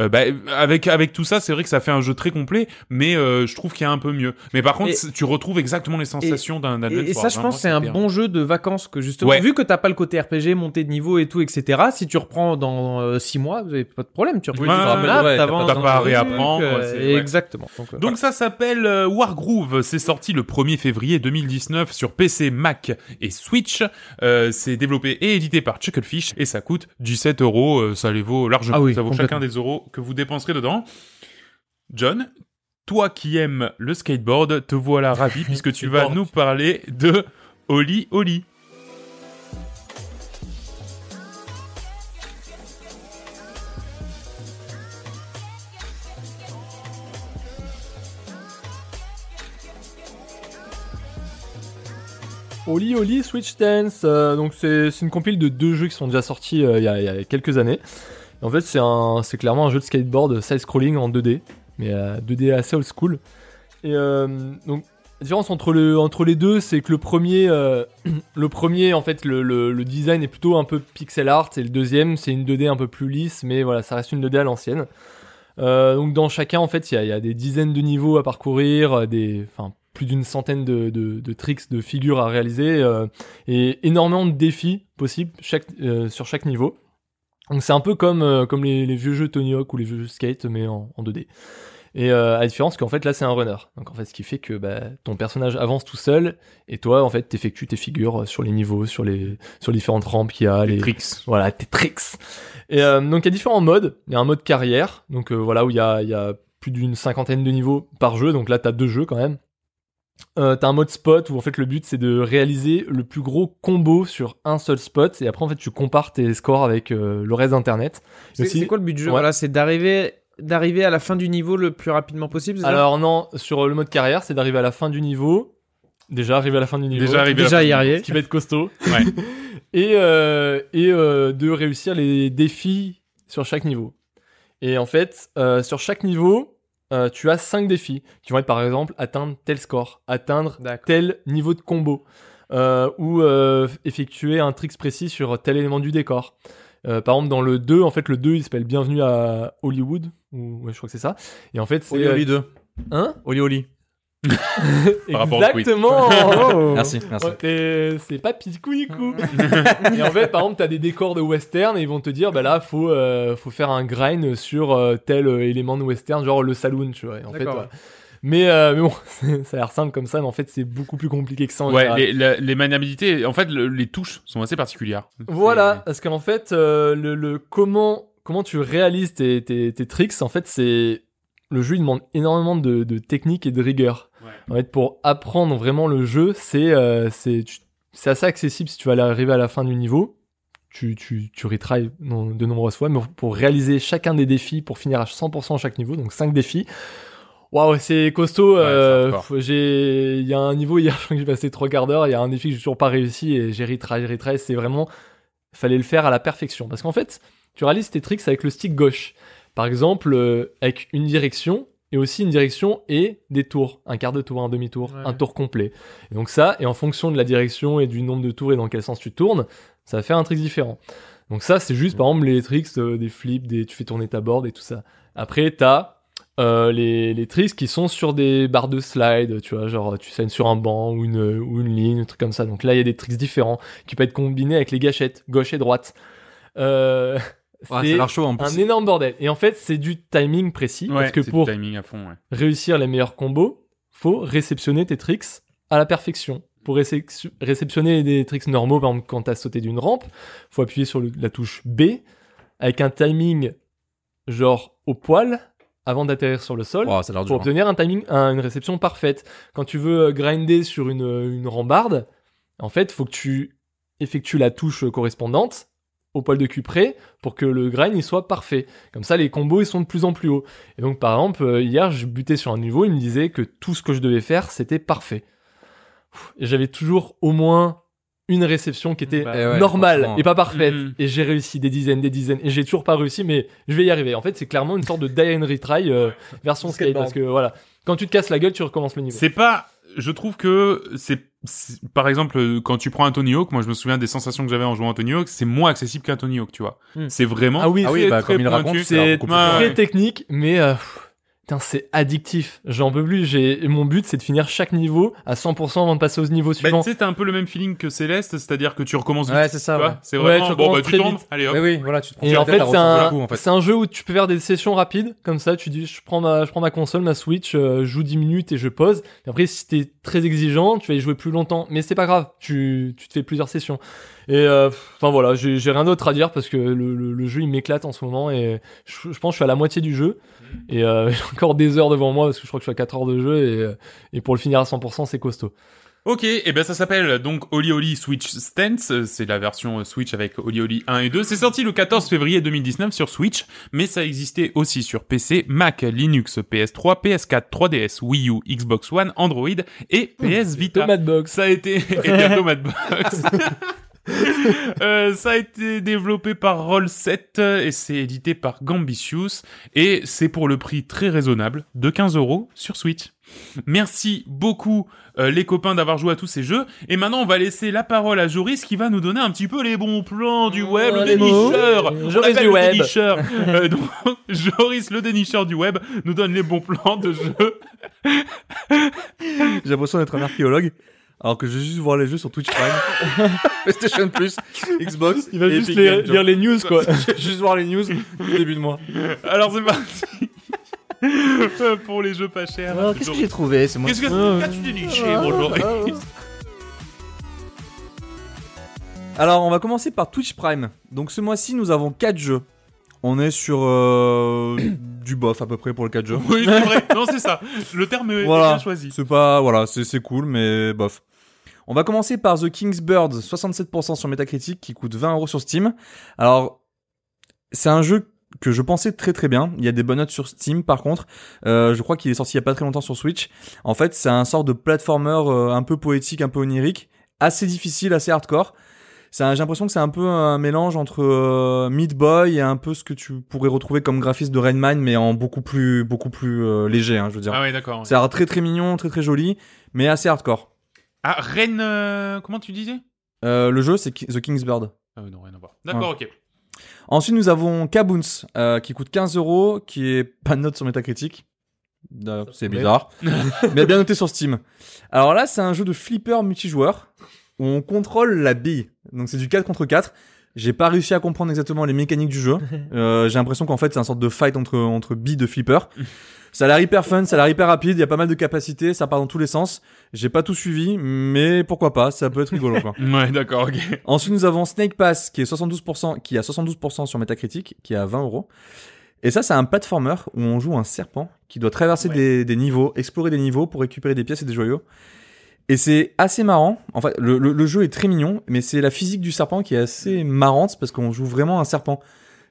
[SPEAKER 1] euh, bah, avec avec tout ça, c'est vrai que ça fait un jeu très complet. Mais euh, je trouve qu'il y a un peu mieux. Mais par contre,
[SPEAKER 4] Et-
[SPEAKER 1] c'est- tu retrouves exactement les sensations d'un
[SPEAKER 4] Et-
[SPEAKER 1] Advance
[SPEAKER 4] Et, ça,
[SPEAKER 1] Wars,
[SPEAKER 4] je
[SPEAKER 1] hein.
[SPEAKER 4] pense,
[SPEAKER 1] Moi,
[SPEAKER 4] c'est un
[SPEAKER 1] c'était
[SPEAKER 4] bon jeu de vacances que justement,
[SPEAKER 1] Ouais.
[SPEAKER 4] vu que t'as pas le côté RPG, montée de niveau et tout, etc. Si tu reprends dans 6 mois, vous avez pas de problème. Tu reprends
[SPEAKER 1] tu te
[SPEAKER 4] dans
[SPEAKER 1] rappelles,
[SPEAKER 4] l'app,
[SPEAKER 3] ouais, t'as
[SPEAKER 4] t'avances
[SPEAKER 1] pas- t'as
[SPEAKER 4] dans
[SPEAKER 1] pas à
[SPEAKER 4] le truc,
[SPEAKER 1] réapprendre,
[SPEAKER 4] euh,
[SPEAKER 1] ouais, c'est- ouais.
[SPEAKER 4] Exactement. Donc, euh,
[SPEAKER 1] Donc ça s'appelle euh, Wargroove, c'est sorti le 1er février 2019 sur PC, Mac et Switch. Euh, c'est développé et édité par Chucklefish et ça coûte 17 euros, Euh, ça les vaut largement,
[SPEAKER 4] Ah oui,
[SPEAKER 1] ça vaut chacun
[SPEAKER 4] complètement.
[SPEAKER 1] des euros que vous dépenserez dedans. John, toi qui aimes le skateboard, te voilà ravi puisque tu vas
[SPEAKER 2] Skateboard.
[SPEAKER 1] nous parler de Oli Oli.
[SPEAKER 2] Oli Oli Switch Dance, euh, donc c'est c'est une compile de deux jeux qui sont déjà sortis euh, il y, a- il y a quelques années. Et en fait, c'est un- c'est clairement un jeu de skateboard euh, side-scrolling en 2D. mais euh, 2D assez old school. Et euh, donc, la différence entre, le, entre les deux, c'est que le premier, euh, le premier en fait, le, le- le design est plutôt un peu pixel art, et le deuxième, c'est une 2D un peu plus lisse, mais voilà, ça reste une 2D à l'ancienne. Euh, donc, dans chacun, en fait, il y a- il y, a des dizaines de niveaux à parcourir, euh, des, enfin, plus d'une centaine de, de- de tricks, de figures à réaliser, euh, et énormément de défis possibles chaque, euh, sur chaque niveau. Donc c'est un peu comme, euh, comme les, les vieux jeux Tony Hawk ou les vieux jeux skate, mais en, en 2D. Et euh, à la différence qu'en fait là c'est un runner. Donc en fait ce qui fait que bah, ton personnage avance tout seul et toi en fait t'effectues tes figures euh, sur les niveaux, sur les, sur les différentes rampes qu'il y a, les,
[SPEAKER 1] tricks.
[SPEAKER 2] voilà, tes tricks. Et euh, donc il y a différents modes. Il y a un mode carrière, donc euh, voilà où il y a, il y a plus d'une cinquantaine de niveaux par jeu. Donc là t'as deux jeux quand même. Euh, t'as un mode spot où en fait le but c'est de réaliser le plus gros combo sur un seul spot et après en fait tu compares tes scores avec euh, le reste d'internet. Et
[SPEAKER 4] C'est
[SPEAKER 2] aussi-
[SPEAKER 4] c'est quoi le but du jeu
[SPEAKER 2] Ouais.
[SPEAKER 4] Voilà, c'est d'arriver d'arriver à la fin du niveau le plus rapidement possible. c'est ça
[SPEAKER 2] Alors non, sur euh, le mode carrière c'est d'arriver à la fin du niveau. Déjà arrivé à la fin du niveau.
[SPEAKER 1] Déjà arrivé.
[SPEAKER 4] déjà y
[SPEAKER 2] ce
[SPEAKER 4] arriver.
[SPEAKER 2] qui va être costaud.
[SPEAKER 1] Ouais.
[SPEAKER 2] et euh, et euh, de réussir les défis sur chaque niveau. Et en fait, euh, sur chaque niveau, euh, tu as 5 défis qui vont être par exemple atteindre tel score, atteindre
[SPEAKER 4] D'accord.
[SPEAKER 2] tel niveau de combo, euh, ou euh, effectuer un trick précis sur tel élément du décor. Euh, par exemple, dans le 2, en fait, le 2, il s'appelle Bienvenue à Hollywood, ou ouais, je crois que c'est ça. Et en fait, c'est.
[SPEAKER 3] Oli Oli 2.
[SPEAKER 2] Hein
[SPEAKER 3] Oli Oli.
[SPEAKER 1] Par rapport au squid.
[SPEAKER 2] Exactement
[SPEAKER 3] Merci,
[SPEAKER 1] Ah,
[SPEAKER 3] merci.
[SPEAKER 2] Ouais, t'es- c'est pas picouicou. et en fait, par exemple, t'as des décors de western et ils vont te dire, bah là, faut, euh, faut faire un grind sur euh, tel euh, élément de western, genre le saloon, tu vois. Et en fait,
[SPEAKER 4] D'accord,
[SPEAKER 2] euh,
[SPEAKER 4] ouais.
[SPEAKER 2] mais, euh, mais bon, ça a l'air simple comme ça, mais en fait, c'est beaucoup plus compliqué que ça. en
[SPEAKER 1] Ouais,
[SPEAKER 2] général.
[SPEAKER 1] les, la- les maniabilités, en fait, le- les touches sont assez particulières.
[SPEAKER 2] Voilà, parce qu'en fait, euh, le, le comment, comment tu réalises tes, tes, tes tricks, en fait, c'est. Le jeu, il demande énormément de, de technique et de rigueur.
[SPEAKER 1] Ouais.
[SPEAKER 2] En fait, pour apprendre vraiment le jeu, c'est euh, c'est tu- c'est assez accessible si tu vas arriver à la fin du niveau. Tu, tu, tu retries non- de nombreuses fois, mais pour réaliser chacun des défis, pour finir à 100% chaque niveau, donc 5 défis. Waouh, c'est costaud.
[SPEAKER 1] Ouais,
[SPEAKER 2] euh,
[SPEAKER 1] c'est hardcore.
[SPEAKER 2] faut- j'ai, il y a un niveau hier, je crois que j'ai passé trois quarts d'heure. Il y a un défi que j'ai toujours pas réussi et j'ai retry, retry. C'est vraiment fallait le faire à la perfection. Parce qu'en fait, tu réalises tes tricks avec le stick gauche. Par exemple, euh, avec une direction et aussi une direction et des tours. Un quart de tour, un demi-tour,
[SPEAKER 4] Ouais.
[SPEAKER 2] un tour complet. Et donc ça, et en fonction de la direction et du nombre de tours et dans quel sens tu tournes, ça va faire un trick différent. Donc ça, c'est juste, par exemple, les tricks, euh, des flips, des, tu fais tourner ta board et tout ça. Après, t'as euh, les, les tricks qui sont sur des barres de slide, tu vois, genre tu saignes sur un banc ou une, ou une ligne, un truc comme ça. Donc là, il y a des tricks différents qui peuvent être combinés avec les gâchettes, gauche et droite. Euh,
[SPEAKER 3] Ouais, ça a
[SPEAKER 2] c'est
[SPEAKER 3] l'air chaud en
[SPEAKER 2] un
[SPEAKER 3] plus.
[SPEAKER 2] énorme bordel. Et en fait, c'est du timing précis, parce que
[SPEAKER 1] c'est
[SPEAKER 2] pour
[SPEAKER 1] du timing à fond, ouais.
[SPEAKER 2] réussir les meilleurs combos, faut réceptionner tes tricks à la perfection. Pour résec- réceptionner des tricks normaux, par exemple quand t'as sauté d'une rampe, faut appuyer sur le- la touche B avec un timing genre au poil avant d'atterrir sur le sol
[SPEAKER 3] Ouah, ça a l'air
[SPEAKER 2] pour
[SPEAKER 3] dur. hein.
[SPEAKER 2] obtenir un timing, un- une réception parfaite. Quand tu veux euh, grinder sur une, euh, une rambarde, en fait, faut que tu effectues la touche euh, correspondante au poil de cul près pour que le grind il soit parfait. Comme ça, les combos ils sont de plus en plus hauts. Et donc, par exemple, euh, hier, je butais sur un niveau, il me disait que tout ce que je devais faire, c'était parfait. Pff, Et j'avais toujours au moins une réception qui était
[SPEAKER 4] Bah,
[SPEAKER 3] Eh ouais,
[SPEAKER 2] normale
[SPEAKER 3] franchement.
[SPEAKER 2] et pas parfaite.
[SPEAKER 1] Mhm.
[SPEAKER 2] Et j'ai réussi des dizaines, des dizaines. Et j'ai toujours pas réussi, mais je vais y arriver. En fait, c'est clairement une sorte de die and retry euh, version skate.
[SPEAKER 4] Skateboard.
[SPEAKER 2] Parce que voilà, quand tu te casses la gueule, tu recommences le niveau.
[SPEAKER 1] C'est pas. Je trouve que c'est. c'est- Par exemple, euh, quand tu prends un Tony Hawk, moi je me souviens des sensations que j'avais en jouant à Tony Hawk, c'est moins accessible qu'un Tony Hawk, tu vois.
[SPEAKER 4] Hmm.
[SPEAKER 1] C'est vraiment.
[SPEAKER 2] Ah oui,
[SPEAKER 3] Ah oui,
[SPEAKER 1] très,
[SPEAKER 3] bah,
[SPEAKER 1] très
[SPEAKER 3] comme il raconte,
[SPEAKER 1] pointu.
[SPEAKER 3] ça a l'air beaucoup plus
[SPEAKER 1] Ouais,
[SPEAKER 3] dur.
[SPEAKER 1] ouais.
[SPEAKER 2] très technique, mais euh, pff, putain, c'est addictif. J'en peux plus. J'ai mon but, c'est de finir chaque niveau à 100% avant de passer au niveau
[SPEAKER 1] Bah,
[SPEAKER 2] suivant.
[SPEAKER 1] tu sais, t'as un peu le même feeling que Céleste, c'est-à-dire que tu recommences
[SPEAKER 3] Ouais,
[SPEAKER 1] vite.
[SPEAKER 3] c'est
[SPEAKER 1] tu
[SPEAKER 3] ça.
[SPEAKER 1] vois.
[SPEAKER 3] ouais.
[SPEAKER 1] c'est
[SPEAKER 2] Ouais,
[SPEAKER 1] vraiment.
[SPEAKER 2] tu
[SPEAKER 1] bon, bah,
[SPEAKER 2] recommences
[SPEAKER 1] tu
[SPEAKER 2] très
[SPEAKER 1] tombes,
[SPEAKER 2] vite.
[SPEAKER 1] allez hop.
[SPEAKER 3] Eh Oui, oui, voilà, tu te prends
[SPEAKER 2] et
[SPEAKER 3] la
[SPEAKER 2] en
[SPEAKER 3] tête à
[SPEAKER 2] fait, c'est
[SPEAKER 3] ressentir le
[SPEAKER 2] un,
[SPEAKER 3] coup, en fait.
[SPEAKER 2] c'est un jeu où tu peux faire des sessions rapides, comme ça, tu dis, je prends ma, je prends ma console, ma Switch, euh, je joue 10 minutes et je pose. Et après, si t'es très exigeant, tu vas y jouer plus longtemps, mais c'est pas grave, tu, tu te fais plusieurs sessions. Et euh, enfin voilà, j'ai j'ai rien d'autre à dire parce que le, le- le jeu il m'éclate en ce moment et je, je pense que je suis à la moitié du jeu et euh, j'ai encore des heures devant moi parce que je crois que je suis à 4 heures de jeu et, euh, et pour le finir à 100% c'est costaud.
[SPEAKER 1] Ok, et ben ça s'appelle donc Oli Oli Switch Stance, euh, c'est la version euh, Switch avec Oli Oli 1 et 2. C'est sorti le 14 février 2019 sur Switch, mais ça existait aussi sur PC, Mac, Linux, PS3, PS4, 3DS, Wii U, Xbox One, Android et PS Vita.
[SPEAKER 2] Tomate Box.
[SPEAKER 1] Ça a été et bientôt Madbox. Euh, ça a été développé par Roll7 et c'est édité par Gambitious et c'est pour le prix très raisonnable de 15 euros sur Switch. Merci beaucoup euh, les copains d'avoir joué à tous ces jeux et maintenant on va laisser la parole à Joris qui va nous donner un petit peu les bons plans du web,
[SPEAKER 2] Oh,
[SPEAKER 1] le
[SPEAKER 2] les mots.
[SPEAKER 1] dénicheur. On
[SPEAKER 2] Joris
[SPEAKER 1] l'appelle
[SPEAKER 2] du
[SPEAKER 1] le
[SPEAKER 2] web.
[SPEAKER 1] dénicheur. Euh, donc, Joris le dénicheur du web nous donne les bons plans de jeux.
[SPEAKER 3] J'ai l'impression d'être un archéologue. Alors que je vais juste voir les jeux sur Twitch Prime, PlayStation Plus, Xbox.
[SPEAKER 2] Il va
[SPEAKER 3] et
[SPEAKER 2] juste
[SPEAKER 3] Epic
[SPEAKER 2] lire,
[SPEAKER 3] Games Store.
[SPEAKER 2] lire les news, quoi.
[SPEAKER 3] Je vais juste voir les news du début de mois.
[SPEAKER 1] Alors c'est parti Euh, pour les jeux pas chers.
[SPEAKER 5] Alors, Euh, Qu'est-ce que j'ai trouvé C'est moi.
[SPEAKER 1] Qu'est-ce
[SPEAKER 3] Ah.
[SPEAKER 1] que qu'as-tu déniché, mon Joris
[SPEAKER 3] Alors, on va commencer par Twitch Prime. Donc, ce mois-ci, nous avons 4 jeux. On est sur euh, du bof à peu près pour le 4 jeux.
[SPEAKER 1] Oui, c'est vrai. Non, c'est ça. Le terme est
[SPEAKER 3] Voilà.
[SPEAKER 1] bien choisi.
[SPEAKER 3] C'est pas. Voilà, c'est c'est cool, mais bof. On va commencer par The King's Bird, 67% sur Metacritic, qui coûte 20 euros sur Steam. Alors, c'est un jeu que je pensais très très bien. Il y a des bonnes notes sur Steam, par contre. Euh, je crois qu'il est sorti il y a pas très longtemps sur Switch. En fait, c'est un sort de platformer euh, un peu poétique, un peu onirique, assez difficile, assez hardcore. C'est un- J'ai l'impression que c'est un peu un mélange entre euh, Meat Boy et un peu ce que tu pourrais retrouver comme graphiste de Rainman, mais en beaucoup plus, beaucoup plus euh, léger, hein, je veux dire.
[SPEAKER 1] Ah ouais, d'accord.
[SPEAKER 3] C'est un très très mignon, très très joli, mais assez hardcore.
[SPEAKER 1] Ah, Rennes... euh, comment tu disais
[SPEAKER 3] Euh, le jeu, c'est Ki- The King's Bird.
[SPEAKER 1] Ah non, rien à voir. D'accord, ok.
[SPEAKER 3] Ensuite, nous avons Kaboons, euh, qui coûte 15 euros, qui est pas de note sur Metacritic. Euh, C'est bizarre. mais bien noté sur Steam. Alors là, c'est un jeu de flipper multijoueur où on contrôle la bille. Donc c'est du 4 contre 4. J'ai pas réussi à comprendre exactement les mécaniques du jeu. Euh, J'ai l'impression qu'en fait, c'est un sorte de fight entre, entre billes de flipper. Ça a l'air hyper fun, ça a l'air hyper rapide, il y a pas mal de capacités, ça part dans tous les sens. J'ai pas tout suivi, mais pourquoi pas, ça peut être rigolo quoi.
[SPEAKER 1] Ouais, d'accord, ok.
[SPEAKER 3] Ensuite, nous avons Snake Pass qui est 72%, qui a 72% sur Metacritic, qui est à 20 euros. Et ça, c'est un platformer où on joue un serpent qui doit traverser
[SPEAKER 1] Ouais.
[SPEAKER 3] des, des niveaux, explorer des niveaux pour récupérer des pièces et des joyaux. Et c'est assez marrant. En fait, le, le- le jeu est très mignon, mais c'est la physique du serpent qui est assez marrante parce qu'on joue vraiment un serpent.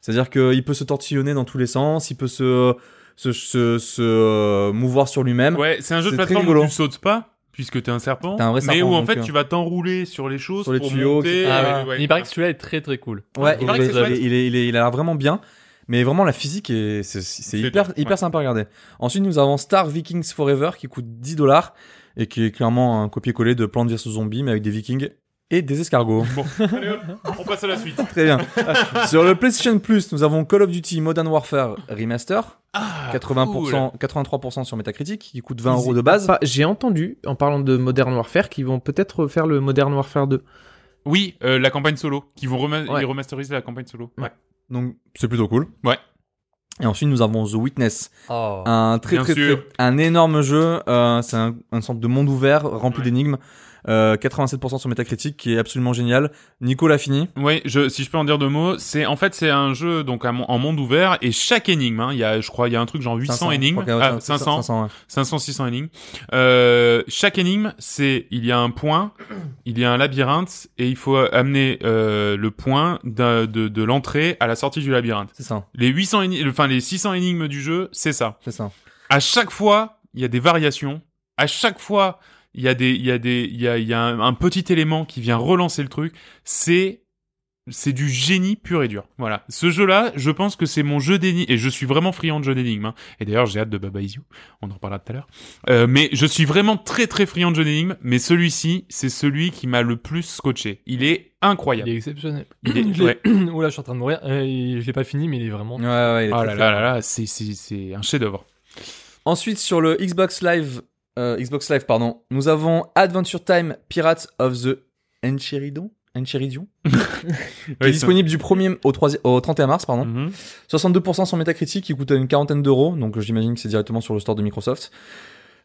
[SPEAKER 3] C'est-à-dire qu'il peut se tortillonner dans tous les sens, il peut se, se, se, se, euh, mouvoir sur lui-même.
[SPEAKER 1] Ouais, c'est un jeu de
[SPEAKER 3] C'est très
[SPEAKER 1] plateforme où
[SPEAKER 3] rigolo.
[SPEAKER 1] tu sautes pas, puisque t'es un serpent.
[SPEAKER 3] T'es un vrai
[SPEAKER 1] mais
[SPEAKER 3] serpent,
[SPEAKER 1] où, en
[SPEAKER 3] donc,
[SPEAKER 1] fait,
[SPEAKER 3] euh,
[SPEAKER 1] tu vas t'enrouler sur les choses
[SPEAKER 3] sur les
[SPEAKER 1] pour
[SPEAKER 3] tuyaux,
[SPEAKER 1] monter.
[SPEAKER 3] etc.
[SPEAKER 1] ouais,
[SPEAKER 2] Ah,
[SPEAKER 1] ouais, ouais.
[SPEAKER 2] Il paraît que celui-là est très très cool.
[SPEAKER 3] Ouais,
[SPEAKER 1] Il
[SPEAKER 3] il,
[SPEAKER 1] paraît que
[SPEAKER 3] est,
[SPEAKER 1] c'est
[SPEAKER 3] il,
[SPEAKER 1] chouette.
[SPEAKER 3] est, il, est- il est- il a l'air vraiment bien. Mais vraiment, la physique est, c'est, c'est
[SPEAKER 1] C'est
[SPEAKER 3] hyper,
[SPEAKER 1] top,
[SPEAKER 3] hyper sympa à regarder. Ensuite, nous avons Star Vikings Forever qui coûte 10 dollars et qui est clairement un copier-coller de Plants vs Zombies mais avec des Vikings et des escargots.
[SPEAKER 1] Bon, allez hop, on passe à la suite.
[SPEAKER 3] Très bien. Sur le PlayStation Plus, nous avons Call of Duty Modern Warfare Remaster,
[SPEAKER 1] Ah,
[SPEAKER 3] 80%, 83% sur Metacritic, qui coûte 20 euros de base.
[SPEAKER 4] Pas- Bah, J'ai entendu, en parlant de Modern Warfare, qu'ils vont peut-être faire le Modern Warfare 2.
[SPEAKER 1] Oui, euh, la campagne solo. Qui vont rema-
[SPEAKER 4] Ouais.
[SPEAKER 1] ils remasterisent la campagne solo.
[SPEAKER 4] Ouais.
[SPEAKER 3] Donc, c'est plutôt cool.
[SPEAKER 1] Ouais.
[SPEAKER 3] Et ensuite, nous avons The Witness,
[SPEAKER 2] Oh.
[SPEAKER 3] un très
[SPEAKER 1] Bien
[SPEAKER 3] très,
[SPEAKER 1] sûr.
[SPEAKER 3] très- un énorme jeu euh, c'est un, un sorte de monde ouvert rempli
[SPEAKER 1] Ouais.
[SPEAKER 3] d'énigmes euh, 87% sur Metacritic qui est absolument génial Nico l'a fini
[SPEAKER 1] Oui, je, si je peux en dire deux mots, c'est en fait c'est un jeu donc à mon- en monde ouvert et chaque énigme, hein, il y a je crois il y a un truc genre 800 énigmes,
[SPEAKER 3] je crois que,
[SPEAKER 1] Ah,
[SPEAKER 3] ouais,
[SPEAKER 1] 500,
[SPEAKER 3] 500 ouais.
[SPEAKER 1] 500, 600 énigmes. Euh, chaque énigme, c'est il y a un point, il y a un labyrinthe et il faut amener euh, le point d'un- de, de l'entrée à la sortie du labyrinthe.
[SPEAKER 3] c'est ça
[SPEAKER 1] Les 800 énigmes, enfin les 600 énigmes du jeu, c'est ça.
[SPEAKER 3] c'est ça
[SPEAKER 1] À chaque fois, il y a des variations. À chaque fois, il y a des il y a des il y a, il y a un, un petit élément qui vient relancer le truc. C'est c'est du génie pur et dur. Voilà. Ce jeu-là, je pense que c'est mon jeu d'énigme. Et je suis vraiment friand de jeux d'énigmes. hein. Et d'ailleurs, j'ai hâte de Baba Is You. On en reparlera tout à l'heure. Euh, mais je suis vraiment très très friand de jeux d'énigmes. Mais celui-ci, c'est celui qui m'a le plus scotché. Il est
[SPEAKER 2] Il
[SPEAKER 1] incroyable.
[SPEAKER 2] est exceptionnel.
[SPEAKER 1] Il est-
[SPEAKER 2] Je l'ai-
[SPEAKER 1] ouais.
[SPEAKER 2] Oula, je suis en train de mourir. Euh, il- je l'ai pas fini, mais il est vraiment.
[SPEAKER 3] ouais, ouais, il est
[SPEAKER 1] Ah
[SPEAKER 3] très,
[SPEAKER 1] là
[SPEAKER 3] très
[SPEAKER 1] là
[SPEAKER 3] bien.
[SPEAKER 1] là là, c'est c'est c'est un chef-d'œuvre.
[SPEAKER 3] ensuite sur le Xbox Live euh, Xbox Live pardon nous avons Adventure Time Pirates of the Enchiridion Enchiridion qui est
[SPEAKER 1] Oui,
[SPEAKER 3] disponible du 1er au, 3 au 31 mars pardon
[SPEAKER 1] Mhm.
[SPEAKER 3] 62% sur Metacritic, qui coûte une quarantaine d'euros, donc j'imagine que c'est directement sur le store de Microsoft.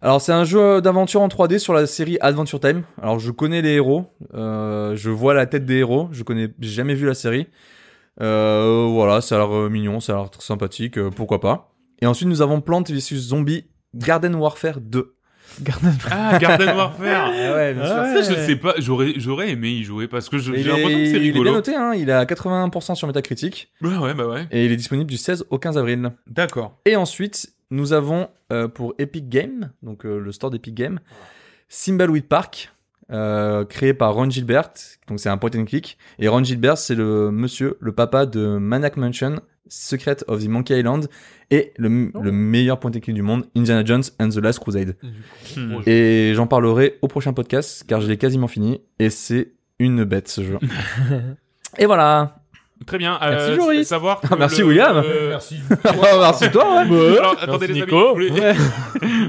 [SPEAKER 3] Alors c'est un jeu euh, d'aventure en 3D sur la série Adventure Time. Alors je connais les héros, euh, je vois la tête des héros, je connais, j'ai jamais vu la série. Euh, voilà, ça a l'air euh, mignon, ça a l'air très sympathique, euh, pourquoi pas. Et ensuite nous avons Plants vs Zombie Garden Warfare 2.
[SPEAKER 1] Ah, Garden Warfare.
[SPEAKER 3] Ah ouais, bien sûr.
[SPEAKER 1] Ça, je sais pas, j'aurais, j'aurais aimé y jouer parce que je-
[SPEAKER 3] Il
[SPEAKER 1] j'ai
[SPEAKER 3] est,
[SPEAKER 1] l'impression que c'est
[SPEAKER 3] il est bien
[SPEAKER 1] rigolo.
[SPEAKER 3] noté, hein, il est à 81% sur Metacritic
[SPEAKER 1] Ouais, ouais, bah ouais.
[SPEAKER 3] et il est disponible du 16 au 15 avril.
[SPEAKER 1] D'accord.
[SPEAKER 3] Et ensuite, nous avons euh, pour Epic Games, donc euh, le store d'Epic Games, Simbalweed Park, euh, créé par Ron Gilbert. Donc c'est un point and click. Et Ron Gilbert, c'est le monsieur, le papa de Maniac Mansion, Secret of the Monkey Island et le,
[SPEAKER 2] Oh.
[SPEAKER 3] le meilleur point and click du monde, Indiana Jones and the Last Crusade.
[SPEAKER 1] Hmm.
[SPEAKER 3] Et j'en parlerai au prochain podcast car je l'ai quasiment fini et c'est une bête ce jeu. et voilà.
[SPEAKER 1] Très bien.
[SPEAKER 2] Merci,
[SPEAKER 1] euh,
[SPEAKER 2] Joris.
[SPEAKER 1] Savoir que
[SPEAKER 3] Ah, merci,
[SPEAKER 1] le-
[SPEAKER 3] William.
[SPEAKER 1] euh,
[SPEAKER 3] Merci toi. ouais.
[SPEAKER 1] Alors, attendez les
[SPEAKER 2] Nico.
[SPEAKER 1] amis, je voulais-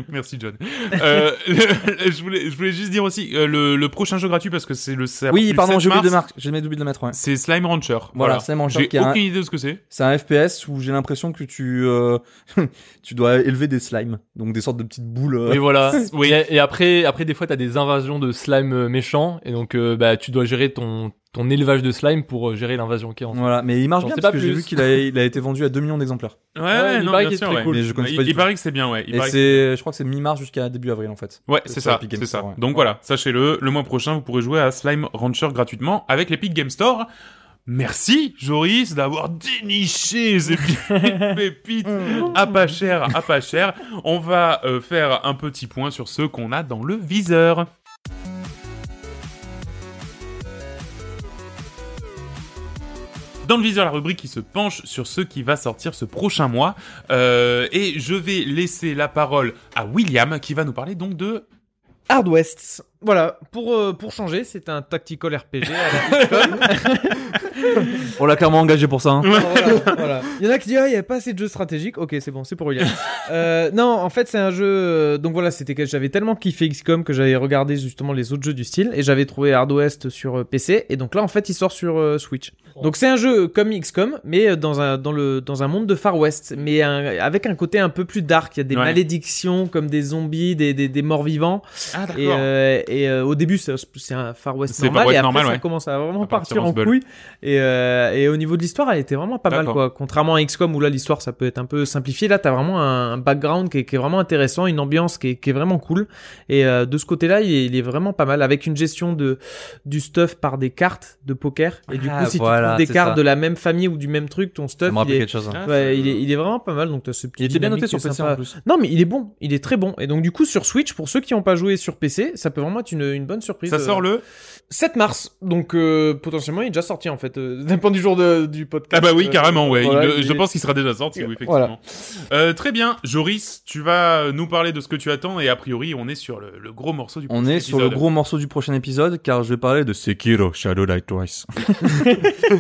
[SPEAKER 1] Merci John. Euh, le- je, voulais, je voulais juste dire aussi euh, le, le prochain jeu gratuit parce que c'est le ça
[SPEAKER 3] Oui,
[SPEAKER 1] le
[SPEAKER 3] pardon,
[SPEAKER 1] 7
[SPEAKER 3] j'ai oublié de
[SPEAKER 1] mars,
[SPEAKER 3] marque. J'ai oublié de le mettre. Ouais.
[SPEAKER 1] C'est Slime Rancher.
[SPEAKER 3] Voilà, c'est mon
[SPEAKER 1] J'ai
[SPEAKER 3] qui est
[SPEAKER 1] aucune
[SPEAKER 3] un-
[SPEAKER 1] idée de ce que c'est.
[SPEAKER 3] C'est un FPS où j'ai l'impression que tu euh, tu dois élever des slimes, donc des sortes de petites boules. euh.
[SPEAKER 2] Et voilà.
[SPEAKER 1] Oui.
[SPEAKER 2] Et, et après, après, des fois, t'as des invasions de slime euh, méchants, et donc euh, bah, tu dois gérer ton, ton élevage de slime pour euh, gérer l'invasion qui est en
[SPEAKER 3] Voilà, mais il marche
[SPEAKER 2] J'en
[SPEAKER 3] bien
[SPEAKER 2] sais
[SPEAKER 3] parce
[SPEAKER 2] pas
[SPEAKER 3] que j'ai
[SPEAKER 2] plus.
[SPEAKER 3] vu qu'il a, il a été vendu à 2 millions d'exemplaires.
[SPEAKER 1] Ouais,
[SPEAKER 2] ouais, il
[SPEAKER 1] non,
[SPEAKER 2] paraît
[SPEAKER 1] bien
[SPEAKER 2] qu'il est
[SPEAKER 1] sûr,
[SPEAKER 2] très
[SPEAKER 1] ouais.
[SPEAKER 2] cool.
[SPEAKER 3] Mais je connais
[SPEAKER 1] Il,
[SPEAKER 3] pas du
[SPEAKER 1] il
[SPEAKER 3] tout.
[SPEAKER 1] paraît que c'est bien, ouais. Il
[SPEAKER 3] Et
[SPEAKER 1] paraît que-
[SPEAKER 3] c'est, je crois que c'est mi-mars jusqu'à début avril en fait.
[SPEAKER 1] Ouais, c'est
[SPEAKER 3] sur
[SPEAKER 1] ça,
[SPEAKER 3] Epic Games
[SPEAKER 1] c'est ça.
[SPEAKER 3] Store, ouais.
[SPEAKER 1] Donc voilà, sachez-le, le mois prochain, vous pourrez jouer à Slime Rancher gratuitement avec l'Epic Game Store. Merci, Joris, d'avoir déniché ces petites pépites à pas cher, à pas cher. On va euh, faire un petit point sur ceux qu'on a dans le viseur. Dans le viseur, la rubrique qui se penche sur ce qui va sortir ce prochain mois. Euh, et je vais laisser la parole à William qui va nous parler donc de
[SPEAKER 4] Hard West. Voilà, pour, euh, pour changer, c'est un tactical RPG. à la-
[SPEAKER 3] On l'a clairement engagé pour ça. hein.
[SPEAKER 4] Alors, voilà, voilà. Il y en a qui disent, ah, il n'y a pas assez de jeux stratégiques. Ok, c'est bon, c'est pour William. Euh, non, en fait, c'est un jeu. euh, Donc voilà, c'était que j'avais tellement kiffé XCOM que j'avais regardé justement les autres jeux du style et j'avais trouvé Hard West sur euh, PC. Et donc là, en fait, il sort sur euh, Switch. Donc c'est un jeu comme XCOM, mais euh, dans un, dans le, dans un monde de Far West, mais un- avec un côté un peu plus dark. Il y a des
[SPEAKER 1] Ouais.
[SPEAKER 4] malédictions comme des zombies, des, des, des morts vivants.
[SPEAKER 1] Ah
[SPEAKER 4] Et,
[SPEAKER 1] d'accord.
[SPEAKER 4] euh, et, euh, au début, c'est c'est un Far West
[SPEAKER 1] C'est
[SPEAKER 4] normal,
[SPEAKER 1] Far West
[SPEAKER 4] et après,
[SPEAKER 1] normal,
[SPEAKER 4] ça
[SPEAKER 1] ouais.
[SPEAKER 4] commence à vraiment
[SPEAKER 1] À partir
[SPEAKER 4] partir
[SPEAKER 1] en
[SPEAKER 4] en
[SPEAKER 1] sbull.
[SPEAKER 4] couille. Et, euh, et au niveau de l'histoire, elle était vraiment pas mal,
[SPEAKER 1] D'accord.
[SPEAKER 4] quoi. Contrairement à XCOM, où là, l'histoire, ça peut être un peu simplifié, là, t'as vraiment un, un background qui est, qui est vraiment intéressant, une ambiance qui est, qui est vraiment cool. Et euh, de ce côté-là, il, est- il est vraiment pas mal, avec une gestion de du stuff par des cartes de poker. Et du
[SPEAKER 3] Ah,
[SPEAKER 4] coup, si
[SPEAKER 3] voilà,
[SPEAKER 4] tu trouves des
[SPEAKER 3] c'est
[SPEAKER 4] cartes
[SPEAKER 3] ça.
[SPEAKER 4] de la même famille ou du même truc, ton
[SPEAKER 3] Ça
[SPEAKER 4] stuff,
[SPEAKER 3] me
[SPEAKER 4] il
[SPEAKER 3] rappelle
[SPEAKER 4] est,
[SPEAKER 3] quelque chose. hein.
[SPEAKER 1] Ah,
[SPEAKER 4] ouais, il est, il est vraiment pas mal. Donc, t'as ce petit.
[SPEAKER 3] Il était bien noté
[SPEAKER 4] dynamique
[SPEAKER 3] sur
[SPEAKER 4] qui est
[SPEAKER 3] PC
[SPEAKER 4] sympa.
[SPEAKER 3] en plus.
[SPEAKER 4] Non, mais il est bon, il est très bon. Et donc, du coup, sur Switch, pour ceux qui n'ont pas joué sur PC, ça peut vraiment être une, une bonne surprise.
[SPEAKER 1] Ça sort le
[SPEAKER 4] 7 mars, donc euh, potentiellement il est déjà sorti en fait. euh, ça dépend du jour de- du podcast.
[SPEAKER 1] Ah bah oui
[SPEAKER 4] Euh,
[SPEAKER 1] carrément ouais.
[SPEAKER 4] voilà,
[SPEAKER 1] Il-
[SPEAKER 4] il
[SPEAKER 1] je
[SPEAKER 4] est-
[SPEAKER 1] pense qu'il sera déjà sorti oui,
[SPEAKER 4] Voilà.
[SPEAKER 1] effectivement. Euh, très bien Joris, tu vas nous parler de ce que tu attends et a priori on est sur le, le gros morceau du.
[SPEAKER 3] On est sur le
[SPEAKER 1] épisode.
[SPEAKER 3] gros morceau du prochain épisode car je vais parler de Sekiro Shadow Die Twice.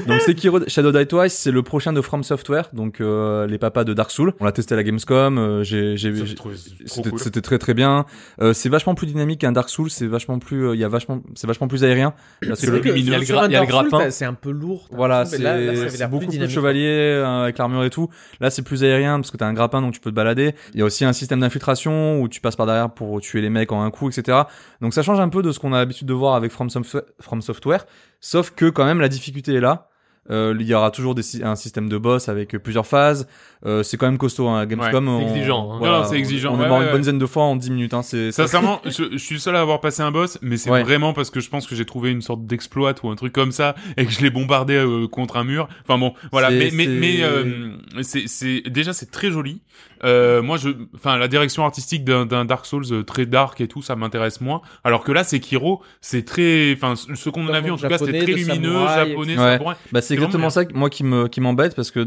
[SPEAKER 3] donc Sekiro Shadow Die Twice, c'est le prochain de From Software, donc euh, les papas de Dark Souls. On l'a testé à la Gamescom, euh, j'ai j'ai
[SPEAKER 1] Ça,
[SPEAKER 3] j'ai-
[SPEAKER 1] je trouve- c'est trop
[SPEAKER 3] c'était
[SPEAKER 1] cool.
[SPEAKER 3] c'était très très bien. Euh, c'est vachement plus dynamique qu'un Dark Souls, c'est vachement plus euh, il y a vachement c'est vachement plus aérien parce
[SPEAKER 4] C'est
[SPEAKER 3] que
[SPEAKER 4] vrai
[SPEAKER 2] le-
[SPEAKER 4] que
[SPEAKER 2] il y a le
[SPEAKER 4] sur
[SPEAKER 2] gra- il y a le
[SPEAKER 4] Dark Souls,
[SPEAKER 2] grappin.
[SPEAKER 4] t'as- C'est un peu lourd. t'as
[SPEAKER 3] Voilà,
[SPEAKER 4] l'impression, mais hein, là- là, ça
[SPEAKER 3] c'est
[SPEAKER 4] avait
[SPEAKER 3] c'est
[SPEAKER 4] l'air
[SPEAKER 3] beaucoup plus,
[SPEAKER 4] dynamique.
[SPEAKER 3] chevalier euh, avec l'armure et tout. Là, c'est plus aérien parce que t'as un grappin donc tu peux te balader. Il y a aussi un système d'infiltration où tu passes par derrière pour tuer les mecs en un coup, etc. Donc ça change un peu de ce qu'on a l'habitude de voir avec From, Software- From Software, sauf que quand même la difficulté est là. Euh, il y aura toujours des sy- un système de boss avec plusieurs phases. Euh, c'est quand même costaud, hein. Gamescom.
[SPEAKER 2] c'est
[SPEAKER 3] on-
[SPEAKER 2] exigeant, hein.
[SPEAKER 1] Non, c'est
[SPEAKER 3] on-
[SPEAKER 1] exigeant,
[SPEAKER 3] On
[SPEAKER 1] ouais,
[SPEAKER 3] est mort
[SPEAKER 1] ouais,
[SPEAKER 3] une
[SPEAKER 1] ouais.
[SPEAKER 3] bonne dizaine de fois en 10 minutes. Hein. C'est ça-
[SPEAKER 1] Sincèrement, je, je suis le seul à avoir passé un boss, mais c'est
[SPEAKER 3] Ouais.
[SPEAKER 1] vraiment parce que je pense que j'ai trouvé une sorte d'exploit ou un truc comme ça et que je l'ai bombardé euh, contre un mur. Enfin bon, voilà.
[SPEAKER 3] C'est-
[SPEAKER 1] Mais mais
[SPEAKER 3] c'est-
[SPEAKER 1] mais euh, c'est c'est déjà c'est très joli. Euh, moi, je, enfin la direction artistique d'un d'un Dark Souls euh, très dark et tout, ça m'intéresse moins. Alors que là, c'est Kiro, c'est très, enfin ce ce qu'on en a vu en tout cas, c'était
[SPEAKER 4] Japonais,
[SPEAKER 1] très
[SPEAKER 4] de
[SPEAKER 1] lumineux,
[SPEAKER 4] samouraï,
[SPEAKER 1] japonais,
[SPEAKER 3] etc. Ouais.
[SPEAKER 1] samouraï.
[SPEAKER 3] Bah, c'est
[SPEAKER 1] C'est vraiment bien.
[SPEAKER 3] exactement ça que- moi qui me qui m'embête parce que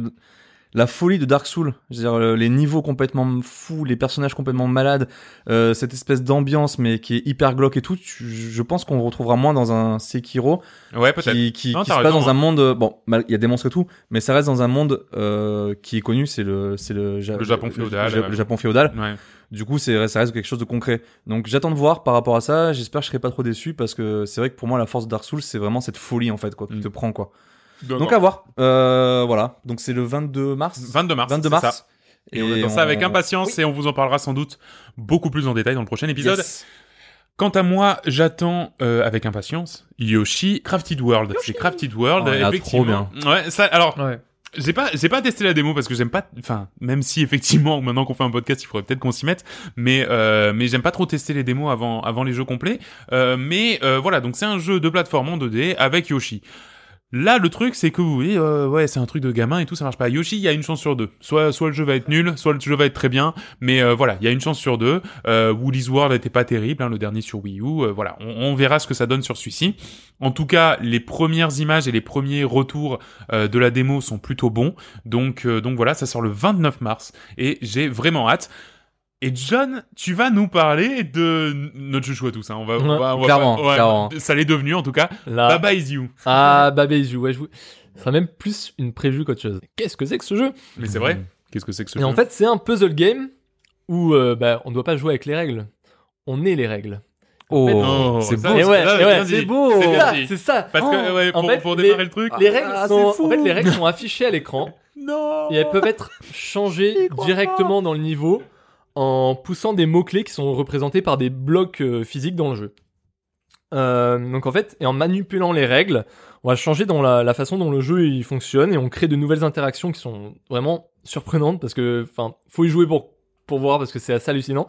[SPEAKER 3] la folie de Dark Souls, je veux dire le- les niveaux complètement fous, les personnages complètement malades, euh, cette espèce d'ambiance mais qui est hyper glauque et tout, tu- je pense qu'on retrouvera moins dans un Sekiro
[SPEAKER 1] Ouais, peut-être.
[SPEAKER 3] qui, qui,
[SPEAKER 1] Non,
[SPEAKER 3] qui
[SPEAKER 1] t'as
[SPEAKER 3] se passe
[SPEAKER 1] raison, hein.
[SPEAKER 3] dans un monde euh, bon, mal- il y a des monstres et tout, mais ça reste dans un monde euh, qui est connu, c'est le c'est le, Ja-
[SPEAKER 1] Le Japon féodal,
[SPEAKER 3] Ja-
[SPEAKER 1] ouais.
[SPEAKER 3] le Japon féodal.
[SPEAKER 1] Ouais.
[SPEAKER 3] Du coup, c'est ça reste quelque chose de concret. Donc j'attends de voir par rapport à ça. J'espère que je serai pas trop déçu parce que c'est vrai que pour moi la force de Dark Souls, c'est vraiment cette folie en fait quoi, qui
[SPEAKER 1] Mm.
[SPEAKER 3] te prend quoi.
[SPEAKER 1] D'accord.
[SPEAKER 3] Donc à voir. Euh, voilà. Donc c'est le 22 mars.
[SPEAKER 1] 22 mars.
[SPEAKER 3] 22
[SPEAKER 1] c'est
[SPEAKER 3] mars.
[SPEAKER 1] ça. Et, on attend ça avec impatience et on vous en parlera sans doute beaucoup plus en détail dans le prochain épisode.
[SPEAKER 3] Yes.
[SPEAKER 1] Quant à moi, j'attends euh, avec impatience Yoshi Crafted World. C'est Crafted World,
[SPEAKER 3] Oh, il a
[SPEAKER 1] effectivement.
[SPEAKER 3] trop
[SPEAKER 1] Ouais, ça. Alors,
[SPEAKER 4] Ouais.
[SPEAKER 1] j'ai pas, j'ai pas testé la démo parce que j'aime pas. Enfin, même si effectivement, maintenant qu'on fait un podcast, il faudrait peut-être qu'on s'y mette. Mais, euh, mais j'aime pas trop tester les démos avant, avant les jeux complets. Euh, mais euh, voilà, donc c'est un jeu de plateforme en 2D avec Yoshi. Là, le truc, c'est que vous voyez, euh, ouais, c'est un truc de gamin et tout, ça marche pas. Yoshi, il y a une chance sur deux. Soit, soit le jeu va être nul, soit le jeu va être très bien, mais euh, voilà, il y a une chance sur deux. Euh, Woolies World n'était pas terrible, hein, le dernier sur Wii U. euh, voilà, on, on verra ce que ça donne sur celui-ci. En tout cas, les premières images et les premiers retours euh, de la démo sont plutôt bons. Donc, euh, donc voilà, ça sort le 29 mars et j'ai vraiment hâte. Et John, tu vas nous parler de notre chouchou à tous. Hein. On va, on
[SPEAKER 2] Ouais,
[SPEAKER 1] va- on va-
[SPEAKER 3] clairement,
[SPEAKER 1] ouais,
[SPEAKER 3] clairement.
[SPEAKER 1] ça l'est devenu en tout cas.
[SPEAKER 2] Là.
[SPEAKER 1] Baba is you.
[SPEAKER 2] Ah, Babé Zou, ouais, je vous... C'est même plus une preview qu'autre chose. Qu'est-ce que c'est que ce jeu
[SPEAKER 1] Mais c'est vrai. Qu'est-ce que c'est que ce
[SPEAKER 2] Et Mm. en
[SPEAKER 1] jeu
[SPEAKER 2] fait, c'est un puzzle game où euh, bah, on ne doit pas jouer avec les règles. On est les règles.
[SPEAKER 3] Oh,
[SPEAKER 1] Oh,
[SPEAKER 3] c'est
[SPEAKER 1] ça,
[SPEAKER 3] beau.
[SPEAKER 2] Et ouais,
[SPEAKER 1] ça,
[SPEAKER 2] et ouais,
[SPEAKER 1] bien dit.
[SPEAKER 2] c'est
[SPEAKER 4] beau.
[SPEAKER 1] C'est
[SPEAKER 2] C'est
[SPEAKER 1] bien
[SPEAKER 2] ça,
[SPEAKER 1] dit.
[SPEAKER 2] c'est ça.
[SPEAKER 1] Parce que
[SPEAKER 2] Oh.
[SPEAKER 1] ouais,
[SPEAKER 2] En
[SPEAKER 1] pour,
[SPEAKER 2] fait,
[SPEAKER 1] pour
[SPEAKER 2] les-
[SPEAKER 1] démarrer le truc.
[SPEAKER 2] Les règles,
[SPEAKER 3] Ah,
[SPEAKER 2] sont,
[SPEAKER 3] c'est fou.
[SPEAKER 2] en fait, les règles sont affichées à l'écran
[SPEAKER 1] Non.
[SPEAKER 2] et elles peuvent être changées directement dans le niveau en poussant des mots-clés qui sont représentés par des blocs euh, physiques dans le jeu. Euh, donc en fait, et en manipulant les règles, on va changer dans la, la façon dont le jeu il fonctionne et on crée de nouvelles interactions qui sont vraiment surprenantes parce que, enfin, faut y jouer pour pour voir parce que c'est assez hallucinant.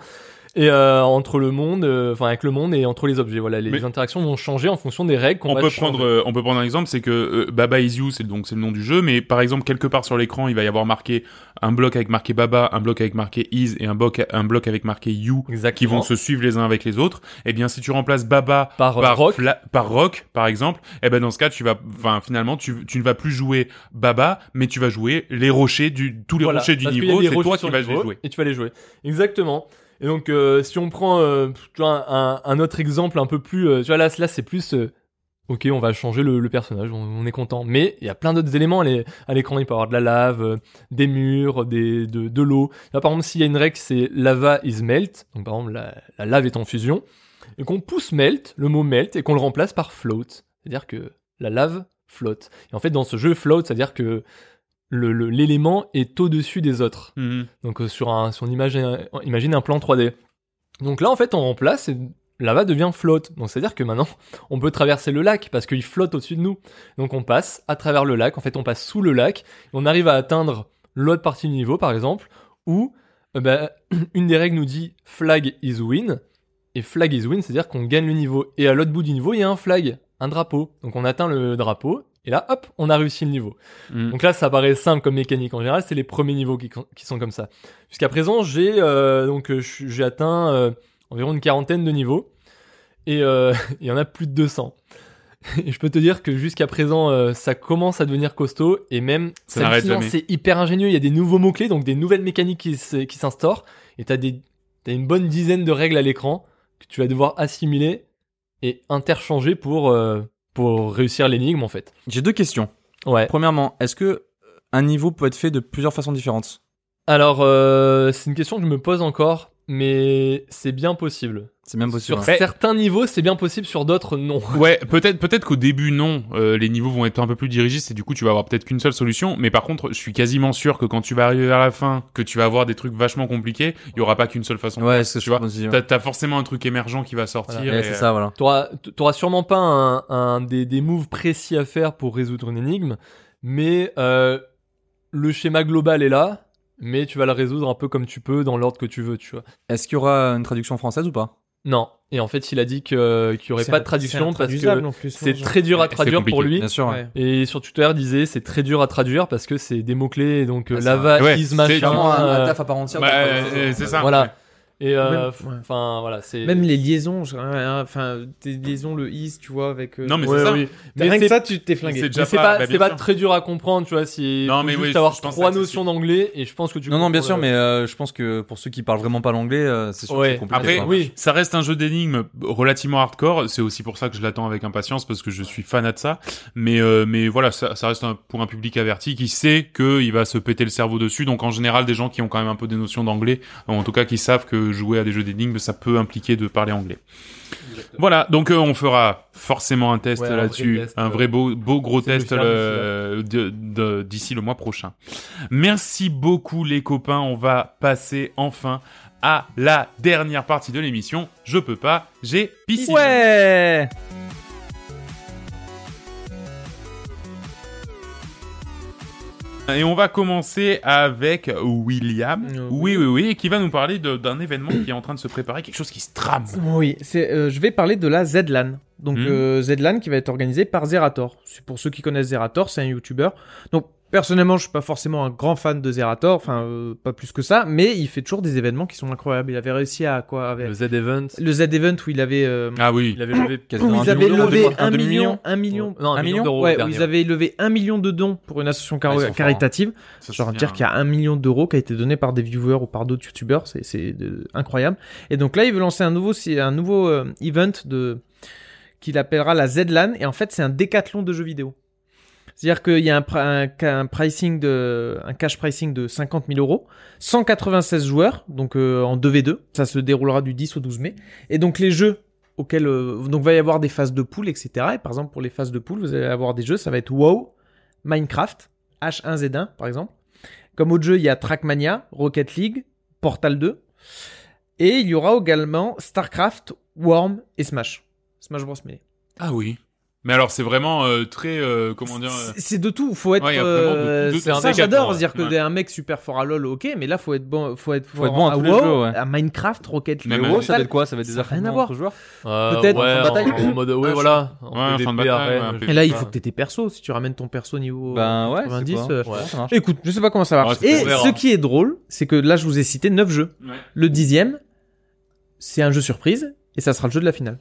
[SPEAKER 2] Et euh, entre le monde, euh, enfin avec le monde et entre les objets, voilà, les
[SPEAKER 1] Mais-
[SPEAKER 2] interactions vont changer en fonction des règles qu'on
[SPEAKER 1] On
[SPEAKER 2] va
[SPEAKER 1] peut,
[SPEAKER 2] changer.
[SPEAKER 1] prendre, euh, on peut prendre un exemple, c'est que euh, Baba is you, c'est donc c'est le nom du jeu, mais par exemple quelque part sur l'écran, il va y avoir marqué un bloc avec marqué Baba, un bloc avec marqué is et un bloc un bloc avec marqué you qui
[SPEAKER 2] Exactement.
[SPEAKER 1] vont se suivre les uns avec les autres. Et bien si tu remplaces Baba
[SPEAKER 2] par,
[SPEAKER 1] par
[SPEAKER 2] rock.
[SPEAKER 1] Fla- par rock par exemple, eh ben dans ce cas tu vas enfin finalement tu, tu ne vas plus jouer Baba, mais tu vas jouer les rochers du tous les
[SPEAKER 2] Voilà,
[SPEAKER 1] rochers du
[SPEAKER 2] parce qu'il y a
[SPEAKER 1] niveau,
[SPEAKER 2] des
[SPEAKER 1] c'est
[SPEAKER 2] rochers
[SPEAKER 1] toi
[SPEAKER 2] sur
[SPEAKER 1] qui
[SPEAKER 2] le
[SPEAKER 1] vas les
[SPEAKER 2] niveau,
[SPEAKER 1] jouer.
[SPEAKER 2] Et tu vas les jouer. Exactement. Et donc, euh, si on prend euh, tu vois, un, un autre exemple un peu plus. euh, tu vois, là, là c'est plus. euh, ok, on va changer le, le personnage, on, on est content. Mais il y a plein d'autres éléments à l'é- à l'écran. Il peut y avoir de la lave, euh, des murs, des, de, de l'eau. Là, par exemple, s'il y a une règle, c'est lava is melt. Donc, par exemple, la, la lave est en fusion. Et qu'on pousse melt, le mot melt, et qu'on le remplace par float. C'est-à-dire que la lave flotte. Et en fait, dans ce jeu, float, c'est-à-dire que le- le- l'élément est au-dessus des autres.
[SPEAKER 1] Mhm.
[SPEAKER 2] Donc euh, sur un, sur une image, euh, imagine un plan 3D. Donc là en fait on remplace et lava devient flotte. Donc c'est à dire que maintenant on peut traverser le lac parce qu'il flotte au-dessus de nous. Donc on passe à travers le lac. En fait on passe sous le lac. Et on arrive à atteindre l'autre partie du niveau par exemple où euh, bah, une des règles nous dit flag is win et flag is win c'est à dire qu'on gagne le niveau et à l'autre bout du niveau il y a un flag, un drapeau. Donc on atteint le drapeau et là hop on a réussi le niveau.
[SPEAKER 1] Mhm.
[SPEAKER 2] Donc là, ça paraît simple comme mécanique. En général, c'est les premiers niveaux qui, qui sont comme ça. Jusqu'à présent, j'ai euh, donc euh, je suis- j'ai atteint euh, environ une quarantaine de niveaux et euh, il y en a plus de 200. Et je peux te dire que jusqu'à présent, euh, ça commence à devenir costaud et même
[SPEAKER 1] Ça
[SPEAKER 2] c'est
[SPEAKER 1] n'arrête
[SPEAKER 2] hallucinant,
[SPEAKER 1] jamais.
[SPEAKER 2] c'est hyper ingénieux. Il y a des nouveaux mots clés, donc des nouvelles mécaniques qui se- qui s'instaurent et t'as des t'as une bonne dizaine de règles à l'écran que tu vas devoir assimiler et interchanger pour euh, pour réussir l'énigme en fait.
[SPEAKER 3] J'ai deux questions.
[SPEAKER 2] Ouais.
[SPEAKER 3] Premièrement, est-ce que euh, un niveau peut être fait de plusieurs façons différentes
[SPEAKER 2] Alors, euh, c'est une question que je me pose encore, mais c'est bien possible.
[SPEAKER 3] C'est même possible.
[SPEAKER 2] Sur
[SPEAKER 3] hein.
[SPEAKER 2] certains niveaux, c'est bien possible, sur d'autres, non.
[SPEAKER 1] Ouais, peut-être peut-être qu'au début non, Euh, les niveaux vont être un peu plus dirigistes et du coup tu vas avoir peut-être qu'une seule solution, mais par contre, je suis quasiment sûr que quand tu vas arriver à la fin, que tu vas avoir des trucs vachement compliqués, il y aura pas qu'une seule façon.
[SPEAKER 3] Ouais, c'est ce que
[SPEAKER 1] Tu
[SPEAKER 3] je
[SPEAKER 1] vois,
[SPEAKER 3] pense aussi, ouais.
[SPEAKER 1] T'as t'as forcément un truc émergent qui va sortir.
[SPEAKER 2] Voilà.
[SPEAKER 3] Ouais,
[SPEAKER 1] et,
[SPEAKER 3] c'est
[SPEAKER 1] euh,
[SPEAKER 3] ça, voilà.
[SPEAKER 2] T'auras t'auras sûrement pas un, un des, des moves précis à faire pour résoudre une énigme, mais euh, le schéma global est là, mais tu vas le résoudre un peu comme tu peux, dans l'ordre que tu veux, tu vois.
[SPEAKER 3] Est-ce qu'il y aura une traduction française ou pas
[SPEAKER 2] Non. Et en fait, il a dit que- qu'il y aurait
[SPEAKER 4] C'est
[SPEAKER 2] pas de
[SPEAKER 4] un-
[SPEAKER 2] traduction
[SPEAKER 4] c'est
[SPEAKER 2] parce
[SPEAKER 4] intraduisable,
[SPEAKER 2] que
[SPEAKER 4] en plus,
[SPEAKER 2] c'est
[SPEAKER 4] non,
[SPEAKER 2] très dur à
[SPEAKER 1] C'est
[SPEAKER 2] traduire pour
[SPEAKER 1] compliqué.
[SPEAKER 2] lui.
[SPEAKER 3] Bien sûr.
[SPEAKER 4] genre.
[SPEAKER 3] ouais.
[SPEAKER 4] Ouais.
[SPEAKER 2] Et sur Twitter, il disait c'est très dur à traduire parce que c'est des mots clés, donc euh,
[SPEAKER 3] Ah, c'est
[SPEAKER 2] lava,
[SPEAKER 1] vrai. Ouais,
[SPEAKER 2] is,
[SPEAKER 1] c'est
[SPEAKER 2] machin,
[SPEAKER 3] Clairement, un, un
[SPEAKER 2] euh,
[SPEAKER 3] taf à part entière.
[SPEAKER 1] bah,
[SPEAKER 3] donc,
[SPEAKER 1] euh,
[SPEAKER 3] euh,
[SPEAKER 1] c'est ça.
[SPEAKER 2] voilà. Et
[SPEAKER 4] Même-
[SPEAKER 2] euh,
[SPEAKER 4] ouais.
[SPEAKER 2] enfin voilà, c'est
[SPEAKER 4] Même les liaisons, je- hein, hein, enfin, des liaisons, le is, tu vois, avec. euh,
[SPEAKER 1] Non, mais
[SPEAKER 2] Ouais,
[SPEAKER 1] c'est ça.
[SPEAKER 2] oui.
[SPEAKER 4] Mais
[SPEAKER 2] Mais
[SPEAKER 4] rien que
[SPEAKER 2] c'est-
[SPEAKER 4] ça, tu t'es
[SPEAKER 1] Mais
[SPEAKER 4] flingué.
[SPEAKER 1] C'est déjà
[SPEAKER 2] mais c'est pas,
[SPEAKER 1] bah,
[SPEAKER 2] c'est
[SPEAKER 1] bien
[SPEAKER 2] pas
[SPEAKER 1] sûr.
[SPEAKER 2] très dur à comprendre, tu vois, si
[SPEAKER 1] Non,
[SPEAKER 2] faut
[SPEAKER 1] mais
[SPEAKER 2] juste
[SPEAKER 1] oui,
[SPEAKER 2] avoir
[SPEAKER 1] je pense
[SPEAKER 2] trois
[SPEAKER 1] que c'est
[SPEAKER 2] notions d'anglais et je pense que tu
[SPEAKER 3] Non, non, bien sûr,
[SPEAKER 2] comprends, euh,
[SPEAKER 3] mais euh, je pense que pour ceux qui parlent vraiment pas l'anglais, euh, c'est sûr que
[SPEAKER 2] Ouais.
[SPEAKER 3] c'est compliqué.
[SPEAKER 1] Après,
[SPEAKER 3] quoi.
[SPEAKER 2] oui.
[SPEAKER 1] Ça reste un jeu d'énigmes relativement hardcore. C'est aussi pour ça que je l'attends avec impatience parce que je suis fanat de ça. Mais euh, mais voilà, ça, ça reste un- pour un public averti qui sait que il va se péter le cerveau dessus. Donc en général, des gens qui ont quand même un peu des notions d'anglais, ou en tout cas qui savent que jouer à des jeux d'énigmes, ça peut impliquer de parler anglais. Voilà, donc euh, on fera forcément un test
[SPEAKER 2] Ouais, un vrai
[SPEAKER 1] là-dessus,
[SPEAKER 2] test,
[SPEAKER 1] un
[SPEAKER 2] euh,
[SPEAKER 1] vrai beau beau gros
[SPEAKER 2] c'est le
[SPEAKER 1] test
[SPEAKER 2] final
[SPEAKER 1] euh, de- de- d'ici le mois prochain. Merci beaucoup les copains, on va passer enfin à la dernière partie de l'émission. Je peux pas, j'ai piscine.
[SPEAKER 3] Ouais
[SPEAKER 1] Et on va commencer avec William.
[SPEAKER 4] Euh,
[SPEAKER 1] Oui, oui, oui, et qui va nous parler de- d'un événement qui est en train de se préparer, quelque chose qui se trame.
[SPEAKER 4] Oui, c'est, euh, je vais parler de la ZLAN. Donc
[SPEAKER 1] Hmm.
[SPEAKER 4] euh, ZLAN qui va être organisée par Zerator. C'est pour ceux qui connaissent Zerator, c'est un YouTuber. Donc personnellement, je suis pas forcément un grand fan de Zerator, enfin euh, pas plus que ça, mais il fait toujours des événements qui sont incroyables. Il avait réussi à quoi avec
[SPEAKER 2] Le Z-Event.
[SPEAKER 4] le, Z Event où il avait euh,
[SPEAKER 1] Ah oui.
[SPEAKER 2] Il avait levé
[SPEAKER 4] où
[SPEAKER 2] quasiment
[SPEAKER 4] ils avaient
[SPEAKER 2] million d'euros,
[SPEAKER 4] levé
[SPEAKER 2] un
[SPEAKER 4] un
[SPEAKER 2] demi-
[SPEAKER 4] million, un million,
[SPEAKER 2] Non, un
[SPEAKER 3] Un
[SPEAKER 2] million
[SPEAKER 3] million
[SPEAKER 2] d'euros.
[SPEAKER 4] ouais,
[SPEAKER 2] le
[SPEAKER 4] où ils
[SPEAKER 2] dernier.
[SPEAKER 4] avaient levé un million de dons pour une association car-
[SPEAKER 1] Ah, ils sont forts, hein.
[SPEAKER 4] caritative.
[SPEAKER 1] Ça,
[SPEAKER 4] Genre
[SPEAKER 1] c'est
[SPEAKER 4] dire
[SPEAKER 1] bien. hein.
[SPEAKER 4] qu'il y a un million d'euros qui a été donné par des viewers ou par d'autres youtubeurs, c'est- c'est de- incroyable. Et donc là, il veut lancer un nouveau, c'est un nouveau euh, event de qu'il appellera la ZLAN. Et en fait, c'est un décathlon de jeux vidéo. C'est-à-dire qu'il y a un, pri- un ca- un pricing de, un cash pricing de 50 000 euros, 196 joueurs, donc euh, en 2v2. Ça se déroulera du 10 au 12 mai. Et donc les jeux auxquels, euh, donc va y avoir des phases de poule, etc. Et par exemple, pour les phases de poule, vous allez avoir des jeux, ça va être WoW, Minecraft, H1Z1 par exemple. Comme autre jeu, il y a Trackmania, Rocket League, Portal 2. Et il y aura également StarCraft, Worm et Smash. Smash Bros. Melee.
[SPEAKER 1] Ah oui. Mais alors, c'est vraiment euh, très. euh, comment dire euh,
[SPEAKER 4] C'est- C'est de tout, faut être.
[SPEAKER 1] Ouais, il y a vraiment
[SPEAKER 4] euh,
[SPEAKER 1] de tout, de
[SPEAKER 4] c'est-
[SPEAKER 1] tout,
[SPEAKER 4] ça,
[SPEAKER 1] un
[SPEAKER 4] j'adore,
[SPEAKER 1] décathlon,
[SPEAKER 4] dire que
[SPEAKER 1] ouais.
[SPEAKER 4] des- un mec super fort à LoL, ok, mais là faut être bon, faut être fort
[SPEAKER 3] être bon à tous les
[SPEAKER 4] WoW,
[SPEAKER 3] jeux, ouais.
[SPEAKER 4] à Minecraft, Rocket
[SPEAKER 1] Mais
[SPEAKER 3] Mais
[SPEAKER 4] League,
[SPEAKER 1] même- euh,
[SPEAKER 3] gros, ça va
[SPEAKER 4] Portal.
[SPEAKER 3] être quoi Ça va être des
[SPEAKER 4] Ça a rien à
[SPEAKER 3] affrontements
[SPEAKER 4] voir.
[SPEAKER 3] entre joueurs
[SPEAKER 2] Euh,
[SPEAKER 4] Peut-être,
[SPEAKER 2] ouais,
[SPEAKER 4] en bataille.
[SPEAKER 2] en, en mode, ouais,
[SPEAKER 1] Ah,
[SPEAKER 2] voilà.
[SPEAKER 1] en
[SPEAKER 2] PvP,
[SPEAKER 1] fin de bataille,
[SPEAKER 2] arène,
[SPEAKER 1] ouais,
[SPEAKER 2] je
[SPEAKER 1] un
[SPEAKER 2] sais
[SPEAKER 4] Et là il
[SPEAKER 2] pas.
[SPEAKER 4] faut que t'aies tes persos. Si tu ramènes ton perso niveau
[SPEAKER 3] Ben ouais,
[SPEAKER 4] 90,
[SPEAKER 3] c'est quoi
[SPEAKER 4] euh,
[SPEAKER 2] Ouais.
[SPEAKER 3] Ça marche.
[SPEAKER 4] Écoute, je sais pas comment ça va marcher.
[SPEAKER 1] Ouais, c'est
[SPEAKER 4] Et
[SPEAKER 1] clair,
[SPEAKER 4] ce
[SPEAKER 1] hein.
[SPEAKER 4] qui est drôle, c'est que là, je vous ai cité 9 jeux.
[SPEAKER 1] Ouais.
[SPEAKER 4] Le dixième, c'est un jeu surprise, et ça sera le jeu de la finale.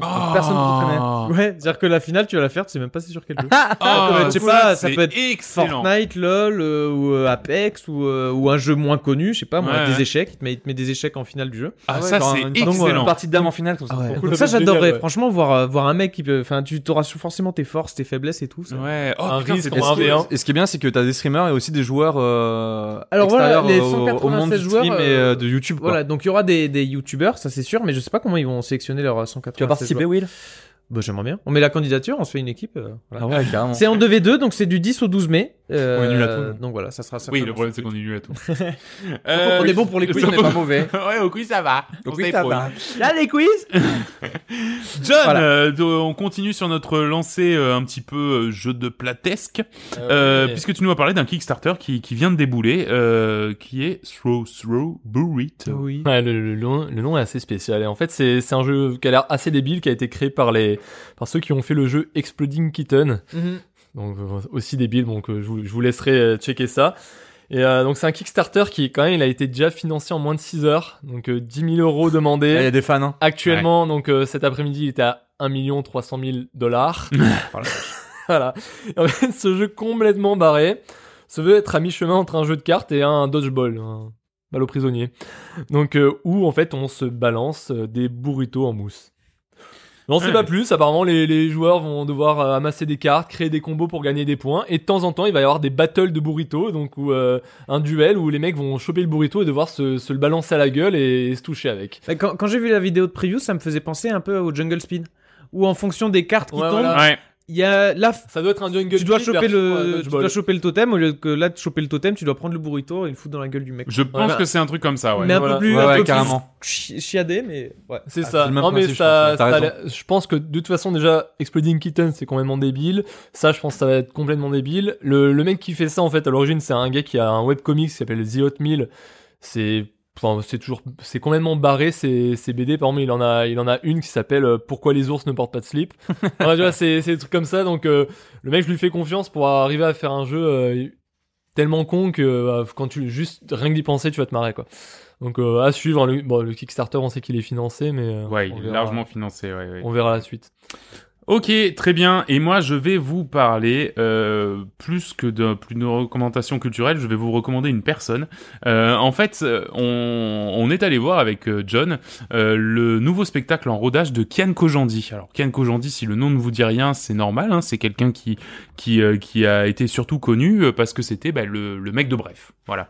[SPEAKER 1] Ah.
[SPEAKER 3] Personne ne connaît.
[SPEAKER 4] Ouais, c'est-à-dire que la finale, tu vas la faire, tu sais même pas c'est sur quel jeu.
[SPEAKER 1] Ah,
[SPEAKER 4] ça peut être, je sais pas, ça
[SPEAKER 1] c'est
[SPEAKER 4] peut être
[SPEAKER 1] excellent.
[SPEAKER 4] Fortnite, LoL, euh, ou euh, Apex, ou, euh, ou un jeu moins connu, je sais pas, moi,
[SPEAKER 1] Ouais,
[SPEAKER 4] des
[SPEAKER 1] ouais.
[SPEAKER 4] échecs, il te met, il te met des échecs en finale du jeu.
[SPEAKER 1] Ah,
[SPEAKER 3] ouais,
[SPEAKER 1] ça,
[SPEAKER 3] genre
[SPEAKER 1] c'est
[SPEAKER 3] une-
[SPEAKER 1] excellent.
[SPEAKER 3] Une partie de dame en finale comme ça.
[SPEAKER 4] Donc
[SPEAKER 2] cool.
[SPEAKER 4] ça,
[SPEAKER 2] Génial,
[SPEAKER 4] j'adorerais,
[SPEAKER 2] ouais.
[SPEAKER 4] franchement, voir, euh, voir un mec qui peut, enfin, tu t'auras forcément tes forces, tes faiblesses et tout. ça.
[SPEAKER 1] Ouais. Oh,
[SPEAKER 2] Un
[SPEAKER 1] putain,
[SPEAKER 2] risque
[SPEAKER 1] c'est
[SPEAKER 2] en
[SPEAKER 1] trop
[SPEAKER 2] un v
[SPEAKER 1] cool.
[SPEAKER 2] un.
[SPEAKER 3] Et ce qui est bien, c'est que t'as des streamers et aussi des joueurs euh,
[SPEAKER 4] Alors voilà,
[SPEAKER 3] extérieurs
[SPEAKER 4] les
[SPEAKER 3] euh, au, au monde
[SPEAKER 4] 196
[SPEAKER 3] du stream
[SPEAKER 4] joueurs,
[SPEAKER 3] et
[SPEAKER 4] euh,
[SPEAKER 3] euh, de YouTube. quoi.
[SPEAKER 4] Voilà, donc il y aura des, des youtubeurs, ça c'est sûr, mais je sais pas comment ils vont sélectionner leurs euh, 180
[SPEAKER 3] Tu vas participer, Will
[SPEAKER 4] Bah, j'aimerais bien. On met la candidature, on se fait une équipe. euh, voilà.
[SPEAKER 3] Ah ouais, carrément.
[SPEAKER 4] C'est en 2v2, donc c'est du 10 au 12 mai. Euh,
[SPEAKER 3] On est nul à tout, nous.
[SPEAKER 4] Donc voilà, ça sera ça.
[SPEAKER 1] Oui, le problème, c'est qu'on est nul à tout.
[SPEAKER 4] On est bon pour les quiz,
[SPEAKER 1] ça
[SPEAKER 4] on est pas
[SPEAKER 3] mauvais.
[SPEAKER 1] ouais, au quiz, ça va. On
[SPEAKER 3] Donc oui,
[SPEAKER 1] s'est
[SPEAKER 3] ça
[SPEAKER 1] pro-
[SPEAKER 3] va.
[SPEAKER 4] Là, les quiz
[SPEAKER 1] John,
[SPEAKER 4] Voilà.
[SPEAKER 1] euh, de- on continue sur notre lancée euh, un petit peu euh, jeu de platesque, euh,
[SPEAKER 2] Euh,
[SPEAKER 1] puisque tu nous as parlé d'un Kickstarter qui, qui vient de débouler, euh, qui est Throw Throw Burrito.
[SPEAKER 4] Oui.
[SPEAKER 2] Ouais, le, le nom, le nom est assez spécial. Et en fait, c'est c'est un jeu qui a l'air assez débile, qui a été créé par, les, par ceux qui ont fait le jeu Exploding Kitten.
[SPEAKER 4] Mhm.
[SPEAKER 2] Donc, euh, aussi débile, donc euh, je, vous, je vous laisserai euh, checker ça. Et euh, donc, c'est un Kickstarter qui, quand même, il a été déjà financé en moins de 6 heures. Donc, euh, 10 000 euros
[SPEAKER 3] Il y
[SPEAKER 2] demandés.
[SPEAKER 3] a des fans. Hein.
[SPEAKER 2] Actuellement, donc euh, cet après-midi, il était à 1 300 000 dollars. voilà. Et en fait, ce jeu complètement barré se veut être à mi-chemin entre un jeu de cartes et un dodgeball, un balle au prisonnier. Donc, euh, où en fait, on se balance euh, des burritos en mousse. J'en sais
[SPEAKER 1] Ouais.
[SPEAKER 2] pas plus, apparemment les, les joueurs vont devoir euh, amasser des cartes, créer des combos pour gagner des points, et de temps en temps il va y avoir des battles de burritos, donc où, euh, un duel où les mecs vont choper le burrito et devoir se, se le balancer à la gueule et se toucher avec.
[SPEAKER 4] Bah, Quand, quand j'ai vu la vidéo de preview, ça me faisait penser un peu au Jungle Spin. Où en fonction des cartes qui
[SPEAKER 2] Ouais,
[SPEAKER 4] tombent, il
[SPEAKER 2] voilà.
[SPEAKER 1] Ouais.
[SPEAKER 4] y a là,
[SPEAKER 2] Ça doit être un jungle.
[SPEAKER 4] tu dois,
[SPEAKER 2] Speed
[SPEAKER 4] choper
[SPEAKER 2] version, euh,
[SPEAKER 4] le, tu
[SPEAKER 2] dodgeball.
[SPEAKER 4] dois choper le totem. Au lieu que là, de choper le totem, tu dois prendre le burrito et le foutre dans la gueule du mec.
[SPEAKER 1] Je pense
[SPEAKER 2] bah-
[SPEAKER 1] que c'est un truc comme ça, Ah ouais.
[SPEAKER 4] mais un
[SPEAKER 2] voilà.
[SPEAKER 4] peu plus,
[SPEAKER 3] Ouais,
[SPEAKER 4] un
[SPEAKER 3] ouais,
[SPEAKER 4] peu plus
[SPEAKER 3] carrément.
[SPEAKER 4] chi- chiadé, mais ouais.
[SPEAKER 2] C'est
[SPEAKER 3] Ah,
[SPEAKER 2] ça.
[SPEAKER 3] c'est le même
[SPEAKER 2] Non mais
[SPEAKER 3] principe,
[SPEAKER 2] ça,
[SPEAKER 3] je pense, ouais,
[SPEAKER 2] ça-
[SPEAKER 3] t'as
[SPEAKER 2] je pense que de toute façon déjà Exploding Kitten c'est complètement débile. Ça je pense que ça va être complètement débile. Le, le mec qui fait ça en fait à l'origine c'est un gars qui a un webcomic qui s'appelle The Hot 1000. C'est enfin, c'est toujours c'est complètement barré ces, ces BD par exemple il en a il en a une qui s'appelle euh, pourquoi les ours ne portent pas de slip. Enfin, tu vois c'est c'est des trucs comme ça donc euh, le mec je lui fais confiance pour arriver à faire un jeu euh, tellement con que euh, quand tu juste rien que d'y penser tu vas te marrer quoi. Donc euh, à suivre le, bon, le Kickstarter on sait qu'il est financé mais euh,
[SPEAKER 1] Ouais, il
[SPEAKER 2] on
[SPEAKER 1] est
[SPEAKER 2] verra-
[SPEAKER 1] largement financé, ouais, ouais.
[SPEAKER 2] on verra la suite.
[SPEAKER 1] Ok, très bien. Et moi, je vais vous parler euh, plus que de plus de recommandations culturelles. Je vais vous recommander une personne. Euh, en fait, euh, on, on est allé voir avec euh, John euh, le nouveau spectacle en rodage de Kian Kojandi. Alors, Kian Kojandi, si le nom ne vous dit rien, c'est normal. hein. c'est quelqu'un qui qui euh, qui a été surtout connu euh, parce que c'était bah, le le mec de Bref. Voilà.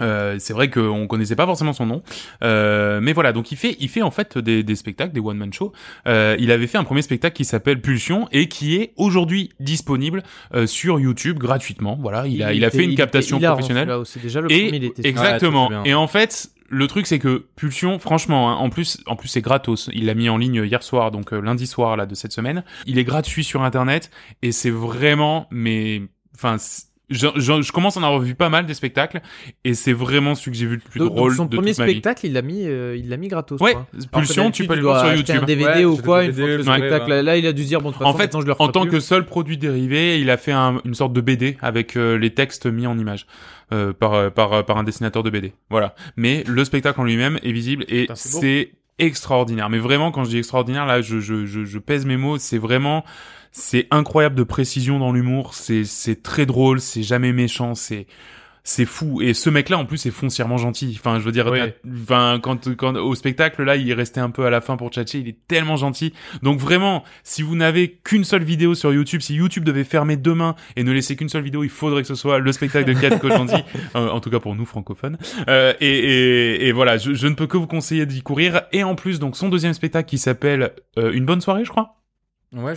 [SPEAKER 1] Euh, c'est vrai qu'on connaissait pas forcément son nom, Euh, mais voilà. Donc il fait, il fait en fait des, des spectacles, des one man shows. Euh, il avait fait un premier spectacle qui s'appelle Pulsion et qui est aujourd'hui disponible euh, sur YouTube gratuitement. Voilà, il, a, il a
[SPEAKER 4] était-
[SPEAKER 1] fait une
[SPEAKER 4] était
[SPEAKER 1] captation
[SPEAKER 4] hilarant,
[SPEAKER 1] professionnelle.
[SPEAKER 4] celui-là aussi. déjà, le
[SPEAKER 1] Et-
[SPEAKER 4] premier, il était
[SPEAKER 1] Exactement.
[SPEAKER 3] Ouais, très bien.
[SPEAKER 1] et en fait, le truc c'est que Pulsion, franchement, hein, en plus, en plus c'est gratos. Il l'a mis en ligne hier soir, donc euh, lundi soir là de cette semaine. Il est gratuit sur Internet et c'est vraiment, mais, enfin, c'est- Je, je, je commence à en avoir vu pas mal des spectacles et c'est vraiment celui que j'ai vu le plus
[SPEAKER 4] Donc, donc
[SPEAKER 1] drôle
[SPEAKER 4] son
[SPEAKER 1] de
[SPEAKER 4] premier
[SPEAKER 1] toute ma vie.
[SPEAKER 4] spectacle, il l'a mis, euh, il l'a mis gratos.
[SPEAKER 1] Ouais,
[SPEAKER 4] quoi. Alors que
[SPEAKER 1] Pulsion, tu
[SPEAKER 4] d'habitude,
[SPEAKER 1] peux aller
[SPEAKER 4] il
[SPEAKER 1] le voir
[SPEAKER 4] doit
[SPEAKER 1] sur
[SPEAKER 4] acheter
[SPEAKER 1] YouTube.
[SPEAKER 4] Un DVD
[SPEAKER 3] Ouais,
[SPEAKER 4] ou
[SPEAKER 3] j'ai
[SPEAKER 4] quoi,
[SPEAKER 3] des
[SPEAKER 4] une fois que
[SPEAKER 3] DVD,
[SPEAKER 4] le
[SPEAKER 3] ouais.
[SPEAKER 4] spectacle. Là, il a dû se dire bon, de toute
[SPEAKER 1] En
[SPEAKER 4] façon,
[SPEAKER 1] fait,
[SPEAKER 4] maintenant, je le
[SPEAKER 1] en
[SPEAKER 4] referai
[SPEAKER 1] tant
[SPEAKER 4] plus.
[SPEAKER 1] que seul produit dérivé, il a fait un- une sorte de BD avec euh, les textes mis en images euh, par, euh, par, euh, par un dessinateur de BD. Voilà. Mais le spectacle en lui-même est visible et
[SPEAKER 4] Putain, c'est beau.
[SPEAKER 1] c'est extraordinaire. Mais vraiment, quand je dis extraordinaire, là, je, je, je, je pèse mes mots. C'est vraiment... C'est incroyable de précision dans l'humour. C'est c'est très drôle. C'est jamais méchant. C'est... C'est fou et ce mec-là en plus est foncièrement gentil. Enfin, je veux dire,
[SPEAKER 2] Oui.
[SPEAKER 1] t'as- enfin, quand, quand au spectacle là, il restait un peu à la fin pour tchatcher. Il est tellement gentil. Donc vraiment, si vous n'avez qu'une seule vidéo sur YouTube, si YouTube devait fermer demain et ne laisser qu'une seule vidéo, il faudrait que ce soit le spectacle de Kat Kojandi, euh, en tout cas pour nous francophones. Euh, et, et- et voilà, je, je ne peux que vous conseiller d'y courir. Et en plus, donc son deuxième spectacle qui s'appelle euh, Une bonne soirée, je crois.
[SPEAKER 3] Ouais,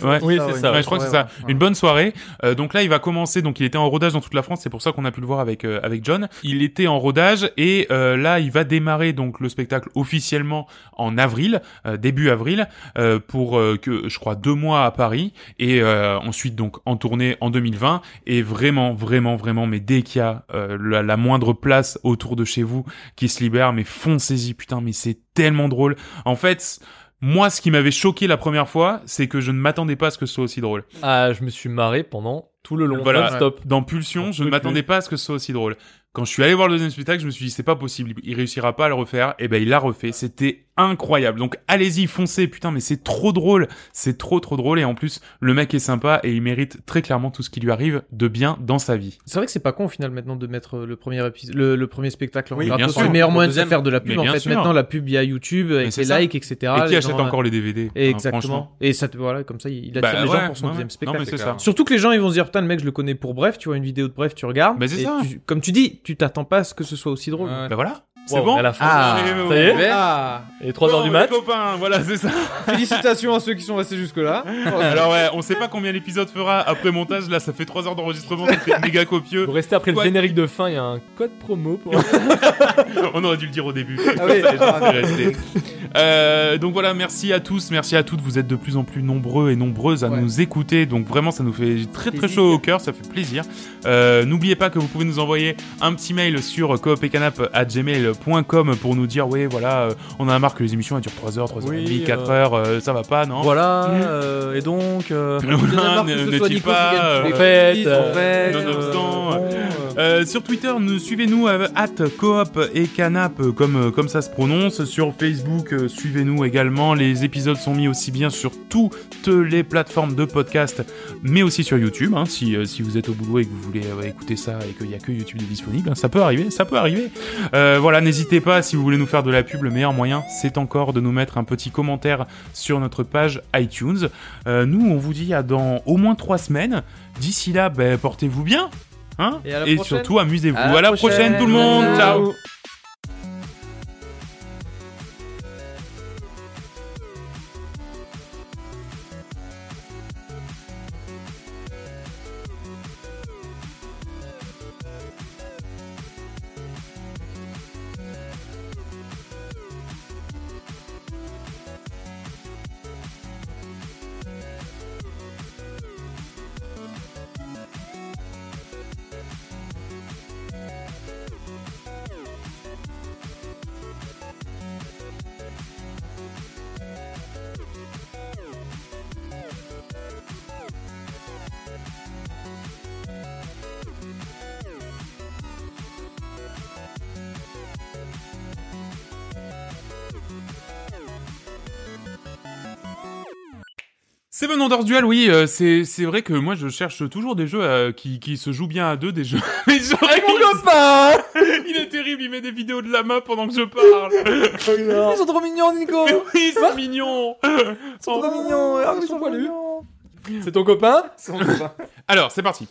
[SPEAKER 1] je crois que
[SPEAKER 2] Oui, c'est ça,
[SPEAKER 1] Ouais, je crois que c'est ça. Une bonne soirée. Euh, donc là, il va commencer. Donc il était en rodage dans toute la France. C'est pour ça qu'on a pu le voir avec euh, avec John. Il était en rodage et euh, là, il va démarrer donc le spectacle officiellement en avril, euh, début avril, euh, pour euh, que je crois deux mois à Paris et euh, ensuite donc en tournée en 2020. Et vraiment, vraiment, vraiment. Mais dès qu'il y a euh, la, la moindre place autour de chez vous qui se libère, mais foncez-y, putain. Mais c'est tellement drôle. En fait. Moi, ce qui m'avait choqué la première fois, c'est que je ne m'attendais pas à ce que ce soit aussi drôle.
[SPEAKER 2] Ah, je me suis marré pendant tout le long.
[SPEAKER 1] Voilà.
[SPEAKER 2] stop.
[SPEAKER 1] Dans Pulsion, je ne
[SPEAKER 2] peut
[SPEAKER 1] m'attendais pas à ce que ce soit aussi drôle. Quand je suis allé voir le deuxième spectacle, je me suis dit c'est pas possible, il réussira pas à le refaire. Et ben il l'a refait, c'était incroyable. Donc allez-y, foncez, putain, mais c'est trop drôle, c'est trop trop drôle. Et en plus, le mec est sympa et il mérite très clairement tout ce qui lui arrive de bien dans sa vie.
[SPEAKER 4] C'est vrai que c'est pas con au final maintenant de mettre euh, le premier épisode, le, le premier spectacle en
[SPEAKER 3] Oui,
[SPEAKER 1] bien
[SPEAKER 4] gratos.
[SPEAKER 1] sûr.
[SPEAKER 4] C'est le meilleur
[SPEAKER 3] Le
[SPEAKER 4] moyen
[SPEAKER 3] deuxième.
[SPEAKER 4] de se faire de la pub.
[SPEAKER 1] Mais
[SPEAKER 4] en
[SPEAKER 1] bien
[SPEAKER 4] fait,
[SPEAKER 1] sûr.
[SPEAKER 4] maintenant la pub via YouTube
[SPEAKER 1] Mais
[SPEAKER 4] avec
[SPEAKER 1] c'est
[SPEAKER 4] les
[SPEAKER 1] ça.
[SPEAKER 4] likes, etc.
[SPEAKER 1] et qui
[SPEAKER 4] Ah, les
[SPEAKER 1] achète
[SPEAKER 4] gens,
[SPEAKER 1] encore les DVD
[SPEAKER 4] euh,
[SPEAKER 1] hein, franchement.
[SPEAKER 4] Exactement. Et ça, te- voilà, comme ça, il attire
[SPEAKER 1] Bah
[SPEAKER 4] les
[SPEAKER 1] ouais,
[SPEAKER 4] gens pour son
[SPEAKER 1] ouais,
[SPEAKER 4] deuxième
[SPEAKER 1] ouais.
[SPEAKER 4] spectacle.
[SPEAKER 1] Non, mais c'est ça.
[SPEAKER 4] Surtout que les gens ils vont se dire putain le mec je le connais pour bref tu vois une vidéo de bref tu regardes
[SPEAKER 1] Bah, c'est
[SPEAKER 4] et
[SPEAKER 1] ça.
[SPEAKER 4] tu- comme tu dis tu t'attends pas à ce que ce soit aussi drôle
[SPEAKER 1] Ben voilà, c'est
[SPEAKER 4] bah
[SPEAKER 2] Wow,
[SPEAKER 1] bon.
[SPEAKER 2] à la fin.
[SPEAKER 3] Ah,
[SPEAKER 2] ça y est
[SPEAKER 4] Ah.
[SPEAKER 2] Et 3 heures
[SPEAKER 1] Bon,
[SPEAKER 2] du
[SPEAKER 1] les
[SPEAKER 2] mat.
[SPEAKER 1] copains, voilà, c'est ça.
[SPEAKER 4] félicitations à ceux qui sont restés jusque là
[SPEAKER 1] Alors ouais, on sait pas combien l'épisode fera après montage. Là, ça fait trois heures d'enregistrement, c'est méga copieux.
[SPEAKER 2] Vous restez après le
[SPEAKER 1] Quoi
[SPEAKER 2] générique de fin, il y a un code promo pour.
[SPEAKER 1] On aurait dû le dire au début.
[SPEAKER 4] Ah oui.
[SPEAKER 1] Les gens seraient restés. Euh, donc voilà, merci à tous, merci à toutes. Vous êtes de plus en plus nombreux et nombreuses à
[SPEAKER 4] Ouais.
[SPEAKER 1] nous écouter. Donc vraiment, ça nous fait très très
[SPEAKER 4] Plaisir.
[SPEAKER 1] chaud au cœur, ça fait plaisir. Euh, N'oubliez pas que vous pouvez nous envoyer un petit mail sur coopécanap@gmail.com pour nous dire oui voilà, euh, on en a marre que les émissions elles durent 3 heures, 3 heures et
[SPEAKER 3] Oui,
[SPEAKER 1] demie, 4
[SPEAKER 3] euh,
[SPEAKER 1] heures, euh, ça va pas, non
[SPEAKER 3] Voilà, euh, et donc, euh,
[SPEAKER 1] Voilà,
[SPEAKER 4] que ce
[SPEAKER 1] ne- ne
[SPEAKER 4] soit
[SPEAKER 1] dis
[SPEAKER 4] Nico
[SPEAKER 1] pas,
[SPEAKER 4] qui gagne tous les
[SPEAKER 1] euh,
[SPEAKER 2] en fait,
[SPEAKER 4] prix,
[SPEAKER 2] euh,
[SPEAKER 3] en fait,
[SPEAKER 1] nonobstant,
[SPEAKER 3] bon,
[SPEAKER 1] Euh, sur Twitter, nous, suivez-nous à coop et canap euh, comme, euh, comme ça se prononce. Sur Facebook, euh, suivez-nous également. Les épisodes sont mis aussi bien sur toutes les plateformes de podcast, mais aussi sur YouTube. hein, si, euh, si vous êtes au boulot et que vous voulez euh, écouter ça et qu'il n'y a que YouTube de disponible, hein, ça peut arriver, ça peut arriver. Euh, voilà, n'hésitez pas, si vous voulez nous faire de la pub, le meilleur moyen, c'est encore de nous mettre un petit commentaire sur notre page iTunes. Euh, nous, on vous dit à dans au moins trois semaines. D'ici là, ben, portez-vous bien. Hein
[SPEAKER 4] Et à la prochaine.
[SPEAKER 1] surtout, amusez-vous.
[SPEAKER 3] À la
[SPEAKER 1] À la prochaine, tout le monde.
[SPEAKER 3] prochaine.
[SPEAKER 1] Ciao. Seven Wonders Duel, oui, euh, c'est c'est vrai que moi je cherche toujours des jeux euh, qui, qui se jouent bien à deux, des jeux. Mais genre, il,
[SPEAKER 3] copain
[SPEAKER 1] il est terrible, il met des vidéos de la main pendant que je parle.
[SPEAKER 3] Ils sont trop mignons, Nico
[SPEAKER 1] Mais oui, c'est mignon.
[SPEAKER 2] hein,
[SPEAKER 3] Ils sont trop mignons, ah, ils sont poilus
[SPEAKER 2] C'est ton copain
[SPEAKER 1] Alors, c'est parti.